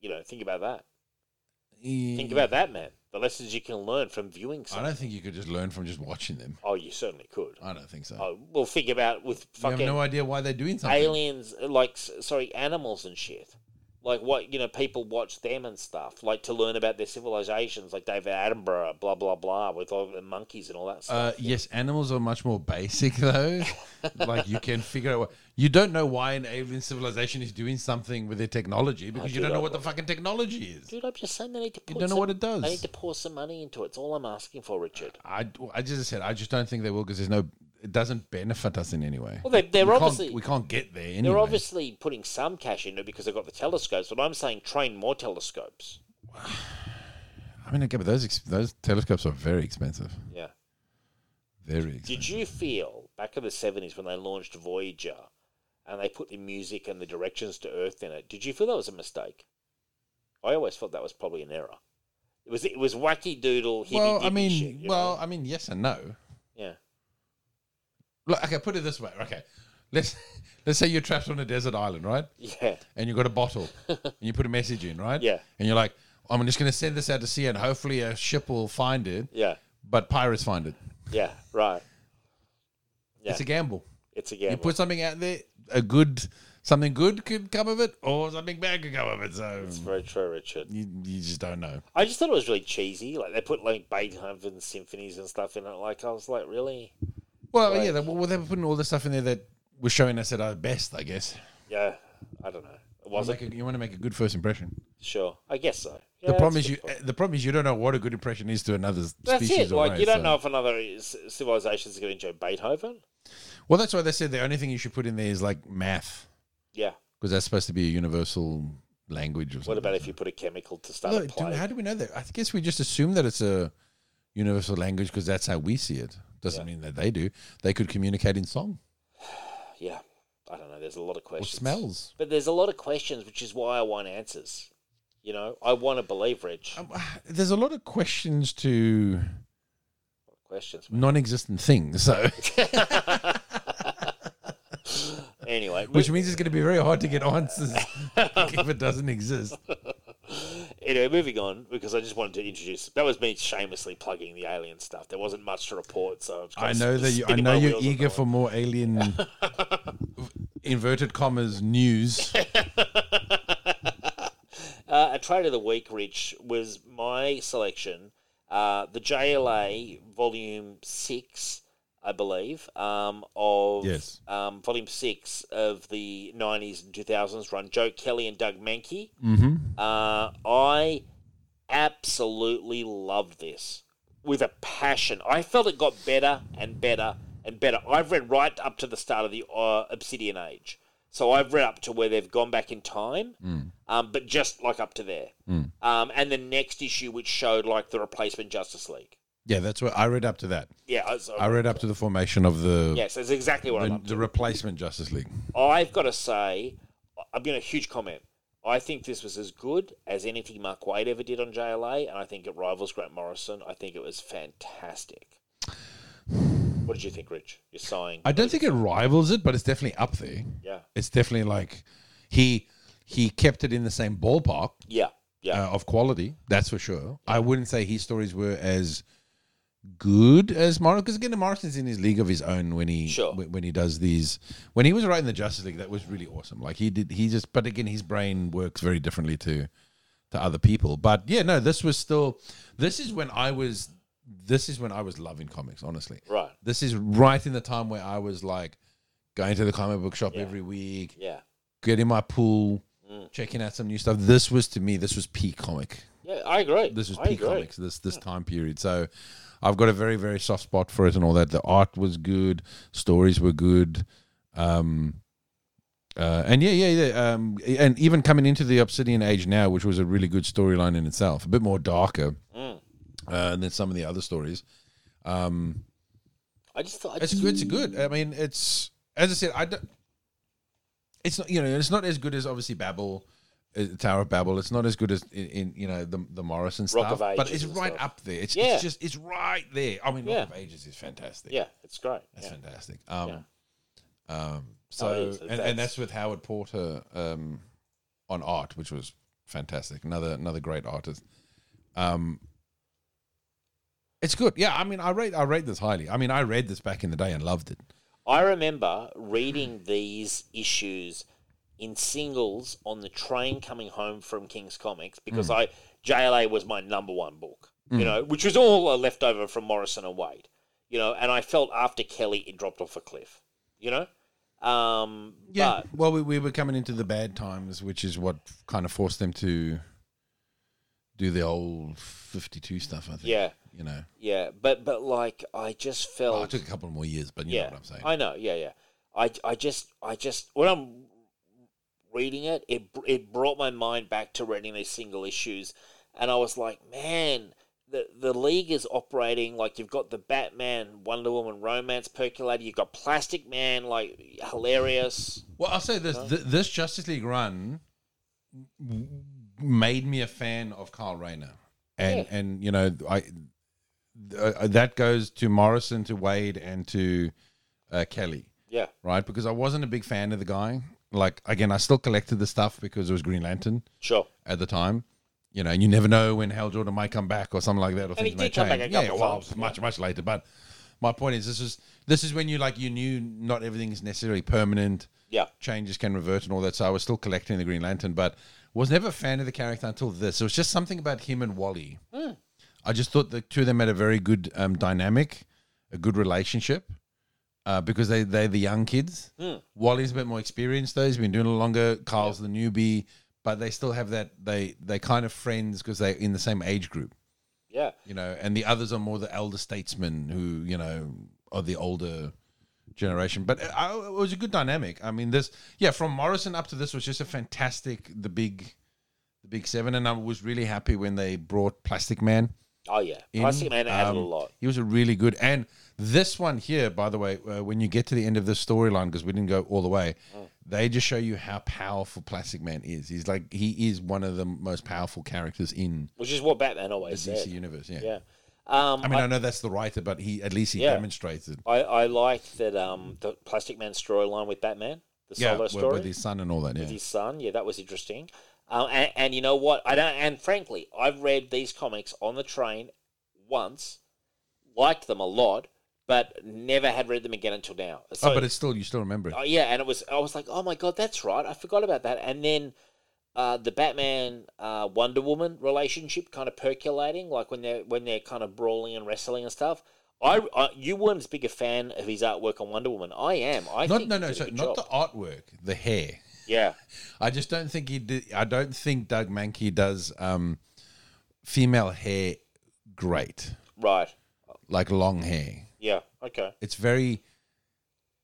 Speaker 2: You know, think about that. Think about that, man. The lessons you can learn from viewing
Speaker 5: I
Speaker 2: something.
Speaker 5: don't think you could just learn from just watching them.
Speaker 2: Oh, you certainly could.
Speaker 5: I don't think so.
Speaker 2: Oh, well, think about with
Speaker 5: you have
Speaker 2: fucking
Speaker 5: no idea why they're doing something.
Speaker 2: aliens, uh, like s- sorry, animals and shit. Like what you know, people watch them and stuff, like to learn about their civilizations, like David Attenborough, blah blah blah, with all the monkeys and all that stuff.
Speaker 5: Uh, yes, animals are much more basic though. like you can figure out what you don't know why an alien civilization is doing something with their technology because you
Speaker 2: do
Speaker 5: don't know
Speaker 2: like
Speaker 5: what the
Speaker 2: that.
Speaker 5: fucking technology is.
Speaker 2: Dude, I'm just saying they need to. Put
Speaker 5: don't know
Speaker 2: some-
Speaker 5: what it does. Uh,
Speaker 2: They need to pour some money into it. It's all I'm asking for, Richard.
Speaker 5: I, I just said I just don't think they will because there's no it doesn't benefit us in any way.
Speaker 2: Well, they, they're
Speaker 5: we can't-
Speaker 2: obviously
Speaker 5: we can't get there. Anyway.
Speaker 2: they're obviously putting some cash into it because they've got the telescopes. But I'm saying train more telescopes.
Speaker 5: I mean, okay, but those ex- those telescopes are very expensive.
Speaker 2: Yeah.
Speaker 5: Very expensive.
Speaker 2: Did you feel back in the seventies when they launched Voyager and they put the music and the directions to Earth in it? Did you feel that was a mistake? I always felt that was probably an error. It was it was wacky doodle. hippy
Speaker 5: well, I
Speaker 2: dippy
Speaker 5: mean,
Speaker 2: shit, you
Speaker 5: well,
Speaker 2: know?
Speaker 5: I mean, yes and no.
Speaker 2: yeah,
Speaker 5: Look, okay, put it this way. Okay, let's let's say you're trapped on a desert island, right?
Speaker 2: yeah,
Speaker 5: and you got a bottle and you put a message in, right?
Speaker 2: Yeah.
Speaker 5: And you're like, I'm just going to send this out to sea and hopefully a ship will find it,
Speaker 2: yeah,
Speaker 5: but pirates find it.
Speaker 2: yeah. Right. Yeah,
Speaker 5: It's a gamble.
Speaker 2: it's a gamble.
Speaker 5: You put something out there, a good, something good could come of it or something bad could come of it. So
Speaker 2: It's very true, Richard.
Speaker 5: you, you just don't know.
Speaker 2: I just thought it was really cheesy. Like they put like Beethoven symphonies and stuff in it. Like I was like, really?
Speaker 5: Well,
Speaker 2: Right.
Speaker 5: yeah, they, well, they were putting all the stuff in there that was showing us at our best, I guess.
Speaker 2: Yeah, I don't know. It
Speaker 5: You wanna
Speaker 2: wasn't
Speaker 5: make a- you want to make a good first impression.
Speaker 2: sure. I guess so. Yeah,
Speaker 5: The problem
Speaker 2: that's a
Speaker 5: is you.
Speaker 2: good point.
Speaker 5: The problem is you don't know what a good impression is to another
Speaker 2: That's
Speaker 5: species.
Speaker 2: it.
Speaker 5: or
Speaker 2: Like you
Speaker 5: race,
Speaker 2: don't
Speaker 5: so-
Speaker 2: know if another s- civilization's going to enjoy Beethoven.
Speaker 5: Well, that's why they said the only thing you should put in there is like math.
Speaker 2: Yeah.
Speaker 5: because that's supposed to be a universal language or something.
Speaker 2: What about if you put a chemical to start a
Speaker 5: Look, do,
Speaker 2: plague?
Speaker 5: how do we know that? I guess we just assume that it's a universal language because that's how we see it. Doesn't mean that they do. They could communicate in song
Speaker 2: yeah. I don't know. There's a lot of
Speaker 5: or
Speaker 2: questions.
Speaker 5: smells.
Speaker 2: But there's a lot of questions, which is why I want answers. You know, I want to believe, Rich.
Speaker 5: Um, ah, there's a lot of questions to
Speaker 2: questions.
Speaker 5: non-existent things, so
Speaker 2: Anyway,
Speaker 5: which means it's going to be very hard to get answers if it doesn't exist.
Speaker 2: Anyway, moving on because I just wanted to introduce. That was me shamelessly plugging the alien stuff. There wasn't much to report, so I, was
Speaker 5: I
Speaker 2: kinda
Speaker 5: know
Speaker 2: s-
Speaker 5: that you. I
Speaker 2: spinning
Speaker 5: know
Speaker 2: my
Speaker 5: you're
Speaker 2: wheels on
Speaker 5: eager
Speaker 2: that
Speaker 5: for
Speaker 2: one.
Speaker 5: more alien inverted commas news.
Speaker 2: Uh, a trade of the week, Rich, was my selection. Uh, the JLA Volume Six, I believe, um, of
Speaker 5: Yes.
Speaker 2: um, Volume Six of the '90s and 2000s run. Joe Kelly and Doug Mankey.
Speaker 5: Mm-hmm.
Speaker 2: Uh, I absolutely loved this with a passion. I felt it got better and better and better. I've read right up to the start of the uh, Obsidian Age. So I've read up to where they've gone back in time,
Speaker 5: Mm.
Speaker 2: um, but just like up to there. Um, and the next issue, which showed like the replacement Justice League.
Speaker 5: Yeah, that's what I read up to that.
Speaker 2: Yeah, I, so-
Speaker 5: I read up to the formation of the
Speaker 2: yes, that's exactly what I'm
Speaker 5: the,
Speaker 2: up to.
Speaker 5: the replacement Justice League.
Speaker 2: I've got to say, I've been a huge comment. I think this was as good as anything Mark Wade ever did on JLA, and I think it rivals Grant Morrison. I think it was fantastic. What did you think, Rich? You're sighing.
Speaker 5: I don't think it rivals it, but it's definitely up there.
Speaker 2: Yeah.
Speaker 5: It's definitely like he he kept it in the same ballpark
Speaker 2: Yeah. Yeah.
Speaker 5: uh, of quality. That's for sure. I wouldn't say his stories were as good as Morris because again, Morrison's in his league of his own when he
Speaker 2: Sure.
Speaker 5: when, when he does these. When he was writing the Justice League, that was really awesome. Like he did, he just. But again, his brain works very differently to to other people. But yeah, no, this was still. This is when I was. This is when I was loving comics. Honestly,
Speaker 2: right.
Speaker 5: this is right in the time where I was like going to the comic book shop
Speaker 2: Yeah.
Speaker 5: every week,
Speaker 2: Yeah.
Speaker 5: getting my pool,
Speaker 2: Mm.
Speaker 5: checking out some new stuff. This was to me, this was peak comic.
Speaker 2: Yeah, I agree.
Speaker 5: This was
Speaker 2: I
Speaker 5: peak
Speaker 2: agree.
Speaker 5: comics. This this time period. So I've got a very very soft spot for it and all that. The art was good, stories were good. Um uh, and yeah, yeah, yeah. Um, and even coming into the Obsidian Age now, which was a really good storyline in itself, a bit more darker
Speaker 2: Mm.
Speaker 5: uh, than some of the other stories. Um,
Speaker 2: I just thought. I
Speaker 5: it's
Speaker 2: just-
Speaker 5: good. It's good. I mean, it's as I said. I don't. It's not you know. It's not as good as obviously Babel, uh, Tower of Babel. It's not as good as in, in you know the the Morrison
Speaker 2: Rock
Speaker 5: stuff.
Speaker 2: of Ages
Speaker 5: but it's
Speaker 2: and
Speaker 5: right
Speaker 2: stuff.
Speaker 5: up there. It's,
Speaker 2: Yeah.
Speaker 5: it's just it's right there. I mean, Rock
Speaker 2: Yeah.
Speaker 5: of Ages is fantastic.
Speaker 2: Yeah, it's great.
Speaker 5: that's
Speaker 2: Yeah.
Speaker 5: fantastic. Um, um. So
Speaker 2: Oh, yes,
Speaker 5: and,
Speaker 2: that's-
Speaker 5: and that's with Howard Porter um, on art, which was fantastic. Another another great artist. Um. It's good. Yeah, I mean, I rate I rate this highly. I mean, I read this back in the day and loved it.
Speaker 2: I remember reading these issues in singles on the train coming home from King's Comics because
Speaker 5: Hmm.
Speaker 2: I JLA was my number one book, you know, which was all a leftover from Morrison and Wade, you know, and I felt after Kelly it dropped off a cliff, you know, um,
Speaker 5: Yeah.
Speaker 2: but
Speaker 5: well, we, we were coming into the bad times, which is what kind of forced them to do the old 52 stuff, I think.
Speaker 2: yeah,
Speaker 5: You know,
Speaker 2: yeah, but but like I just felt
Speaker 5: well, it took a couple more years, but you know what I'm saying.
Speaker 2: I know. Yeah, yeah. I, I just, I just, when I'm reading it, it, br- it brought my mind back to reading these single issues, and I was like, man, the the league is operating like you've got the Batman, Wonder Woman romance percolator, you've got Plastic Man, like hilarious.
Speaker 5: well, I'll say this th- this Justice League run w- made me a fan of Carl Rayner. And,
Speaker 2: Yeah.
Speaker 5: and you know, I uh, that goes to Morrison, to Wade, and to uh, Kelly.
Speaker 2: Yeah,
Speaker 5: right? Because I wasn't a big fan of the guy. Like again, I still collected the stuff because it was Green Lantern
Speaker 2: sure.
Speaker 5: at the time. You know, and you never know when Hal Jordan might come back or something like that,
Speaker 2: he
Speaker 5: or things may
Speaker 2: did come
Speaker 5: change.
Speaker 2: back a
Speaker 5: yeah,
Speaker 2: couple
Speaker 5: well,
Speaker 2: times,
Speaker 5: much much later. But my point is, this is this is when you like you knew not everything is necessarily permanent.
Speaker 2: Yeah,
Speaker 5: Changes can revert and all that. So I was still collecting the Green Lantern, but was never a fan of the character until this. It was just something about him and Wally. I just thought the two of them had a very good um, dynamic, a good relationship, uh, because they they're the young kids. Wally's a bit more experienced though; he's been doing it longer. Carl's the newbie, but they still have that they they kind of friends because they're in the same age group,
Speaker 2: yeah,
Speaker 5: you know. And the others are more the elder statesmen who you know are the older generation. But it, I- it was a good dynamic. I mean, this yeah, from Morrison up to this was just a fantastic the big. the Big Seven, and I was really happy when they brought Plastic Man
Speaker 2: oh yeah.
Speaker 5: in.
Speaker 2: Plastic Man added a
Speaker 5: Um,
Speaker 2: lot.
Speaker 5: He was a really good. And this one here, by the way, uh, when you get to the end of this storyline, because we didn't go all the way,
Speaker 2: Oh.
Speaker 5: they just show you how powerful Plastic Man is. He's like he is one of the most powerful characters in
Speaker 2: Which is what Batman
Speaker 5: the
Speaker 2: always
Speaker 5: DC
Speaker 2: said.
Speaker 5: universe. Yeah.
Speaker 2: Yeah. Um,
Speaker 5: I mean, I, know that's the writer, but he at least he
Speaker 2: Yeah.
Speaker 5: demonstrates it.
Speaker 2: I, I like that um, the Plastic Man storyline with Batman, the
Speaker 5: Yeah,
Speaker 2: solo
Speaker 5: with,
Speaker 2: story
Speaker 5: with his son and all that. Yeah.
Speaker 2: with his son. Yeah, that was interesting. Um, and, and you know what? I don't. And frankly, I've read these comics on the train once, liked them a lot, but never had read them again until now. So,
Speaker 5: oh, but it's still you still remember it.
Speaker 2: oh, yeah, and it was. I was like, oh my god, that's right. I forgot about that. And then. Uh, the Batman uh, Wonder Woman relationship kind of percolating, like when they're when they're kind of brawling and wrestling and stuff. I, I you weren't as big a fan of his artwork on Wonder Woman. I am. I
Speaker 5: not
Speaker 2: think
Speaker 5: no
Speaker 2: he
Speaker 5: no.
Speaker 2: did a
Speaker 5: So
Speaker 2: good job.
Speaker 5: not the artwork, the hair.
Speaker 2: yeah
Speaker 5: I just don't think he did. I don't think Doug Mankey does um, female hair great,
Speaker 2: right
Speaker 5: like long hair.
Speaker 2: yeah okay
Speaker 5: It's very.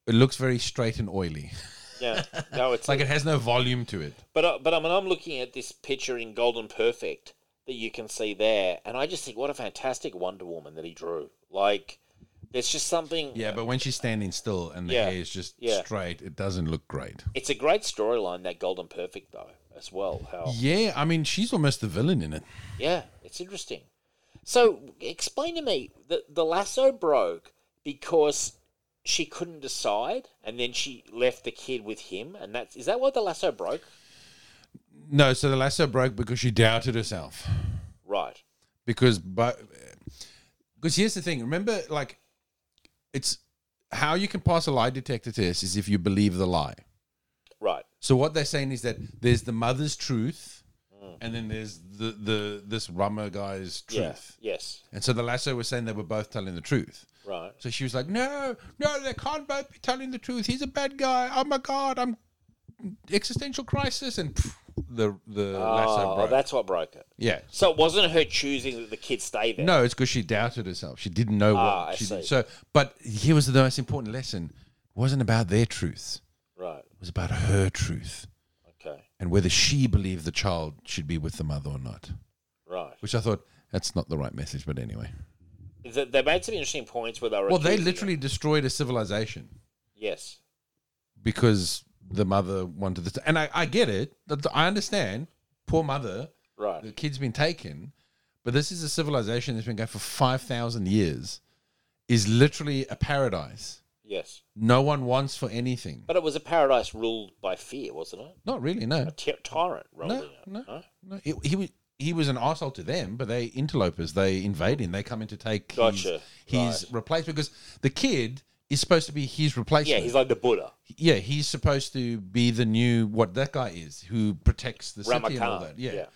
Speaker 5: It looks very straight and oily.
Speaker 2: yeah no it's
Speaker 5: It's like it has no volume to it.
Speaker 2: But I but I mean, I'm looking at this picture in Golden Perfect that you can see there, and I just think what a fantastic Wonder Woman that he drew. Like, there's just something.
Speaker 5: Yeah, but when she's standing still and the
Speaker 2: Yeah.
Speaker 5: hair is just
Speaker 2: Yeah.
Speaker 5: straight, it doesn't look great.
Speaker 2: It's a great storyline that Golden Perfect though as well. How
Speaker 5: Yeah, I mean she's almost the villain in it.
Speaker 2: yeah, it's interesting. So explain to me the the lasso broke, because she couldn't decide, and then she left the kid with him, and that's is that why the lasso broke?
Speaker 5: No, so the lasso broke because she doubted herself.
Speaker 2: Right.
Speaker 5: Because, but, because here's the thing. Remember, like, it's how you can pass a lie detector test is if you believe the lie.
Speaker 2: Right.
Speaker 5: So what they're saying is that there's the mother's truth, and then there's the the this rummer guy's truth.
Speaker 2: Yeah. Yes.
Speaker 5: And so the lasso was saying they were both telling the truth.
Speaker 2: Right.
Speaker 5: So she was like, "No, no, they can't both be telling the truth. He's a bad guy. Oh my god, I'm existential crisis." And pff, the the lasso
Speaker 2: Oh,
Speaker 5: broke.
Speaker 2: that's what broke it.
Speaker 5: yeah.
Speaker 2: So it wasn't her choosing that the kid stay there.
Speaker 5: No, it's because she doubted herself. She didn't know what
Speaker 2: Ah, I
Speaker 5: she did.
Speaker 2: see.
Speaker 5: So, but here was the most important lesson: it wasn't about their truth.
Speaker 2: Right.
Speaker 5: It was about her truth
Speaker 2: Okay.
Speaker 5: and whether she believed the child should be with the mother or not.
Speaker 2: Right.
Speaker 5: Which I thought that's not the right message, but anyway.
Speaker 2: They they made some interesting points where they were.
Speaker 5: Well, they
Speaker 2: accusing her.
Speaker 5: literally destroyed a civilization
Speaker 2: Yes.
Speaker 5: because the mother wanted this. And I, I get it. That- I understand. Poor mother. The
Speaker 2: Right.
Speaker 5: kid's been taken. But this is a civilization that's been going for 5,000 years, is literally a paradise.
Speaker 2: Yes.
Speaker 5: No one wants for anything.
Speaker 2: But it was a paradise ruled by fear, wasn't it?
Speaker 5: Not really, no.
Speaker 2: A ty- tyrant ruling
Speaker 5: No,
Speaker 2: it.
Speaker 5: no. no. He, he, was, he was an asshole to them, but they interlopers. They invade him. They come in to take
Speaker 2: Gotcha.
Speaker 5: his, his replacement because the kid is supposed to be his
Speaker 2: Yeah,
Speaker 5: replacement.
Speaker 2: he's like the Buddha.
Speaker 5: yeah, he's supposed to be the new what that guy is who protects the city and all
Speaker 2: Ramakant.
Speaker 5: that. Yeah.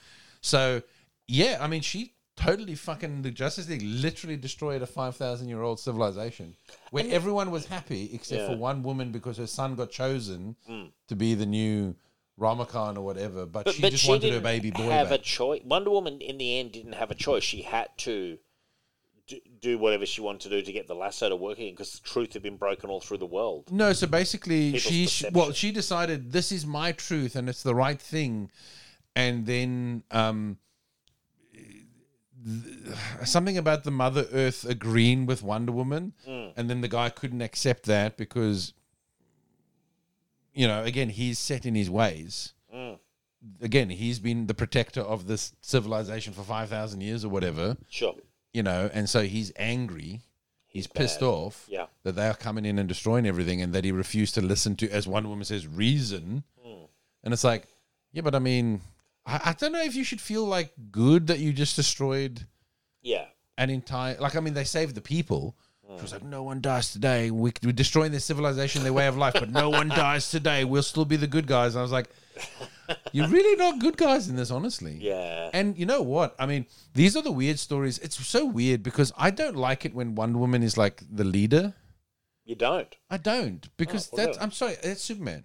Speaker 5: So yeah, I mean she totally fucking the Justice League literally destroyed a five thousand year old civilization where everyone was happy except
Speaker 2: Yeah. Hmm.
Speaker 5: for one woman because her son got chosen to be the new Ramakan or whatever, but,
Speaker 2: But,
Speaker 5: she
Speaker 2: but
Speaker 5: just
Speaker 2: she
Speaker 5: wanted her
Speaker 2: didn't
Speaker 5: baby boy
Speaker 2: have
Speaker 5: back.
Speaker 2: a choice. Wonder Woman, in the end, didn't have a choice. She had to do, do whatever she wanted to do to get the lasso to work again because the truth had been broken all through the world.
Speaker 5: No, so basically,
Speaker 2: People's
Speaker 5: she
Speaker 2: perception.
Speaker 5: well, she decided this is my truth and it's the right thing, and then um, th- something about the Mother Earth agreeing with Wonder Woman,
Speaker 2: Hmm.
Speaker 5: and then the guy couldn't accept that because, you know, again he's set in his ways.
Speaker 2: Hmm.
Speaker 5: Again, he's been the protector of this civilization for five thousand years or whatever
Speaker 2: Sure.
Speaker 5: you know, and so he's angry. He's pissed
Speaker 2: bad.
Speaker 5: off
Speaker 2: Yeah.
Speaker 5: that they are coming in and destroying everything and that he refused to listen to, as one woman says, reason.
Speaker 2: Hmm.
Speaker 5: And it's like, yeah, but I mean, I, I don't know if you should feel like good that you just destroyed
Speaker 2: Yeah.
Speaker 5: an entire, like, I mean, they saved the people.
Speaker 2: Hmm.
Speaker 5: She was like, no one dies today. We, we're destroying their civilization, their way of life, but no one dies today. We'll still be the good guys. And I was like, you're really not good guys in this, honestly.
Speaker 2: Yeah.
Speaker 5: And you know what? I mean, these are the weird stories. It's so weird because I don't like it when Wonder Woman is like the leader.
Speaker 2: You don't.
Speaker 5: I don't because
Speaker 2: Oh, well,
Speaker 5: that's
Speaker 2: really?
Speaker 5: I'm sorry, that's Superman.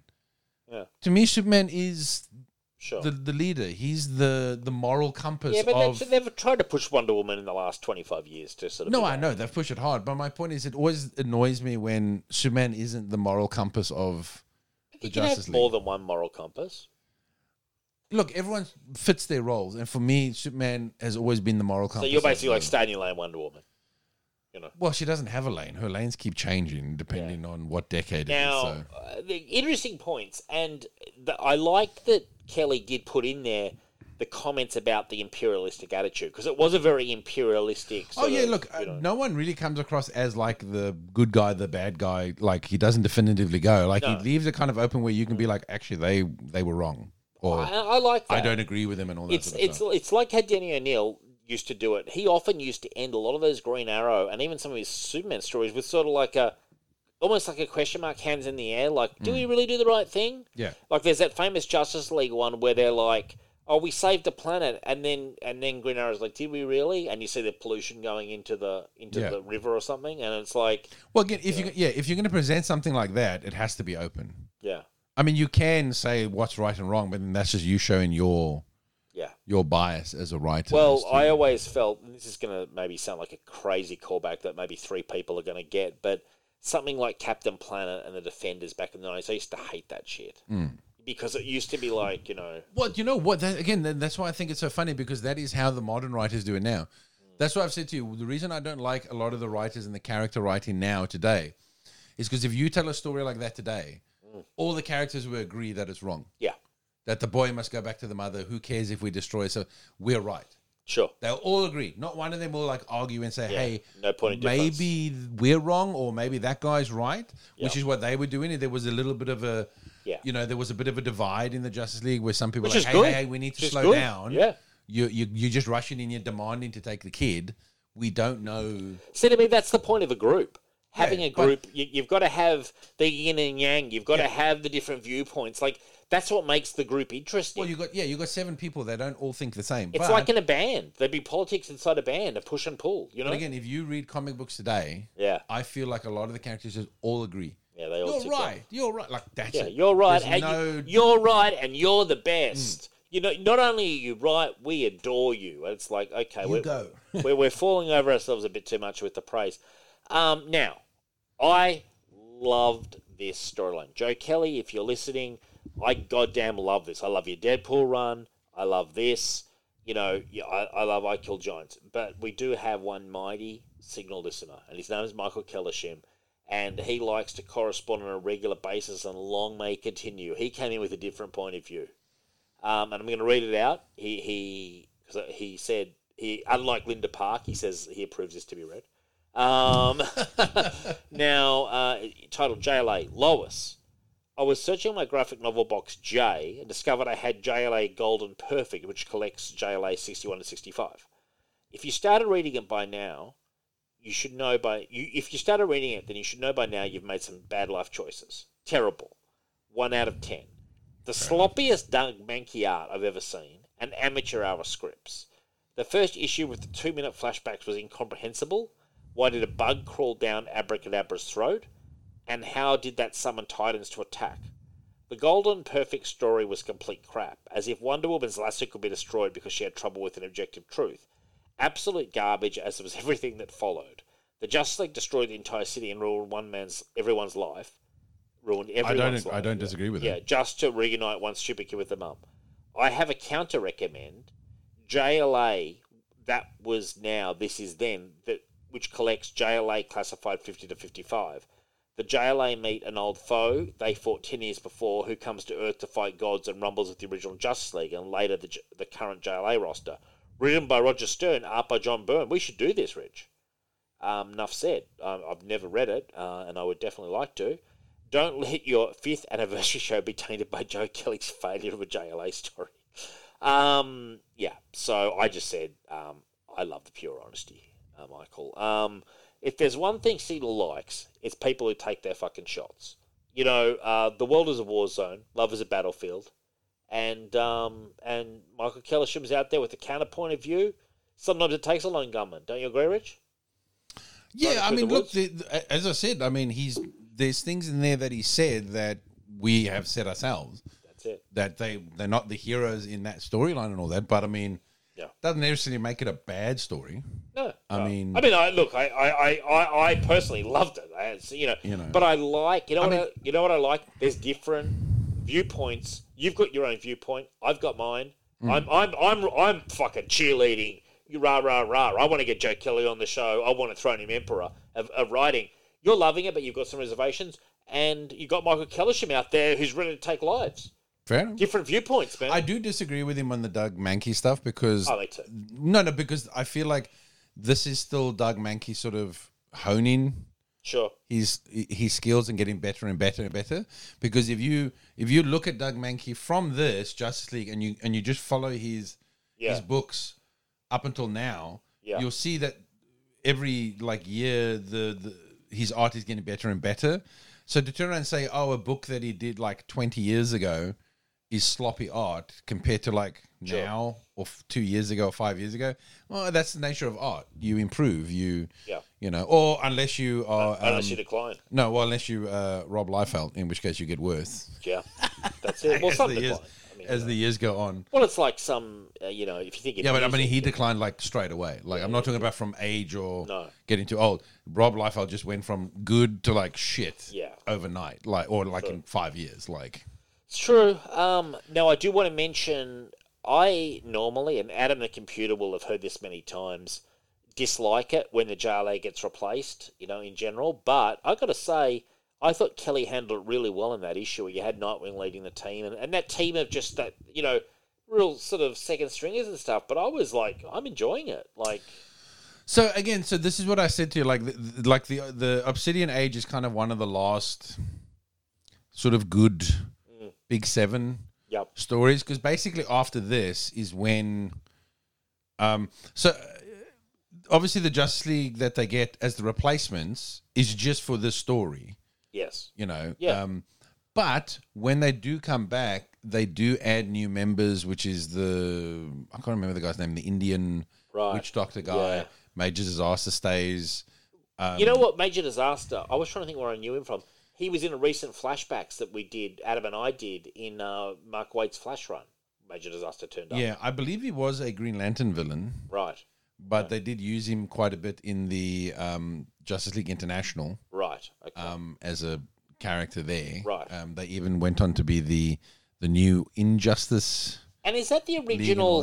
Speaker 2: Yeah.
Speaker 5: To me, Superman is
Speaker 2: Sure.
Speaker 5: the, the leader. He's the the moral compass
Speaker 2: yeah, but
Speaker 5: of.
Speaker 2: they've, they've tried to push Wonder Woman in the last 25 years to sort of.
Speaker 5: No,
Speaker 2: be
Speaker 5: I
Speaker 2: that.
Speaker 5: know they've pushed it hard, but my point is, it always annoys me when Superman isn't the moral compass of the
Speaker 2: You can have
Speaker 5: Justice League.
Speaker 2: more than one moral compass.
Speaker 5: Look, everyone fits their roles, and for me, Superman has always been the moral
Speaker 2: So
Speaker 5: compass.
Speaker 2: you're
Speaker 5: of
Speaker 2: basically like
Speaker 5: the-
Speaker 2: stay in your lane, Wonder Woman.
Speaker 5: Well, she doesn't have a lane. Her lanes keep changing depending on what decade
Speaker 2: Now,
Speaker 5: it is. So.
Speaker 2: uh, the interesting points, and the, I like that Kelly did put in there the comments about the imperialistic attitude because it was a very imperialistic.
Speaker 5: Oh
Speaker 2: sort
Speaker 5: yeah,
Speaker 2: of,
Speaker 5: look,
Speaker 2: you
Speaker 5: uh,
Speaker 2: know-
Speaker 5: no one really comes across as like the good guy, the bad guy. Like he doesn't definitively go. Like
Speaker 2: No. Mm.
Speaker 5: he leaves it kind of open where you can be like, actually, they they were wrong, or
Speaker 2: I, I like that.
Speaker 5: I don't agree with him, and all that.
Speaker 2: It's
Speaker 5: sort of
Speaker 2: it's
Speaker 5: stuff.
Speaker 2: it's like how Danny O'Neill used to do it. He often used to end a lot of those Green Arrow and even some of his Superman stories with sort of like a. Almost like a question mark, hands in the air. Like, do we really do the right thing?
Speaker 5: Mm. yeah,
Speaker 2: Like there's that famous Justice League one where they're like, "Oh, we saved the planet," and then and then Green Arrow's like, "Did we really?" And you see the pollution going into the into
Speaker 5: Yeah.
Speaker 2: the river or something, and it's like,
Speaker 5: Well, again, if you yeah, if you're going to present something like that, it has to be open.
Speaker 2: yeah,
Speaker 5: I mean, you can say what's right and wrong, but then that's just you showing your
Speaker 2: yeah.
Speaker 5: your bias as a writer. as
Speaker 2: Well,
Speaker 5: to-
Speaker 2: I always felt and this is going to maybe sound like a crazy callback that maybe three people are going to get, but something like Captain Planet and the Defenders back in the nineties, I used to hate that shit because it used to be like, you know,
Speaker 5: Well, you know what? That, again, that, that's why I think it's so funny because that is how the modern writers do it now. That's why I've said to you the reason I don't like a lot of the writers and the character writing now today is because if you tell a story like that today, all the characters will agree that it's wrong.
Speaker 2: yeah,
Speaker 5: That the boy must go back to the mother. Who cares if we destroy? So we're right.
Speaker 2: Sure.
Speaker 5: They'll all agree. Not one of them will like argue and say,
Speaker 2: Yeah.
Speaker 5: "Hey,
Speaker 2: No point in difference.
Speaker 5: maybe we're wrong, or maybe that guy's right," which
Speaker 2: Yeah.
Speaker 5: is what they were doing. There was a little bit of a,
Speaker 2: Yeah.
Speaker 5: you know, there was a bit of a divide in the Justice League where some people
Speaker 2: Which
Speaker 5: were
Speaker 2: is
Speaker 5: like, hey,
Speaker 2: good.
Speaker 5: hey, hey, we need to
Speaker 2: Which is
Speaker 5: slow
Speaker 2: good.
Speaker 5: down.
Speaker 2: Yeah.
Speaker 5: you you you're just rushing in. You're demanding to take the kid. We don't know.
Speaker 2: See, to me, that's the point of a group. Having
Speaker 5: Yeah,
Speaker 2: a
Speaker 5: but-
Speaker 2: group, you, you've got to have the yin and yang. You've got to have the different viewpoints. Like that's what makes the group interesting.
Speaker 5: Well, you got yeah, you got seven people. They don't all think the same.
Speaker 2: it's
Speaker 5: but,
Speaker 2: like in a band. There'd be politics inside a band, a push and pull. You know?
Speaker 5: but again, if you read comic books today,
Speaker 2: yeah,
Speaker 5: I feel like a lot of the characters just all agree.
Speaker 2: yeah, they all.
Speaker 5: You're
Speaker 2: tick that.
Speaker 5: right. You're right. Like that's
Speaker 2: Yeah,
Speaker 5: it.
Speaker 2: you're right, and
Speaker 5: There's no Mm.
Speaker 2: you, are right, and you're the best. You know, not only are you right, we adore you. And It's like okay,
Speaker 5: you
Speaker 2: we're,
Speaker 5: go.
Speaker 2: we're we're falling over ourselves a bit too much with the praise. Um, now, I loved this storyline, Joe Kelly. If you're listening, I goddamn love this. I love your Deadpool run. I love this. You know, yeah, I, I love I Kill Giants, but we do have one mighty signal listener, and his name is Michael Kellishim and he likes to correspond on a regular basis, and long may it continue. He came in with a different point of view, um, and I'm going to read it out. He he 'cause uh, he said he unlike Linda Park, he says he approves this to be read. Um, now uh, titled JLA Lois. I was searching my graphic novel box J and discovered I had JLA Golden Perfect, which collects JLA 61 to 65. If you started reading it by now, you should know by you if you started reading it, then you should know by now you've made some bad life choices. Terrible. One out of ten. The sloppiest Doug Mankey art I've ever seen, and amateur hour scripts. The first issue with the two minute flashbacks was incomprehensible. Why did a bug crawl down Abracadabra's throat? And how did that summon Titans to attack? The Golden Perfect story was complete crap, as if Wonder Woman's lasso could be destroyed because she had trouble with an objective truth absolute garbage as was everything that followed. The Justice League destroyed the entire city and ruined one man's everyone's life. Ruined
Speaker 5: I
Speaker 2: everyone's
Speaker 5: don't.
Speaker 2: life.
Speaker 5: I don't disagree with
Speaker 2: yeah,
Speaker 5: it.
Speaker 2: just to reunite one stupid kid with the mum. I have a counter recommend. JLA that was now, this is then, that which collects JLA classified fifty to fifty five. The JLA meet an old foe they fought 10 years before who comes to Earth to fight gods and rumbles with the original Justice League and later the, J- the current JLA roster. Written by Roger Stern, art by John Byrne. We should do this, Rich. Um, enough said. Um, I've never read it uh, and I would definitely like to. Don't let your fifth anniversary show be tainted by Joe Kelly's failure of a JLA story. Um, yeah, so I just said um, I love the pure honesty, uh, Michael. Um, if there's one thing Signal likes, it's people who take their fucking shots. You know, uh, the world is a war zone, love is a battlefield, and um, and Michael Kellishim's out there with a counterpoint of view. Sometimes it takes a lone gunman, don't you agree, Rich?
Speaker 5: Yeah, I
Speaker 2: through
Speaker 5: mean,
Speaker 2: the
Speaker 5: look, the, the- as I said, I mean, he's there's things in there that he said that we have said ourselves
Speaker 2: That's it.
Speaker 5: that they they're not the heroes in that storyline and all that. But I mean,
Speaker 2: Yeah.
Speaker 5: doesn't necessarily make it a bad story.
Speaker 2: No,
Speaker 5: I
Speaker 2: no.
Speaker 5: mean-
Speaker 2: I mean, I look, I, I, I- I, I personally loved it. I, it's, you know,
Speaker 5: You know.
Speaker 2: but I like, you know,
Speaker 5: I
Speaker 2: what
Speaker 5: mean-
Speaker 2: I, you know what I like. There's different viewpoints. You've got your own viewpoint. I've got mine.
Speaker 5: Hmm.
Speaker 2: I'm, I'm, I'm, I'm fucking cheerleading. You rah rah rah. I want to get Joe Kelly on the show. I want to throw him emperor of, of writing. You're loving it, but you've got some reservations, and you have got Michael Kellisham out there who's ready to take lives.
Speaker 5: Fair enough.
Speaker 2: Different viewpoints, man. Oh,
Speaker 5: I do disagree with him on the Doug Mankey stuff because
Speaker 2: I like to.
Speaker 5: no, no, because I feel like this is still Doug Mankey sort of honing
Speaker 2: Sure.
Speaker 5: his his skills and getting better and better and better. Because if you if you look at Doug Mankey from this Justice League and you and you just follow his
Speaker 2: Yeah.
Speaker 5: his books up until now,
Speaker 2: Yeah.
Speaker 5: you'll see that every like year the, the his art is getting better and better. So to turn around and say, oh, a book that he did like twenty years ago is sloppy art compared to like
Speaker 2: Sure.
Speaker 5: now or f- two years ago or five years ago, well, that's the nature of art. You improve, you
Speaker 2: Yeah.
Speaker 5: you know, or unless you are
Speaker 2: Unless
Speaker 5: um,
Speaker 2: you decline.
Speaker 5: no, well, unless you uh, Rob Liefeld, in which case you get worse
Speaker 2: Yeah. That's it. Well,
Speaker 5: as,
Speaker 2: some
Speaker 5: the years,
Speaker 2: decline. I mean,
Speaker 5: as the years go on.
Speaker 2: Well, it's like some, uh, you know, if you think. in
Speaker 5: Yeah, but I mean,
Speaker 2: music-
Speaker 5: he declined like straight away. Like, I'm not talking about from age or
Speaker 2: No.
Speaker 5: getting too old. Rob Liefeld just went from good to like shit
Speaker 2: Yeah.
Speaker 5: overnight, like or like in five years. Like,
Speaker 2: It's true. Um, now, I do want to mention I normally, and Adam the computer will have heard this many times, dislike it when the JLA gets replaced, you know, in general. But i got to say, I thought Kelly handled it really well in that issue where you had Nightwing leading the team, and, and that team of just that, you know, real sort of second stringers and stuff, but I was like, I'm enjoying it. Like,
Speaker 5: So again, so this is what I said to you. Like, th- th- like the the Obsidian Age is kind of one of the last sort of good
Speaker 2: Mm.
Speaker 5: big seven
Speaker 2: yep,
Speaker 5: stories because basically after this is when, um, so uh, obviously the Justice League that they get as the replacements is just for this story,
Speaker 2: yes,
Speaker 5: you know.
Speaker 2: Yeah.
Speaker 5: Um, but when they do come back, they do add new members, which is the I can't remember the guy's name, the Indian
Speaker 2: right.
Speaker 5: witch doctor guy,
Speaker 2: Yeah.
Speaker 5: major disaster stays.
Speaker 2: you know what? Major disaster. I was trying to think where I knew him from. He was in a recent flashbacks that we did. Adam and I did in uh, Mark Wade's flash run. Major disaster turned up.
Speaker 5: Yeah, I believe he was a Green Lantern villain,
Speaker 2: Right.
Speaker 5: but they did use him quite a bit in the um, Justice League International
Speaker 2: Right. Okay.
Speaker 5: um, as a character there.
Speaker 2: Right.
Speaker 5: Um, they even went on to be the the new Injustice.
Speaker 2: and is that the
Speaker 5: and all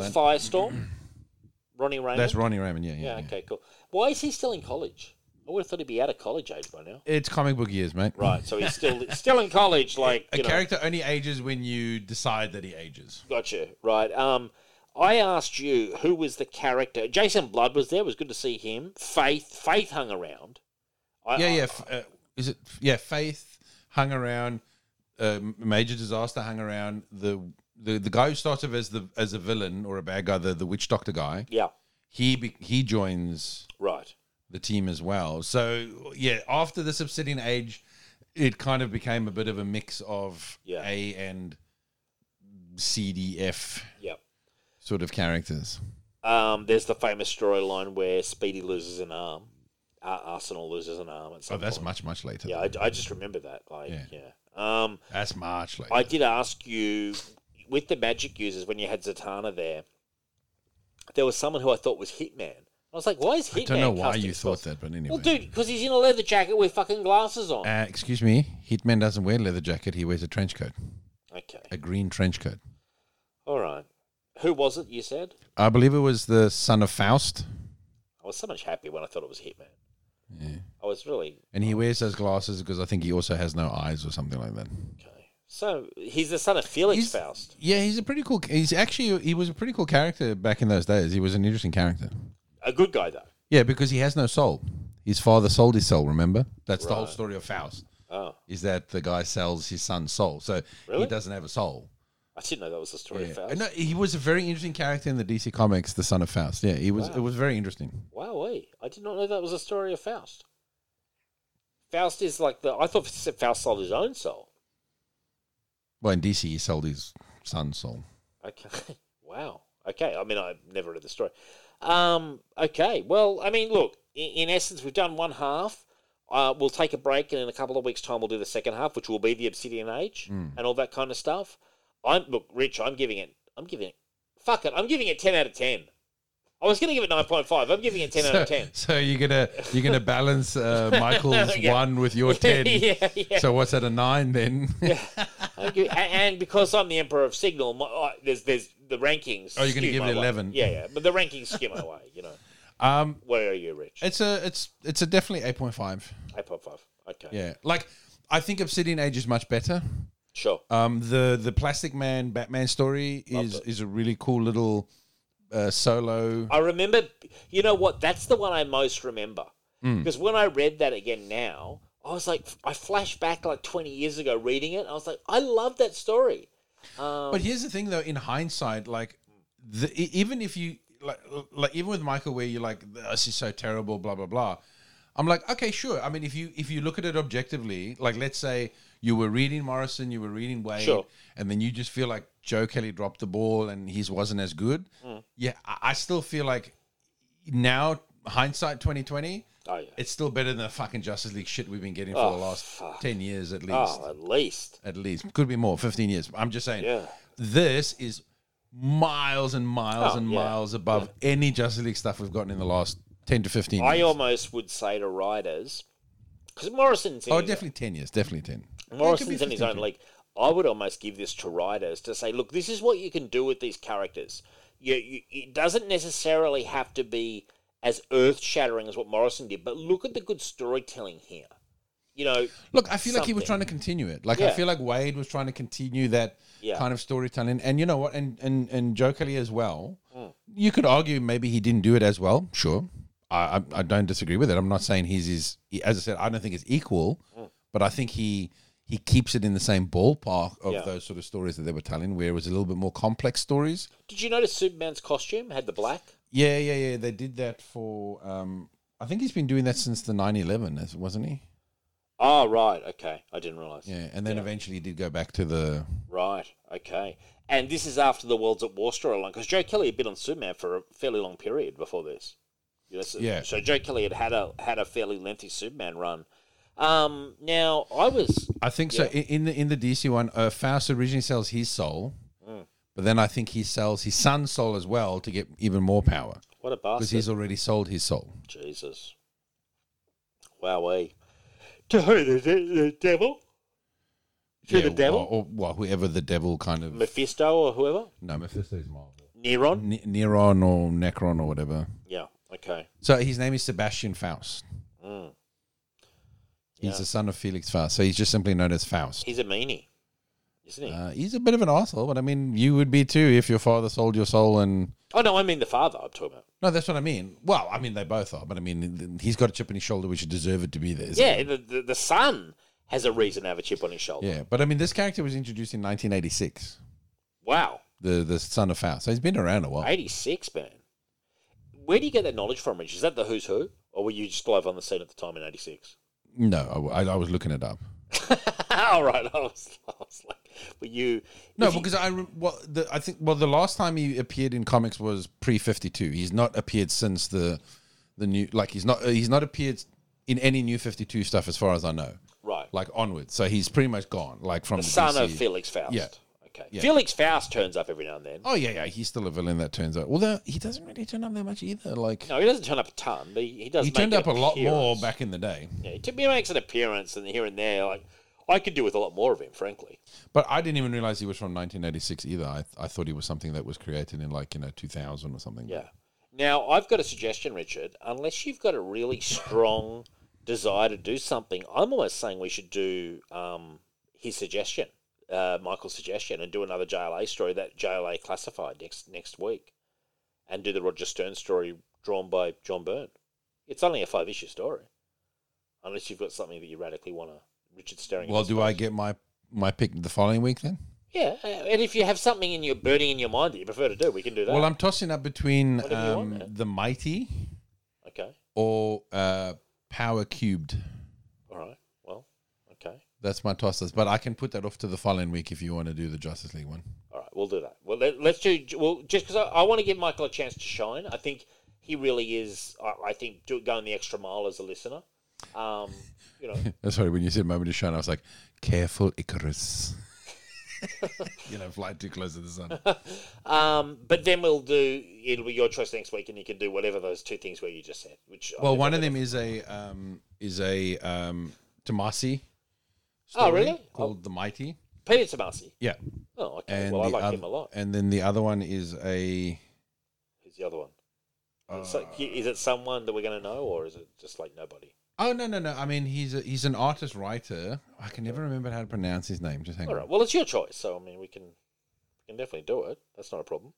Speaker 2: original
Speaker 5: that.
Speaker 2: Firestorm? Ronnie Raymond.
Speaker 5: That's Ronnie Raymond. Yeah, yeah.
Speaker 2: Yeah.
Speaker 5: yeah.
Speaker 2: Okay. Cool. Why is he still in college? I would have thought he'd be out of college age by now.
Speaker 5: It's comic book years, mate.
Speaker 2: Right. So he's still still in college. Like
Speaker 5: A
Speaker 2: you know.
Speaker 5: character only ages when you decide that he ages.
Speaker 2: Gotcha. Right. Um, I asked you who was the character. Jason Blood was there. It was good to see him. Faith. Faith hung around. I,
Speaker 5: Yeah,
Speaker 2: I-
Speaker 5: yeah. F- uh, is it? Yeah, Faith hung around. Uh, major disaster hung around. The, the the guy who started as the as a villain or a bad guy, the, the witch doctor guy.
Speaker 2: yeah.
Speaker 5: He be, he joins
Speaker 2: Right.
Speaker 5: the team as well. So yeah, after the Obsidian Age, it kind of became a bit of a mix of
Speaker 2: Yeah.
Speaker 5: A and CDF
Speaker 2: Yeah.
Speaker 5: sort of characters.
Speaker 2: Um, there's the famous storyline where Speedy loses an arm. Uh, Arsenal loses an arm. At some
Speaker 5: Oh, that's
Speaker 2: point.
Speaker 5: much much later.
Speaker 2: Yeah, I, I just remember that. Like,
Speaker 5: Yeah.
Speaker 2: yeah. Um,
Speaker 5: that's much later.
Speaker 2: I did ask you with the magic users when you had Zatanna there. There was someone who I thought was Hitman. I was like, why is Hitman?
Speaker 5: I don't know why
Speaker 2: casting
Speaker 5: you
Speaker 2: spells?
Speaker 5: thought that, but anyway.
Speaker 2: Well, dude, because he's in a leather jacket with fucking glasses on.
Speaker 5: Uh, excuse me, Hitman doesn't wear leather jacket. He wears a trench coat,
Speaker 2: okay.
Speaker 5: a green trench coat.
Speaker 2: All right. Who was it you said?
Speaker 5: I believe it was the son of Faust,
Speaker 2: I was so much happier when I thought it was Hitman. I was really.
Speaker 5: and he wears those glasses because I think he also has no eyes or something like that.
Speaker 2: Okay. So he's the son of Felix
Speaker 5: He's-
Speaker 2: Faust.
Speaker 5: Yeah, he's a pretty cool. He's actually he was a pretty cool character back in those days. He was an interesting character.
Speaker 2: A good guy, though.
Speaker 5: Yeah, because he has no soul. His father sold his soul. Remember, that's the whole
Speaker 2: Right.
Speaker 5: story of Faust.
Speaker 2: Oh,
Speaker 5: Is that the guy sells his son's soul, so
Speaker 2: Really?
Speaker 5: he doesn't have a soul.
Speaker 2: I didn't know that was the story
Speaker 5: Yeah.
Speaker 2: of Faust.
Speaker 5: No, he was a very interesting character in the DC comics, the son of Faust. Yeah, he was.
Speaker 2: Wow.
Speaker 5: It was very interesting.
Speaker 2: Wow, I did not know that was a story of Faust. Faust is like the. I thought Faust sold his own soul.
Speaker 5: Well, in DC, he sold his son's soul.
Speaker 2: Okay. Wow. Okay. I mean, I've never read the story. Um, okay. Well, I mean, look, in, in essence, we've done one half. Uh, we'll take a break, and in a couple of weeks' time, we'll do the second half, which will be the Obsidian Age and all that kind of stuff. I'm look, Rich. I'm giving it. I'm giving it. Fuck it. I'm giving it ten out of ten. I was going to give it nine point five. I'm giving it ten out of ten.
Speaker 5: So you're gonna you're gonna balance uh, Michael's
Speaker 2: Yeah.
Speaker 5: one with your ten.
Speaker 2: yeah, yeah.
Speaker 5: So what's that a nine then?
Speaker 2: Thank you. A- and because I'm the emperor of signal, my, I there's there's the rankings.
Speaker 5: Oh, you're gonna
Speaker 2: skew
Speaker 5: give
Speaker 2: my
Speaker 5: it
Speaker 2: way.
Speaker 5: 11.
Speaker 2: Yeah, yeah, but the rankings skew my way. You know,
Speaker 5: um,
Speaker 2: where are you, Rich?
Speaker 5: it's a it's it's a definitely eight point five.
Speaker 2: Eight point five. Okay.
Speaker 5: Yeah, like I think Obsidian Age is much better.
Speaker 2: Sure.
Speaker 5: Um, the the Plastic Man Batman story is
Speaker 2: Loved
Speaker 5: is a really cool little uh, solo.
Speaker 2: I remember. You know what? That's the one I most remember
Speaker 5: Hmm.
Speaker 2: because when I read that again now, I was like, I flashed back like 20 years ago reading it. I was like, I love that story.
Speaker 5: But here's the thing, though. In hindsight, like, the, e- even if you like, like even with Michael, where you're like, "This is so terrible," blah blah blah. I'm like, okay, sure. I mean, if you if you look at it objectively, like, let's say you were reading Morrison, you were reading Wade,
Speaker 2: Sure.
Speaker 5: and then you just feel like Joe Kelly dropped the ball and his wasn't as good.
Speaker 2: Mm.
Speaker 5: Yeah, I, I still feel like now hindsight 2020,
Speaker 2: Oh yeah.
Speaker 5: it's still better than the fucking Justice League shit we've been getting for
Speaker 2: Oh,
Speaker 5: the last
Speaker 2: fuck.
Speaker 5: ten years at least
Speaker 2: Oh, at least.
Speaker 5: at least could be more 15 years i'm just saying
Speaker 2: Yeah.
Speaker 5: this is miles and miles
Speaker 2: Oh,
Speaker 5: and
Speaker 2: yeah.
Speaker 5: miles above any justice league stuff we've gotten in the last 10 to 15
Speaker 2: I
Speaker 5: years
Speaker 2: almost would say to writers, because Morrison's in
Speaker 5: oh
Speaker 2: his-
Speaker 5: definitely 10 years definitely 10 Yeah, it
Speaker 2: Morrison's
Speaker 5: could
Speaker 2: in
Speaker 5: be
Speaker 2: his own
Speaker 5: 15.
Speaker 2: league. I would almost give this to writers to say, look, this is what you can do with these characters. You, you, it doesn't necessarily have to be as earth shattering as what Morrison did, but look at the good storytelling here. you know,
Speaker 5: Look, I feel like he was
Speaker 2: Something.
Speaker 5: trying to continue it. Like I
Speaker 2: Yeah.
Speaker 5: feel like Wade was trying to continue that
Speaker 2: Yeah.
Speaker 5: kind of storytelling, and you know what, and and and Joe Kelly as well.
Speaker 2: Hmm.
Speaker 5: You could argue maybe he didn't do it as well. Sure, I I, I don't disagree with it. I'm not saying his is as I said. I don't think it's equal,
Speaker 2: Hmm.
Speaker 5: but I think he he keeps it in the same ballpark of
Speaker 2: Yeah.
Speaker 5: those sort of stories that they were telling, where it was a little bit more complex stories.
Speaker 2: did you notice Superman's costume had the black?
Speaker 5: Yeah, yeah, yeah. They did that for. um I think he's been doing that since the 9/11, wasn't he?
Speaker 2: Oh, right. Okay. I didn't realize.
Speaker 5: Yeah, and then eventually he did go back to the
Speaker 2: Right. Okay. And this is after the World's at War storyline because Joe Kelly had been on Superman for a fairly long period before this. You know, so,
Speaker 5: Yeah.
Speaker 2: So Joe Kelly had had a had a fairly lengthy Superman run. Um. Now I was
Speaker 5: I think so.
Speaker 2: Yeah.
Speaker 5: In, in the in the DC one, uh, Faust originally sells his soul,
Speaker 2: Mm.
Speaker 5: but then I think he sells his son's soul as well to get even more power
Speaker 2: what a
Speaker 5: because
Speaker 2: bastard.
Speaker 5: he's already sold his soul.
Speaker 2: Jesus. Wowee. To who? The, the, the devil? To
Speaker 5: Yeah,
Speaker 2: the devil?
Speaker 5: or, or well, whoever the devil kind of
Speaker 2: Mephisto or whoever?
Speaker 5: no Mephisto's Marvel,
Speaker 2: Neron?
Speaker 5: ne- Neron or Necron or whatever.
Speaker 2: Yeah. Okay.
Speaker 5: So his name is Sebastian Faust.
Speaker 2: Mm.
Speaker 5: He's
Speaker 2: Yeah.
Speaker 5: the son of Felix Faust, so he's just simply known as Faust.
Speaker 2: He's a meanie, isn't he?
Speaker 5: Uh, he's a bit of an asshole, but I mean, you would be too if your father sold your soul and
Speaker 2: oh, no, I mean the father I'm talking about.
Speaker 5: No, that's what I mean. Well, I mean they both are, but I mean he's got a chip on his shoulder, which he deserved to be there. isn't
Speaker 2: Yeah, the, the, the son has a reason to have a chip on his shoulder.
Speaker 5: he? yeah. But I mean, this character was introduced in 1986.
Speaker 2: Wow.
Speaker 5: The the son of Faust, so he's been around a while.
Speaker 2: 86, man. Where do you get that knowledge from, Rich? Is that the who's who? Or were you just live on the scene at the time in 86?
Speaker 5: No, I, I was looking it up.
Speaker 2: All right. I was, I was like, were you.
Speaker 5: No,
Speaker 2: if you-
Speaker 5: because I re- well, the, I think well, the last time he appeared in comics was pre 52. He's not appeared since the the new like he's not he's not appeared in any new 52 stuff as far as I know.
Speaker 2: Right.
Speaker 5: Like onwards, so he's pretty much gone. Like from
Speaker 2: The son of
Speaker 5: DC.
Speaker 2: Felix Faust.
Speaker 5: Yeah.
Speaker 2: Okay.
Speaker 5: Yeah.
Speaker 2: Felix Faust turns up every now and then.
Speaker 5: Oh yeah, yeah, he's still a villain that turns out. Although he doesn't really turn up that much either. Like
Speaker 2: No, he doesn't turn up a ton, but he, he does.
Speaker 5: he
Speaker 2: make
Speaker 5: turned
Speaker 2: an
Speaker 5: up a lot more
Speaker 2: appearance.
Speaker 5: back in the day.
Speaker 2: Yeah, he he makes an appearance and here and there. Like I could do with a lot more of him, frankly.
Speaker 5: But I didn't even realize he was from 1986 either. I, I thought he was something that was created in like you know 2000 or something.
Speaker 2: Yeah. Now I've got a suggestion, Richard. Unless you've got a really strong desire to do something, I'm almost saying we should do um, his suggestion, uh, Michael's suggestion, and do another JLA story that JLA classified next next week, and do the Roger Stern story drawn by John Byrne. It's only a five issue story, unless you've got something that you radically want to. Richard staring. at
Speaker 5: Well,
Speaker 2: his
Speaker 5: do I
Speaker 2: face.
Speaker 5: get my my pick the following week then?
Speaker 2: Yeah, uh, and if you have something in your burning in your mind that you prefer to do, we can do that.
Speaker 5: Well, I'm tossing up between
Speaker 2: Whatever you want,
Speaker 5: um,
Speaker 2: man.
Speaker 5: the Mighty
Speaker 2: okay.
Speaker 5: or uh, Power Cubed.
Speaker 2: All right. Well, okay.
Speaker 5: That's my tosses, but I can put that off to the following week if you want to do the Justice League one.
Speaker 2: All right, we'll do that. Well, let, let's do. Well, just because I, I want to give Michael a chance to shine, I think he really is. I, I think do, going the extra mile as a listener. Um, you know,
Speaker 5: That's sorry, when you said moment of shine, I was like, careful Icarus. you know, fly too close to the sun.
Speaker 2: um, but then we'll do. It'll be your choice next week, and you can do whatever those two things were you just said. Which I
Speaker 5: Well,
Speaker 2: think
Speaker 5: one
Speaker 2: I
Speaker 5: of
Speaker 2: did.
Speaker 5: them is a um, is a um, Tomasi.
Speaker 2: Oh,
Speaker 5: story
Speaker 2: really?
Speaker 5: Called the Mighty.
Speaker 2: Peter Tomasi.
Speaker 5: Yeah,
Speaker 2: Oh, okay.
Speaker 5: and
Speaker 2: well, I
Speaker 5: the
Speaker 2: like
Speaker 5: other,
Speaker 2: him a lot.
Speaker 5: And then the other one is a
Speaker 2: Who's the other one? Is
Speaker 5: Uh,
Speaker 2: it- is it someone that we're going to know, or is it just like nobody?
Speaker 5: oh no no no. I mean he's a, he's an artist writer. I can never remember how to pronounce his name. Just hang
Speaker 2: All
Speaker 5: on.
Speaker 2: right. Well, it's your choice, so I mean, we can we can definitely do it. That's not a problem.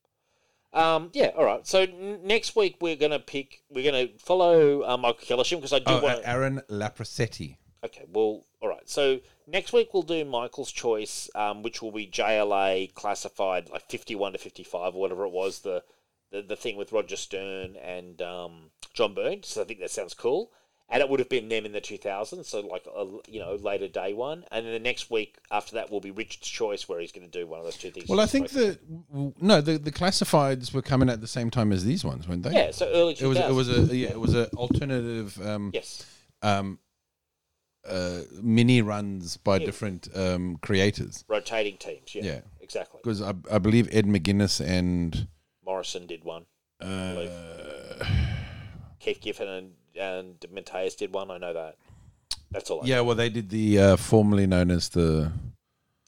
Speaker 2: Um, yeah. All right. So n- next week we're gonna pick. We're gonna follow uh, Michael Kellisham because I do
Speaker 5: Oh, uh,
Speaker 2: want. to
Speaker 5: Aaron Laprasetti.
Speaker 2: okay. Well. All right. So next week we'll do Michael's choice, um, which will be JLA classified like fifty-one to fifty-five or whatever it was. The the, the thing with Roger Stern and um, John Byrne. So I think that sounds cool. And it would have been them in the 2000s, so like a you know later day one. And then the next week after that will be Richard's choice, where he's going to do one of those two things.
Speaker 5: Well,
Speaker 2: you
Speaker 5: I
Speaker 2: just
Speaker 5: think
Speaker 2: spoke
Speaker 5: the w- no the, the classifieds were coming at the same time as these ones, weren't they?
Speaker 2: about. yeah, so early 2000s.
Speaker 5: It was it was a yeah it was a alternative um,
Speaker 2: yes,
Speaker 5: um, uh, mini runs by different um, creators
Speaker 2: rotating teams. Yeah,
Speaker 5: Yeah.
Speaker 2: exactly.
Speaker 5: because I, I believe Ed McGuinness and
Speaker 2: Morrison did one.
Speaker 5: uh,
Speaker 2: Keith Giffen and and Mateus did one. I know that. That's all. I know.
Speaker 5: yeah well they did the uh, formerly known as the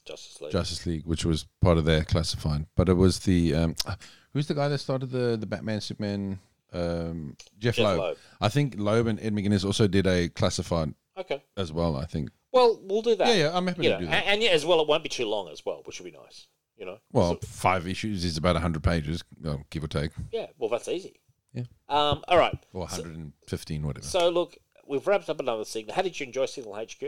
Speaker 2: Justice League.
Speaker 5: Justice League which was part of their classified but it was the um, who's the guy that started the the Batman Superman um, Jeff,
Speaker 2: Jeff
Speaker 5: Loeb.
Speaker 2: Loeb.
Speaker 5: I think Loeb and Ed McGuinness also did a classified
Speaker 2: Okay.
Speaker 5: as well. I think.
Speaker 2: Well, we'll do that.
Speaker 5: Yeah, yeah, I'm happy
Speaker 2: You
Speaker 5: to
Speaker 2: know,
Speaker 5: do
Speaker 2: a-
Speaker 5: that.
Speaker 2: and, yeah, as well, it won't be too long as well, which would be nice. You know.
Speaker 5: Well, five issues is about hundred pages, well, give or take,
Speaker 2: Yeah. Well, that's easy.
Speaker 5: Yeah.
Speaker 2: Um. All right.
Speaker 5: or 115, whatever.
Speaker 2: So look, we've wrapped up another signal. How did you enjoy Signal HQ?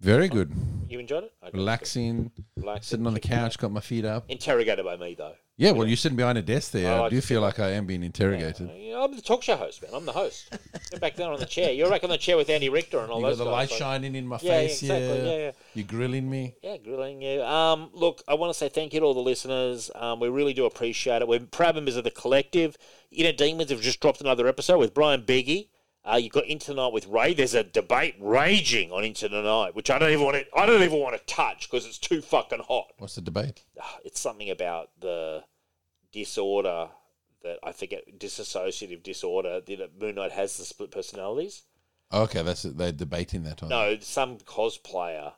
Speaker 5: Very good.
Speaker 2: You enjoyed it? Okay,
Speaker 5: Relaxing,
Speaker 2: relaxing,
Speaker 5: sitting on the
Speaker 2: kicking back.
Speaker 5: couch, got my feet up.
Speaker 2: Interrogated by me though.
Speaker 5: Yeah, well, you're sitting behind a desk there.
Speaker 2: Oh, I
Speaker 5: I,
Speaker 2: like
Speaker 5: do
Speaker 2: to
Speaker 5: feel like I am being interrogated.
Speaker 2: You know, I'm the talk show host, man. I'm the host. Get back there on the chair. You're back on the chair with Andy Richter and all
Speaker 5: You
Speaker 2: those
Speaker 5: got the
Speaker 2: guys,
Speaker 5: light
Speaker 2: like-
Speaker 5: shining in my
Speaker 2: Yeah, yeah,
Speaker 5: face.
Speaker 2: exactly.
Speaker 5: yeah.
Speaker 2: Yeah, yeah.
Speaker 5: You're grilling me.
Speaker 2: Yeah, grilling you. Um, look, I want to say thank you to all the listeners. Um, we really do appreciate it. We're proud members of the collective. Inner Demons have just dropped another episode with Brian Biggie. Uh, you've got Into the Night with Ray. There's a debate raging on Into the Night, which I don't even want to. I don't even want to touch because it's too fucking hot.
Speaker 5: What's the debate?
Speaker 2: Ah, It's something about the disorder that I forget disassociative disorder that Moon Knight has the split personalities.
Speaker 5: Oh, Okay, that's it. They're debating that on.
Speaker 2: No, some cosplayer.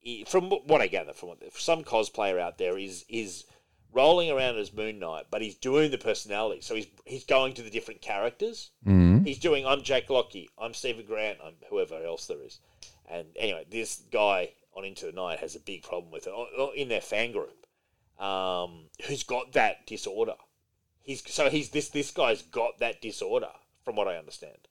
Speaker 2: he- From wh- what I gather, from what, some cosplayer out there is is rolling around as Moon Knight, but he's doing the personality. So he's he's going to the different characters.
Speaker 5: Mhm.
Speaker 2: He's doing I'm Jack Lockie, I'm Stephen Grant, I'm whoever else there is. And anyway, this guy on Into the Night has a big problem with it oh, oh, in their fan group. Um, who's got that disorder? He's so he's this this guy's got that disorder from what I understand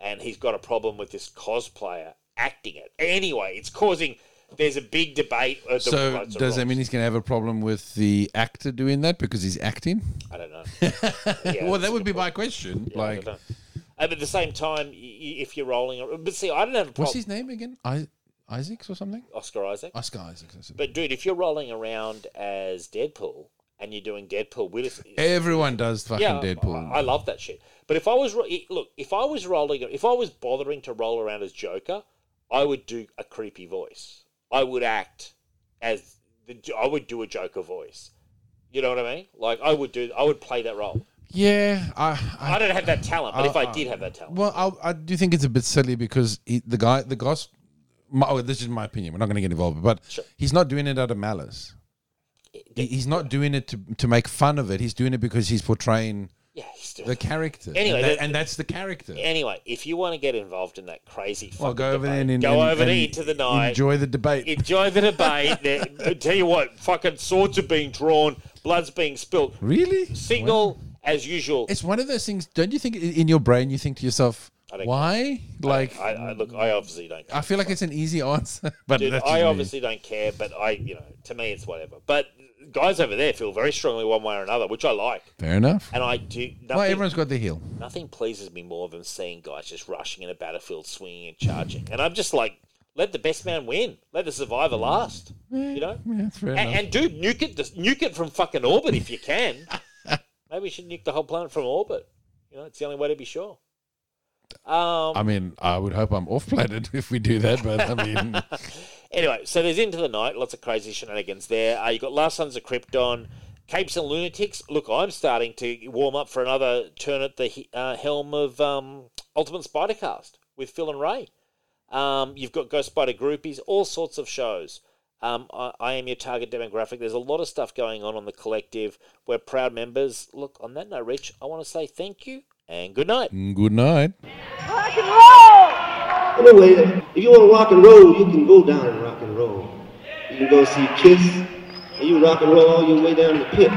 Speaker 2: and he's got a problem with this cosplayer acting it. Anyway, it's causing there's a big debate. uh, the
Speaker 5: So
Speaker 2: rights or
Speaker 5: does that
Speaker 2: wrongs.
Speaker 5: mean he's going to have a problem with the actor doing that because he's acting?
Speaker 2: I don't know. Yeah,
Speaker 5: well,
Speaker 2: that's a
Speaker 5: that would
Speaker 2: good
Speaker 5: be
Speaker 2: point.
Speaker 5: my question.
Speaker 2: Yeah, I
Speaker 5: like,
Speaker 2: don't know. Uh, but at the same time, y- y- if you're rolling, ar- but see, I don't have a
Speaker 5: what's
Speaker 2: problem.
Speaker 5: his name again? I- Isaacs or something?
Speaker 2: Oscar Isaac.
Speaker 5: Oscar Isaacs. or something.
Speaker 2: But dude, if you're rolling around as Deadpool and you're doing Deadpool with
Speaker 5: Everyone does fucking
Speaker 2: yeah,
Speaker 5: Deadpool.
Speaker 2: I, I love that shit. But if I was ro- look, if I was rolling, if I was bothering to roll around as Joker, I would do a creepy voice. I would act as the, I would do a Joker voice. You know what I mean? Like I would do, I would play that role.
Speaker 5: yeah, I, I,
Speaker 2: I don't have that talent, but if I
Speaker 5: I-
Speaker 2: did have that talent,
Speaker 5: Well, I, I do think it's a bit silly because he, the guy, the gospel. My, oh, this is my opinion. We're not going to get involved, but
Speaker 2: Sure.
Speaker 5: he's not doing it out of malice. He- He's not doing it to to make fun of it. He's doing it because he's portraying
Speaker 2: yeah, he's doing.
Speaker 5: the character.
Speaker 2: Anyway,
Speaker 5: and, that-
Speaker 2: that-
Speaker 5: and that's the character.
Speaker 2: Anyway, if you want to get involved in that crazy,
Speaker 5: Well,
Speaker 2: fucking
Speaker 5: go over there
Speaker 2: debate,
Speaker 5: and, and-
Speaker 2: go over
Speaker 5: and
Speaker 2: there into the night.
Speaker 5: Enjoy the debate.
Speaker 2: Enjoy the debate. There- tell you what, fucking swords are being drawn, blood's being spilt.
Speaker 5: really?
Speaker 2: Signal as usual.
Speaker 5: It's one of those things. Don't you think i- in your brain you think to yourself,
Speaker 2: don't
Speaker 5: why? Like,
Speaker 2: I, I look. I obviously don't. Care.
Speaker 5: I feel like it's an easy answer, but
Speaker 2: Dude,
Speaker 5: that's
Speaker 2: I
Speaker 5: just me.
Speaker 2: obviously don't care. But I, you know, to me, it's whatever. But guys over there feel very strongly one way or another, which I like.
Speaker 5: fair enough.
Speaker 2: And I do nothing.
Speaker 5: Well, everyone's got their heel.
Speaker 2: nothing pleases me more than seeing guys just rushing in a battlefield, swinging and charging. And I'm just like, let the best man win. Let the survivor last. You know.
Speaker 5: Yeah, that's Mm. fair
Speaker 2: And,
Speaker 5: enough.
Speaker 2: and dude, nuke it. Nuke it from fucking orbit if you can. Maybe you should nuke the whole planet from orbit. You know, it's the only way to be sure. Um,
Speaker 5: I mean, I would hope I'm off planet if we do that, but I mean,
Speaker 2: Anyway, so there's Into the Night, lots of crazy shenanigans there. Uh, you've got Last Sons of Krypton, Capes and Lunatics. Look, I'm starting to warm up for another turn at the he- uh, helm of um, Ultimate Spidercast with Phil and Ray. Um, you've got Ghost Spider Groupies, all sorts of shows. Um, I, I am your target demographic. There's a lot of stuff going on on the collective. We're proud members. Look, on that note, Rich, I want to say thank you and good night.
Speaker 5: good night.
Speaker 6: rock and roll!
Speaker 7: Anyway, if you want to rock and roll, you can go down and rock and roll. You can go see Kiss, and you rock and roll all your way down the pit.